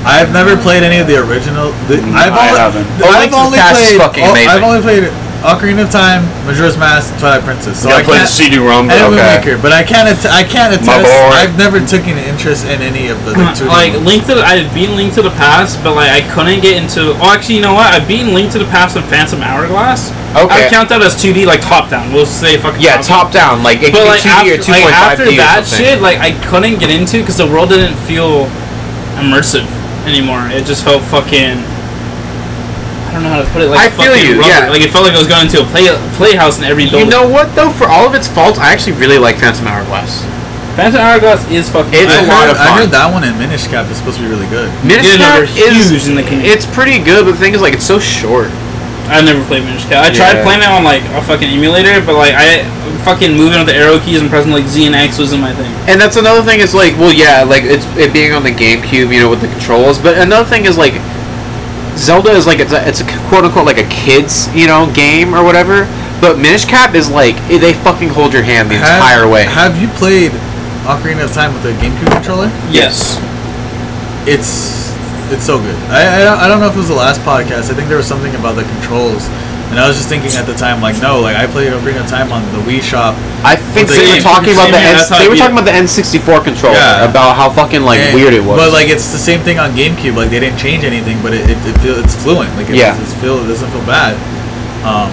Speaker 3: I've never played any of the original. The, I've
Speaker 6: I
Speaker 3: only,
Speaker 6: haven't.
Speaker 3: th-
Speaker 4: Oh, Link to
Speaker 3: I've
Speaker 4: the
Speaker 3: only
Speaker 4: Past is
Speaker 3: played.
Speaker 4: fucking
Speaker 3: oh,
Speaker 4: amazing.
Speaker 3: I've only played Ocarina of Time, Majora's Mask, Twilight Princess. So
Speaker 6: Yeah, I
Speaker 3: I
Speaker 6: played
Speaker 3: can't-
Speaker 6: CD-ROM,
Speaker 3: and
Speaker 6: but
Speaker 3: Wind
Speaker 6: okay.
Speaker 3: Waker, but I can't. Att- I can't attest.
Speaker 6: boy.
Speaker 3: I've never taken an interest in any of the like, two.
Speaker 2: like Link to the, I had beaten Link to the Past, but like I couldn't get into. Oh, actually, you know what? I've beaten Link to the Past and Phantom Hourglass. I
Speaker 4: Okay.
Speaker 2: would count that as 2D, like top down. We'll say fucking
Speaker 4: Yeah, top down, like it could
Speaker 2: Um,
Speaker 4: be
Speaker 2: But like
Speaker 4: 2D
Speaker 2: after,
Speaker 4: or
Speaker 2: like
Speaker 4: 2.5D
Speaker 2: after
Speaker 4: or
Speaker 2: that
Speaker 4: something.
Speaker 2: shit, like I couldn't get into because the world didn't feel immersive anymore. It just felt fucking. I don't know how to put it. Like
Speaker 4: I feel
Speaker 2: fucking
Speaker 4: you,
Speaker 2: rubber.
Speaker 4: yeah.
Speaker 2: Like it felt like I was going into a play playhouse in every
Speaker 4: You
Speaker 2: building.
Speaker 4: know what though? For all of its faults, I actually really like Phantom Hourglass.
Speaker 2: Phantom Hourglass is fucking.
Speaker 4: It's a
Speaker 3: I heard,
Speaker 4: lot of
Speaker 3: I
Speaker 4: fun.
Speaker 3: heard that one in Minish Cap is supposed to be really good.
Speaker 4: Minish
Speaker 2: Minish
Speaker 4: Cap
Speaker 2: Cap
Speaker 4: is
Speaker 2: huge in the community.
Speaker 4: It's pretty good, but the thing is, like, it's so short.
Speaker 2: I never played Minish Cap. I
Speaker 4: Yeah.
Speaker 2: tried playing it on like a fucking emulator, but like I fucking moving with the arrow keys and pressing like Z and X wasn't my thing.
Speaker 4: And that's another thing is like, well, yeah, like it's it being on the GameCube, you know, with the controls. But another thing is like, Zelda is like it's a, it's a quote unquote like a kids you know game or whatever. But Minish Cap is like it- they fucking hold your hand the
Speaker 3: Have-
Speaker 4: entire way.
Speaker 3: Have you played Ocarina of Time with a GameCube controller?
Speaker 2: Yes.
Speaker 3: It's it's so good. I, I don't- I don't know if it was the last podcast. I think there was something about the controls, and I was just thinking at the time like, no, like I played Ocarina of Time on the Wii Shop.
Speaker 4: I think
Speaker 3: Well,
Speaker 4: they
Speaker 3: they-
Speaker 4: were talking about the
Speaker 2: yeah,
Speaker 4: N-
Speaker 2: that's how
Speaker 4: they
Speaker 2: I
Speaker 4: were
Speaker 2: beat
Speaker 4: talking about the N64 controller
Speaker 3: Yeah.
Speaker 4: about how fucking like
Speaker 3: And-
Speaker 4: weird it was.
Speaker 3: But like it's the same thing on GameCube. Like they didn't change anything, but it, it, it feel, it's fluent. Like it,
Speaker 4: Yeah.
Speaker 3: it's feel, it doesn't feel bad. Um,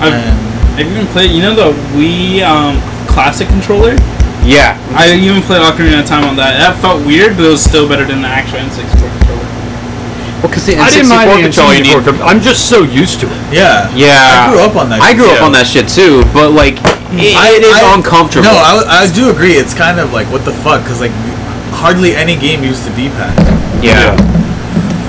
Speaker 2: I've,
Speaker 3: and
Speaker 2: I've even played. You know the Wii um, classic controller.
Speaker 4: yeah,
Speaker 2: I even played Ocarina of Time on that. That felt weird, but it was still better than the actual N64 controller.
Speaker 4: Well, because the
Speaker 6: I didn't mind
Speaker 4: N64
Speaker 6: the
Speaker 4: controller, you
Speaker 6: N64
Speaker 4: need
Speaker 6: con- I'm just so used to it.
Speaker 3: Yeah.
Speaker 4: Yeah.
Speaker 3: I grew up on that
Speaker 4: I
Speaker 3: shit,
Speaker 4: grew up
Speaker 3: yeah.
Speaker 4: on that shit too, but like, it, it is uncomfortable.
Speaker 3: No, I, I do agree. It's kind of like what the fuck, because like hardly any game used the D-pad.
Speaker 4: yeah.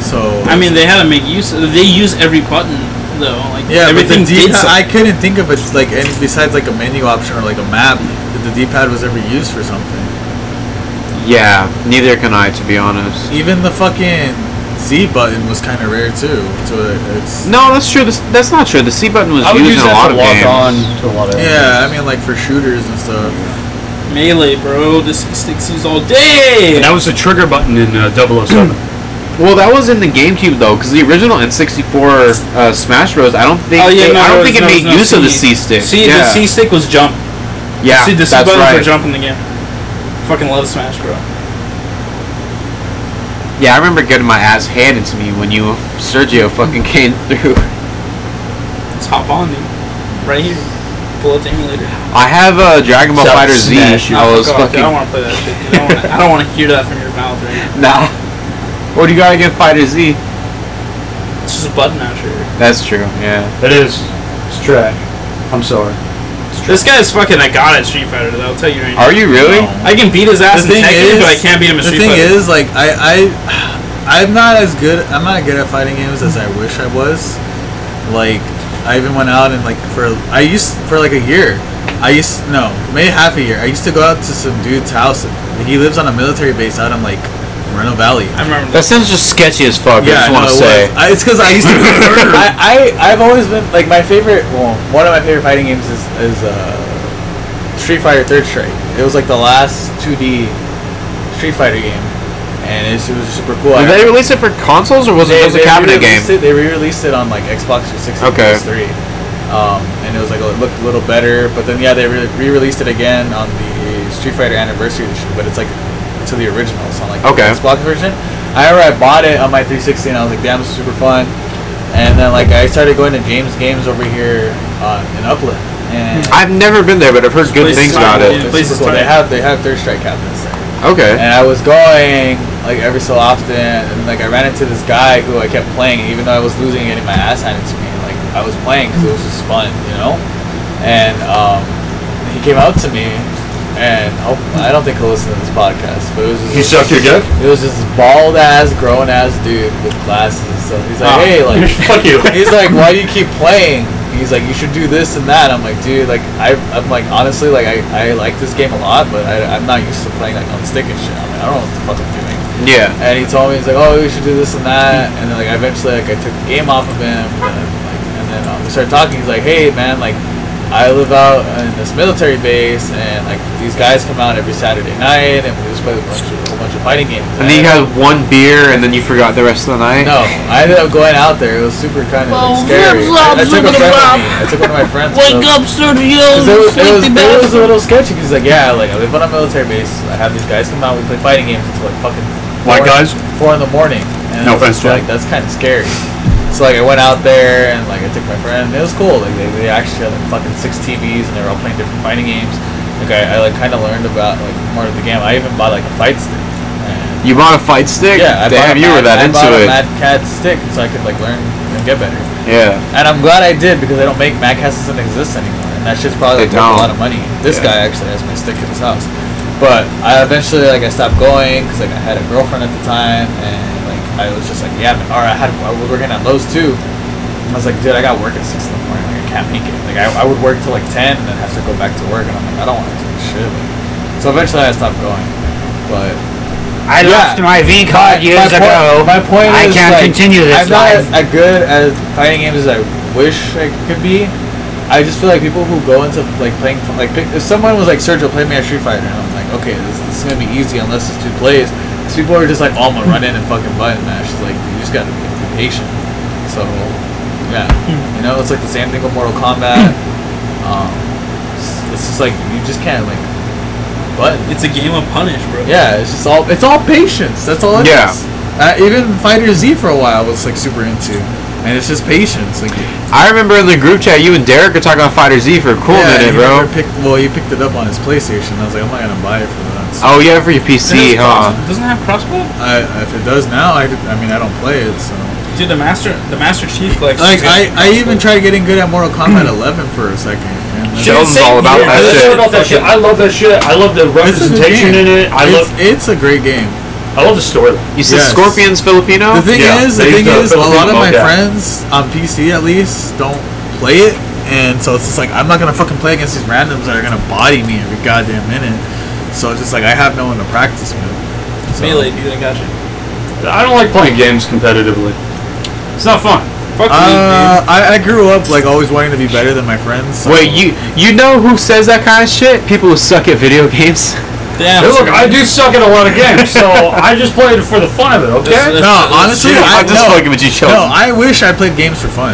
Speaker 3: So
Speaker 2: I mean, they had to make use. They use every button though. Like
Speaker 3: yeah,
Speaker 2: everything
Speaker 3: but the D-pad,
Speaker 2: did
Speaker 3: I
Speaker 2: something.
Speaker 3: couldn't think of it like any besides like a menu option or like a map that the D-pad was ever used for something.
Speaker 4: Yeah, neither can I, to be honest.
Speaker 3: Even the fucking Z button was kind of rare too. So it's
Speaker 4: No, that's true. This, that's not true. The C button was
Speaker 6: I would
Speaker 4: used
Speaker 6: use
Speaker 4: in a lot
Speaker 6: that to
Speaker 4: of
Speaker 6: log
Speaker 4: games.
Speaker 6: on to a lot of.
Speaker 3: yeah, I mean like for shooters and stuff.
Speaker 2: Melee, bro. This sticks these all day.
Speaker 6: That was the trigger button in uh, 007.
Speaker 4: Well, that was in the GameCube though, because the original N64 uh, Smash Bros. I don't think
Speaker 2: Oh
Speaker 4: they,
Speaker 2: yeah, no,
Speaker 4: I
Speaker 2: there
Speaker 4: don't
Speaker 2: was-
Speaker 4: think it
Speaker 2: there
Speaker 4: made
Speaker 2: was
Speaker 4: use
Speaker 2: no
Speaker 4: of the C stick.
Speaker 2: See,
Speaker 4: yeah.
Speaker 2: the C stick was jump.
Speaker 4: yeah,
Speaker 2: See, the C
Speaker 4: that's
Speaker 2: buttons
Speaker 4: right.
Speaker 2: were jumping again. Fucking love Smash, bro.
Speaker 4: Yeah, I remember getting my ass handed to me when you Sergio fucking came through.
Speaker 2: Let's hop on, dude. Right here. Pull up the emulator.
Speaker 4: I have uh, Dragon Ball Fighter Z. I
Speaker 2: Nah, fuck
Speaker 4: was
Speaker 2: off, dude. I
Speaker 4: fucking
Speaker 2: don't want to play that shit. dude. I don't wanna- I don't want to hear that from your mouth right now.
Speaker 4: nah. What do you got against Fighter Z?
Speaker 2: It's just a button masher.
Speaker 4: That's true. Yeah.
Speaker 6: It is. It's trash. I'm sorry.
Speaker 2: This guy's fucking a god at Street Fighter, though. I'll tell you right now.
Speaker 4: Are you really?
Speaker 3: Um,
Speaker 2: I can beat his ass in Tekken, but I can't beat him in
Speaker 3: the
Speaker 2: Street
Speaker 3: thing
Speaker 2: Fighter.
Speaker 3: is, like I, I, I'm not as good. I'm not good at fighting games as I wish I was. Like I even went out and like for I used for like a year. I used no, maybe half a year. I used to go out to some dude's house. He lives on a military base out in like Moreno Valley.
Speaker 2: I remember
Speaker 4: That sounds just sketchy as fuck. I just
Speaker 3: no,
Speaker 4: want to
Speaker 3: it
Speaker 4: say.
Speaker 3: was. I, it's because I used to. I, I I've always been like my favorite. Well, one of my favorite fighting games is is uh, Street Fighter Third Strike. It was like the last 2D Street Fighter game, and it's, it was super cool. I
Speaker 4: Did they
Speaker 3: remember-
Speaker 4: release it for consoles or was it just a cabinet game?
Speaker 3: re-released It, they re-released it on like Xbox 360
Speaker 4: Okay.
Speaker 3: and PS3, um, and it was like it looked a little better. But then yeah, they re- re-released it again on the Street Fighter Anniversary Edition, but it's like to the original, so on like
Speaker 4: Okay.
Speaker 3: the Xbox version. I remember I bought it on my 360, and I was like, damn, this is super fun. And then like I started going to James Games over here uh, in Upland, and
Speaker 4: I've never been there, but I've heard good
Speaker 2: place
Speaker 4: things
Speaker 2: is
Speaker 4: about it.
Speaker 2: horrible, dude.
Speaker 3: it's
Speaker 2: place
Speaker 3: super cool.
Speaker 2: is
Speaker 3: They
Speaker 2: tight.
Speaker 3: have they have Third Strike cabinets there.
Speaker 4: Okay.
Speaker 3: And I was going like every so often, and like I ran into this guy who I kept playing, even though I was losing, getting my ass handed to me. Like I was playing because it was just fun, you know. And um, he came out to me, and hope, I don't think he'll listen to this podcast, but it was just
Speaker 6: You suck your dick?
Speaker 3: it was just bald ass, grown ass dude with glasses. So he's like, hey, like
Speaker 6: Ah. Fuck you.
Speaker 3: he's like, why do you keep playing? He's like, you should do this and that. I'm like, dude, like I, I'm like, honestly, like I, I like this game a lot, but I, I'm not used to playing like on stick and shit. I'm like, I don't know what the fuck I'm doing.
Speaker 4: Yeah.
Speaker 3: And he told me he's like, oh, we should do this and that. And then like eventually, like I took the game off of him, and, like, and then um, we started talking. He's like, hey, man, like I live out in this military base, and like these guys come out every Saturday night, and we just play a bunch of, a whole bunch of fighting games.
Speaker 4: And then you
Speaker 3: I-
Speaker 4: had one beer and then you forgot the rest of the night?
Speaker 3: no, I ended up going out there. It was super kind of
Speaker 5: Oh,
Speaker 3: scary.
Speaker 5: ribs
Speaker 3: I,
Speaker 5: up,
Speaker 3: I took a
Speaker 5: zippity
Speaker 3: friend with
Speaker 5: bop.
Speaker 3: me. I took one of my friends.
Speaker 5: Wake
Speaker 3: so-
Speaker 5: up, Sergio,
Speaker 3: 'cause It was, it, was,
Speaker 5: sleepy
Speaker 3: it was a
Speaker 5: bastard.
Speaker 3: little sketchy. 'cause He's like, yeah, like I live on a military base. I have these guys come out. We play fighting games until like fucking
Speaker 6: White
Speaker 3: four-
Speaker 6: guys?
Speaker 3: four in the morning. And
Speaker 6: No
Speaker 3: I was
Speaker 6: offense,
Speaker 3: just
Speaker 6: Chad.
Speaker 3: like that's kind of scary. So like I went out there and like I took my friend. It was cool. Like they, they actually had like fucking six TVs and they were all playing different fighting games. Like I, I like kind of learned about like more of the game. I even bought like a fight stick. And
Speaker 4: You bought a fight stick?
Speaker 3: yeah, I
Speaker 4: Damn,
Speaker 3: bought a
Speaker 4: you
Speaker 3: mad,
Speaker 4: were that
Speaker 3: I bought
Speaker 4: into
Speaker 3: a
Speaker 4: it.
Speaker 3: Mad Cat stick so I could like learn and get better.
Speaker 4: yeah.
Speaker 3: And I'm glad I did because they don't make Mad Cats doesn't exist anymore, and that shit's probably
Speaker 4: They
Speaker 3: like, worth a
Speaker 4: don't.
Speaker 3: lot of money. This
Speaker 4: Yeah.
Speaker 3: guy actually has my stick in his house, but I eventually like I stopped going because like I had a girlfriend at the time, and like I was just like, yeah, man, all right, I had I was working at Lowe's too. And I was like, dude, I got work at six in the morning. Like, I can't make it. Like I, I would work till like ten and then have to go back to work, and I'm like, I don't want to do this shit. Like, so eventually I stopped going, but
Speaker 5: I
Speaker 3: Yeah.
Speaker 5: lost my V card
Speaker 3: my
Speaker 5: years
Speaker 3: point-
Speaker 5: ago.
Speaker 3: My point
Speaker 5: I
Speaker 3: is,
Speaker 5: can't
Speaker 3: like,
Speaker 5: continue this
Speaker 3: I'm not
Speaker 5: life.
Speaker 3: as as good at fighting games as I wish I could be. I just feel like people who go into like playing like pick, if someone was like Sergio, play me a Street Fighter, and I'm like, okay, this, this is gonna be easy unless it's two plays. Because people are just like, oh, I'm gonna run in and fucking button mash. It's like you just gotta be patient. So yeah, you know, it's like the same thing with Mortal Kombat. um, it's, it's just like you just can't like button.
Speaker 2: It's a game of punish, bro.
Speaker 3: Yeah, it's just all it's all patience. That's all it is.
Speaker 4: Yeah.
Speaker 3: Uh, even Fighter Z for a while was like super into. and it's just patience. Like,
Speaker 4: I remember in the group chat, you and Derek were talking about Fighter Z for a cool
Speaker 3: yeah,
Speaker 4: minute,
Speaker 3: he
Speaker 4: bro.
Speaker 3: never Picked, well, you picked it up on his PlayStation. I was like, I'm not gonna buy it for that. So-
Speaker 4: Oh yeah, for your PC, huh?
Speaker 3: It has crossbow.
Speaker 2: Doesn't it have crossbow?
Speaker 3: I, if it does now, I, I mean, I don't play it, so.
Speaker 2: Dude, the master, the master chief collection.
Speaker 3: Like, I, I even tried getting good at Mortal Kombat 11 for a second. and-
Speaker 4: Sheldon's all about that
Speaker 6: I
Speaker 4: shit.
Speaker 6: about that shit. I love that shit. I love the
Speaker 3: It's a good
Speaker 6: representation in
Speaker 3: game.
Speaker 6: it. I
Speaker 3: it's,
Speaker 6: love.
Speaker 3: It's a great game.
Speaker 6: I love the story.
Speaker 4: You said
Speaker 3: Yes.
Speaker 4: Scorpion's Filipino.
Speaker 3: The thing
Speaker 6: yeah,
Speaker 3: is, the
Speaker 6: they
Speaker 3: thing is,
Speaker 6: used
Speaker 3: a
Speaker 6: to-
Speaker 3: lot of my
Speaker 6: yeah.
Speaker 3: friends on PC at least don't play it, and so it's just like I'm not gonna fucking play against these randoms that are gonna body me every goddamn minute. So it's just like I have no one to practice with. So,
Speaker 2: melee, dude. I got you.
Speaker 6: I don't like playing games competitively. It's not fun.
Speaker 2: Fuck
Speaker 3: Uh, I, I grew up like always wanting to be better than my friends. So.
Speaker 4: Wait, you you know who says that kind of shit? People who suck at video games.
Speaker 2: you, dude. Damn.
Speaker 6: Hey, look, I do suck at a lot of games, so I just play it for the fun of it. Okay.
Speaker 2: That's-
Speaker 3: No, honestly,
Speaker 4: I'm
Speaker 3: I,
Speaker 4: just um,
Speaker 3: no,
Speaker 4: fucking with you, Sheldon.
Speaker 3: No, I wish I played games for fun.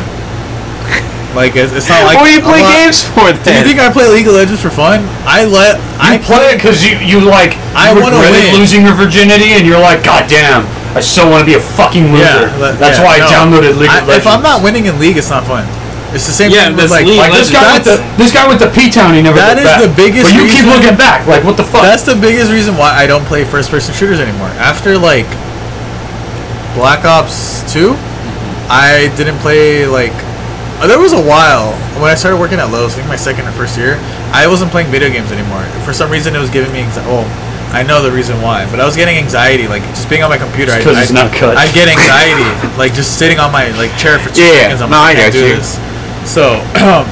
Speaker 3: Like it's, it's not like.
Speaker 4: what do you play
Speaker 3: I'm not-
Speaker 4: games for
Speaker 3: Do you
Speaker 4: then?
Speaker 3: think I play League of Legends for fun? I let I
Speaker 6: I play it because you you like
Speaker 3: I
Speaker 6: you
Speaker 3: wanna
Speaker 6: regretted
Speaker 3: win.
Speaker 6: losing your virginity, and you're like, God damn, I so want to be a fucking loser.
Speaker 3: that- yeah,
Speaker 6: That's why
Speaker 3: no.
Speaker 6: I downloaded League of
Speaker 3: I- If I'm
Speaker 6: Legends.
Speaker 3: not winning in league, it's not fun. It's the same
Speaker 2: Yeah,
Speaker 3: thing
Speaker 2: that's
Speaker 3: with like.
Speaker 2: league.
Speaker 6: like this guy with the this guy with the P town, he never.
Speaker 3: That
Speaker 6: looked
Speaker 3: is
Speaker 6: back.
Speaker 3: the biggest
Speaker 6: But you keep
Speaker 3: reason-
Speaker 6: looking back, like what the fuck?
Speaker 3: That's the biggest reason why I don't play first-person shooters anymore. After like Black Ops Two,
Speaker 4: Mm-hmm.
Speaker 3: I didn't play like. uh, There was a while when I started working at Lowe's, I think my second or first year, I wasn't playing video games anymore. For some reason, it was giving me anxiety. Oh, I know the reason why, but I was getting anxiety, like just being on my computer. I-
Speaker 6: 'cause
Speaker 3: I,
Speaker 6: it's not cut.
Speaker 3: I get anxiety, like just sitting on my like chair for two
Speaker 4: Yeah,
Speaker 3: seconds. I'm
Speaker 4: no,
Speaker 3: like,
Speaker 4: I
Speaker 3: can't
Speaker 4: got
Speaker 3: do
Speaker 4: you.
Speaker 3: this. So, um,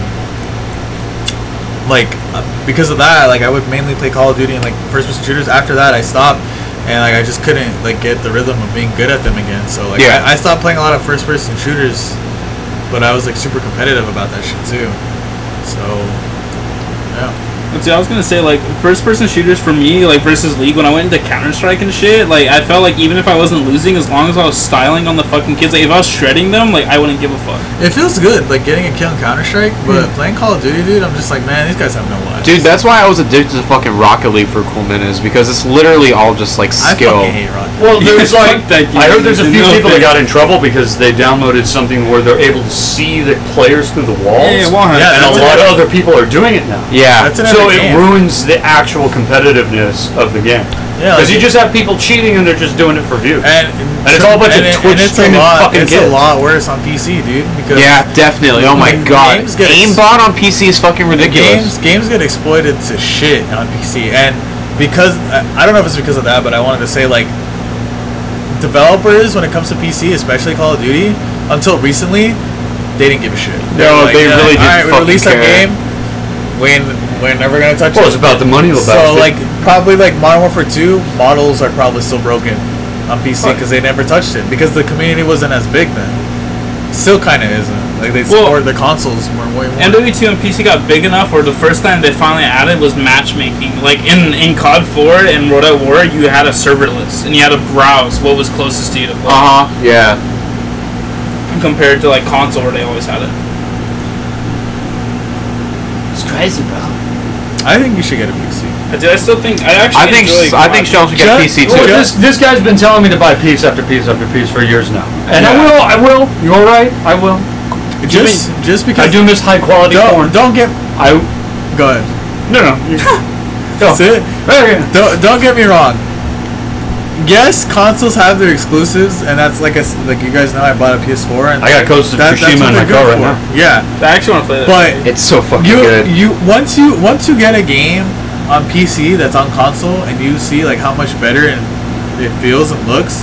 Speaker 3: like uh, because of that, like I would mainly play Call of Duty and like first-person shooters. After that, I stopped, and like I just couldn't like get the rhythm of being good at them again. So like
Speaker 4: Yeah.
Speaker 3: I, I stopped playing a lot of first-person shooters, but I was like super competitive about that shit too. So yeah,
Speaker 2: See, I was gonna say like first person shooters for me, like versus League when I went into Counter Strike and shit, like I felt like even if I wasn't losing, as long as I was styling on the fucking kids, like if I was shredding them, like I wouldn't give a fuck.
Speaker 3: it feels good like getting a kill in Counter Strike, but
Speaker 6: Hmm.
Speaker 3: playing Call of Duty, dude, I'm just like man, these guys have no lives.
Speaker 4: Dude, that's why I was addicted to fucking Rocket League for a cool minute, is because it's literally all just like
Speaker 3: I
Speaker 4: skill.
Speaker 3: fucking hate Rocket.
Speaker 6: well, there's
Speaker 2: Fuck
Speaker 6: like
Speaker 2: that
Speaker 6: I
Speaker 2: game.
Speaker 6: heard there's a
Speaker 2: It's
Speaker 6: few
Speaker 2: no
Speaker 6: people that
Speaker 2: fair.
Speaker 6: got in trouble because they downloaded something where they're able to see the players through the walls.
Speaker 2: Yeah, yeah, 100.
Speaker 6: and a
Speaker 3: that's
Speaker 6: lot
Speaker 3: another-
Speaker 6: of other people are doing it now.
Speaker 4: Yeah.
Speaker 3: That's another
Speaker 6: So it
Speaker 3: game.
Speaker 6: ruins the actual competitiveness of the game.
Speaker 3: Yeah, like-
Speaker 6: Because you just have people cheating and they're just doing it for views.
Speaker 3: And,
Speaker 6: And it's all a bunch of
Speaker 3: it-
Speaker 6: Twitch
Speaker 3: it's a
Speaker 6: streaming
Speaker 3: lot,
Speaker 6: fucking
Speaker 3: It's
Speaker 6: kids.
Speaker 3: a lot worse on PC, dude. Because
Speaker 4: yeah, definitely. Oh my god.
Speaker 3: Games get-
Speaker 4: Aimbot on PC is fucking
Speaker 3: the games
Speaker 4: ridiculous.
Speaker 3: games get exploited to shit on PC, and because I I don't know if it's because of that, but I wanted to say like developers when it comes to PC, especially Call of Duty, until recently, they didn't give a shit.
Speaker 4: No,
Speaker 3: were
Speaker 4: they
Speaker 3: "Yeah,
Speaker 4: really didn't
Speaker 3: All right, we
Speaker 4: fucking
Speaker 3: released our
Speaker 4: care."
Speaker 3: game. When we're never gonna touch
Speaker 6: Well,
Speaker 3: it.
Speaker 6: it's about the money.
Speaker 3: So
Speaker 6: about it.
Speaker 3: like probably like Modern Warfare 2 models are probably still broken on PC because they never touched it because the community wasn't as big then. Still kind of isn't. Like they
Speaker 2: Well-
Speaker 3: support the consoles more way more.
Speaker 2: MW2 and PC got big enough where the first time they finally added was matchmaking. Like in in COD 4 and World at War, you had a server list and you had to browse what was closest to you to play,
Speaker 4: Uh huh. Yeah.
Speaker 2: compared to like console where they always had it.
Speaker 5: It's crazy, bro.
Speaker 3: I think you should get a PC.
Speaker 2: I, did, I still think I actually
Speaker 4: I think
Speaker 2: enjoy
Speaker 4: I think
Speaker 2: COD.
Speaker 4: Sheldon should get PC
Speaker 6: Well,
Speaker 4: too.
Speaker 6: this, this guy's been telling me to buy piece after piece after piece for years now, and I will. I will. You're right. I will.
Speaker 3: Just just because
Speaker 6: I do miss high quality
Speaker 3: don't,
Speaker 6: porn.
Speaker 3: don't get
Speaker 6: I
Speaker 3: go ahead.
Speaker 6: no no. you-
Speaker 3: That's it.
Speaker 6: Hey,
Speaker 3: Don't, don't get me wrong. Yes, consoles have their exclusives, and that's like I s like you guys know I bought a PS4 and
Speaker 6: I got Ghost of
Speaker 3: that- that's what
Speaker 6: Tsushima in my
Speaker 3: they're good
Speaker 6: car right
Speaker 3: for.
Speaker 6: now.
Speaker 3: Yeah,
Speaker 2: I actually want to play
Speaker 3: but
Speaker 2: that.
Speaker 4: It's so fucking
Speaker 3: you
Speaker 4: good.
Speaker 3: you once you once you get a game on PC that's on console and you see like how much better and it feels and looks,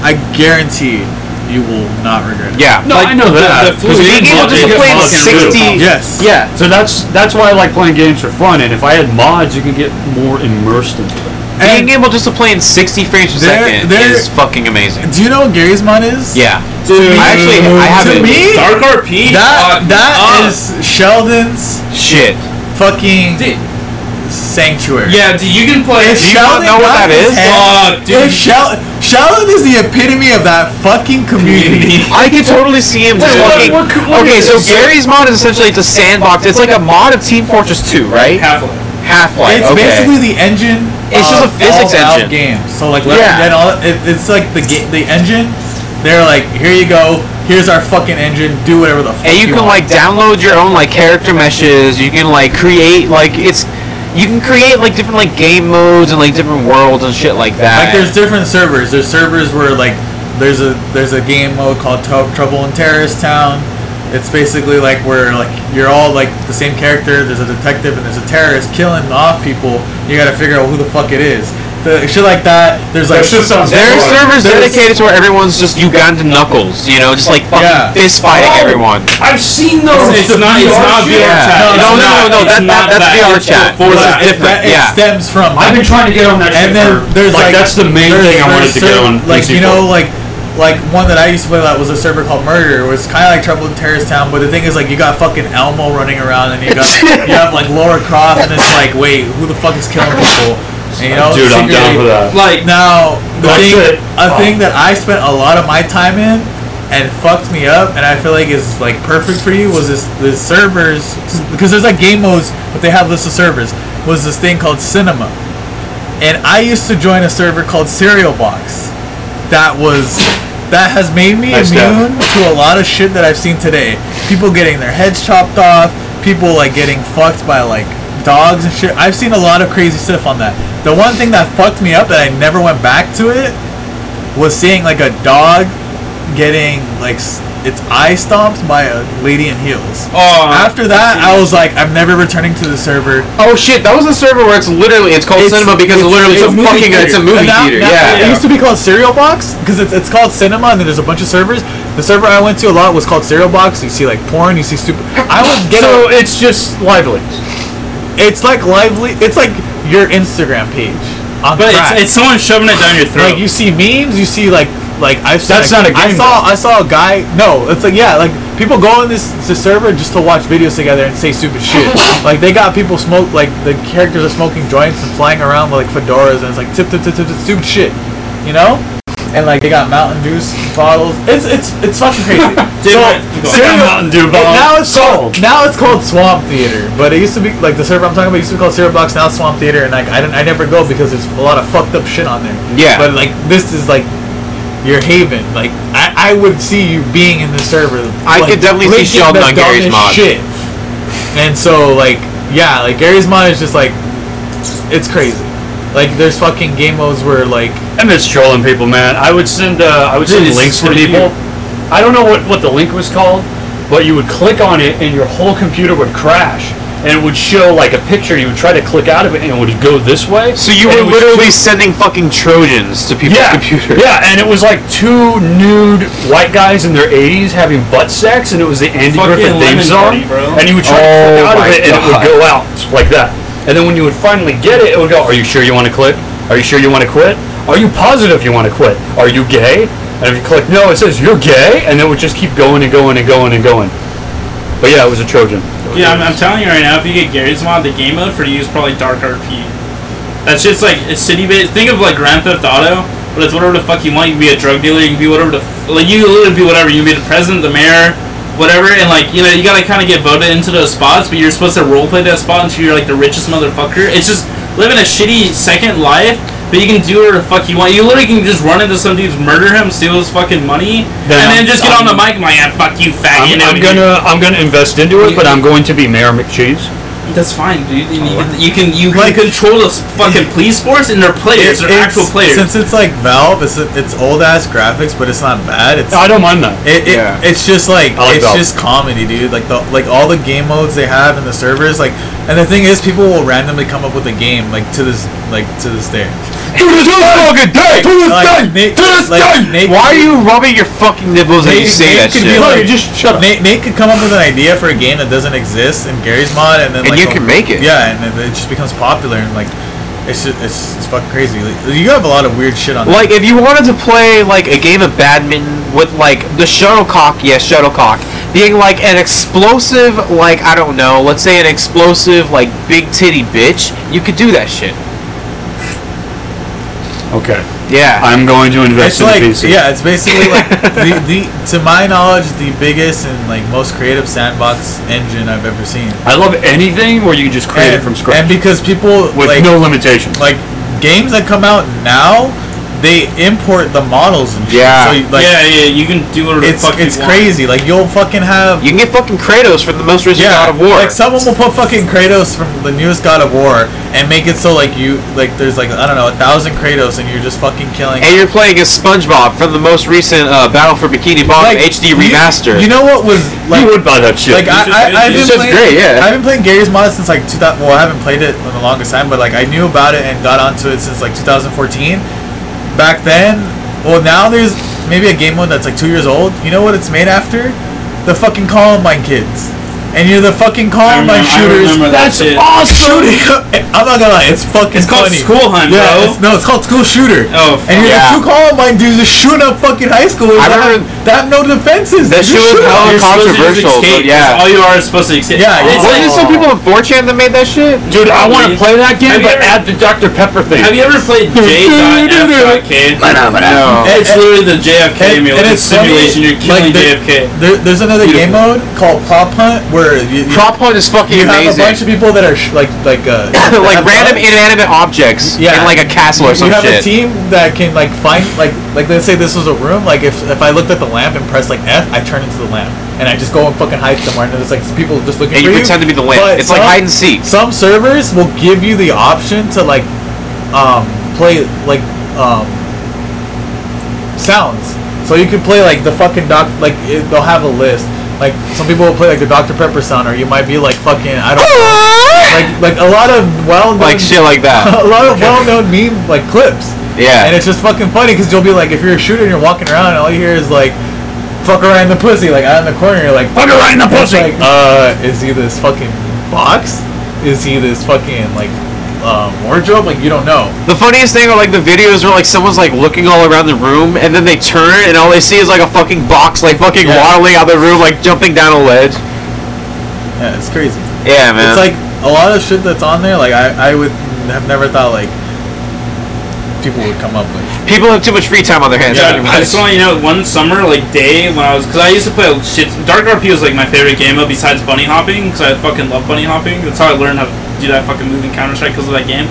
Speaker 3: I guarantee you will not regret it.
Speaker 4: Yeah.
Speaker 6: No, I know that.
Speaker 2: the
Speaker 6: 'cause
Speaker 2: fluid
Speaker 6: you
Speaker 4: Being
Speaker 6: get
Speaker 4: able
Speaker 6: mod-
Speaker 4: to
Speaker 6: you get
Speaker 4: play in
Speaker 6: mods to do
Speaker 4: 60
Speaker 6: it.
Speaker 3: Yes.
Speaker 4: Yeah.
Speaker 6: So that's that's why I like playing games for fun, and if I had mods, you can get more immersed into it.
Speaker 3: And
Speaker 4: Being able just to play in 60 frames per
Speaker 3: There-
Speaker 4: second
Speaker 3: there-
Speaker 4: is fucking amazing.
Speaker 3: do you know what Gary's Mon is?
Speaker 4: Yeah.
Speaker 3: Dude.
Speaker 4: I actually I have
Speaker 3: To
Speaker 4: it.
Speaker 3: me,
Speaker 2: Dark Uh, RP.
Speaker 3: that
Speaker 2: fuck
Speaker 3: that
Speaker 2: up.
Speaker 3: is Sheldon's
Speaker 4: Shit.
Speaker 3: fucking
Speaker 2: Dude.
Speaker 3: sanctuary.
Speaker 2: Yeah, dude, you can play.
Speaker 3: If
Speaker 4: you not
Speaker 3: Sheldon
Speaker 4: know what
Speaker 3: got
Speaker 4: that
Speaker 3: his
Speaker 4: is?
Speaker 3: hand-
Speaker 2: Fuck, dude.
Speaker 3: If Shel- Sheldon is the epitome of that fucking community.
Speaker 4: I can totally see him just
Speaker 6: Wait, what-
Speaker 4: fucking.
Speaker 6: what co- what
Speaker 4: okay,
Speaker 6: is
Speaker 4: so
Speaker 6: this?
Speaker 4: Gary's mod is essentially just sandbox. It's like a mod of Team Fortress 2, right?
Speaker 2: Half-Life.
Speaker 4: Half Life.
Speaker 3: It's
Speaker 4: okay.
Speaker 3: basically the engine.
Speaker 4: It's just
Speaker 3: of
Speaker 4: a physics
Speaker 3: all Valve
Speaker 4: engine.
Speaker 3: Games. So like Left
Speaker 4: Yeah.
Speaker 3: 4 Dead, all it, it's like the ga- the engine. They're like, here you go, here's our fucking engine. Do whatever the fuck
Speaker 4: and you can
Speaker 3: want.
Speaker 4: like download your own like character meshes. You can like create like it's you can create like different like game modes and like different worlds and shit like that.
Speaker 3: Like there's different servers. There's servers where like there's a there's a game mode called Trou- Trouble in Terrorist Town. It's basically like where like you're all like the same character. There's a detective and there's a terrorist killing off people. You gotta figure out who the fuck it is. The shit like that. There's like
Speaker 4: there are servers
Speaker 3: there's-
Speaker 4: dedicated to where everyone's just Ugandan knuckles, you know, just like fucking
Speaker 3: Yeah.
Speaker 4: fist fighting
Speaker 3: Oh,
Speaker 4: everyone.
Speaker 6: I've seen
Speaker 4: those.
Speaker 2: It's, it's not. It's not VR
Speaker 4: Yeah.
Speaker 2: chat. It's
Speaker 4: No, no,
Speaker 2: not-
Speaker 4: no, no, that-
Speaker 2: it's not
Speaker 4: that- that's VR
Speaker 2: It's
Speaker 4: chat.
Speaker 2: before
Speaker 4: This is
Speaker 2: that.
Speaker 4: different,
Speaker 3: It
Speaker 4: yeah.
Speaker 3: stems from.
Speaker 6: I've been trying to get on that
Speaker 3: And
Speaker 6: shit
Speaker 3: then
Speaker 6: for-
Speaker 3: there's
Speaker 6: like,
Speaker 3: like,
Speaker 6: that's the main
Speaker 3: there's-
Speaker 6: thing I wanted
Speaker 3: there's
Speaker 6: to get
Speaker 3: cer-
Speaker 6: on
Speaker 3: Like you
Speaker 6: PC
Speaker 3: know,
Speaker 6: for.
Speaker 3: like like one that I used to play that was a server called Murder. It was kind of like Trouble in Terrorist Town, but the thing is like you got fucking Elmo running around, and you got you have like Laura Croft, and it's like wait, who the fuck is killing people? And, you know,
Speaker 6: Dude, I'm down
Speaker 3: secretly-
Speaker 6: for that.
Speaker 2: Like
Speaker 3: now, the
Speaker 6: That's
Speaker 3: thing,
Speaker 6: it.
Speaker 3: a
Speaker 6: Oh.
Speaker 3: thing that I spent a lot of my time in and fucked me up, and I feel like is like perfect for you was this the servers because there's like game modes, but they have lists of servers. Was this thing called Cinema, and I used to join a server called Cereal Box. That was that has made me
Speaker 6: Nice job.
Speaker 3: immune to a lot of shit that I've seen today. People getting their heads chopped off, people like getting fucked by like dogs and shit. I've seen a lot of crazy stuff on that. The one thing that fucked me up that I never went back to it was seeing like a dog getting like s- its eye stomped by a lady in heels.
Speaker 2: Oh,
Speaker 3: After that, I was like, I'm never returning to the server.
Speaker 4: Oh shit, that was a server where it's literally it's called
Speaker 3: It's-
Speaker 4: cinema because it literally it's, a
Speaker 3: movie
Speaker 4: fucking it's a
Speaker 3: theater.
Speaker 4: movie
Speaker 3: And now-
Speaker 4: theater.
Speaker 3: now-
Speaker 4: yeah.
Speaker 3: It used to be called Cereal Box because it's, it's called Cinema and then there's a bunch of servers. The server I went to a lot was called Cereal Box. You see like porn, you see stupid. I would get
Speaker 6: so
Speaker 3: a-
Speaker 6: it's just lively.
Speaker 3: It's like lively. It's like your Instagram page. On
Speaker 2: But
Speaker 3: crack.
Speaker 2: it's, it's someone shoving it down your
Speaker 3: like
Speaker 2: throat.
Speaker 3: you see memes, you see like like I've seen,
Speaker 6: That's
Speaker 3: like,
Speaker 6: not a
Speaker 3: I
Speaker 6: game,
Speaker 3: saw I saw a guy. No, it's like yeah, like people go on this, this server just to watch videos together and say stupid shit. like they got people smoke like the characters are smoking joints and flying around with like fedoras and it's like tip tip tip tip, tip stupid shit, you know. And like they got Mountain Dew bottles. It's it's it's fucking crazy. so,
Speaker 6: Got Mountain Dew
Speaker 3: it-
Speaker 6: bottle.
Speaker 3: now it's called now it's called Swamp Theater, but it used to be like the server I'm talking about used to be called Cereal Box. Now it's Swamp Theater, and like I didn't I never go because there's a lot of fucked up shit on there.
Speaker 4: Yeah.
Speaker 3: But like this is like your haven. Like I, I would see you being in the server.
Speaker 4: I
Speaker 3: like,
Speaker 4: could definitely see
Speaker 3: linking
Speaker 4: Sheldon
Speaker 3: the
Speaker 4: on Gary's
Speaker 3: dumbest
Speaker 4: mod.
Speaker 3: Shit. And so like yeah, like Gary's mod is just like it's crazy. Like there's fucking game modes where like
Speaker 6: I miss trolling people, man. I would send uh, I would send
Speaker 2: Dude, this
Speaker 6: links
Speaker 2: is
Speaker 6: to
Speaker 2: for you.
Speaker 6: people. I don't know what, what the link was called, but you would click on it and your whole computer would crash. And it would show like a picture. You would try to click out of it and it would go this way.
Speaker 4: So you were
Speaker 6: and it was
Speaker 4: literally sending fucking Trojans to people's
Speaker 6: yeah,
Speaker 4: computers.
Speaker 6: Yeah, and it was like two nude white guys in their 80s having butt sex, and it was the Andy
Speaker 2: Fucking
Speaker 6: Griffith theme
Speaker 2: Lemon
Speaker 6: song.
Speaker 2: Party, bro.
Speaker 6: and you would try to
Speaker 4: Oh
Speaker 6: click out of
Speaker 4: my
Speaker 6: it, and it would
Speaker 4: God.
Speaker 6: go out like that. And then when you would finally get it, it would go, Are you sure you want to click? Are you sure you want to quit? Are you positive you want to quit? Are you gay? And if you click no, it says you're gay, and then it would just keep going and going and going and going. But yeah, it was a Trojan.
Speaker 2: Yeah, I'm, I'm telling you right now, if you get Gary's mod, the game mode for you is probably Dark RP. That's just like it's city based. Think of like Grand Theft Auto, but it's whatever the fuck you want. You can be a drug dealer, you can be whatever the f- like you can literally be whatever. You can be the president, the mayor, whatever. And like you know, you gotta kind of get voted into those spots, but you're supposed to roleplay that spot until you're like the richest motherfucker. It's just living a shitty second life. But you can do whatever the fuck you want. You literally can just run into some dudes, murder him, steal his fucking money,
Speaker 6: Then
Speaker 2: and then
Speaker 6: I'm-
Speaker 2: just get on the
Speaker 6: I'm-
Speaker 2: mic and like, ah, fuck you, fat.
Speaker 6: I'm, I'm gonna I'm gonna invest into it, but I'm going to be Mayor McCheese.
Speaker 2: That's fine, dude. And you, can, you can you can control the s- fucking police force and their
Speaker 3: it-
Speaker 2: players, they're actual
Speaker 3: it's-
Speaker 2: players.
Speaker 3: Since it's like Valve, it's it's old ass graphics, but it's not
Speaker 4: Oh,
Speaker 3: bad. It's
Speaker 6: I don't mind that.
Speaker 3: It, it,
Speaker 4: Yeah.
Speaker 3: it's just like,
Speaker 6: I like
Speaker 3: it's
Speaker 6: Valve.
Speaker 3: just comedy, dude. Like the like all the game modes they have in the servers, like and the thing is, people will randomly come up with a game like to this like to this day.
Speaker 4: To this fucking day! To this
Speaker 3: Like, Nate- like, Nate-
Speaker 4: Why are you rubbing your fucking nipples as you say that
Speaker 3: could
Speaker 4: shit?
Speaker 3: be like,
Speaker 6: just shut up.
Speaker 3: Nate, Nate could come up with an idea for a game that doesn't exist in Gary's mod, and then
Speaker 4: And
Speaker 3: like
Speaker 4: you
Speaker 3: a-
Speaker 4: can make it.
Speaker 3: Yeah, and then it just becomes popular, and like it's just, it's, it's fucking crazy. Like, you have a lot of weird shit on.
Speaker 4: Like if you wanted to play like a game of badminton with like the shuttlecock, yes, shuttlecock, being like an explosive, like I don't know, let's say an explosive, like big titty bitch, you could do that shit.
Speaker 6: Okay,
Speaker 4: Yeah.
Speaker 6: I'm going to
Speaker 3: it's
Speaker 6: invest in
Speaker 3: like
Speaker 6: the PC.
Speaker 3: yeah, it's basically like the, the to my knowledge the biggest and like most creative sandbox engine I've ever seen.
Speaker 6: I love anything where you can just create
Speaker 3: and,
Speaker 6: it from scratch
Speaker 3: and because people
Speaker 6: with
Speaker 3: like
Speaker 6: no limitations.
Speaker 3: like games that come out now they import the models and shit.
Speaker 4: Yeah.
Speaker 3: so you, like,
Speaker 4: Yeah,
Speaker 2: yeah, you can do whatever the
Speaker 3: it's,
Speaker 2: fuck you
Speaker 3: It's
Speaker 2: want.
Speaker 3: crazy. Like you'll fucking have.
Speaker 4: You can get fucking Kratos for the most recent God of War.
Speaker 3: Like someone will put fucking Kratos from the newest God of War and make it so like you like there's like I don't know a thousand Kratos and you're just fucking killing.
Speaker 4: And you're playing as SpongeBob from the most recent uh, Battle for Bikini Bottom HD remaster.
Speaker 3: You know what was like?
Speaker 4: would buy that shit.
Speaker 3: Like I, I, I've been
Speaker 4: it's just great,
Speaker 3: playing,
Speaker 4: yeah.
Speaker 3: I've been playing Gary's mod since like 2000. Well, I haven't played it in the longest time, but like I knew about it and got onto it since like 2014. Back then, well now there's maybe a game mode that's like two years old. You know what it's made after? The fucking Columbine kids. And you're the fucking Columbine
Speaker 2: remember- I
Speaker 3: shooters.
Speaker 2: remember that
Speaker 3: That's
Speaker 2: shit.
Speaker 3: awesome. Shooting up- I'm not gonna lie, it's fucking.
Speaker 2: It's called
Speaker 3: funny.
Speaker 2: School Hunt,
Speaker 3: yeah,
Speaker 2: bro.
Speaker 3: It's, no, it's called School Shooter.
Speaker 2: Oh, fuck.
Speaker 3: and you're
Speaker 2: Yeah.
Speaker 3: the two Columbine dudes just shooting up fucking high schoolers that,
Speaker 2: I remember-
Speaker 3: have, that have no defenses.
Speaker 4: That
Speaker 3: Just
Speaker 4: shit was
Speaker 3: shoot 'em.
Speaker 4: hella
Speaker 3: You're supposed to just
Speaker 4: controversial,
Speaker 3: escape.
Speaker 4: but yeah.
Speaker 2: All you are is supposed to escape.
Speaker 3: Yeah,
Speaker 2: it's
Speaker 4: Wasn't
Speaker 2: like-
Speaker 4: there some people on 4chan that made that shit?
Speaker 2: Dude, I wanna Please. play
Speaker 4: that
Speaker 2: game, Have you but ever-
Speaker 4: add the Dr. Pepper thing.
Speaker 2: Have you ever played J.F.K.?
Speaker 4: No.
Speaker 2: It's literally the
Speaker 3: And-
Speaker 2: JFK meal.
Speaker 3: and
Speaker 2: It's
Speaker 3: it's
Speaker 2: a
Speaker 3: funny,
Speaker 2: simulation. You're killing
Speaker 3: like, the-
Speaker 2: JFK.
Speaker 3: There, there's another game mode called Prop Hunt where you, you,
Speaker 4: Prop Hunt is fucking
Speaker 3: you have a
Speaker 4: amazing.
Speaker 3: bunch of people that are sh- like like uh,
Speaker 4: like
Speaker 3: have
Speaker 4: random
Speaker 3: guns.
Speaker 4: inanimate objects in
Speaker 3: Yeah.
Speaker 4: like a castle or some
Speaker 3: you have
Speaker 4: shit.
Speaker 3: a team that can like find like like let's say this was a room. Like if if I looked at the lamp and pressed like F, I turn into the lamp and I just go and fucking hide somewhere. And there's like people just looking
Speaker 4: And
Speaker 3: for
Speaker 4: you pretend to be the lamp.
Speaker 3: But
Speaker 4: It's like hide and seek.
Speaker 3: Some servers will give you the option to like um, play like um, sounds. So you can play like the fucking doc. Like it, they'll have a list. Like some people will play like the Dr Pepper sound, or you might be like fucking I don't know. Like like a lot of well
Speaker 4: Like shit like that.
Speaker 3: a lot of well-known meme like clips.
Speaker 4: Yeah.
Speaker 3: And it's just fucking funny because you'll be like, if you're a shooter and you're walking around, and all you hear is like, "fuck her right in the pussy," like out in the corner, you're like, "fuck her right in the pussy." Like, uh, is he this fucking box? Is he this fucking like uh, wardrobe? Like you don't know.
Speaker 4: The funniest thing are like the videos where like someone's like looking all around the room and then they turn and all they see is like a fucking box like fucking
Speaker 3: Yeah.
Speaker 4: waddling out of the room like jumping down a ledge.
Speaker 3: Yeah, it's crazy.
Speaker 4: Yeah, man.
Speaker 3: It's like a lot of shit that's on there. Like I, I would have never thought like people would come up with.
Speaker 4: people have too much free time on their hands.
Speaker 2: Yeah,
Speaker 4: pretty
Speaker 2: I
Speaker 4: much.
Speaker 2: just want you to know one summer, like day when I was, cause I used to play shit. Dark RP was like my favorite game of besides bunny hopping, cause I fucking love bunny hopping. That's how I learned how to do that fucking move in Counter Strike, cause of that game.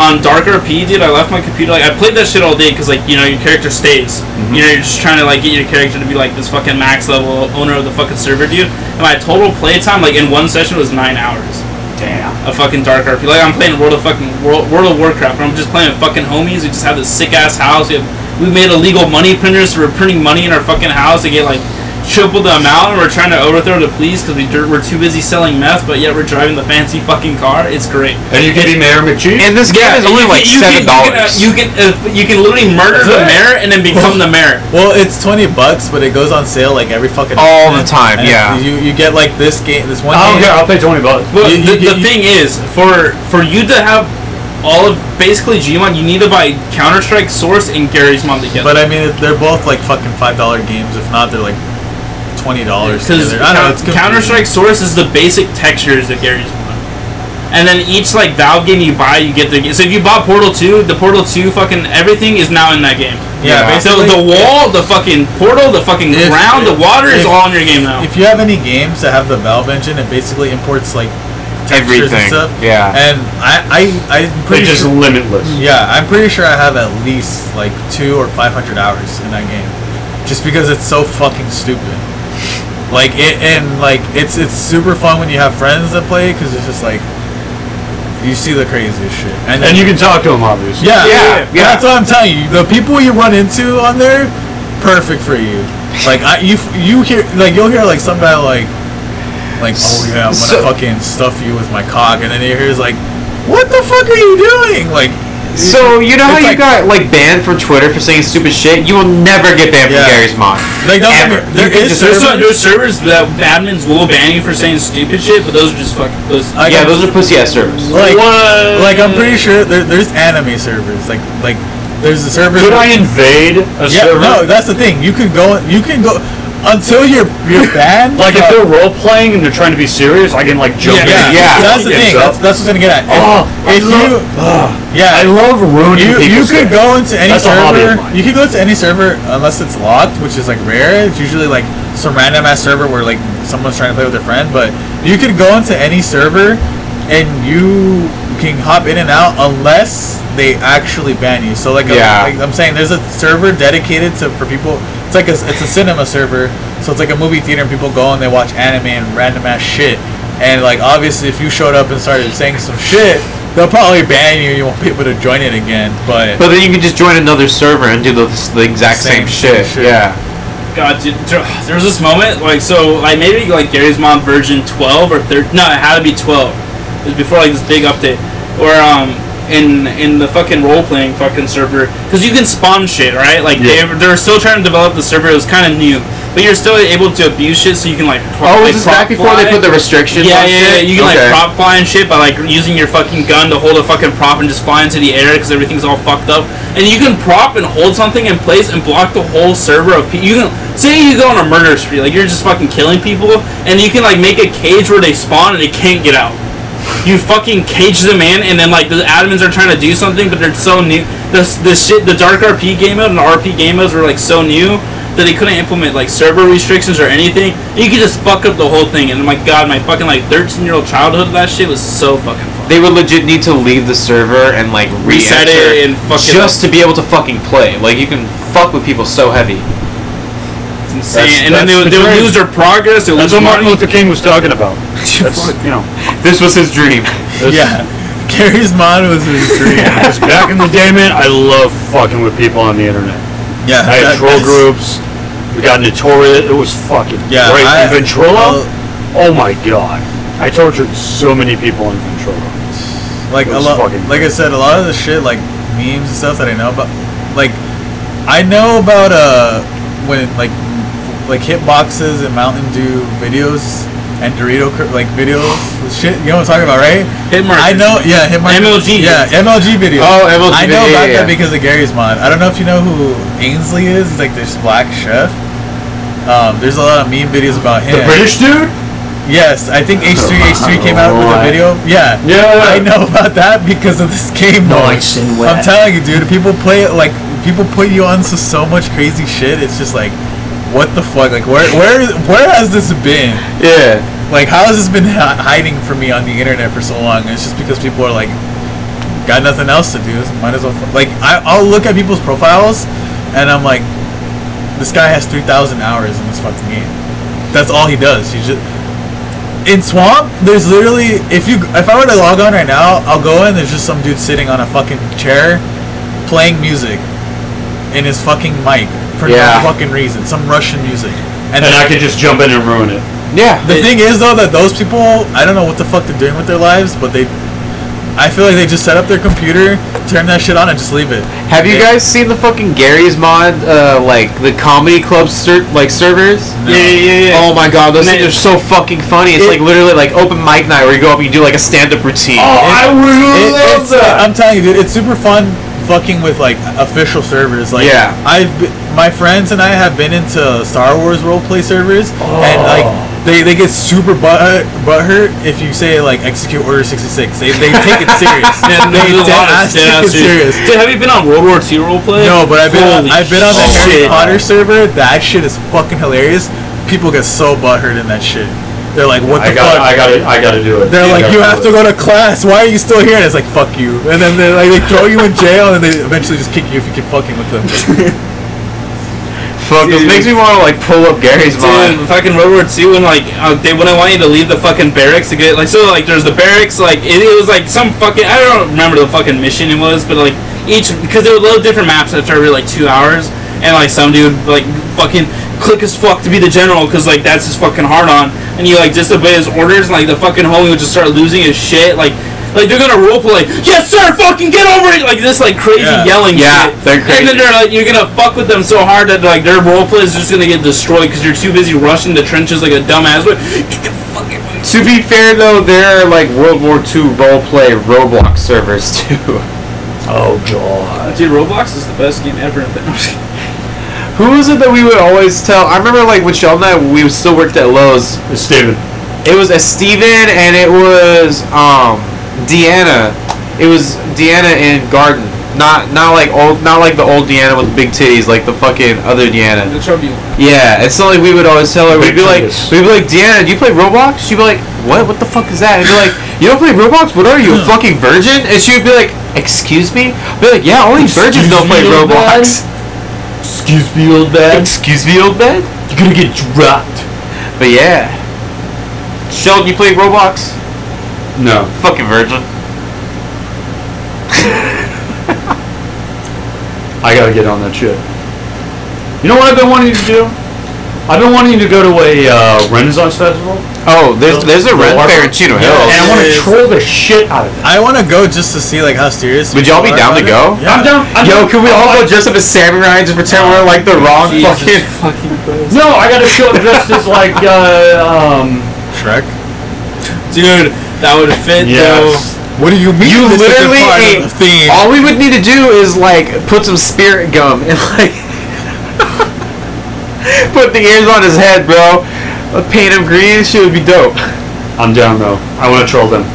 Speaker 2: On Dark RP, dude, I left my computer. Like I played that shit all day, cause like you know your character stays. You know you're just trying to like get your character to be like this fucking max level owner of the fucking server, dude. And my total play time, like in one session, was nine hours
Speaker 7: Damn.
Speaker 2: a fucking dark RP. Like I'm playing World of fucking World, World of Warcraft, and I'm just playing with fucking homies. We just have this sick ass house. We, have, we made illegal money printers. So we're printing money in our fucking house to get like triple the amount, and we're trying to overthrow the police because we dirt, we're too busy selling meth, but yet we're driving the fancy fucking car. It's great.
Speaker 6: And you can be Mayor McCheese?
Speaker 4: And this game is
Speaker 2: and
Speaker 4: only
Speaker 2: you
Speaker 4: like
Speaker 2: can- you
Speaker 4: seven
Speaker 2: can-
Speaker 4: dollars.
Speaker 2: You can uh, you can, uh, you can literally murder the mayor and then become the mayor.
Speaker 3: Well, it's twenty bucks, but it goes on sale like every fucking
Speaker 4: All the time,
Speaker 3: And
Speaker 4: yeah. Oh,
Speaker 3: You you get like this game, this one.
Speaker 6: I don't
Speaker 3: game,
Speaker 6: care. Oh, I'll pay 20 bucks.
Speaker 2: Well,
Speaker 3: You-
Speaker 2: the,
Speaker 3: you-
Speaker 2: the
Speaker 3: you-
Speaker 2: thing is, for for you to have all of basically Gmod, you need to buy Counter Strike, Source, and Gary's Mod together.
Speaker 3: But I mean, it- they're both like fucking five dollar games. If not, they're like twenty dollars.
Speaker 2: Because
Speaker 3: I don't know. It's
Speaker 2: Counter
Speaker 3: confusing.
Speaker 2: Strike Source is the basic textures that Gary's won. And then each like Valve game you buy, you get the. So if you bought Portal Two, the Portal Two fucking everything is now in that game.
Speaker 3: Yeah,
Speaker 2: So
Speaker 3: basically-
Speaker 2: the wall, the fucking portal, the fucking
Speaker 3: If-
Speaker 2: ground, the water
Speaker 3: if-
Speaker 2: is all in your game now.
Speaker 3: If you have any games that have the Valve engine, it basically imports like textures
Speaker 4: Everything,
Speaker 3: and stuff.
Speaker 4: yeah.
Speaker 3: And I I I'm
Speaker 6: They're
Speaker 3: pretty
Speaker 6: just
Speaker 3: sure,
Speaker 6: limitless.
Speaker 3: yeah, I'm pretty sure I have at least like two or five hundred hours in that game, just because it's so fucking stupid. Like it and like it's it's super fun when you have friends that play because it's just like you see the craziest shit then-
Speaker 6: And you can talk to them, obviously.
Speaker 3: Yeah,
Speaker 4: Yeah,
Speaker 3: yeah,
Speaker 4: yeah.
Speaker 3: That's what I'm telling you. The people you run into on there, perfect for you. Like I, you, you hear like you'll hear like some guy like, like oh yeah, I'm gonna
Speaker 4: So-
Speaker 3: fucking stuff you with my cock, and then you hear is like, what the fuck are you doing? Like,
Speaker 4: So you know how
Speaker 3: It's
Speaker 4: you
Speaker 3: like-
Speaker 4: got like banned from Twitter for saying stupid shit? You will never get banned
Speaker 3: Yeah.
Speaker 4: from Gary's mod.
Speaker 3: like don't
Speaker 4: Ever.
Speaker 3: get me- there
Speaker 4: You can
Speaker 3: is
Speaker 4: just-
Speaker 2: There's
Speaker 3: servers-
Speaker 2: some there's servers that admins will ban you for saying stupid shit, but those are just fucking those.
Speaker 3: I
Speaker 4: yeah,
Speaker 3: got-
Speaker 4: those are pussy ass servers.
Speaker 3: like, Uh, like I'm pretty sure there, there's anime servers. Like like there's a server.
Speaker 6: Could I invade a
Speaker 3: yeah,
Speaker 6: server?
Speaker 3: no, that's the thing. You can go. You can go until you're you're banned.
Speaker 6: Like if they're role playing and they're trying to be serious, I can like jump in.
Speaker 3: Uh, Yeah,
Speaker 6: and
Speaker 4: Yeah.
Speaker 3: That's the
Speaker 6: Yeah,
Speaker 3: thing.
Speaker 6: so-
Speaker 3: That's, that's what's gonna get at. If,
Speaker 6: Oh, I
Speaker 3: if
Speaker 6: love- ah,
Speaker 3: you, yeah,
Speaker 6: I love ruining
Speaker 3: you, you
Speaker 6: people's
Speaker 3: could
Speaker 6: day.
Speaker 3: go into any
Speaker 6: That's a hobby of
Speaker 3: server.
Speaker 6: mine.
Speaker 3: You could go to any server unless it's locked, which is like rare. It's usually like some random ass server where like someone's trying to play with their friend. But you could go into any server, and you can hop in and out unless they actually ban you. So like, I'm-
Speaker 4: Yeah.
Speaker 3: like I'm saying, there's a server dedicated to for people. It's like a, it's a cinema server, so it's like a movie theater, and people go and they watch anime and random ass shit. And like, obviously, if you showed up and started saying some shit, they'll probably ban you. You won't be able to join it again. But
Speaker 4: But then you can just join another server and do the, the exact same, shit. Yeah.
Speaker 2: God, dude, there there was this moment, like, so, like, maybe, like, Gary's Mom version 12 or 13, no, it had to be 12. It was before, like, this big update, where, um, in in the fucking role-playing fucking server, because you can spawn shit, right? Like, they, they were still trying to develop the server, it was kind of new, but you're still able to abuse shit, so you can, like, pro-
Speaker 4: Oh, was
Speaker 2: like,
Speaker 4: this back
Speaker 2: prop
Speaker 4: before they
Speaker 2: fly.
Speaker 4: put the restrictions
Speaker 2: Yeah,
Speaker 4: on
Speaker 2: yeah,
Speaker 4: shit?
Speaker 2: yeah, you can,
Speaker 4: Okay.
Speaker 2: like, prop fly and shit by, like, using your fucking gun to hold a fucking prop and just fly into the air, because everything's all fucked up, and you can prop and hold something in place and block the whole server of people. You can say you go on a murder spree, like you're just fucking killing people, and you can like make a cage where they spawn and they can't get out. You fucking cage them in, and then like the admins are trying to do something, but they're so new. This this shit, the dark RP game mode and the RP game modes were like so new that they couldn't implement like server restrictions or anything. You could just fuck up the whole thing, and my god, my fucking like 13 year old childhood of that shit was so fucking.
Speaker 4: They would legit need to leave the server and like
Speaker 2: Reset it
Speaker 4: re-enter
Speaker 2: and fuck it
Speaker 4: just to be able to fucking play. Like you can fuck with people so heavy.
Speaker 2: It's insane. and then they would, they would lose their progress. They would
Speaker 9: That's
Speaker 2: lose
Speaker 9: what Martin
Speaker 2: money.
Speaker 9: Luther King was talking about. That's, you know, this was his dream.
Speaker 3: yeah, Gary's mom was his dream.
Speaker 9: back in the day, man, I love fucking with people on the internet.
Speaker 3: Yeah,
Speaker 9: I had
Speaker 3: that-
Speaker 9: troll
Speaker 3: that's-
Speaker 9: groups. We got notorious. It was fucking
Speaker 3: Yeah,
Speaker 9: great.
Speaker 3: I-
Speaker 9: And Ventrilo. oh my god, I tortured so many people on Ventrilo.
Speaker 3: like
Speaker 9: It
Speaker 3: a
Speaker 9: was
Speaker 3: lot
Speaker 9: fucking
Speaker 3: like i said a lot of the shit like memes and stuff that i know about like i know about uh when like like hitboxes and mountain dew videos and dorito cur- like videos shit you know what i'm talking about right
Speaker 2: Hit
Speaker 3: i
Speaker 2: markers.
Speaker 3: know yeah hit markers.
Speaker 2: MLG.
Speaker 3: yeah mlg videos
Speaker 2: Oh, MLG
Speaker 3: i know
Speaker 2: video,
Speaker 3: about that
Speaker 2: yeah, yeah.
Speaker 3: because of gary's mod i don't know if you know who ainsley is he's like this black chef um, there's a lot of meme videos about him
Speaker 9: The British dude?
Speaker 3: Yes, I think H3 H3 came out with a video. Yeah.
Speaker 9: Yeah.
Speaker 3: I know about that because of this game. Nice and wet. I'm telling you, dude. People play it like people put you on to so much crazy shit. It's just like, what the fuck? Like, where where where has this been?
Speaker 4: Yeah.
Speaker 3: Like, how has this been hi- hiding from me on the internet for so long? And it's just because people are like, got nothing else to do. so Might as well. fu- Like, I, I'll look at people's profiles, and I'm like, this guy has 3,000 hours in this fucking game. That's all he does. He just in Swamp, there's literally if you if I were to log on right now, I'll go in. There's just some dude sitting on a fucking chair, playing music, in his fucking mic for
Speaker 9: Yeah.
Speaker 3: no fucking reason. Some Russian music.
Speaker 9: And then I could just jump in and ruin it.
Speaker 4: Yeah.
Speaker 3: The thing is though that those people, I don't know what the fuck they're doing with their lives, but they, I feel like they just set up their computer, turn that shit on, and just leave it.
Speaker 4: Have you guys seen the fucking Gary's mod, uh, like the comedy club ser- like servers?
Speaker 3: Yeah, yeah, yeah, yeah.
Speaker 4: Oh my god, those
Speaker 3: Man.
Speaker 4: things are so fucking funny. It's
Speaker 3: It-
Speaker 4: like literally like open mic night where you go up and you do like a stand up routine.
Speaker 3: Oh, It- it's- I'm telling you, dude, it's super fun fucking with like official servers. Like,
Speaker 4: Yeah.
Speaker 3: I've be- my friends and I have been into Star Wars roleplay servers, and like
Speaker 2: Oh.
Speaker 3: they, they get super butt butthurt if you say like execute Order 66. They, they take it serious.
Speaker 2: Yeah,
Speaker 3: they
Speaker 2: there's a lot
Speaker 3: dead-ass
Speaker 2: of shit out serious. Dude, have you been on World War II roleplay?
Speaker 3: No, but I've been on,
Speaker 2: Holy
Speaker 3: I've been on the Harry
Speaker 2: shit.
Speaker 3: Potter server. That shit is fucking hilarious. People get so butthurt in that shit. They're like, what
Speaker 9: I
Speaker 3: the
Speaker 9: gotta-
Speaker 3: fuck?
Speaker 9: I gotta- I gotta do it.
Speaker 3: They're
Speaker 9: I
Speaker 3: like,
Speaker 9: gotta
Speaker 3: you
Speaker 9: do
Speaker 3: have
Speaker 9: it."
Speaker 3: to go to class. Why are you still here? And it's like, fuck you. And then they like they throw you in jail, and they eventually just kick you if you keep fucking with them.
Speaker 4: Fuck, this
Speaker 2: Dude.
Speaker 4: makes me want to like pull up Gary's mod.
Speaker 2: Dude, fucking World War II, when like uh, they wouldn't want you to leave the fucking barracks to get like so like there's the barracks like it, it was like some fucking I don't remember the fucking mission it was, but like each because they would load different maps after every like two hours, and like some dude like fucking click as fuck to be the general because like that's his fucking hard on, and you like disobey his orders, and like the fucking homie would just start losing his shit like. Like they're gonna roleplay, like, yes sir, fucking get over it, like this like crazy
Speaker 4: Yeah.
Speaker 2: yelling
Speaker 4: Yeah,
Speaker 2: shit.
Speaker 4: they're
Speaker 2: And then
Speaker 4: crazy.
Speaker 2: they're like, you're gonna fuck with them so hard that like their roleplay is just gonna get destroyed because you're too busy rushing the trenches like a dumbass. But
Speaker 4: To be fair though, there are like World War II roleplay Roblox servers too. Oh god.
Speaker 2: dude, Roblox is the best game ever. Dude,
Speaker 4: Who was it that we would always tell? I remember like when Sheldon and I we still worked at Lowe's.
Speaker 9: Steven.
Speaker 4: It was a Steven and it was um Deanna. It was Deanna and Garden. Not not like old, not like the old Deanna with the big titties, like the fucking other Deanna.
Speaker 2: The chubby
Speaker 4: Yeah, it's something we would always tell her. We'd be
Speaker 6: Big
Speaker 4: like,
Speaker 6: titties.
Speaker 4: we'd be like, Deanna, do you play Roblox? She'd be like, what? What the fuck is that? And be like, you don't play Roblox? What are you, a fucking virgin? And she would be like, excuse me? I'd be like, yeah, only virgins don't play Roblox. Excuse me, old man. Excuse me, old man. You're gonna get dropped. But yeah, Sheldon, you play Roblox?
Speaker 6: No.
Speaker 4: Fucking virgin.
Speaker 6: I gotta get on that shit. You know what I've been wanting to do? I've been wanting to go to a uh, Renaissance festival.
Speaker 4: Oh, there's there's a Ren
Speaker 6: Lark-
Speaker 4: Fair in Chino
Speaker 6: Yeah,
Speaker 4: Hills.
Speaker 6: and I want to troll the shit out of it.
Speaker 3: I want to go just to see like how serious.
Speaker 4: Would y'all be
Speaker 3: people
Speaker 4: down to
Speaker 3: are about
Speaker 4: go?
Speaker 3: it. Yeah.
Speaker 6: I'm down. I'm
Speaker 4: Yo,
Speaker 6: down.
Speaker 4: can we all go dress up as samurai and just pretend we're like the wrong
Speaker 2: Jesus
Speaker 4: fucking?
Speaker 2: fucking Christ.
Speaker 6: No, I gotta show up dressed as like uh, um.
Speaker 3: Shrek.
Speaker 2: Dude, that would fit
Speaker 6: Yes.
Speaker 3: What do you mean?
Speaker 4: You
Speaker 3: this isn't
Speaker 4: literally
Speaker 3: part
Speaker 4: ate-
Speaker 3: of the theme.
Speaker 4: All we would need to do is like put some spirit gum and like put the ears on his head, bro. Uh, Paint him green. Shit would be dope.
Speaker 6: I'm down though. I want to troll them.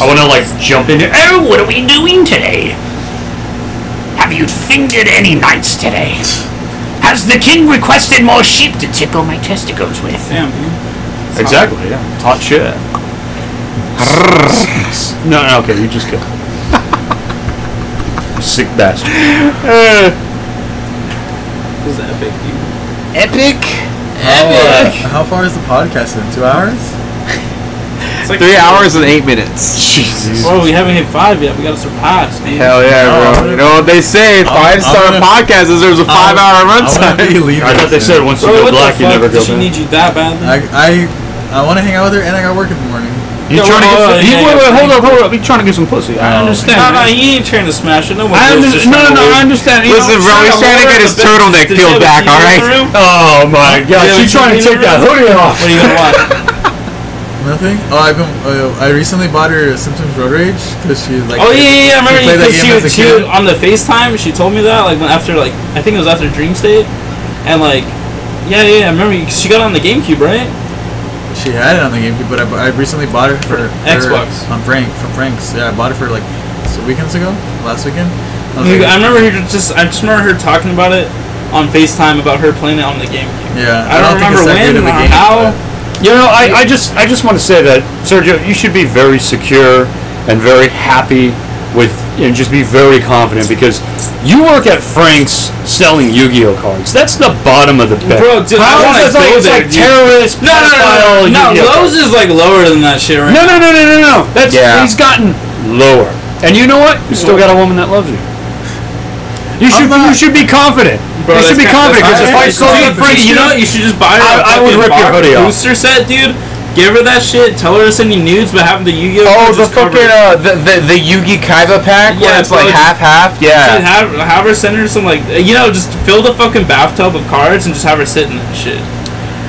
Speaker 6: I want to like jump in. Here.
Speaker 5: Oh, what are we doing today? Have you fingered any knights today? Has the king requested more sheep to tickle my testicles with?
Speaker 2: though. Damn, dude.
Speaker 6: Exactly. Yeah. Hot shit. no, no. Okay, you just kill. Sick bastard.
Speaker 2: This is epic, dude.
Speaker 4: Epic.
Speaker 3: How, uh, how far is the podcast? In two hours?
Speaker 2: It's like
Speaker 4: Three hours and eight minutes.
Speaker 6: Jesus.
Speaker 2: Bro, we haven't hit five yet. We gotta surpass, man.
Speaker 4: Hell yeah,
Speaker 6: Oh,
Speaker 4: bro. You know what they say? 5 star
Speaker 3: gonna-
Speaker 4: podcast deserves a five hour
Speaker 3: I want to be
Speaker 4: runtime.
Speaker 3: leaving.
Speaker 6: I thought they said once you
Speaker 2: Bro,
Speaker 6: go
Speaker 2: what
Speaker 6: black,
Speaker 2: the
Speaker 6: you
Speaker 2: fuck?
Speaker 6: never go
Speaker 2: Does she
Speaker 6: back.
Speaker 2: need you that badly?
Speaker 3: I I, I want to hang out with her, and I got work in the morning.
Speaker 6: You
Speaker 2: Yeah,
Speaker 6: trying to get
Speaker 2: well,
Speaker 6: some?
Speaker 2: uh,
Speaker 6: You,
Speaker 2: yeah,
Speaker 6: wait,
Speaker 2: yeah,
Speaker 6: wait, hold
Speaker 2: yeah.
Speaker 6: up, hold up. You trying to get some pussy? I understand.
Speaker 2: No, no, he ain't trying to smash it. No one
Speaker 6: I
Speaker 2: goes
Speaker 6: understand.
Speaker 2: just
Speaker 6: No,
Speaker 2: trying
Speaker 6: no, no.
Speaker 2: to
Speaker 6: I
Speaker 2: work.
Speaker 6: understand. You
Speaker 4: Listen,
Speaker 6: know,
Speaker 4: bro, he's trying to get his turtleneck
Speaker 2: Did
Speaker 4: peeled
Speaker 2: you have a
Speaker 4: back,
Speaker 2: TV in the
Speaker 4: alright?
Speaker 2: room?
Speaker 6: Oh my God!
Speaker 2: Yeah,
Speaker 6: She's
Speaker 2: you
Speaker 6: trying
Speaker 2: in
Speaker 6: to take
Speaker 2: the
Speaker 6: that
Speaker 2: room?
Speaker 6: hoodie off.
Speaker 2: What are you gonna watch?
Speaker 3: Nothing. Oh, I've been. Uh, I recently bought her Simpsons Road Rage because she's like.
Speaker 2: Oh yeah, yeah, yeah.
Speaker 3: We
Speaker 2: I remember
Speaker 3: played that
Speaker 2: because she,
Speaker 3: game
Speaker 2: was-
Speaker 3: as a
Speaker 2: she
Speaker 3: kid.
Speaker 2: was on the FaceTime. She told me that like when after like I think it was after Dream State, and like yeah, yeah. I remember she got on the GameCube, right?
Speaker 3: She had it on the GameCube, but I, bu- I recently bought it for her-
Speaker 2: Xbox.
Speaker 3: on Frank from Frank's. Yeah, I bought it for like two weekends ago, last weekend. I was
Speaker 2: Like,
Speaker 3: like,
Speaker 2: I remember her just I just remember her talking about it on FaceTime about her playing it on the GameCube.
Speaker 3: yeah,
Speaker 2: I don't,
Speaker 3: think
Speaker 2: remember
Speaker 3: it's that
Speaker 2: when
Speaker 3: good of a
Speaker 2: or
Speaker 3: game,
Speaker 2: how.
Speaker 3: but-
Speaker 6: You know, I, I just I just want to say that Sergio, you should be very secure and very happy with and just be very confident because you work at Frank's selling Yu-Gi-Oh cards. That's the bottom of the bed.
Speaker 2: Bro, dude, I wanna
Speaker 6: is that like,
Speaker 2: go
Speaker 6: it's
Speaker 2: there,
Speaker 6: like
Speaker 2: dude.
Speaker 6: terrorist,
Speaker 2: No, no, no, no,
Speaker 6: pedophile
Speaker 2: no.
Speaker 6: Yu-Gi-Oh
Speaker 2: no
Speaker 6: cards.
Speaker 2: Lowe's is like lower than that shit, right?
Speaker 6: No, no, no, no, no, no. That's
Speaker 4: Yeah.
Speaker 6: he's gotten lower. And you know what? You still got a woman that loves you. You should you should be confident.
Speaker 2: Bro,
Speaker 6: you should
Speaker 2: that's
Speaker 6: be
Speaker 2: kinda-
Speaker 6: confident because
Speaker 2: that's
Speaker 6: if
Speaker 2: kinda
Speaker 6: I sold
Speaker 2: crazy.
Speaker 6: it for
Speaker 2: Dude,
Speaker 6: you,
Speaker 2: you know,
Speaker 6: know,
Speaker 2: what? you should just buy her. a
Speaker 6: I- I would
Speaker 2: fucking
Speaker 6: rip your
Speaker 2: box
Speaker 6: hoodie off.
Speaker 2: Booster set, dude. Give her that shit. Tell her to send you nudes, but have the Yu-Gi-Oh.
Speaker 4: Oh,
Speaker 2: cards
Speaker 4: the
Speaker 2: just covered.
Speaker 4: fucking uh, the the, the Yugi Kaiba pack where
Speaker 2: Yeah,
Speaker 4: it's like
Speaker 2: bro,
Speaker 4: half half.
Speaker 2: Dude,
Speaker 4: Yeah,
Speaker 2: have, have her send her some like uh, you know just fill the fucking bathtub of cards and just have her sit in that shit.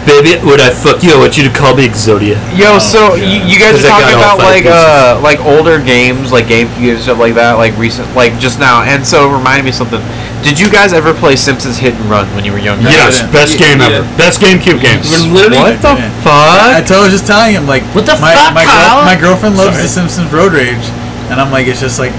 Speaker 6: baby, would I fuck you? I want you to call me Exodia.
Speaker 3: Oh,
Speaker 4: yo. So you, you guys
Speaker 6: 'Cause
Speaker 4: are
Speaker 6: I
Speaker 4: talking about
Speaker 6: got all five
Speaker 4: like uh like older games, like GameCube and stuff like that, like recent, like just now. And so it reminded me of something. Did you guys ever play Simpsons Hit and Run when you were younger?
Speaker 6: Yes, best game
Speaker 2: Yeah.
Speaker 6: ever. Best GameCube game.
Speaker 2: We're literally
Speaker 4: What the fuck?
Speaker 3: I told, I was just telling him like,
Speaker 4: What the
Speaker 3: my,
Speaker 4: fuck,
Speaker 3: my,
Speaker 4: Kyle?
Speaker 3: my girlfriend loves The Simpsons Road Rage, and I'm like, it's just like.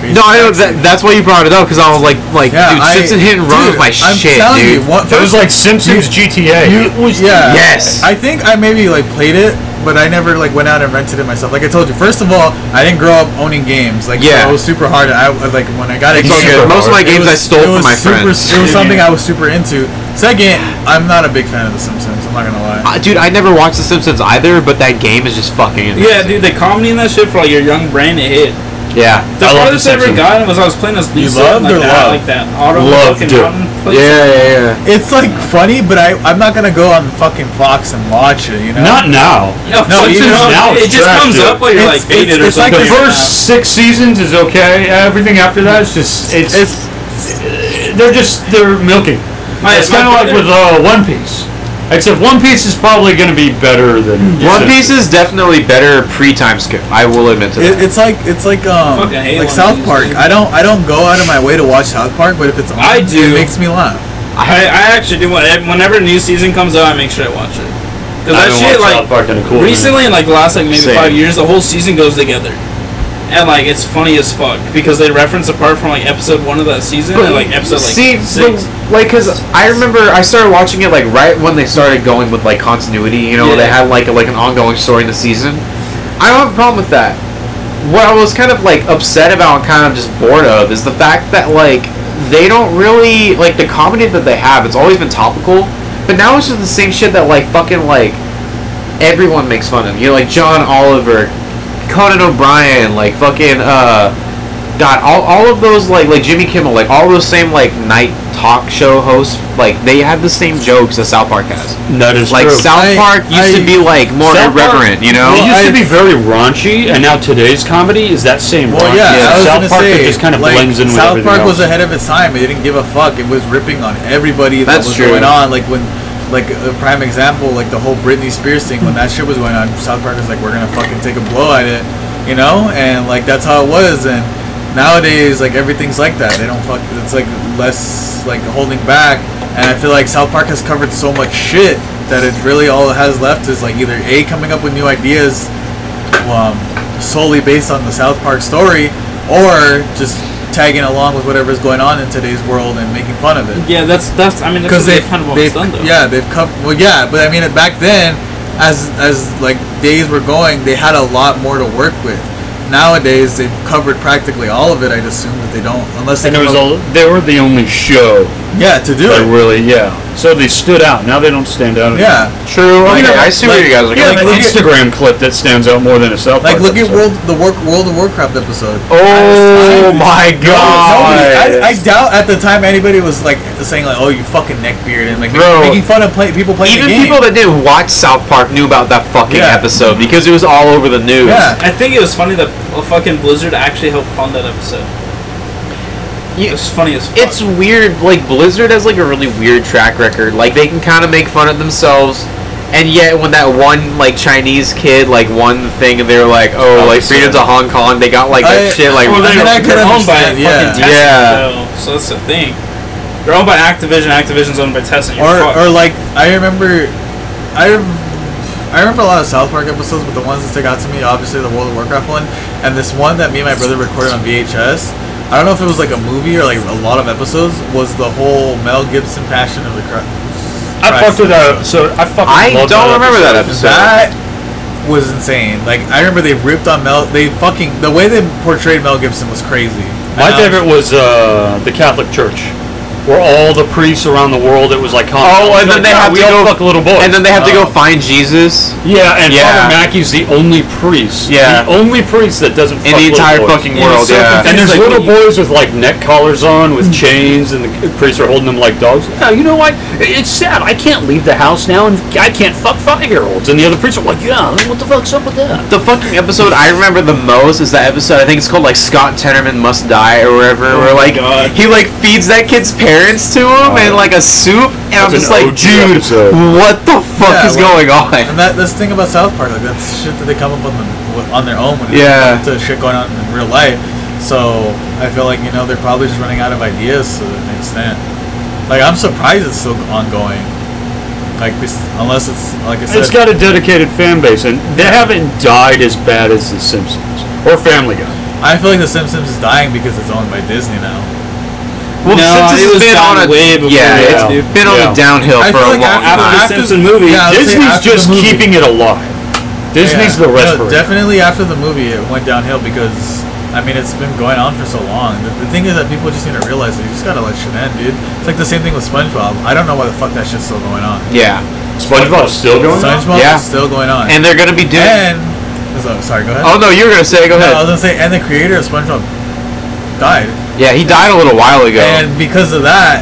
Speaker 3: Crazy
Speaker 4: No, I know
Speaker 3: sexy.
Speaker 4: that. That's why you brought it up because I was like, like, dude,
Speaker 3: Yeah, I-
Speaker 4: Simpson hit and run
Speaker 3: dude,
Speaker 4: with my
Speaker 3: I'm
Speaker 4: shit,
Speaker 3: telling
Speaker 4: dude.
Speaker 3: you, what,
Speaker 6: It was like Simpsons GTA.
Speaker 3: You- yeah.
Speaker 4: Yes.
Speaker 3: I think I maybe like played it, but I never like went out and rented it myself. Like I told you, first of all, I didn't grow up owning games. Like
Speaker 4: Yeah.
Speaker 3: so it was super hard. I like when I got a
Speaker 4: It's all
Speaker 3: game.
Speaker 4: good. Most of my
Speaker 3: it
Speaker 4: games I stole
Speaker 3: it
Speaker 4: from
Speaker 3: was
Speaker 4: my
Speaker 3: super,
Speaker 4: friends.
Speaker 3: It was something I was super into. Second, I'm not a big fan of The Simpsons. I'm not gonna lie.
Speaker 4: Uh, dude, I never watched The Simpsons either, but that game is just fucking. Amazing.
Speaker 2: yeah, dude. The comedy in that shit for like your young brain, it hit.
Speaker 4: Yeah.
Speaker 2: The
Speaker 6: I love
Speaker 2: farthest
Speaker 6: The
Speaker 2: I ever
Speaker 6: Simpsons.
Speaker 2: got was I was playing as Lisa,
Speaker 3: loved
Speaker 2: like
Speaker 3: or
Speaker 2: that,
Speaker 3: loved?
Speaker 2: like that auto
Speaker 6: Loved
Speaker 2: fucking
Speaker 6: it.
Speaker 2: mountain place.
Speaker 4: Yeah, yeah, yeah.
Speaker 3: It's like funny, but I I'm not gonna go on fucking Fox and watch it. You know.
Speaker 6: Not now.
Speaker 2: Yeah,
Speaker 3: No,
Speaker 2: fuck,
Speaker 3: even
Speaker 2: you know,
Speaker 6: now
Speaker 2: it
Speaker 6: it's
Speaker 2: just
Speaker 6: trash,
Speaker 2: comes
Speaker 6: dude.
Speaker 2: up while you're
Speaker 3: It's-
Speaker 2: like
Speaker 3: it's-
Speaker 2: faded or
Speaker 3: it's like
Speaker 2: something.
Speaker 6: The
Speaker 3: Yeah.
Speaker 6: first six seasons is okay. Everything after that is just it's,
Speaker 3: It's-
Speaker 6: they're just they're milking.
Speaker 2: My-
Speaker 6: it's
Speaker 2: my
Speaker 6: kind of like
Speaker 2: brother-
Speaker 6: with uh, One Piece, except One Piece is probably going to be better than
Speaker 4: One Piece is definitely better pre-time skip. I will admit to
Speaker 3: It,
Speaker 4: that.
Speaker 3: it's like it's like um
Speaker 2: Fucking hate
Speaker 3: like
Speaker 2: One
Speaker 3: South
Speaker 2: Piece,
Speaker 3: Park.
Speaker 2: dude.
Speaker 3: I don't I don't go out of my way to watch South Park, but if it's on,
Speaker 2: I do.
Speaker 3: it makes me laugh.
Speaker 2: I, I actually do. want- Whenever a new season comes out, I make sure I watch it. Cause that
Speaker 6: I haven't
Speaker 2: shit
Speaker 6: watched
Speaker 2: like
Speaker 6: South Park in a cool minute.
Speaker 2: recently in like the last like maybe
Speaker 4: Same.
Speaker 2: five years, the whole season goes together. and like it's funny as fuck because they reference a part from like episode one of that season and like episode like
Speaker 4: see,
Speaker 2: six.
Speaker 4: but, like, cause I remember I started watching it like right when they started going with like continuity. You know, they
Speaker 2: Yeah.
Speaker 4: had like a, like an ongoing story in the season. I don't have a problem with that. What I was kind of like upset about and kind of just bored of is the fact that like they don't really like the comedy that they have. It's always been topical, but now it's just the same shit that like fucking like everyone makes fun of. You know, like John Oliver, Conan O'Brien, like fucking uh, God, all, all of those like like Jimmy Kimmel, like all those same like night talk show hosts, like they have the same jokes that South Park has.
Speaker 6: That is
Speaker 4: Like
Speaker 6: true.
Speaker 4: South Park used to be like more
Speaker 6: South Park-
Speaker 4: irreverent, you know.
Speaker 6: It used to be very raunchy, and now today's comedy is that same
Speaker 3: Well,
Speaker 6: raunchy.
Speaker 3: yeah, I was
Speaker 6: South
Speaker 3: gonna
Speaker 6: Park
Speaker 3: say,
Speaker 6: just kind of
Speaker 3: like,
Speaker 6: blends in with
Speaker 3: South
Speaker 6: everything
Speaker 3: Park
Speaker 6: else.
Speaker 3: was ahead of its time. It didn't give a fuck. It was ripping on everybody that
Speaker 4: That's
Speaker 3: was
Speaker 4: true.
Speaker 3: going on. Like when, like a prime example, like the whole Britney Spears thing. When that shit was going on, South Park was like, we're gonna fucking take a blow at it, you know? And like that's how it was. And nowadays, like everything's like that. They don't fuck. It's like less like holding back. And I feel like South Park has covered so much shit that it's really all it has left is like either a coming up with new ideas um, solely based on the South Park story, or just tagging along with whatever's going on in today's world and making fun of it.
Speaker 2: yeah, that's that's. I mean,
Speaker 3: Because
Speaker 2: that's what
Speaker 3: they,
Speaker 2: they've kind of always
Speaker 3: they've,
Speaker 2: done though.
Speaker 3: yeah, they've come. Well, yeah, but I mean, back then, as as like days were going, they had a lot more to work with. Nowadays, they've covered practically all of it. I'd assume that they don't, unless they
Speaker 6: and there
Speaker 3: come
Speaker 6: was
Speaker 3: up-
Speaker 6: a, they were the only show.
Speaker 3: yeah to do
Speaker 6: that
Speaker 3: it.
Speaker 6: really, yeah. So they stood out. Now they don't stand out.
Speaker 3: Yeah.
Speaker 6: true.
Speaker 3: Like,
Speaker 6: mean,
Speaker 3: I see where you guys are going.
Speaker 6: Yeah, like
Speaker 3: Like,
Speaker 6: an Instagram clip that stands out more than a South
Speaker 3: Like,
Speaker 6: Park.
Speaker 3: look at World the work, World of Warcraft episode.
Speaker 6: Oh my
Speaker 4: Oh,
Speaker 3: Nobody-
Speaker 6: god!
Speaker 3: I, I doubt at the time anybody was like saying like, "Oh, you fucking neckbeard," and like
Speaker 4: Bro.
Speaker 3: making fun of play, people playing
Speaker 4: Even
Speaker 3: the game.
Speaker 4: people that didn't watch South Park knew about that fucking
Speaker 3: Yeah.
Speaker 4: episode because it was all over the news.
Speaker 3: yeah,
Speaker 2: I think it was funny that uh, fucking Blizzard actually helped fund that episode.
Speaker 4: You-
Speaker 2: It was funny as fuck.
Speaker 4: It's weird. Like Blizzard has like a really weird track record. Like they can kind of make fun of themselves, and yet when that one like Chinese kid like won the thing, and they were like, "Oh, like freedom to Hong Kong," they got like that
Speaker 3: I-
Speaker 4: shit. Like
Speaker 3: Well,
Speaker 2: Well,
Speaker 3: I
Speaker 2: they're,
Speaker 3: mean, I could
Speaker 2: they're owned by
Speaker 3: understand, yeah.
Speaker 2: fucking Tencent,
Speaker 4: Yeah.
Speaker 2: though, so that's the thing. They're owned by Activision. Activision's owned by Tencent. You're
Speaker 3: or
Speaker 2: fucked.
Speaker 3: or like I remember, I rem- I remember a lot of South Park episodes, but the ones that stick out to me, obviously the World of Warcraft one, and this one that me and my brother recorded on VHS. I don't know if it was like a movie or like a lot of episodes. Was the whole Mel Gibson Passion of the Christ?
Speaker 6: I fucked with that episode. I fucking
Speaker 4: I
Speaker 6: loved
Speaker 4: don't remember that episode.
Speaker 3: That was insane. Like I remember they ripped on Mel. They fucking the way they portrayed Mel Gibson was crazy. And
Speaker 6: My
Speaker 3: I was-
Speaker 6: favorite was uh, the Catholic Church, where all the priests around the world it was like common.
Speaker 4: Oh, and then
Speaker 6: Like,
Speaker 4: they
Speaker 6: "No,
Speaker 4: have
Speaker 6: we
Speaker 4: to
Speaker 6: all
Speaker 4: go-
Speaker 6: fuck little boys.
Speaker 4: and then they have to go
Speaker 6: Oh.
Speaker 4: find Jesus
Speaker 6: Yeah, and
Speaker 4: Yeah.
Speaker 6: Father Mackey's the only priest.
Speaker 4: Yeah.
Speaker 6: the only priest that doesn't
Speaker 4: in
Speaker 6: fuck
Speaker 4: the
Speaker 6: little
Speaker 4: entire
Speaker 6: boys.
Speaker 4: fucking
Speaker 6: Yeah.
Speaker 4: world. Yeah.
Speaker 6: And there's little boys with like neck collars on, with chains, and the priests are holding them like dogs. Yeah, Oh, you know what? It's sad. I can't leave the house now, and I can't fuck five year olds. And the other priests are like, yeah, what the fuck's up with that?
Speaker 4: The fucking episode I remember the most is that episode. I think it's called like Scott Tenorman Must Die or wherever. where like
Speaker 6: Oh God. Oh.
Speaker 4: he like feeds that kid's parents to him and like a soup, and I'm just
Speaker 6: That's an
Speaker 4: like,
Speaker 6: OG
Speaker 4: dude,
Speaker 6: episode.
Speaker 4: what the fuck
Speaker 3: Yeah,
Speaker 4: is
Speaker 3: well-
Speaker 4: going on?
Speaker 3: And that this thing about South Park, like that's shit that they come up with on, with- on their own when it
Speaker 4: Yeah.
Speaker 3: comes to shit going on in real life. So I feel like you know they're probably just running out of ideas to an extent. Like I'm surprised it's still ongoing. Like this, unless it's like I said,
Speaker 6: It's got a dedicated fan base, and they haven't died as bad as The Simpsons or Family Guy.
Speaker 3: I feel like The Simpsons is dying because it's owned by Disney now.
Speaker 4: Well,
Speaker 2: No,
Speaker 4: since
Speaker 2: it
Speaker 4: it's
Speaker 2: was
Speaker 4: been
Speaker 2: down
Speaker 4: on a
Speaker 2: way before
Speaker 4: yeah,
Speaker 6: that,
Speaker 4: it's
Speaker 6: dude.
Speaker 4: been on
Speaker 6: Yeah.
Speaker 4: a downhill
Speaker 3: I
Speaker 4: for
Speaker 3: feel
Speaker 4: a
Speaker 3: like
Speaker 4: long
Speaker 3: after-
Speaker 4: time.
Speaker 6: The
Speaker 3: after-
Speaker 6: Simpson movie,
Speaker 3: yeah, I would say
Speaker 6: Disney's
Speaker 3: after the
Speaker 6: just
Speaker 3: movie.
Speaker 6: keeping it alive. Disney's
Speaker 3: Yeah.
Speaker 6: the
Speaker 3: No,
Speaker 6: respirator.
Speaker 3: definitely after the movie, it went downhill because I mean it's been going on for so long. The, the thing is that people just need to realize that you just gotta let shit end, dude. It's like the same thing with SpongeBob. I don't know why the fuck that shit's still going on.
Speaker 4: yeah,
Speaker 6: SpongeBob's still going. on?
Speaker 3: SpongeBob
Speaker 4: Yeah.
Speaker 3: is still going on.
Speaker 4: and they're gonna be doing.
Speaker 3: and so- sorry, go ahead.
Speaker 4: oh no, you were gonna say? Go
Speaker 3: no, I
Speaker 4: ahead.
Speaker 3: was gonna say, and the creator of SpongeBob died,
Speaker 4: Yeah, he died a little while ago.
Speaker 3: and because of that,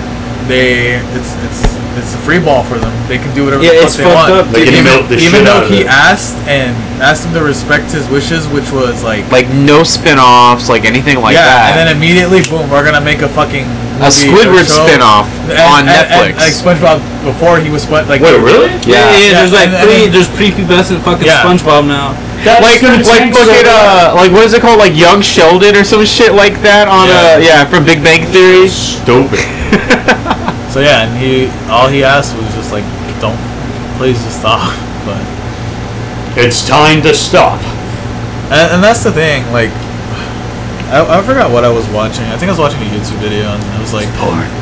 Speaker 3: they it's it's. It's a free ball for them. They can do whatever
Speaker 4: Yeah,
Speaker 3: the fuck
Speaker 4: it's
Speaker 3: they
Speaker 4: fucked
Speaker 3: want.
Speaker 4: up.
Speaker 6: They can milk the
Speaker 3: even
Speaker 6: shit
Speaker 3: though
Speaker 6: out of
Speaker 3: he
Speaker 6: it.
Speaker 3: asked and asked them to respect his wishes, which was like
Speaker 4: like no spin-offs, like anything like
Speaker 3: yeah,
Speaker 4: that.
Speaker 3: and then immediately, boom, we're gonna make a fucking
Speaker 4: a
Speaker 3: movie or
Speaker 4: Squidward
Speaker 3: show.
Speaker 4: spin-off
Speaker 3: And-
Speaker 4: on
Speaker 3: and- and,
Speaker 4: Netflix.
Speaker 3: like SpongeBob before he was Spon- like
Speaker 6: Wait, really?
Speaker 2: yeah, yeah,
Speaker 4: yeah.
Speaker 2: there's like
Speaker 3: and-
Speaker 2: three,
Speaker 3: and-
Speaker 2: there's prepubescent fucking
Speaker 3: Yeah.
Speaker 2: SpongeBob now.
Speaker 4: like like fucking uh like what is it called like Young Sheldon or some shit like that on uh yeah from Big Bang Theory.
Speaker 6: Stupid.
Speaker 3: So yeah, and he all he asked was just like, don't please just stop. But
Speaker 6: It's time to stop.
Speaker 3: and, and that's the thing, like I, I forgot what I was watching. I think I was watching a YouTube video and it was like,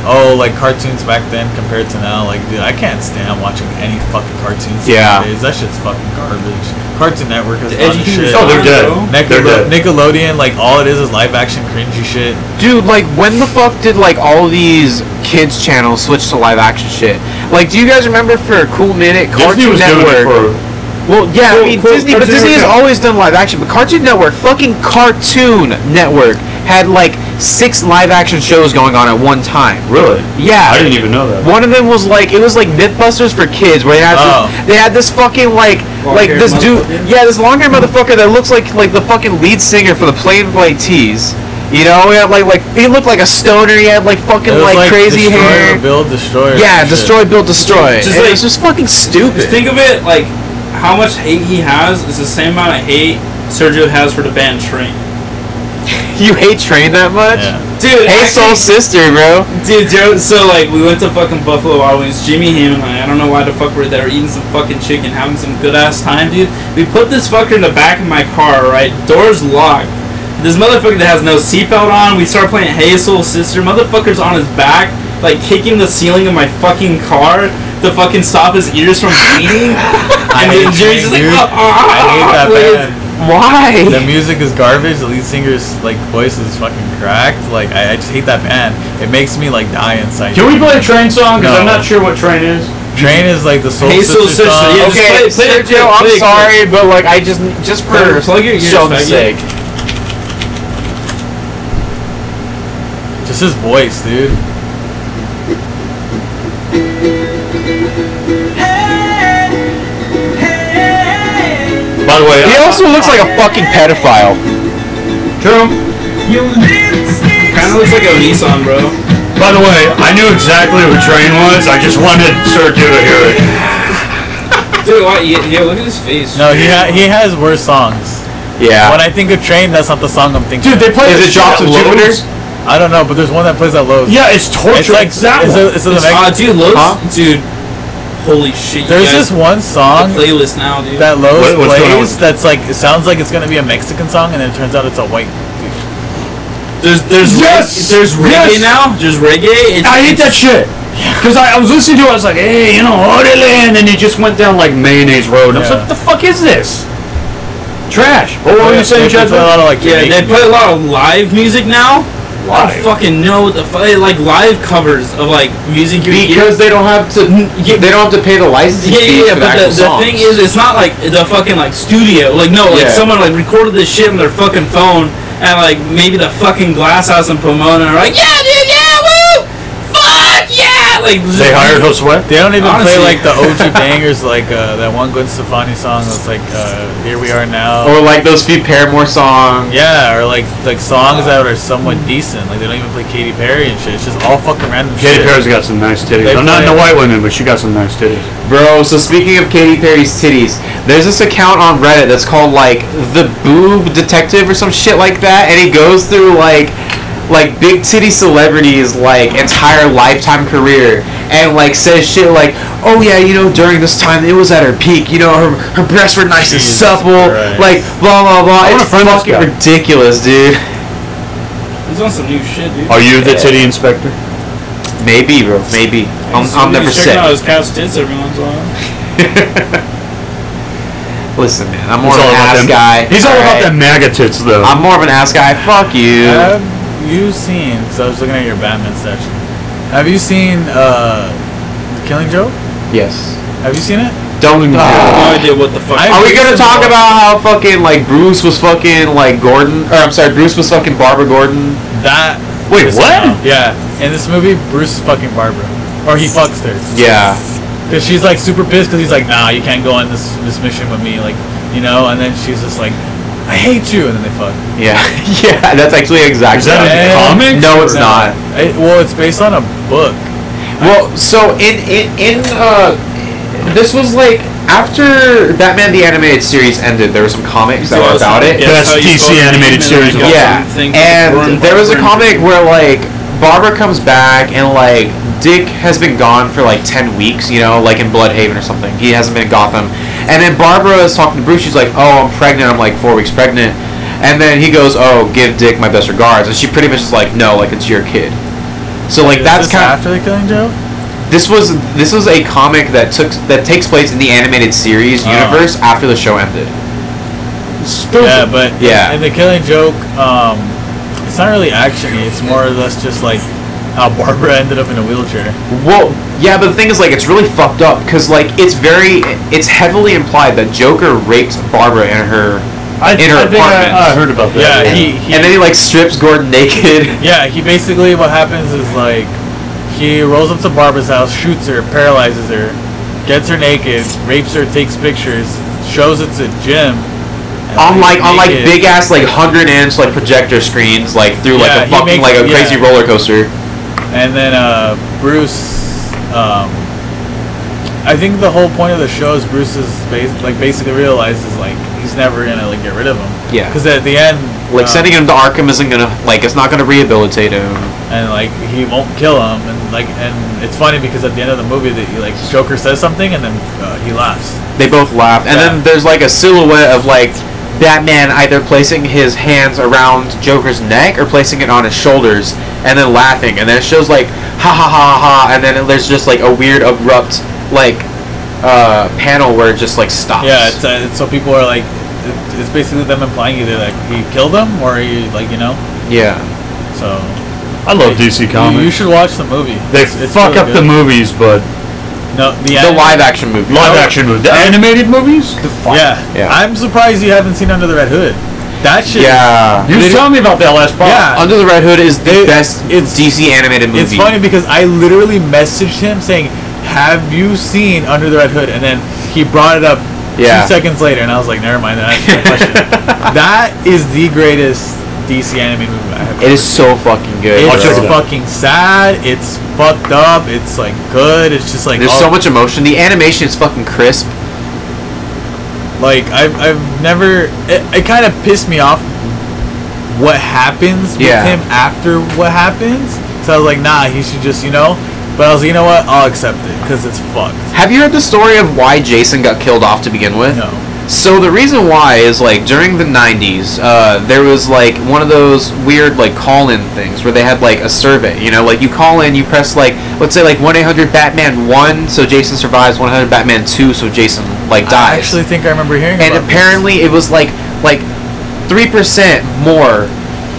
Speaker 3: oh, like cartoons back then compared to now. Like, dude, I can't stand watching any fucking cartoons.
Speaker 4: Yeah.
Speaker 3: nowadays. that shit's fucking garbage. Cartoon Network is
Speaker 4: The edgy
Speaker 3: the
Speaker 4: humor's
Speaker 3: shit.
Speaker 4: Oh, they're dead. They're
Speaker 3: Nickelode-
Speaker 4: dead.
Speaker 3: Nickelodeon, like all it is is live action cringy shit.
Speaker 4: Dude, like, when the fuck did like all these kids channels switch to live action shit? Like, do you guys remember for a cool minute
Speaker 9: Disney
Speaker 4: Cartoon
Speaker 9: was doing it
Speaker 4: Network?
Speaker 9: for
Speaker 4: well, yeah,
Speaker 9: Cool-
Speaker 4: I mean
Speaker 9: cool
Speaker 4: Disney, but
Speaker 9: Cartoon
Speaker 4: Disney has
Speaker 9: Network.
Speaker 4: always done live action. But Cartoon Network, fucking Cartoon Network, had like six live action shows going on at one time.
Speaker 9: Really?
Speaker 4: Yeah.
Speaker 9: I didn't even know that.
Speaker 4: One of them was like it was like MythBusters for kids, where they had
Speaker 9: Oh.
Speaker 4: this, they had this fucking like like
Speaker 9: Long-haired
Speaker 4: this dude, yeah, this long haired motherfucker that looks like like the fucking lead singer for the Plain White Tees. You know, he had like like he looked like a stoner. He had like fucking
Speaker 3: It was
Speaker 4: like, crazy
Speaker 3: destroy
Speaker 4: hair.
Speaker 3: or build, destroy. or
Speaker 4: Yeah,
Speaker 3: some
Speaker 4: destroy,
Speaker 3: shit.
Speaker 4: build, destroy.
Speaker 2: Just
Speaker 4: And
Speaker 2: like-
Speaker 4: it's just fucking stupid.
Speaker 2: Just think of it like how much hate he has is the same amount of hate Sergio has for the band Train.
Speaker 4: you hate Train that much,
Speaker 2: Dude,
Speaker 4: Hey, Soul
Speaker 2: actually-
Speaker 4: Sister, bro.
Speaker 2: Dude, Joe, so like we went to fucking Buffalo Wild Wings. Jimmy, him, and I, I don't know why the fuck we're there eating some fucking chicken, having some good ass time, dude. We put this fucker in the back of my car, right? Doors locked. This motherfucker that has no seatbelt on. We start playing Hey Soul Sister. Motherfucker's on his back, like kicking the ceiling of my fucking car to fucking stop his ears from bleeding. and then Jimmy's just like,
Speaker 3: Dude,
Speaker 6: "Uh,
Speaker 2: "Ah, ah,
Speaker 3: I hate
Speaker 2: ah,
Speaker 3: that
Speaker 2: please."
Speaker 3: band.
Speaker 4: Why?
Speaker 3: The music is garbage. The lead singer's like voice is fucking cracked. Like I, I just hate that band. It makes me like die inside.
Speaker 6: Can we play a train song? Because I'm
Speaker 3: No.
Speaker 6: not sure what train is.
Speaker 3: Train is like the soul
Speaker 6: Hey,
Speaker 3: sister,
Speaker 6: Soul Sister,
Speaker 3: song.
Speaker 6: yeah, just
Speaker 4: Okay,
Speaker 6: play it, play it,
Speaker 4: Sergio,
Speaker 6: play
Speaker 4: I'm
Speaker 6: it,
Speaker 4: sorry, but like I just just for
Speaker 6: Plug your ears,
Speaker 4: show's
Speaker 6: faggot.
Speaker 4: sake.
Speaker 3: Just his voice, dude.
Speaker 9: By the way,
Speaker 4: he also looks like a fucking pedophile.
Speaker 9: True.
Speaker 2: Kind of looks like a Nissan, bro.
Speaker 9: By the way, I knew exactly what train was. I just wanted Sergio to hear it.
Speaker 2: Dude, why? Yeah, yeah, look at his face.
Speaker 3: No, he ha- he has worse songs.
Speaker 4: Yeah.
Speaker 3: When I think of Train, that's not the song I'm thinking.
Speaker 6: Dude, they play Is this it shit Drops at of Jupiter? Lowe's?
Speaker 3: I don't know, but there's one that plays at Lowe's.
Speaker 6: Yeah, it's torture.
Speaker 3: It's like
Speaker 6: It's that
Speaker 3: it's
Speaker 6: one.
Speaker 3: A, it's a
Speaker 2: It's-
Speaker 3: Meg-
Speaker 2: ah, dude, Lowe's,
Speaker 3: Huh?
Speaker 2: dude. Holy shit! you
Speaker 3: There's this
Speaker 2: guys-
Speaker 3: one song
Speaker 2: the playlist now, dude.
Speaker 3: that Lowe's
Speaker 2: What- what's going on
Speaker 3: plays
Speaker 2: with-
Speaker 3: that's like it sounds like it's gonna be a Mexican song, and then it turns out it's a white. Dude.
Speaker 2: There's there's
Speaker 6: Yes!
Speaker 2: there's reggae
Speaker 6: Yes!
Speaker 2: now. There's reggae. It's,
Speaker 6: I hate that shit. Cause I, I was listening to it, I was like, hey, you know, Orderly, and then it just went down like mayonnaise road. And I was
Speaker 3: Yeah.
Speaker 6: like, what the fuck is this? Trash. What were
Speaker 3: Yeah,
Speaker 6: you saying,
Speaker 3: they- they
Speaker 6: Chad?
Speaker 3: play a lot of, like,
Speaker 2: yeah, they
Speaker 3: Jamaican-
Speaker 2: play a lot of live music now. I
Speaker 6: Live.
Speaker 2: don't fucking know what the fuck they like live covers of like music you hear.
Speaker 4: Because they don't have to, they don't have to pay the licensing
Speaker 2: Yeah,
Speaker 4: fee
Speaker 2: yeah, yeah,
Speaker 4: for the
Speaker 2: but the,
Speaker 4: actual
Speaker 2: the
Speaker 4: songs.
Speaker 2: thing is, it's not like the fucking like studio. Like no, like
Speaker 4: Yeah.
Speaker 2: someone like recorded this shit on their fucking phone and like maybe the fucking glass house in Pomona are like, yeah, dude, yeah, woo, fuck yeah, like
Speaker 9: They hired Hill Sweat.
Speaker 3: They don't even
Speaker 2: Honestly.
Speaker 3: play like the OG bangers, like uh, that one Gwen Stefani song that's like uh, "Here We Are Now."
Speaker 2: Oh.
Speaker 4: or like those few Paramore songs.
Speaker 3: Yeah, or like like songs that are somewhat decent. Like they don't even play Katy Perry and shit. It's just all fucking random
Speaker 9: Katy
Speaker 3: shit.
Speaker 9: Perry's got some nice titties.
Speaker 3: They
Speaker 9: I'm not
Speaker 3: play-
Speaker 9: into white women, but she got some nice titties.
Speaker 4: Bro, so speaking of Katy Perry's titties, there's this account on Reddit that's called like the Boob Detective or some shit like that, and it goes through like like big titty celebrities like entire lifetime career and like says shit like oh yeah you know during this time it was at her peak you know her, her breasts were nice and supple
Speaker 3: Christ.
Speaker 4: like blah blah blah
Speaker 9: wanna
Speaker 4: it's
Speaker 9: friend this
Speaker 4: fucking
Speaker 9: guy.
Speaker 4: ridiculous dude
Speaker 2: He's on some new shit, dude.
Speaker 9: Are you the titty inspector?
Speaker 4: maybe bro maybe I'm,
Speaker 2: He's-
Speaker 4: I'm never
Speaker 2: he's
Speaker 4: sick
Speaker 2: checking out his couch tits every once in a while.
Speaker 4: listen man I'm more
Speaker 9: He's
Speaker 4: of
Speaker 9: all
Speaker 4: an
Speaker 9: about
Speaker 4: ass
Speaker 9: them.
Speaker 4: guy
Speaker 9: He's all about
Speaker 4: alright?
Speaker 9: them MAGA tits, though.
Speaker 4: I'm more of an ass guy. Fuck you.
Speaker 3: Have you seen? Because I was looking at your Batman section. Have you seen uh, The Killing Joke?
Speaker 4: yes.
Speaker 3: Have you seen it?
Speaker 4: Don't.
Speaker 2: no idea what the fuck.
Speaker 3: I-
Speaker 4: Are we gonna
Speaker 3: Jason
Speaker 4: talk
Speaker 3: Bourne.
Speaker 4: about how fucking like Bruce was fucking like Gordon? Or I'm sorry, Bruce was fucking Barbara Gordon.
Speaker 3: That.
Speaker 4: Wait,
Speaker 3: pissed me
Speaker 4: what?
Speaker 3: off. Yeah. In this movie, Bruce is fucking Barbara, or he fucks her.
Speaker 4: Yeah.
Speaker 3: Cause she's like super pissed. Cause he's like, Nah, you can't go on this this mission with me. Like, you know. And then she's just like, I hate you. And then they fuck.
Speaker 4: Yeah. yeah. That's actually
Speaker 9: Is
Speaker 4: exactly.
Speaker 9: that a
Speaker 3: Yeah.
Speaker 9: comic?
Speaker 4: No, it's
Speaker 3: No.
Speaker 4: not.
Speaker 3: It- well, it's based on a book.
Speaker 4: Well, so in in in uh, this was like after Batman the animated series ended. There were some comics that were about it.
Speaker 9: Best DC animated series of all
Speaker 4: yeah, and there was a comic where like Barbara comes back and like Dick has been gone for like ten weeks, you know, like in Bloodhaven or something. He hasn't been in Gotham, and then Barbara is talking to Bruce. She's like, "Oh, I'm pregnant. I'm like four weeks pregnant." And then he goes, "Oh, give Dick my best regards," and she pretty much is like, "No, like it's your kid." So like that's
Speaker 3: this
Speaker 4: kind of
Speaker 3: after the Killing Joke.
Speaker 4: this was this was a comic that took that takes place in the animated series universe after the show ended.
Speaker 3: Yeah, but
Speaker 4: Yeah.
Speaker 3: in the Killing Joke, um, it's not really actiony. It's more or less just like how Barbara ended up in a wheelchair.
Speaker 4: Well, yeah, but the thing is, like, it's really fucked up because, like, it's very, it's heavily implied that Joker raped Barbara in her,
Speaker 3: I-
Speaker 4: in her
Speaker 3: I think I-
Speaker 4: apartment.
Speaker 3: I heard about that, Yeah, yeah. he- he-
Speaker 4: and then he like strips Gordon naked.
Speaker 3: Yeah, he basically what happens is like he rolls up to Barbara's house, shoots her, paralyzes her, gets her naked, rapes her, takes pictures, shows it to Jim. and
Speaker 4: on like
Speaker 3: leaves
Speaker 4: on like
Speaker 3: naked.
Speaker 4: big ass like hundred inch like projector screens like through like
Speaker 3: Yeah,
Speaker 4: a
Speaker 3: he
Speaker 4: fucking
Speaker 3: makes-
Speaker 4: like a
Speaker 3: yeah.
Speaker 4: crazy roller coaster.
Speaker 3: And then uh, Bruce, um, I think the whole point of the show is Bruce is bas- like basically realizes like he's never gonna like get rid of him.
Speaker 4: Yeah.
Speaker 3: Because at the end,
Speaker 4: Like
Speaker 3: um,
Speaker 4: sending him to Arkham isn't gonna like it's not gonna rehabilitate him.
Speaker 3: and like he won't kill him, and like and it's funny because at the end of the movie that he, like Joker says something and then uh, he laughs.
Speaker 4: They both laughed, and then there's like a silhouette of like Batman either placing his hands around Joker's neck or placing it on his shoulders, and then laughing, and then it shows like ha ha ha ha, ha, and then there's just like a weird abrupt like uh panel where it just like stops.
Speaker 3: Yeah, it's, uh, it's so people are like, it- it's basically them implying either like he killed them or he like you know.
Speaker 4: yeah.
Speaker 3: So
Speaker 6: I love DC Comics.
Speaker 3: You, you should watch the movie.
Speaker 6: They
Speaker 3: It's- it's
Speaker 6: fuck
Speaker 3: really
Speaker 6: up
Speaker 3: good.
Speaker 6: the movies, but
Speaker 3: No, the,
Speaker 4: The
Speaker 3: anim-
Speaker 4: live action movie.
Speaker 6: live action movies. The animated movies?
Speaker 3: Yeah.
Speaker 4: Yeah.
Speaker 3: I'm surprised you haven't seen Under the Red Hood. That shit.
Speaker 4: Yeah.
Speaker 6: You was telling me about that last part.
Speaker 3: Yeah.
Speaker 4: Under the Red Hood is the
Speaker 3: They-
Speaker 4: best
Speaker 3: it's-
Speaker 4: DC animated movie.
Speaker 3: It's funny because I literally messaged him saying, "Have you seen Under the Red Hood?" And then he brought it up
Speaker 4: Yeah.
Speaker 3: two seconds later, and I was like, "Never mind." That answered my question. that is the greatest DC animated movie I have.
Speaker 4: It is so fucking good.
Speaker 3: It's
Speaker 6: Watch
Speaker 3: just
Speaker 6: it.
Speaker 3: fucking sad. It's fucked up. It's like good. It's just like
Speaker 4: There's
Speaker 3: oh,
Speaker 4: so much emotion. The animation is fucking crisp.
Speaker 3: Like I've I've never. It, it kind of pissed me off. What happens with
Speaker 4: Yeah.
Speaker 3: him after what happens? So I was like, nah, he should just you know. But I was like, you know what? I'll accept it because it's fucked.
Speaker 4: Have you heard the story of why Jason got killed off to begin with?
Speaker 3: No.
Speaker 4: So the reason why is like during the 90s, uh, there was like one of those weird like call-in things where they had like a survey. You know, like you call in, you press like let's say like 1-800-Batman-1, so Jason survives. 1-800-Batman-2, so Jason like
Speaker 3: I
Speaker 4: dies.
Speaker 3: actually think I remember hearing.
Speaker 4: and
Speaker 3: about this.
Speaker 4: apparently it was like like three percent more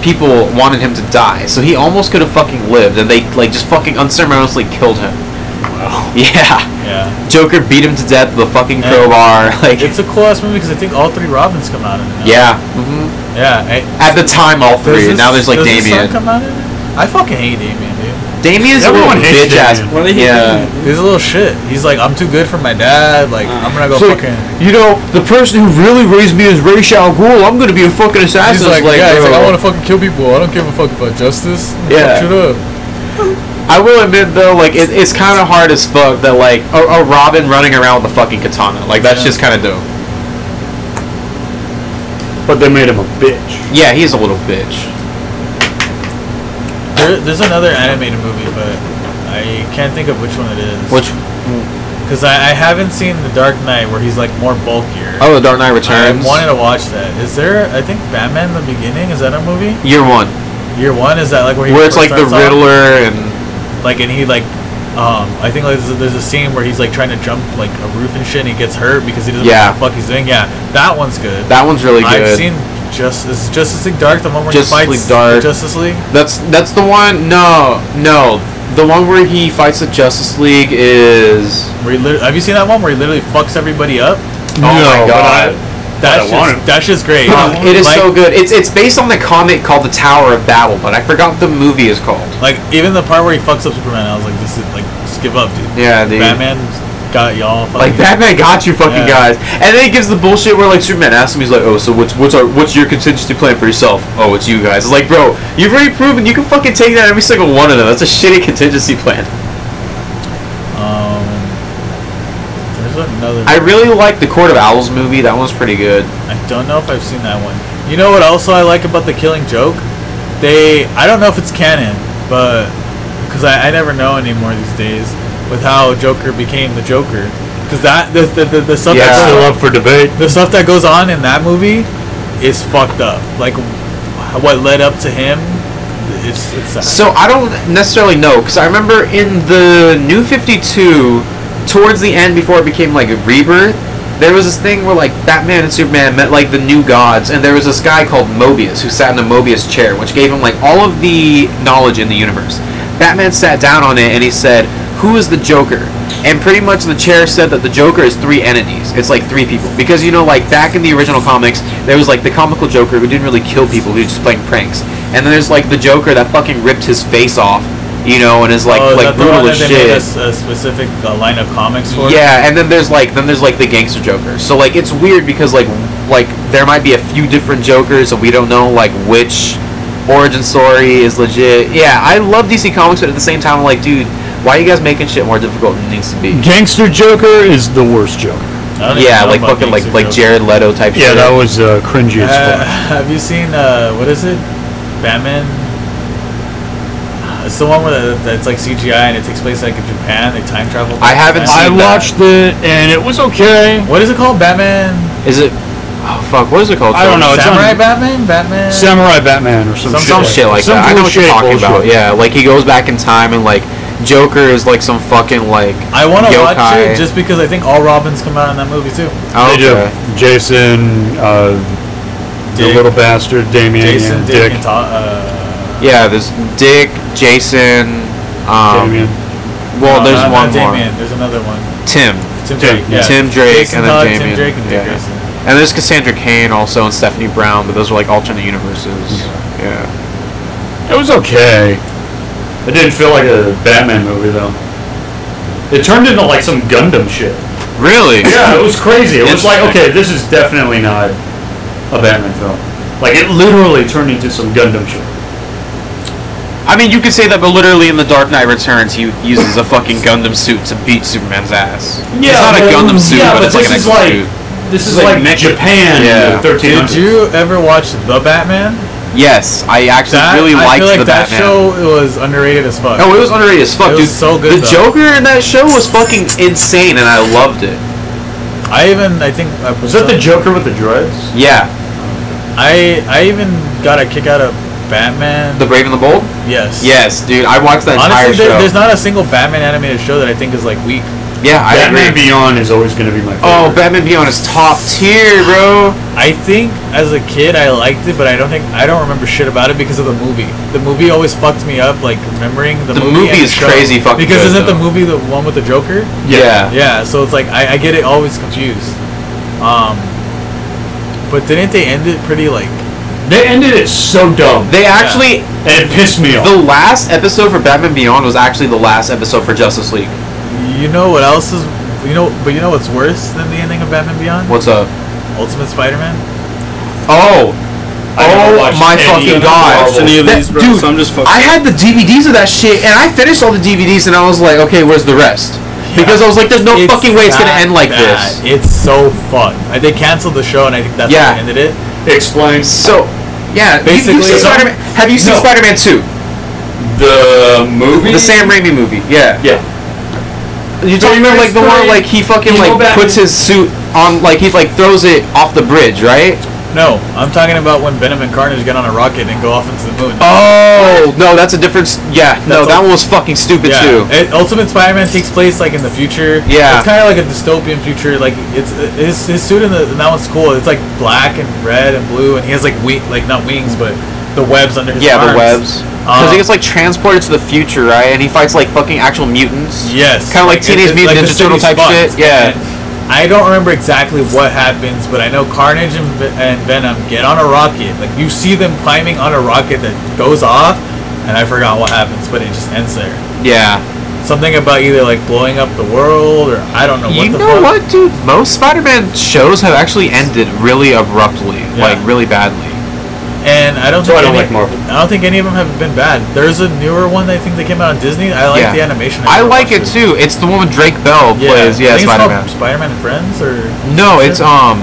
Speaker 4: people wanted him to die. So he almost could have fucking lived, and they like just fucking unceremoniously killed him. Yeah,
Speaker 3: yeah,
Speaker 4: Joker beat him to death with a fucking
Speaker 3: And-
Speaker 4: crowbar. Like,
Speaker 3: it's a cool ass movie because I think all three Robins come out in it. Now.
Speaker 4: yeah. hmm
Speaker 3: yeah. I,
Speaker 4: At the time, all
Speaker 3: does
Speaker 4: three.
Speaker 3: his-
Speaker 4: now there's like
Speaker 3: does his
Speaker 4: Damien.
Speaker 3: son come out in it? I fucking hate Damien, dude.
Speaker 4: Damien's a
Speaker 6: Everyone
Speaker 4: little
Speaker 6: hates
Speaker 4: bitch ass.
Speaker 6: Damien.
Speaker 2: What do they hate
Speaker 4: Yeah.
Speaker 3: He's a little shit. He's like, I'm too good for my dad. Like, I'm gonna go
Speaker 6: So,
Speaker 3: fucking.
Speaker 6: you know, the person who really raised me is Ray Al Ghul. I'm gonna be a fucking assassin.
Speaker 3: He's
Speaker 4: That's
Speaker 3: like,
Speaker 4: like,
Speaker 3: yeah, he's like, I
Speaker 4: bro.
Speaker 3: want to fucking kill people. I don't give a fuck about justice.
Speaker 4: Yeah.
Speaker 3: Shut up.
Speaker 4: I will admit though, like it, it's kind of hard as fuck that like a, a Robin running around with a fucking katana. Like that's
Speaker 3: Yeah.
Speaker 4: just kind of dope.
Speaker 6: But they made him a bitch.
Speaker 4: Yeah, he's a little bitch.
Speaker 3: There, there's another animated movie, but I can't think of which one it is.
Speaker 4: Which
Speaker 3: Because I, I haven't seen The Dark Knight, where he's like more bulkier.
Speaker 4: oh, the Dark Knight
Speaker 3: I
Speaker 4: Returns.
Speaker 3: wanted to watch that. Is there? I think Batman: The Beginning is that a movie?
Speaker 4: Year one,
Speaker 3: Year one is that like where he
Speaker 4: where it's like the
Speaker 3: first starts off?
Speaker 4: Riddler and
Speaker 3: like and he like um I think like there's a, there's a scene where he's like trying to jump like a roof and shit and he gets hurt because he doesn't
Speaker 4: Yeah.
Speaker 3: know what the fuck he's doing. Yeah, that one's good.
Speaker 4: that one's really good.
Speaker 3: I've seen Justice Justice League Dark, the one where
Speaker 4: Justice
Speaker 3: he fights
Speaker 4: League Dark.
Speaker 3: the Justice League.
Speaker 4: that's that's the one. No, no, the one where he fights the Justice League is.
Speaker 3: Where he lit- have you seen that one where he literally fucks everybody up?
Speaker 4: Oh my
Speaker 6: No, but I-
Speaker 4: god.
Speaker 3: That's
Speaker 6: I want
Speaker 3: just, that's just great.
Speaker 4: Fuck, it is
Speaker 3: like,
Speaker 4: so good. It's it's based on the comic called The Tower of Babel, but I forgot what the movie is called.
Speaker 3: Like even the part where he fucks up Superman, I was like, this is like just give up, dude.
Speaker 4: Yeah, dude.
Speaker 3: Batman got y'all.
Speaker 4: Like
Speaker 3: fucking-
Speaker 4: Batman got you, fucking
Speaker 3: Yeah.
Speaker 4: guys. And then he gives the bullshit where like Superman asks him, he's like, "Oh, so what's what's our what's your contingency plan for yourself? Oh, it's you guys." It's like, bro, you've already proven you can fucking take down every single one of them. That's a shitty contingency plan.
Speaker 3: Um, there's another.
Speaker 4: I really like the Court of Owls movie. That one's pretty good.
Speaker 3: I don't know if I've seen that one. You know what also I like about the Killing Joke? They I don't know if it's canon, but because I, I never know anymore these days with how Joker became the Joker. Because that the the, the, the stuff
Speaker 4: Yeah.
Speaker 6: Still
Speaker 3: that
Speaker 6: up for debate.
Speaker 3: the stuff that goes on in that movie is fucked up. Like what led up to him, it's it's sad.
Speaker 4: So I don't necessarily know because I remember in the New Fifty Two, towards the end before it became like a rebirth, there was this thing where like Batman and Superman met like the new gods, and there was this guy called Mobius who sat in a Mobius chair, which gave him like all of the knowledge in the universe. Batman sat down on it and he said, "Who is the Joker?" And pretty much the chair said that the Joker is three entities. It's like three people because you know, like back in the original comics, there was like the comical Joker who didn't really kill people; he was just playing pranks. And then there's like the Joker that fucking ripped his face off, you know, and is like
Speaker 3: Oh, is
Speaker 4: like
Speaker 3: that the one
Speaker 4: brutal
Speaker 3: that
Speaker 4: as
Speaker 3: they
Speaker 4: shit.
Speaker 3: made a s- a, specific uh, line of comics for.
Speaker 4: Yeah, and then there's like then there's like the gangster Joker. So like it's weird because like like there might be a few different Jokers and we don't know like which origin story is legit. Yeah, I love DC Comics, but at the same time, I'm like, dude, why are you guys making shit more difficult than it needs to be?
Speaker 6: Gangster Joker is the worst Joker.
Speaker 4: Yeah, like fucking like like Jared Leto type.
Speaker 6: Yeah,
Speaker 4: shit.
Speaker 6: that was uh, cringy as
Speaker 3: Uh,
Speaker 6: fuck.
Speaker 3: have you seen uh, what is it? Batman. It's the one where the, that's like CGI and it takes place like in Japan. They time travel. back to
Speaker 6: I
Speaker 3: Japan.
Speaker 6: watched it and it was okay.
Speaker 3: What is it called, Batman?
Speaker 4: Is it? Oh fuck, what is it called?
Speaker 6: I don't know. It's on-
Speaker 3: Samurai Batman. Batman.
Speaker 6: Samurai Batman or some,
Speaker 4: some,
Speaker 6: shit,
Speaker 4: some shit like
Speaker 6: some
Speaker 4: that. I know what you're talking
Speaker 6: bullshit
Speaker 4: about.
Speaker 6: bullshit.
Speaker 4: Yeah, like he goes back in time and like Joker is like some fucking like
Speaker 3: I want to watch
Speaker 4: yokai.
Speaker 3: it just because I think all Robins come out in that movie too.
Speaker 4: Oh,
Speaker 6: They do.
Speaker 4: okay.
Speaker 6: Jason, uh, the
Speaker 3: Dick.
Speaker 6: little bastard, Damien,
Speaker 3: Jason,
Speaker 6: and
Speaker 3: Dick,
Speaker 6: Dick.
Speaker 3: and Ta- uh,
Speaker 4: Yeah, there's Dick, Jason, um,
Speaker 6: Damien.
Speaker 4: well, Oh,
Speaker 3: no,
Speaker 4: there's
Speaker 3: not-
Speaker 4: one
Speaker 3: not
Speaker 4: more.
Speaker 3: Damien. There's another one.
Speaker 4: Tim.
Speaker 3: Tim
Speaker 6: Tim,
Speaker 3: Drake. Yeah.
Speaker 4: Tim Drake
Speaker 3: Jason
Speaker 4: and then
Speaker 3: Todd,
Speaker 4: Damien.
Speaker 3: Tim Drake and Dick
Speaker 4: Yeah.
Speaker 3: Grayson.
Speaker 4: And there's Cassandra Cain also and Stephanie Brown, but those are like alternate universes. Yeah.
Speaker 6: It was okay.
Speaker 9: It didn't feel like a Batman movie though. It turned into like some Gundam shit.
Speaker 4: Really?
Speaker 9: Yeah, it was crazy. It was like,
Speaker 4: Interesting.
Speaker 9: okay, this is definitely not a Batman film. Like it literally turned into some Gundam shit.
Speaker 4: I mean, you could say that, but literally in The Dark Knight Returns, he uses a fucking Gundam suit to beat Superman's ass. it's not a
Speaker 9: but-
Speaker 4: Gundam suit,
Speaker 9: yeah,
Speaker 4: but, it's like
Speaker 9: this
Speaker 4: an
Speaker 9: is
Speaker 4: extra
Speaker 9: like
Speaker 4: suit.
Speaker 9: this is like, Japan in the
Speaker 4: Yeah.
Speaker 9: 1300s.
Speaker 3: Did you ever watch The Batman?
Speaker 4: Yes, I actually
Speaker 3: That,
Speaker 4: really
Speaker 3: I
Speaker 4: liked
Speaker 3: feel like
Speaker 4: the
Speaker 3: that
Speaker 4: Batman.
Speaker 3: show was underrated as fuck.
Speaker 4: Oh, it was underrated as fuck,
Speaker 3: It
Speaker 4: dude.
Speaker 3: was so good,
Speaker 4: the
Speaker 3: though.
Speaker 4: Joker in that show was fucking insane, and I loved it.
Speaker 3: I even I think uh, I
Speaker 9: Was that the Joker with the dreads?
Speaker 4: Yeah,
Speaker 3: I I even got a kick out of Batman.
Speaker 4: The Brave and the Bold.
Speaker 3: yes.
Speaker 4: Yes, dude, I watched that
Speaker 3: Honestly,
Speaker 4: entire
Speaker 3: there,
Speaker 4: show.
Speaker 3: there's not a single Batman animated show that I think is like weak.
Speaker 4: yeah, I
Speaker 9: Batman
Speaker 4: agree.
Speaker 9: Beyond is always going to be my favorite.
Speaker 4: Oh, Batman Beyond is top tier, bro.
Speaker 3: I think as a kid I liked it, but I don't think I don't remember shit about it because of the movie. The movie always fucked me up, like remembering the,
Speaker 4: The
Speaker 3: movie.
Speaker 4: movie
Speaker 3: and
Speaker 4: is
Speaker 3: the show.
Speaker 4: crazy fucking
Speaker 3: Because
Speaker 4: good,
Speaker 3: isn't
Speaker 4: though.
Speaker 3: the movie the one with the Joker?
Speaker 4: Yeah.
Speaker 3: Yeah, so it's like I, I get it always confused. Um, but didn't they end it pretty like?
Speaker 9: They ended it so dumb.
Speaker 4: They actually,
Speaker 9: and it pissed me off.
Speaker 4: the last episode for Batman Beyond was actually the last episode for Justice League.
Speaker 3: You know what else is? You know, but you know what's worse than the ending of Batman Beyond?
Speaker 4: What's up?
Speaker 3: Ultimate Spider-Man.
Speaker 4: Oh,
Speaker 9: I never
Speaker 4: oh
Speaker 9: watched
Speaker 4: my
Speaker 9: any of
Speaker 4: fucking god!
Speaker 9: Marvel.
Speaker 2: Any of
Speaker 4: That-
Speaker 2: these, bro,
Speaker 4: dude,
Speaker 2: so I'm just fucking.
Speaker 4: I had the DVDs of that shit, and I finished all the DVDs, and I was like, okay, where's the rest? Because I was like, there's no
Speaker 3: It's
Speaker 4: fucking way it's gonna
Speaker 3: that
Speaker 4: end like
Speaker 3: bad.
Speaker 4: this.
Speaker 3: It's so fucked. I, they canceled the show, and I think that's
Speaker 4: Yeah.
Speaker 3: how they ended it.
Speaker 9: Explains
Speaker 4: So, yeah, Basically, you,
Speaker 3: Basically,
Speaker 4: you've seen
Speaker 3: so-
Speaker 4: Spider-Man. Have you seen
Speaker 9: No.
Speaker 4: Spider-Man Two,
Speaker 9: the movie.
Speaker 4: the Sam Raimi movie? Yeah.
Speaker 9: Yeah.
Speaker 4: You talking about like the one
Speaker 9: Three.
Speaker 4: like he fucking
Speaker 9: Evil
Speaker 4: like
Speaker 9: Batman.
Speaker 4: puts his suit on like he like throws it off the bridge, right?
Speaker 3: No, I'm talking about when Venom and Carnage get on a rocket and go off into the moon.
Speaker 4: Oh no, that's a different. s- Yeah, no,
Speaker 3: That's
Speaker 4: that
Speaker 3: all-
Speaker 4: one was fucking stupid
Speaker 3: yeah.
Speaker 4: too.
Speaker 3: It- Ultimate Spider-Man takes place like in the future.
Speaker 4: Yeah.
Speaker 3: it's kind of like a dystopian future. Like it's his, his suit in, the, in that one's cool. It's like black and red and blue, and he has like we like not wings, but the webs under his
Speaker 4: yeah, the
Speaker 3: arms.
Speaker 4: webs. Because he
Speaker 3: Um,
Speaker 4: gets like transported to the future, right? And he fights like fucking actual mutants.
Speaker 3: Yes,
Speaker 4: Kinda like Teenage
Speaker 3: it-
Speaker 4: Mutant
Speaker 3: the
Speaker 4: Ninja Turtle
Speaker 3: city's
Speaker 4: type
Speaker 3: fucked.
Speaker 4: shit, yeah.
Speaker 3: And I don't remember exactly what happens, but I know Carnage and, Ve- and Venom get on a rocket. Like you see them climbing on a rocket that goes off, and I forgot what happens, but it just ends there.
Speaker 4: Yeah.
Speaker 3: Something about either like blowing up the world, or I don't know. What
Speaker 4: you
Speaker 3: the
Speaker 4: know
Speaker 3: fuck.
Speaker 4: what, dude? Most Spider-Man shows have actually ended really abruptly,
Speaker 3: Yeah.
Speaker 4: like really badly.
Speaker 3: And I don't
Speaker 9: So I
Speaker 3: think
Speaker 9: don't
Speaker 3: any,
Speaker 9: like Marvel.
Speaker 3: I don't think any of them have been bad. There's a newer one that I think that came out on Disney. I like
Speaker 4: Yeah.
Speaker 3: the animation.
Speaker 4: I
Speaker 3: never
Speaker 4: like it
Speaker 3: watched
Speaker 4: too. It's the one with Drake Bell plays.
Speaker 3: I
Speaker 4: Yeah,
Speaker 3: think it's
Speaker 4: Spider-Man.
Speaker 3: called Spider-Man and Friends, or
Speaker 4: No, it's um.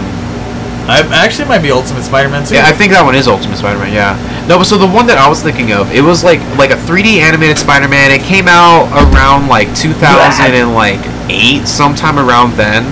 Speaker 3: I actually it might be Ultimate Spider-Man too.
Speaker 4: Yeah, I think that one is Ultimate Spider-Man. Yeah. No, but so the one that I was thinking of, it was like like a 3D animated Spider-Man. It came out around like 2000 and like eight, sometime around then.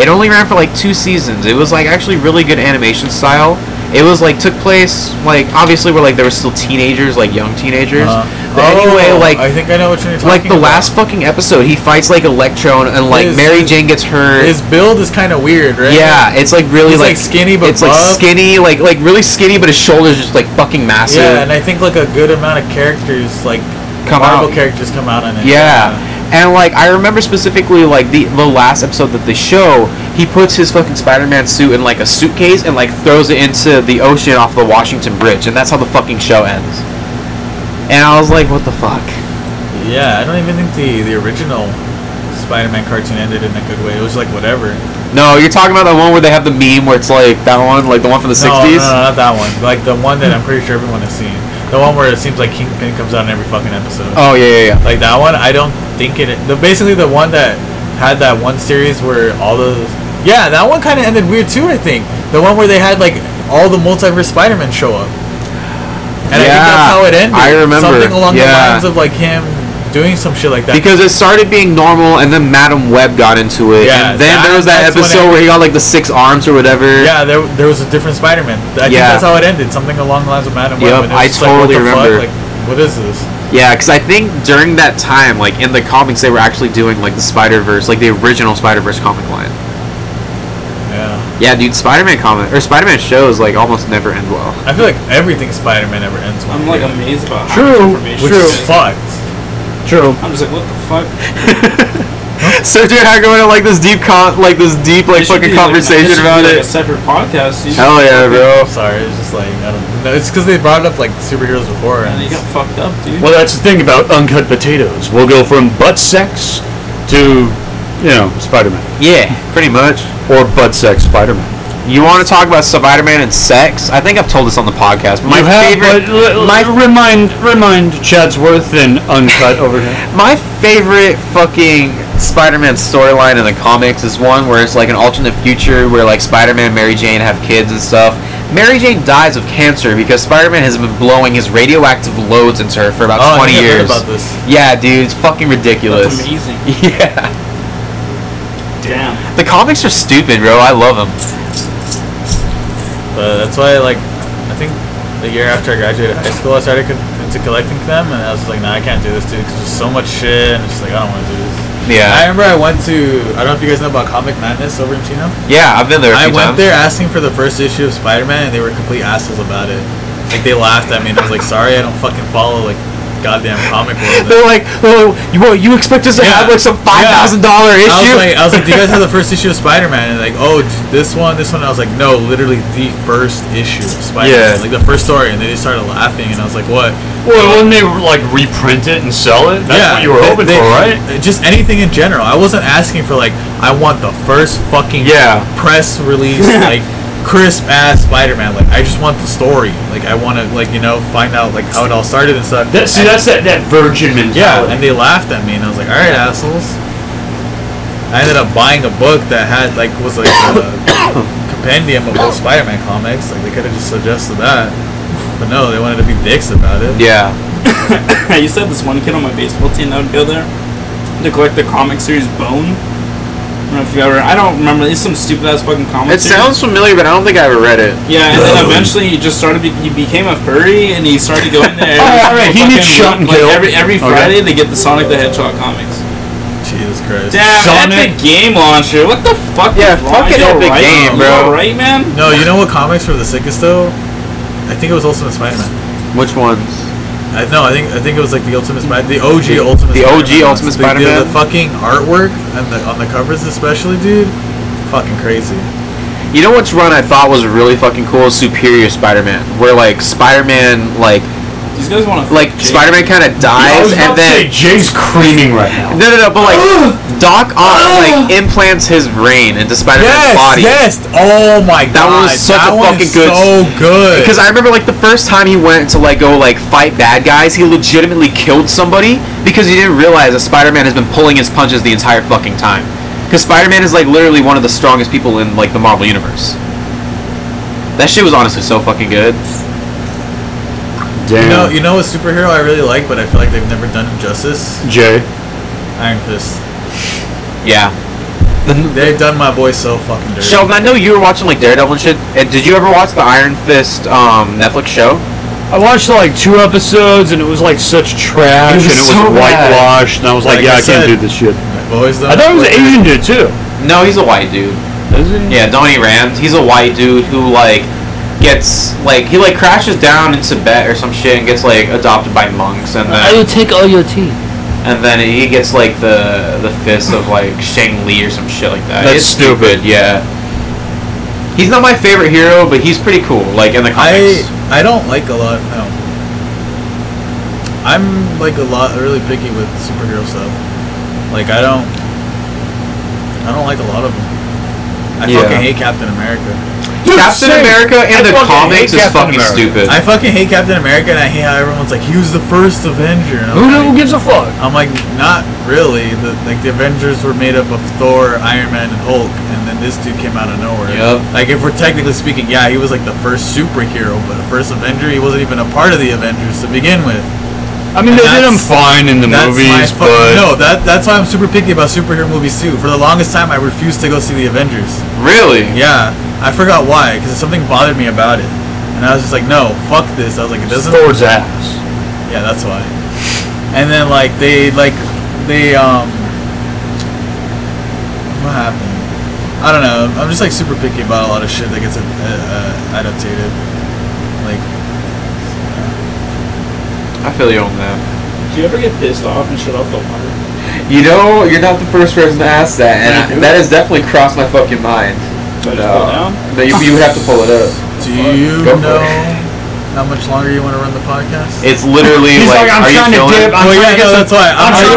Speaker 4: It only ran for like two seasons. It was like actually really good animation style. It was like took place like obviously we're like there were still teenagers, like young teenagers.
Speaker 3: Uh,
Speaker 4: but anyway,
Speaker 3: oh,
Speaker 4: like
Speaker 3: I think I know what you're talking
Speaker 4: like the
Speaker 3: about.
Speaker 4: last fucking episode, he fights like Electro and, and, like
Speaker 3: His-
Speaker 4: Mary Jane gets hurt.
Speaker 3: His build is kind of weird, right?
Speaker 4: yeah, it's like really
Speaker 3: He's,
Speaker 4: like,
Speaker 3: like, skinny, but
Speaker 4: it's like
Speaker 3: buff.
Speaker 4: skinny, like like really skinny, but his shoulders just like fucking massive.
Speaker 3: yeah, and I think like a good amount of characters, like
Speaker 4: Come
Speaker 3: Marvel
Speaker 4: out.
Speaker 3: characters, come out on it.
Speaker 4: Yeah. And like I remember specifically like the the last episode that they show, he puts his fucking Spider-Man suit in like a suitcase and like throws it into the ocean off the Washington Bridge, and that's how the fucking show ends. And I was like, what the fuck?
Speaker 3: Yeah, I don't even think the the original Spider-Man cartoon ended in a good way. It was like whatever.
Speaker 4: No, you're talking about the one where they have the meme where it's like that one, like the one from the
Speaker 3: No,
Speaker 4: '60s.
Speaker 3: No, no, not that one. Like the one that I'm pretty sure everyone has seen. The one where it seems like Kingpin comes out in every fucking episode.
Speaker 4: Oh yeah, yeah, yeah.
Speaker 3: Like that one, I don't think it. The basically the one that had that one series where all those. Yeah, that one kind of ended weird too. I think the one where they had like all the multiverse Spider-Man show up. And I think
Speaker 4: Yeah,
Speaker 3: that's how it ended.
Speaker 4: I remember.
Speaker 3: something along
Speaker 4: Yeah.
Speaker 3: the lines of like him doing some shit like that.
Speaker 4: Because it started being normal, and then Madam Web got into it,
Speaker 3: Yeah,
Speaker 4: and then
Speaker 3: that-
Speaker 4: there was that
Speaker 3: that's when
Speaker 4: episode
Speaker 3: it-
Speaker 4: where he got like the six arms or whatever.
Speaker 3: yeah, there, there was a different Spider-Man. I think
Speaker 4: Yeah.
Speaker 3: that's how it ended. Something along the lines of Madam
Speaker 4: Yep,
Speaker 3: Web. and it was
Speaker 4: I
Speaker 3: just like, what
Speaker 4: totally
Speaker 3: the fuck?
Speaker 4: remember.
Speaker 3: Like, what is this?
Speaker 4: Yeah, because I think during that time, like in the comics, they were actually doing like the Spider Verse, like the original Spider Verse comic line.
Speaker 3: Yeah.
Speaker 4: Yeah, dude, Spider Man comic or Spider Man shows like almost never end well.
Speaker 3: I feel like everything Spider-Man ever ends with.
Speaker 2: I'm like amazed about how
Speaker 4: True,
Speaker 2: much information
Speaker 3: Which
Speaker 2: there
Speaker 3: is
Speaker 2: is.
Speaker 3: fucked.
Speaker 7: True.
Speaker 2: I'm just like, what the fuck?
Speaker 4: so, dude, how going to like this deep con, like this deep like
Speaker 2: This should
Speaker 4: fucking
Speaker 2: be, like,
Speaker 4: conversation
Speaker 2: this should be,
Speaker 4: about
Speaker 2: like,
Speaker 4: it?
Speaker 2: A separate podcast. You
Speaker 4: Hell yeah, bro.
Speaker 3: I'm sorry, it's just like I don't know. It's because they brought up like superheroes before, and
Speaker 2: You
Speaker 3: it's,
Speaker 2: got fucked up, dude.
Speaker 6: Well, that's the thing about uncut potatoes. We'll go from butt sex to, you know, Spider Man.
Speaker 4: Yeah, pretty much.
Speaker 6: Or butt sex Spider Man.
Speaker 4: You want to talk about Spider Man and sex? I think I've told this on the podcast. But my favorite,
Speaker 6: my remind remind Chadsworth and uncut over here.
Speaker 4: My favorite fucking Spider-Man storyline in the comics is one where it's like an alternate future where like Spider-Man and Mary Jane have kids and stuff. Mary Jane dies of cancer because Spider-Man has been blowing his radioactive loads into her for about
Speaker 3: Oh, I
Speaker 4: 20
Speaker 3: think I heard
Speaker 4: years.
Speaker 3: about this.
Speaker 4: Yeah, dude, it's fucking ridiculous.
Speaker 2: That's amazing.
Speaker 4: Yeah.
Speaker 2: Damn.
Speaker 4: The comics are stupid, bro. I love them.
Speaker 3: but that's why like I think the year after I graduated high school, I started co- into collecting them, and I was just like, nah, I can't do this, dude, because there's so much shit, and it's just like I don't want to do this.
Speaker 4: Yeah.
Speaker 3: I remember I went to I don't know if you guys know about Comic Madness over in Chino.
Speaker 4: Yeah, I've been there a
Speaker 3: I
Speaker 4: few
Speaker 3: went
Speaker 4: times.
Speaker 3: there asking for the first issue of Spider-Man, and they were complete assholes about it. Like they laughed at me, and I was like, sorry, I don't fucking follow like goddamn comic world.
Speaker 4: They're like, oh, you, what, you expect us to
Speaker 3: Yeah.
Speaker 4: have like some five
Speaker 3: Yeah.
Speaker 4: thousand dollar
Speaker 3: I
Speaker 4: issue?
Speaker 3: was like, I was like, do you guys have the first issue of Spider-Man? And like, oh, d- this one, this one. And I was like, no, literally the first issue of Spider-Man,
Speaker 6: Yeah.
Speaker 3: like the first story. And they just started laughing, and I was like, what?
Speaker 6: Well, when they like reprint it and sell it, that's what you were
Speaker 3: they-
Speaker 6: hoping
Speaker 3: they-
Speaker 6: for, right?
Speaker 3: Just anything in general. I wasn't asking for like, I want the first fucking
Speaker 6: Yeah.
Speaker 3: press release, like crisp ass Spider-Man. Like, I just want the story. Like, I want to like you know find out like how it all started and stuff.
Speaker 6: That, see,
Speaker 3: And-
Speaker 6: that's that, that virgin
Speaker 3: Yeah,
Speaker 6: mentality.
Speaker 3: and they laughed at me, and I was like, "All right, assholes." I ended up buying a book that had like was like a compendium of all Spider-Man comics. Like they could have just suggested that, but no, they wanted to be dicks about it.
Speaker 4: yeah.
Speaker 2: I used to have this one kid on my baseball team that would go there to collect the comic series Bone. I don't know if you ever. I don't remember. It's some stupid ass fucking
Speaker 4: It
Speaker 2: comic. series.
Speaker 4: sounds familiar, but I don't think I ever read it.
Speaker 2: Yeah, and then eventually he just started. Be- he became a furry, and he started going there. every
Speaker 6: Oh, all right,
Speaker 2: fucking
Speaker 6: he needs shot and
Speaker 2: week, like,
Speaker 6: kill.
Speaker 2: Every every
Speaker 6: Okay.
Speaker 2: Friday they get the Sonic the Hedgehog comics.
Speaker 3: Jesus Christ.
Speaker 2: Damn, Epic Game Launcher. What the fuck?
Speaker 4: Yeah,
Speaker 2: is wrong?
Speaker 4: fucking
Speaker 2: You all
Speaker 4: Epic
Speaker 2: right?
Speaker 4: Game,
Speaker 2: You
Speaker 4: bro.
Speaker 2: all Right, man.
Speaker 3: No, you know what comics were the sickest though? I think it was Ultimate Spider-Man.
Speaker 4: Which ones?
Speaker 3: I no, I think I think it was like the Ultimate Spider, the OG Ultimate.
Speaker 4: the OG
Speaker 3: Spider-Man.
Speaker 4: Ultimate
Speaker 3: The- the- The,
Speaker 4: Spider-Man?
Speaker 3: fucking artwork and the on the covers especially, dude, fucking crazy.
Speaker 4: You know what's run I thought was really fucking cool? is Superior Spider-Man, where like Spider-Man, like
Speaker 2: These guys want to.
Speaker 4: like Spider-Man kind of
Speaker 6: I
Speaker 4: dies,
Speaker 6: was about
Speaker 4: and
Speaker 6: to say
Speaker 4: then
Speaker 6: Jay's creaming right now.
Speaker 4: no, no, no, but like Doc Ock like implants his brain into Spider-Man's body.
Speaker 3: Ah! yes. Oh my god,
Speaker 4: That one was such
Speaker 3: that
Speaker 4: a
Speaker 3: one
Speaker 4: fucking
Speaker 3: is
Speaker 4: good-
Speaker 3: So good.
Speaker 4: Because I remember like the first time he went to like go like fight bad guys, he legitimately killed somebody because he didn't realize that Spider-Man has been pulling his punches the entire fucking time. Because Spider-Man is like literally one of the strongest people in like the Marvel universe. That shit was honestly so fucking good.
Speaker 6: Damn,
Speaker 3: You know, you know a superhero I really like, but I feel like they've never done him justice.
Speaker 6: Jay.
Speaker 3: Iron Fist.
Speaker 4: Yeah.
Speaker 3: They've done my boy so fucking dirty.
Speaker 4: Sheldon, I know you were watching like Daredevil and shit. And did you ever watch the Iron Fist um, Netflix show?
Speaker 17: I watched like two episodes and it was like such trash.
Speaker 4: It was
Speaker 17: and
Speaker 4: so bad.
Speaker 6: whitewashed, and I was like,
Speaker 4: Like
Speaker 6: yeah,
Speaker 4: I
Speaker 6: I,
Speaker 4: said,
Speaker 6: can't do this shit.
Speaker 4: done
Speaker 17: I thought it was an Asian dude too.
Speaker 4: No, he's a white dude. Yeah, Donnie Rand. He's a white dude who like gets like he like crashes down in Tibet or some shit and gets like adopted by monks and then
Speaker 8: will take all your tea.
Speaker 4: and then he gets like the the fist of like Shang Li or some shit like that.
Speaker 6: That's
Speaker 4: it's stupid. Yeah. He's not my favorite hero, but he's pretty cool. Like in the comics.
Speaker 3: I don't like a lot. No. I'm like a lot really picky with superhero stuff. Like I don't, I don't like a lot of them. I
Speaker 4: Yeah.
Speaker 3: fucking hate Captain America.
Speaker 4: Captain America in the comics is fucking stupid.
Speaker 3: I fucking hate Captain America, and I hate how everyone's like, he was the first Avenger. And I'm like,
Speaker 17: Who gives a fuck?
Speaker 3: I'm like, not really. The, like the Avengers were made up of Thor, Iron Man, and Hulk, and then this dude came out of nowhere.
Speaker 4: Yep.
Speaker 3: Like if we're technically speaking, yeah, he was like the first superhero, but the first Avenger, he wasn't even a part of the Avengers to begin with.
Speaker 6: I mean,
Speaker 3: And
Speaker 6: they
Speaker 3: that's-
Speaker 6: did him fine in the
Speaker 3: that's my
Speaker 6: movies,
Speaker 3: fuck-
Speaker 6: but
Speaker 3: no, that that's why I'm super picky about superhero movies too. For the longest time, I refused to go see the Avengers.
Speaker 4: Really?
Speaker 3: Yeah, I forgot why, because something bothered me about it, and I was just like, no, fuck this. I was like, it doesn't.
Speaker 6: Thor's ass.
Speaker 3: Yeah, that's why. And then like they like they um what happened? I don't know. I'm just like super picky about a lot of shit that gets uh, uh, adapted. Like
Speaker 4: I feel you on that.
Speaker 2: Do you ever get pissed off and shut off the water?
Speaker 4: You know, you're not the first person to ask that, and I, that has definitely crossed my fucking mind. But uh, but you, you have to pull it up.
Speaker 3: do you
Speaker 4: Go for
Speaker 3: know how much longer you want to run the podcast?
Speaker 4: It's literally
Speaker 3: He's
Speaker 4: like,
Speaker 3: like,
Speaker 4: are
Speaker 3: "I'm trying to
Speaker 4: you feeling it?"
Speaker 3: dip, I'm Well, trying yeah, to get no, some- that's why. I'm I'm trying trying to-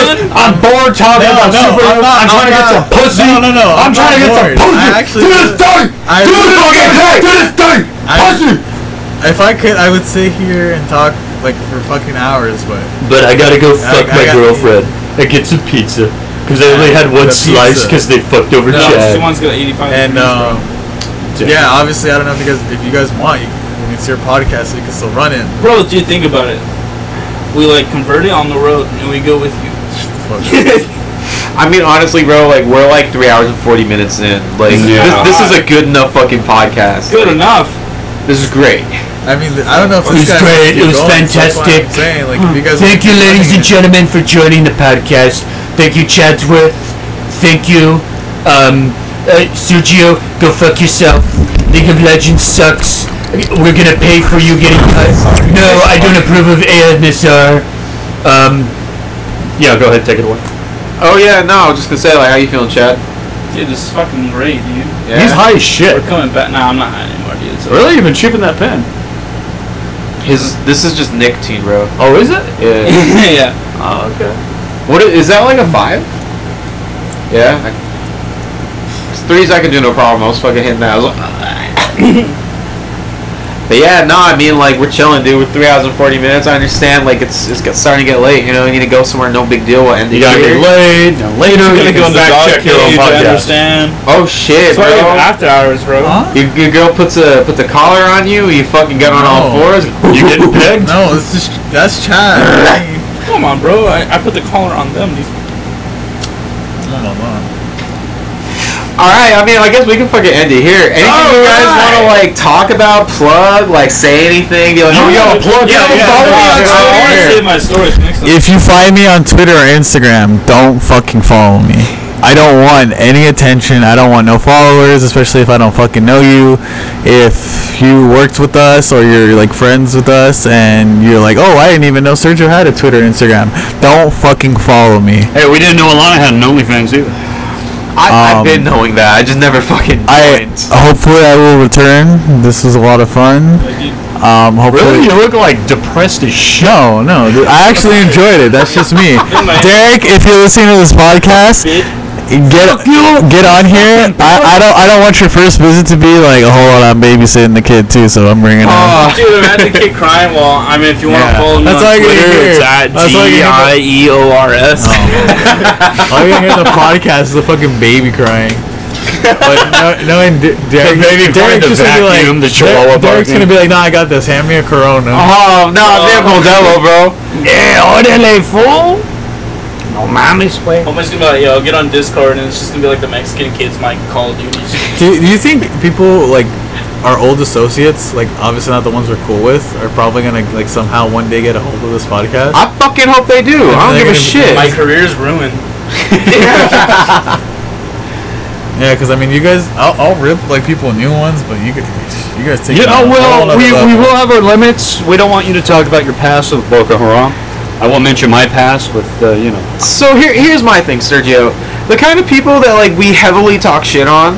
Speaker 4: He goes,
Speaker 6: I'm bored talking
Speaker 3: No,
Speaker 6: about
Speaker 3: no,
Speaker 6: super.
Speaker 3: I'm not-
Speaker 6: I'm
Speaker 3: I'm
Speaker 6: trying to get
Speaker 3: not-
Speaker 6: some pussy.
Speaker 3: No, no, no,
Speaker 6: I'm,
Speaker 3: I'm
Speaker 6: trying
Speaker 3: not
Speaker 6: to get some
Speaker 3: bored.
Speaker 6: pussy.
Speaker 3: I actually-
Speaker 6: do this thing.
Speaker 3: I-
Speaker 6: do this fucking thing. Do this thing.
Speaker 3: I-
Speaker 6: pussy.
Speaker 3: If I could, I would sit here and talk like for fucking hours, but
Speaker 6: But I gotta go
Speaker 3: I-
Speaker 6: fuck
Speaker 3: I
Speaker 6: my
Speaker 3: gotta-
Speaker 6: girlfriend and get some pizza because I only had one
Speaker 3: The
Speaker 6: slice
Speaker 3: pizza.
Speaker 6: because they fucked over
Speaker 2: No, she
Speaker 6: Chad.
Speaker 2: wants to go to 85
Speaker 3: And
Speaker 2: degrees,
Speaker 3: um,
Speaker 2: bro.
Speaker 3: yeah, obviously, I don't know if you guys if you guys want, you, I mean, it's your podcast, so you can still run it.
Speaker 2: Bro, do you think about it? We like convert it on the road and we go with you.
Speaker 4: I mean, honestly, bro, like we're like three hours and forty minutes in. Like
Speaker 2: Yeah.
Speaker 4: this, this is a good enough fucking podcast.
Speaker 2: Good enough.
Speaker 4: This is great.
Speaker 3: I mean, I don't know if
Speaker 17: It was
Speaker 3: this guy's
Speaker 17: great.
Speaker 3: keep
Speaker 17: It was
Speaker 3: going, so that's why I'm
Speaker 17: fantastic.
Speaker 3: saying, like, if you guys
Speaker 17: Thank
Speaker 3: want-
Speaker 17: you, ladies and gentlemen, for joining the podcast. Thank you, Chadsworth. Thank you, um, uh, Sergio. Go fuck yourself. League of Legends sucks. We're gonna pay for you getting cut. No, I don't approve of ASMR. Um,
Speaker 6: Yeah, go ahead, take it away.
Speaker 4: Oh yeah, no, I was just gonna say, like, how you feeling, Chad?
Speaker 2: Dude, this is fucking great, dude.
Speaker 4: Yeah.
Speaker 6: He's high as shit.
Speaker 2: We're coming back. Nah, I'm not high anymore, dude. It's
Speaker 6: Really, you've been chipping that pen.
Speaker 4: His this is just nicotine, bro.
Speaker 6: Oh, is it?
Speaker 4: Yeah.
Speaker 2: okay. yeah.
Speaker 4: oh, okay. What i- is that like a five? Yeah. I- It's threes I can do no problem. I was fucking hitting that. I was like, but yeah, no, I mean like we're chilling, dude. We're three hours and forty minutes. I understand like it's it's get- starting to get late. You know, you need to go somewhere. No big deal. We'll end
Speaker 6: You
Speaker 4: it
Speaker 6: gotta
Speaker 4: here.
Speaker 6: get laid. Now later,
Speaker 2: I'm
Speaker 6: you
Speaker 2: gonna go
Speaker 6: can
Speaker 2: in the dog
Speaker 6: fact check
Speaker 2: cage.
Speaker 6: your own
Speaker 2: I
Speaker 6: podcast.
Speaker 2: understand.
Speaker 4: Oh shit,
Speaker 2: It's
Speaker 4: bro.
Speaker 2: already after hours, bro.
Speaker 4: Your, your girl puts a puts a collar on you. You fucking get on all
Speaker 3: No.
Speaker 4: fours.
Speaker 6: You getting pegged?
Speaker 3: No, it's just that's Chad. Hey.
Speaker 2: Come on, bro. I, I put the collar on them, dude.
Speaker 3: Come on, man.
Speaker 4: All right, I mean, I guess we can fucking end it here. Anything
Speaker 6: Oh,
Speaker 4: you guys want to like talk about, plug, like say anything? Be like, oh,
Speaker 6: No, we
Speaker 4: yo,
Speaker 6: gotta plug
Speaker 4: yo,
Speaker 6: it. Yeah,
Speaker 4: follow me
Speaker 6: yeah,
Speaker 4: on
Speaker 6: yeah.
Speaker 2: I want to
Speaker 4: Twitter.
Speaker 2: save my stories next time.
Speaker 1: If you find me on Twitter or Instagram, don't fucking follow me. I don't want any attention. I don't want no followers, especially if I don't fucking know you. If you worked with us or you're like friends with us and you're like, oh, I didn't even know Sergio had a Twitter or Instagram, don't fucking follow me.
Speaker 6: Hey, we didn't know Alana had an OnlyFans either.
Speaker 4: I,
Speaker 1: Um,
Speaker 4: I've been knowing that. I just never fucking.
Speaker 1: I
Speaker 4: joined.
Speaker 1: hopefully I will return. This was a lot of fun. Um, hopefully.
Speaker 6: Really? You look like depressed as shit.
Speaker 1: No, no, dude, I actually enjoyed it. That's just me. Derek, if you're listening to this podcast, get get on here. I, I don't I don't want your first visit to be like, oh, hold on, I'm babysitting the kid too, so I'm bringing her.
Speaker 2: Dude, imagine kid crying while I mean, if you want to
Speaker 1: Yeah.
Speaker 2: follow me
Speaker 1: That's all
Speaker 2: on
Speaker 1: you
Speaker 2: Twitter,
Speaker 1: hear.
Speaker 2: it's at
Speaker 1: That's all you
Speaker 2: G
Speaker 1: hear.
Speaker 2: I E O R S.
Speaker 3: All you hear in the podcast is the fucking baby crying. Like no, no, and D- Derek,
Speaker 6: The baby crying,
Speaker 3: Derek's
Speaker 6: the
Speaker 3: just gonna be like,
Speaker 6: vacuum, the
Speaker 3: Der-
Speaker 6: chihuahua
Speaker 3: Derek's
Speaker 6: barking.
Speaker 3: gonna be like, nah, I got this. Hand me a Corona.
Speaker 4: Oh no, I'm there, Modelo, bro.
Speaker 17: yeah, orderly fool.
Speaker 2: No mames, way. Homeboy's gonna be like, yo, get on Discord, and it's just gonna be like the Mexican kids, my Call of Duty.
Speaker 3: Do, do you think people like our old associates, like obviously not the ones we're cool with, are probably gonna like somehow one day get a hold of this podcast?
Speaker 4: I fucking hope they do. I don't
Speaker 3: They're
Speaker 4: give a
Speaker 3: gonna be-
Speaker 4: shit.
Speaker 2: My career's ruined.
Speaker 3: Yeah, because I mean, you guys, I'll, I'll rip like people new ones, but you could, you guys take. it
Speaker 4: Yeah,
Speaker 3: on a whole
Speaker 4: well,
Speaker 3: nother
Speaker 4: we, we
Speaker 3: level.
Speaker 4: will have our limits. We don't want you to talk about your past with Boko Haram. I won't mention my past with, uh, you know. So here, here's my thing, Sergio. The kind of people that like we heavily talk shit on,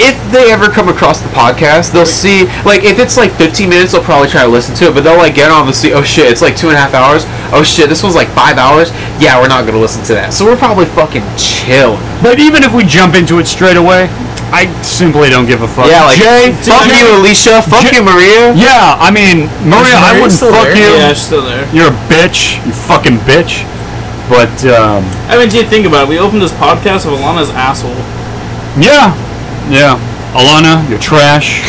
Speaker 4: if they ever come across the podcast, they'll see like if it's like 15 minutes, they'll probably try to listen to it. But they'll like get on and see, oh shit, it's like two and a half hours. Oh shit, this one's like five hours. Yeah, we're not gonna listen to that. So we're probably fucking chill.
Speaker 6: But even if we jump into it straight away, I simply don't give a fuck.
Speaker 4: Yeah, like
Speaker 6: Jay,
Speaker 4: fuck
Speaker 6: Jay-
Speaker 4: you, Alicia. Fuck you, Maria.
Speaker 6: Yeah, I mean, Maria, I wouldn't fuck you.
Speaker 2: Yeah, she's still there.
Speaker 6: You're a bitch. You fucking bitch. But um,
Speaker 2: I mean, dude, think about it. We opened this podcast with Alana's asshole.
Speaker 6: yeah, yeah, Alana, you're trash.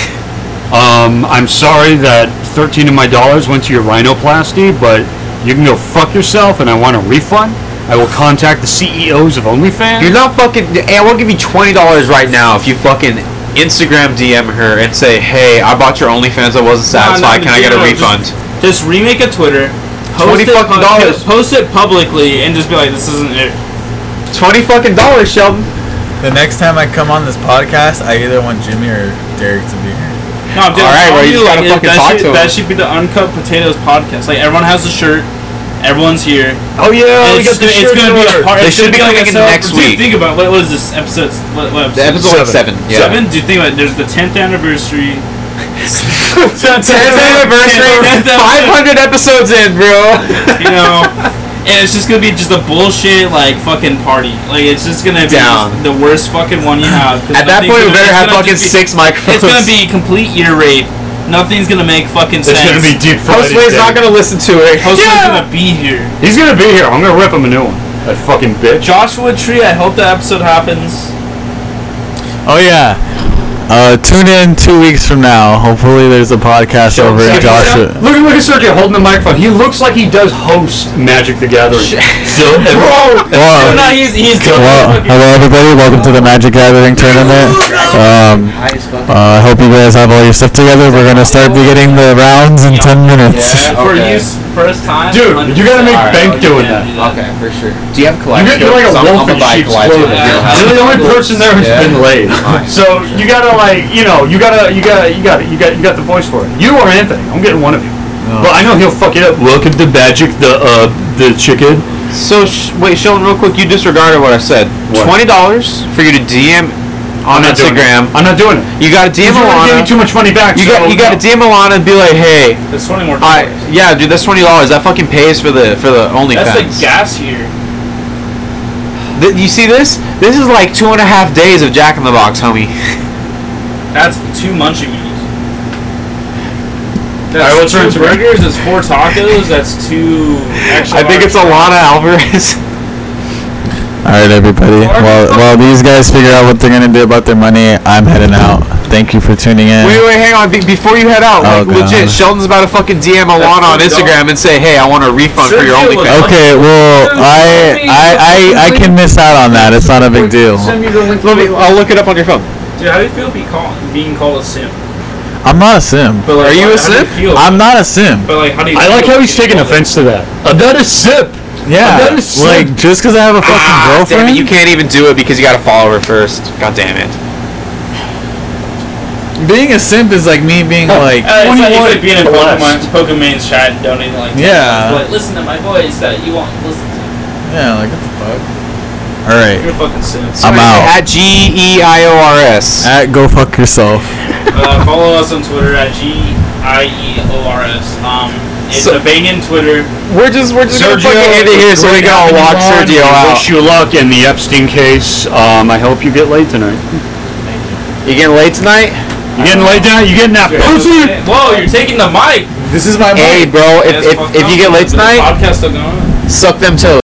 Speaker 6: Um, I'm sorry that 13 of my dollars went to your rhinoplasty, but you can go fuck yourself, and I want a refund. I will contact the CEOs of OnlyFans.
Speaker 4: You're not fucking. Hey, I will give you twenty dollars right now if you fucking Instagram DM her and say, "Hey, I bought your OnlyFans. I wasn't satisfied.
Speaker 2: no,
Speaker 4: Can I get a
Speaker 2: no, just-
Speaker 4: refund?"
Speaker 2: Just remake a Twitter.
Speaker 4: 20
Speaker 2: Post it
Speaker 4: fucking
Speaker 2: pub-
Speaker 4: dollars.
Speaker 2: Post it publicly and just be like, this isn't it.
Speaker 4: Twenty fucking dollars, Sheldon.
Speaker 3: The next time I come on this podcast, I either want Jimmy or Derek to be here.
Speaker 2: No, I'm just,
Speaker 3: All right,
Speaker 2: I'm
Speaker 3: well, you
Speaker 2: just
Speaker 3: gotta
Speaker 2: like,
Speaker 3: fucking
Speaker 2: that
Speaker 3: talk to
Speaker 2: should,
Speaker 3: him.
Speaker 2: That should be the Uncut Potatoes podcast. Like everyone has a shirt, everyone's here.
Speaker 4: Oh, yeah, we
Speaker 2: it's,
Speaker 4: got the
Speaker 2: gonna- it's
Speaker 4: shirt
Speaker 2: gonna be
Speaker 4: order.
Speaker 2: a part.
Speaker 4: They
Speaker 2: it's
Speaker 4: should be
Speaker 2: gonna like
Speaker 4: coming
Speaker 2: a
Speaker 4: in
Speaker 2: self-
Speaker 4: next
Speaker 2: dude,
Speaker 4: week.
Speaker 2: Think about what, what is this episode? What, what
Speaker 4: The
Speaker 2: episode?
Speaker 4: episode seven, yeah.
Speaker 2: Seven. Dude, think about it. There's the tenth anniversary.
Speaker 4: Tenth anniversary, five hundred episodes in, bro.
Speaker 2: You know. And it's just gonna be just a bullshit like fucking party. Like it's just gonna be
Speaker 4: Down.
Speaker 2: just the worst fucking one you have. 'cause
Speaker 4: At that
Speaker 2: nothing's
Speaker 4: point, we
Speaker 2: gonna-
Speaker 4: better
Speaker 2: it's
Speaker 4: have
Speaker 2: gonna
Speaker 4: fucking
Speaker 2: just be-
Speaker 4: six microphones.
Speaker 2: It's gonna be complete ear rape. Nothing's gonna make fucking sense.
Speaker 4: Hostway's not gonna listen to it.
Speaker 2: Hostway's gonna be here.
Speaker 6: He's gonna be here. I'm gonna rip him a new one. That fucking bitch.
Speaker 2: Joshua Tree, I hope that episode happens.
Speaker 1: Oh yeah. Uh, tune in two weeks from now. Hopefully, there's a podcast over in Joshua.
Speaker 6: Look at look at Sergio holding the microphone. He looks like he does host Magic the Gathering. Still, bro.
Speaker 1: Whoa.
Speaker 2: No, he's he's
Speaker 1: Hello, hello everybody. Welcome to the Magic Gathering tournament. Um, uh, I hope you guys have all your stuff together. We're gonna start be getting the rounds in ten minutes.
Speaker 2: for use first time.
Speaker 6: Dude, you gotta make bank doing that.
Speaker 4: Okay, for sure. Do you have
Speaker 6: You
Speaker 4: collection?
Speaker 6: get, you're like a wolf in sheep's clothing. You're the only person there who's
Speaker 4: Yeah.
Speaker 6: been laid. So you gotta like, you know, you gotta, you gotta, you gotta, you got, you got the voice for it. You or Anthony, I'm getting one of you.
Speaker 4: Oh.
Speaker 6: But I know he'll fuck it up. Look at the magic, the uh, the chicken.
Speaker 4: So sh- wait, Sheldon, real quick, you disregarded what I said. Twenty dollars for you to DM on
Speaker 6: I'm not doing
Speaker 4: Instagram.
Speaker 6: it. I'm not doing it.
Speaker 4: You got to DM
Speaker 6: You're already
Speaker 4: Alana.
Speaker 6: giving too much money back.
Speaker 4: You
Speaker 6: so
Speaker 4: got you got to DM Alana and be like, hey,
Speaker 2: That's twenty more.
Speaker 4: I yeah, dude, that's twenty dollars. That fucking pays for the for the
Speaker 2: That's like
Speaker 4: OnlyFans.
Speaker 2: gas here.
Speaker 4: Th- you see this? This is like two and a half days of Jack in the Box, homie.
Speaker 2: That's two munchkins.
Speaker 4: Alright,
Speaker 2: That's
Speaker 4: what's
Speaker 2: two
Speaker 4: your answer, Rick?
Speaker 2: burgers. That's four tacos. That's two. extra
Speaker 4: I think
Speaker 2: large
Speaker 4: it's Alana Alvarez.
Speaker 1: All right, everybody. Well, while these guys figure out what they're gonna do about their money, I'm heading out. Thank you for tuning in.
Speaker 4: Wait, wait, hang on. Be- before you head out,
Speaker 1: Oh,
Speaker 4: like,
Speaker 1: God.
Speaker 4: legit, Sheldon's about to fucking DM Alana on Instagram and say, hey, I want a refund for your OnlyFans.
Speaker 1: Okay, well, I, I, I, I can miss out on that. It's not a big deal.
Speaker 4: Send me the link. Let me, I'll look it up on your phone.
Speaker 2: Dude, how do you feel be call, being called a simp?
Speaker 1: I'm not a sim.
Speaker 2: But
Speaker 4: Are
Speaker 2: like,
Speaker 4: you
Speaker 2: how
Speaker 4: a
Speaker 2: do
Speaker 4: simp?
Speaker 2: feel?
Speaker 1: I'm not a sim.
Speaker 2: But like, how do you?
Speaker 6: I like
Speaker 2: feel
Speaker 6: how he's
Speaker 2: being
Speaker 6: taking
Speaker 2: called a-
Speaker 6: offense to that. I'm not a sip.
Speaker 1: Yeah,
Speaker 6: I'm not a simp.
Speaker 1: like just because I have a fucking
Speaker 4: Ah, damn it,
Speaker 1: girlfriend.
Speaker 4: you can't even do it because you gotta follow her first. God damn it.
Speaker 1: being a simp is like me being like.
Speaker 2: Uh, it's like, it's like being in Pokemon,
Speaker 1: blessed.
Speaker 2: Pokemon's chat and donating like.
Speaker 1: Yeah.
Speaker 2: But listen to my voice that you won't listen to.
Speaker 1: Yeah, like what the fuck. All right,
Speaker 2: You're a fucking simp.
Speaker 1: I'm out. Uh,
Speaker 4: At G E I O R S.
Speaker 1: At go fuck yourself.
Speaker 2: uh, follow us on Twitter at G I E O R S. Um, it's
Speaker 4: So-
Speaker 2: a bangin' Twitter.
Speaker 4: We're just we're just gonna
Speaker 6: Sergio,
Speaker 4: fucking end it here so we can all walk Sergio out.
Speaker 6: Wish you luck in the Epstein case. Um, I hope you get laid tonight.
Speaker 4: You getting late tonight?
Speaker 6: You getting laid tonight? You getting that pussy?
Speaker 2: Whoa, you're taking the mic.
Speaker 3: This is my
Speaker 4: Hey, bro, if, if,
Speaker 2: That's fucked
Speaker 4: if
Speaker 2: up.
Speaker 4: you get late
Speaker 2: The
Speaker 4: tonight,
Speaker 2: podcast still going. on.
Speaker 4: suck them toes.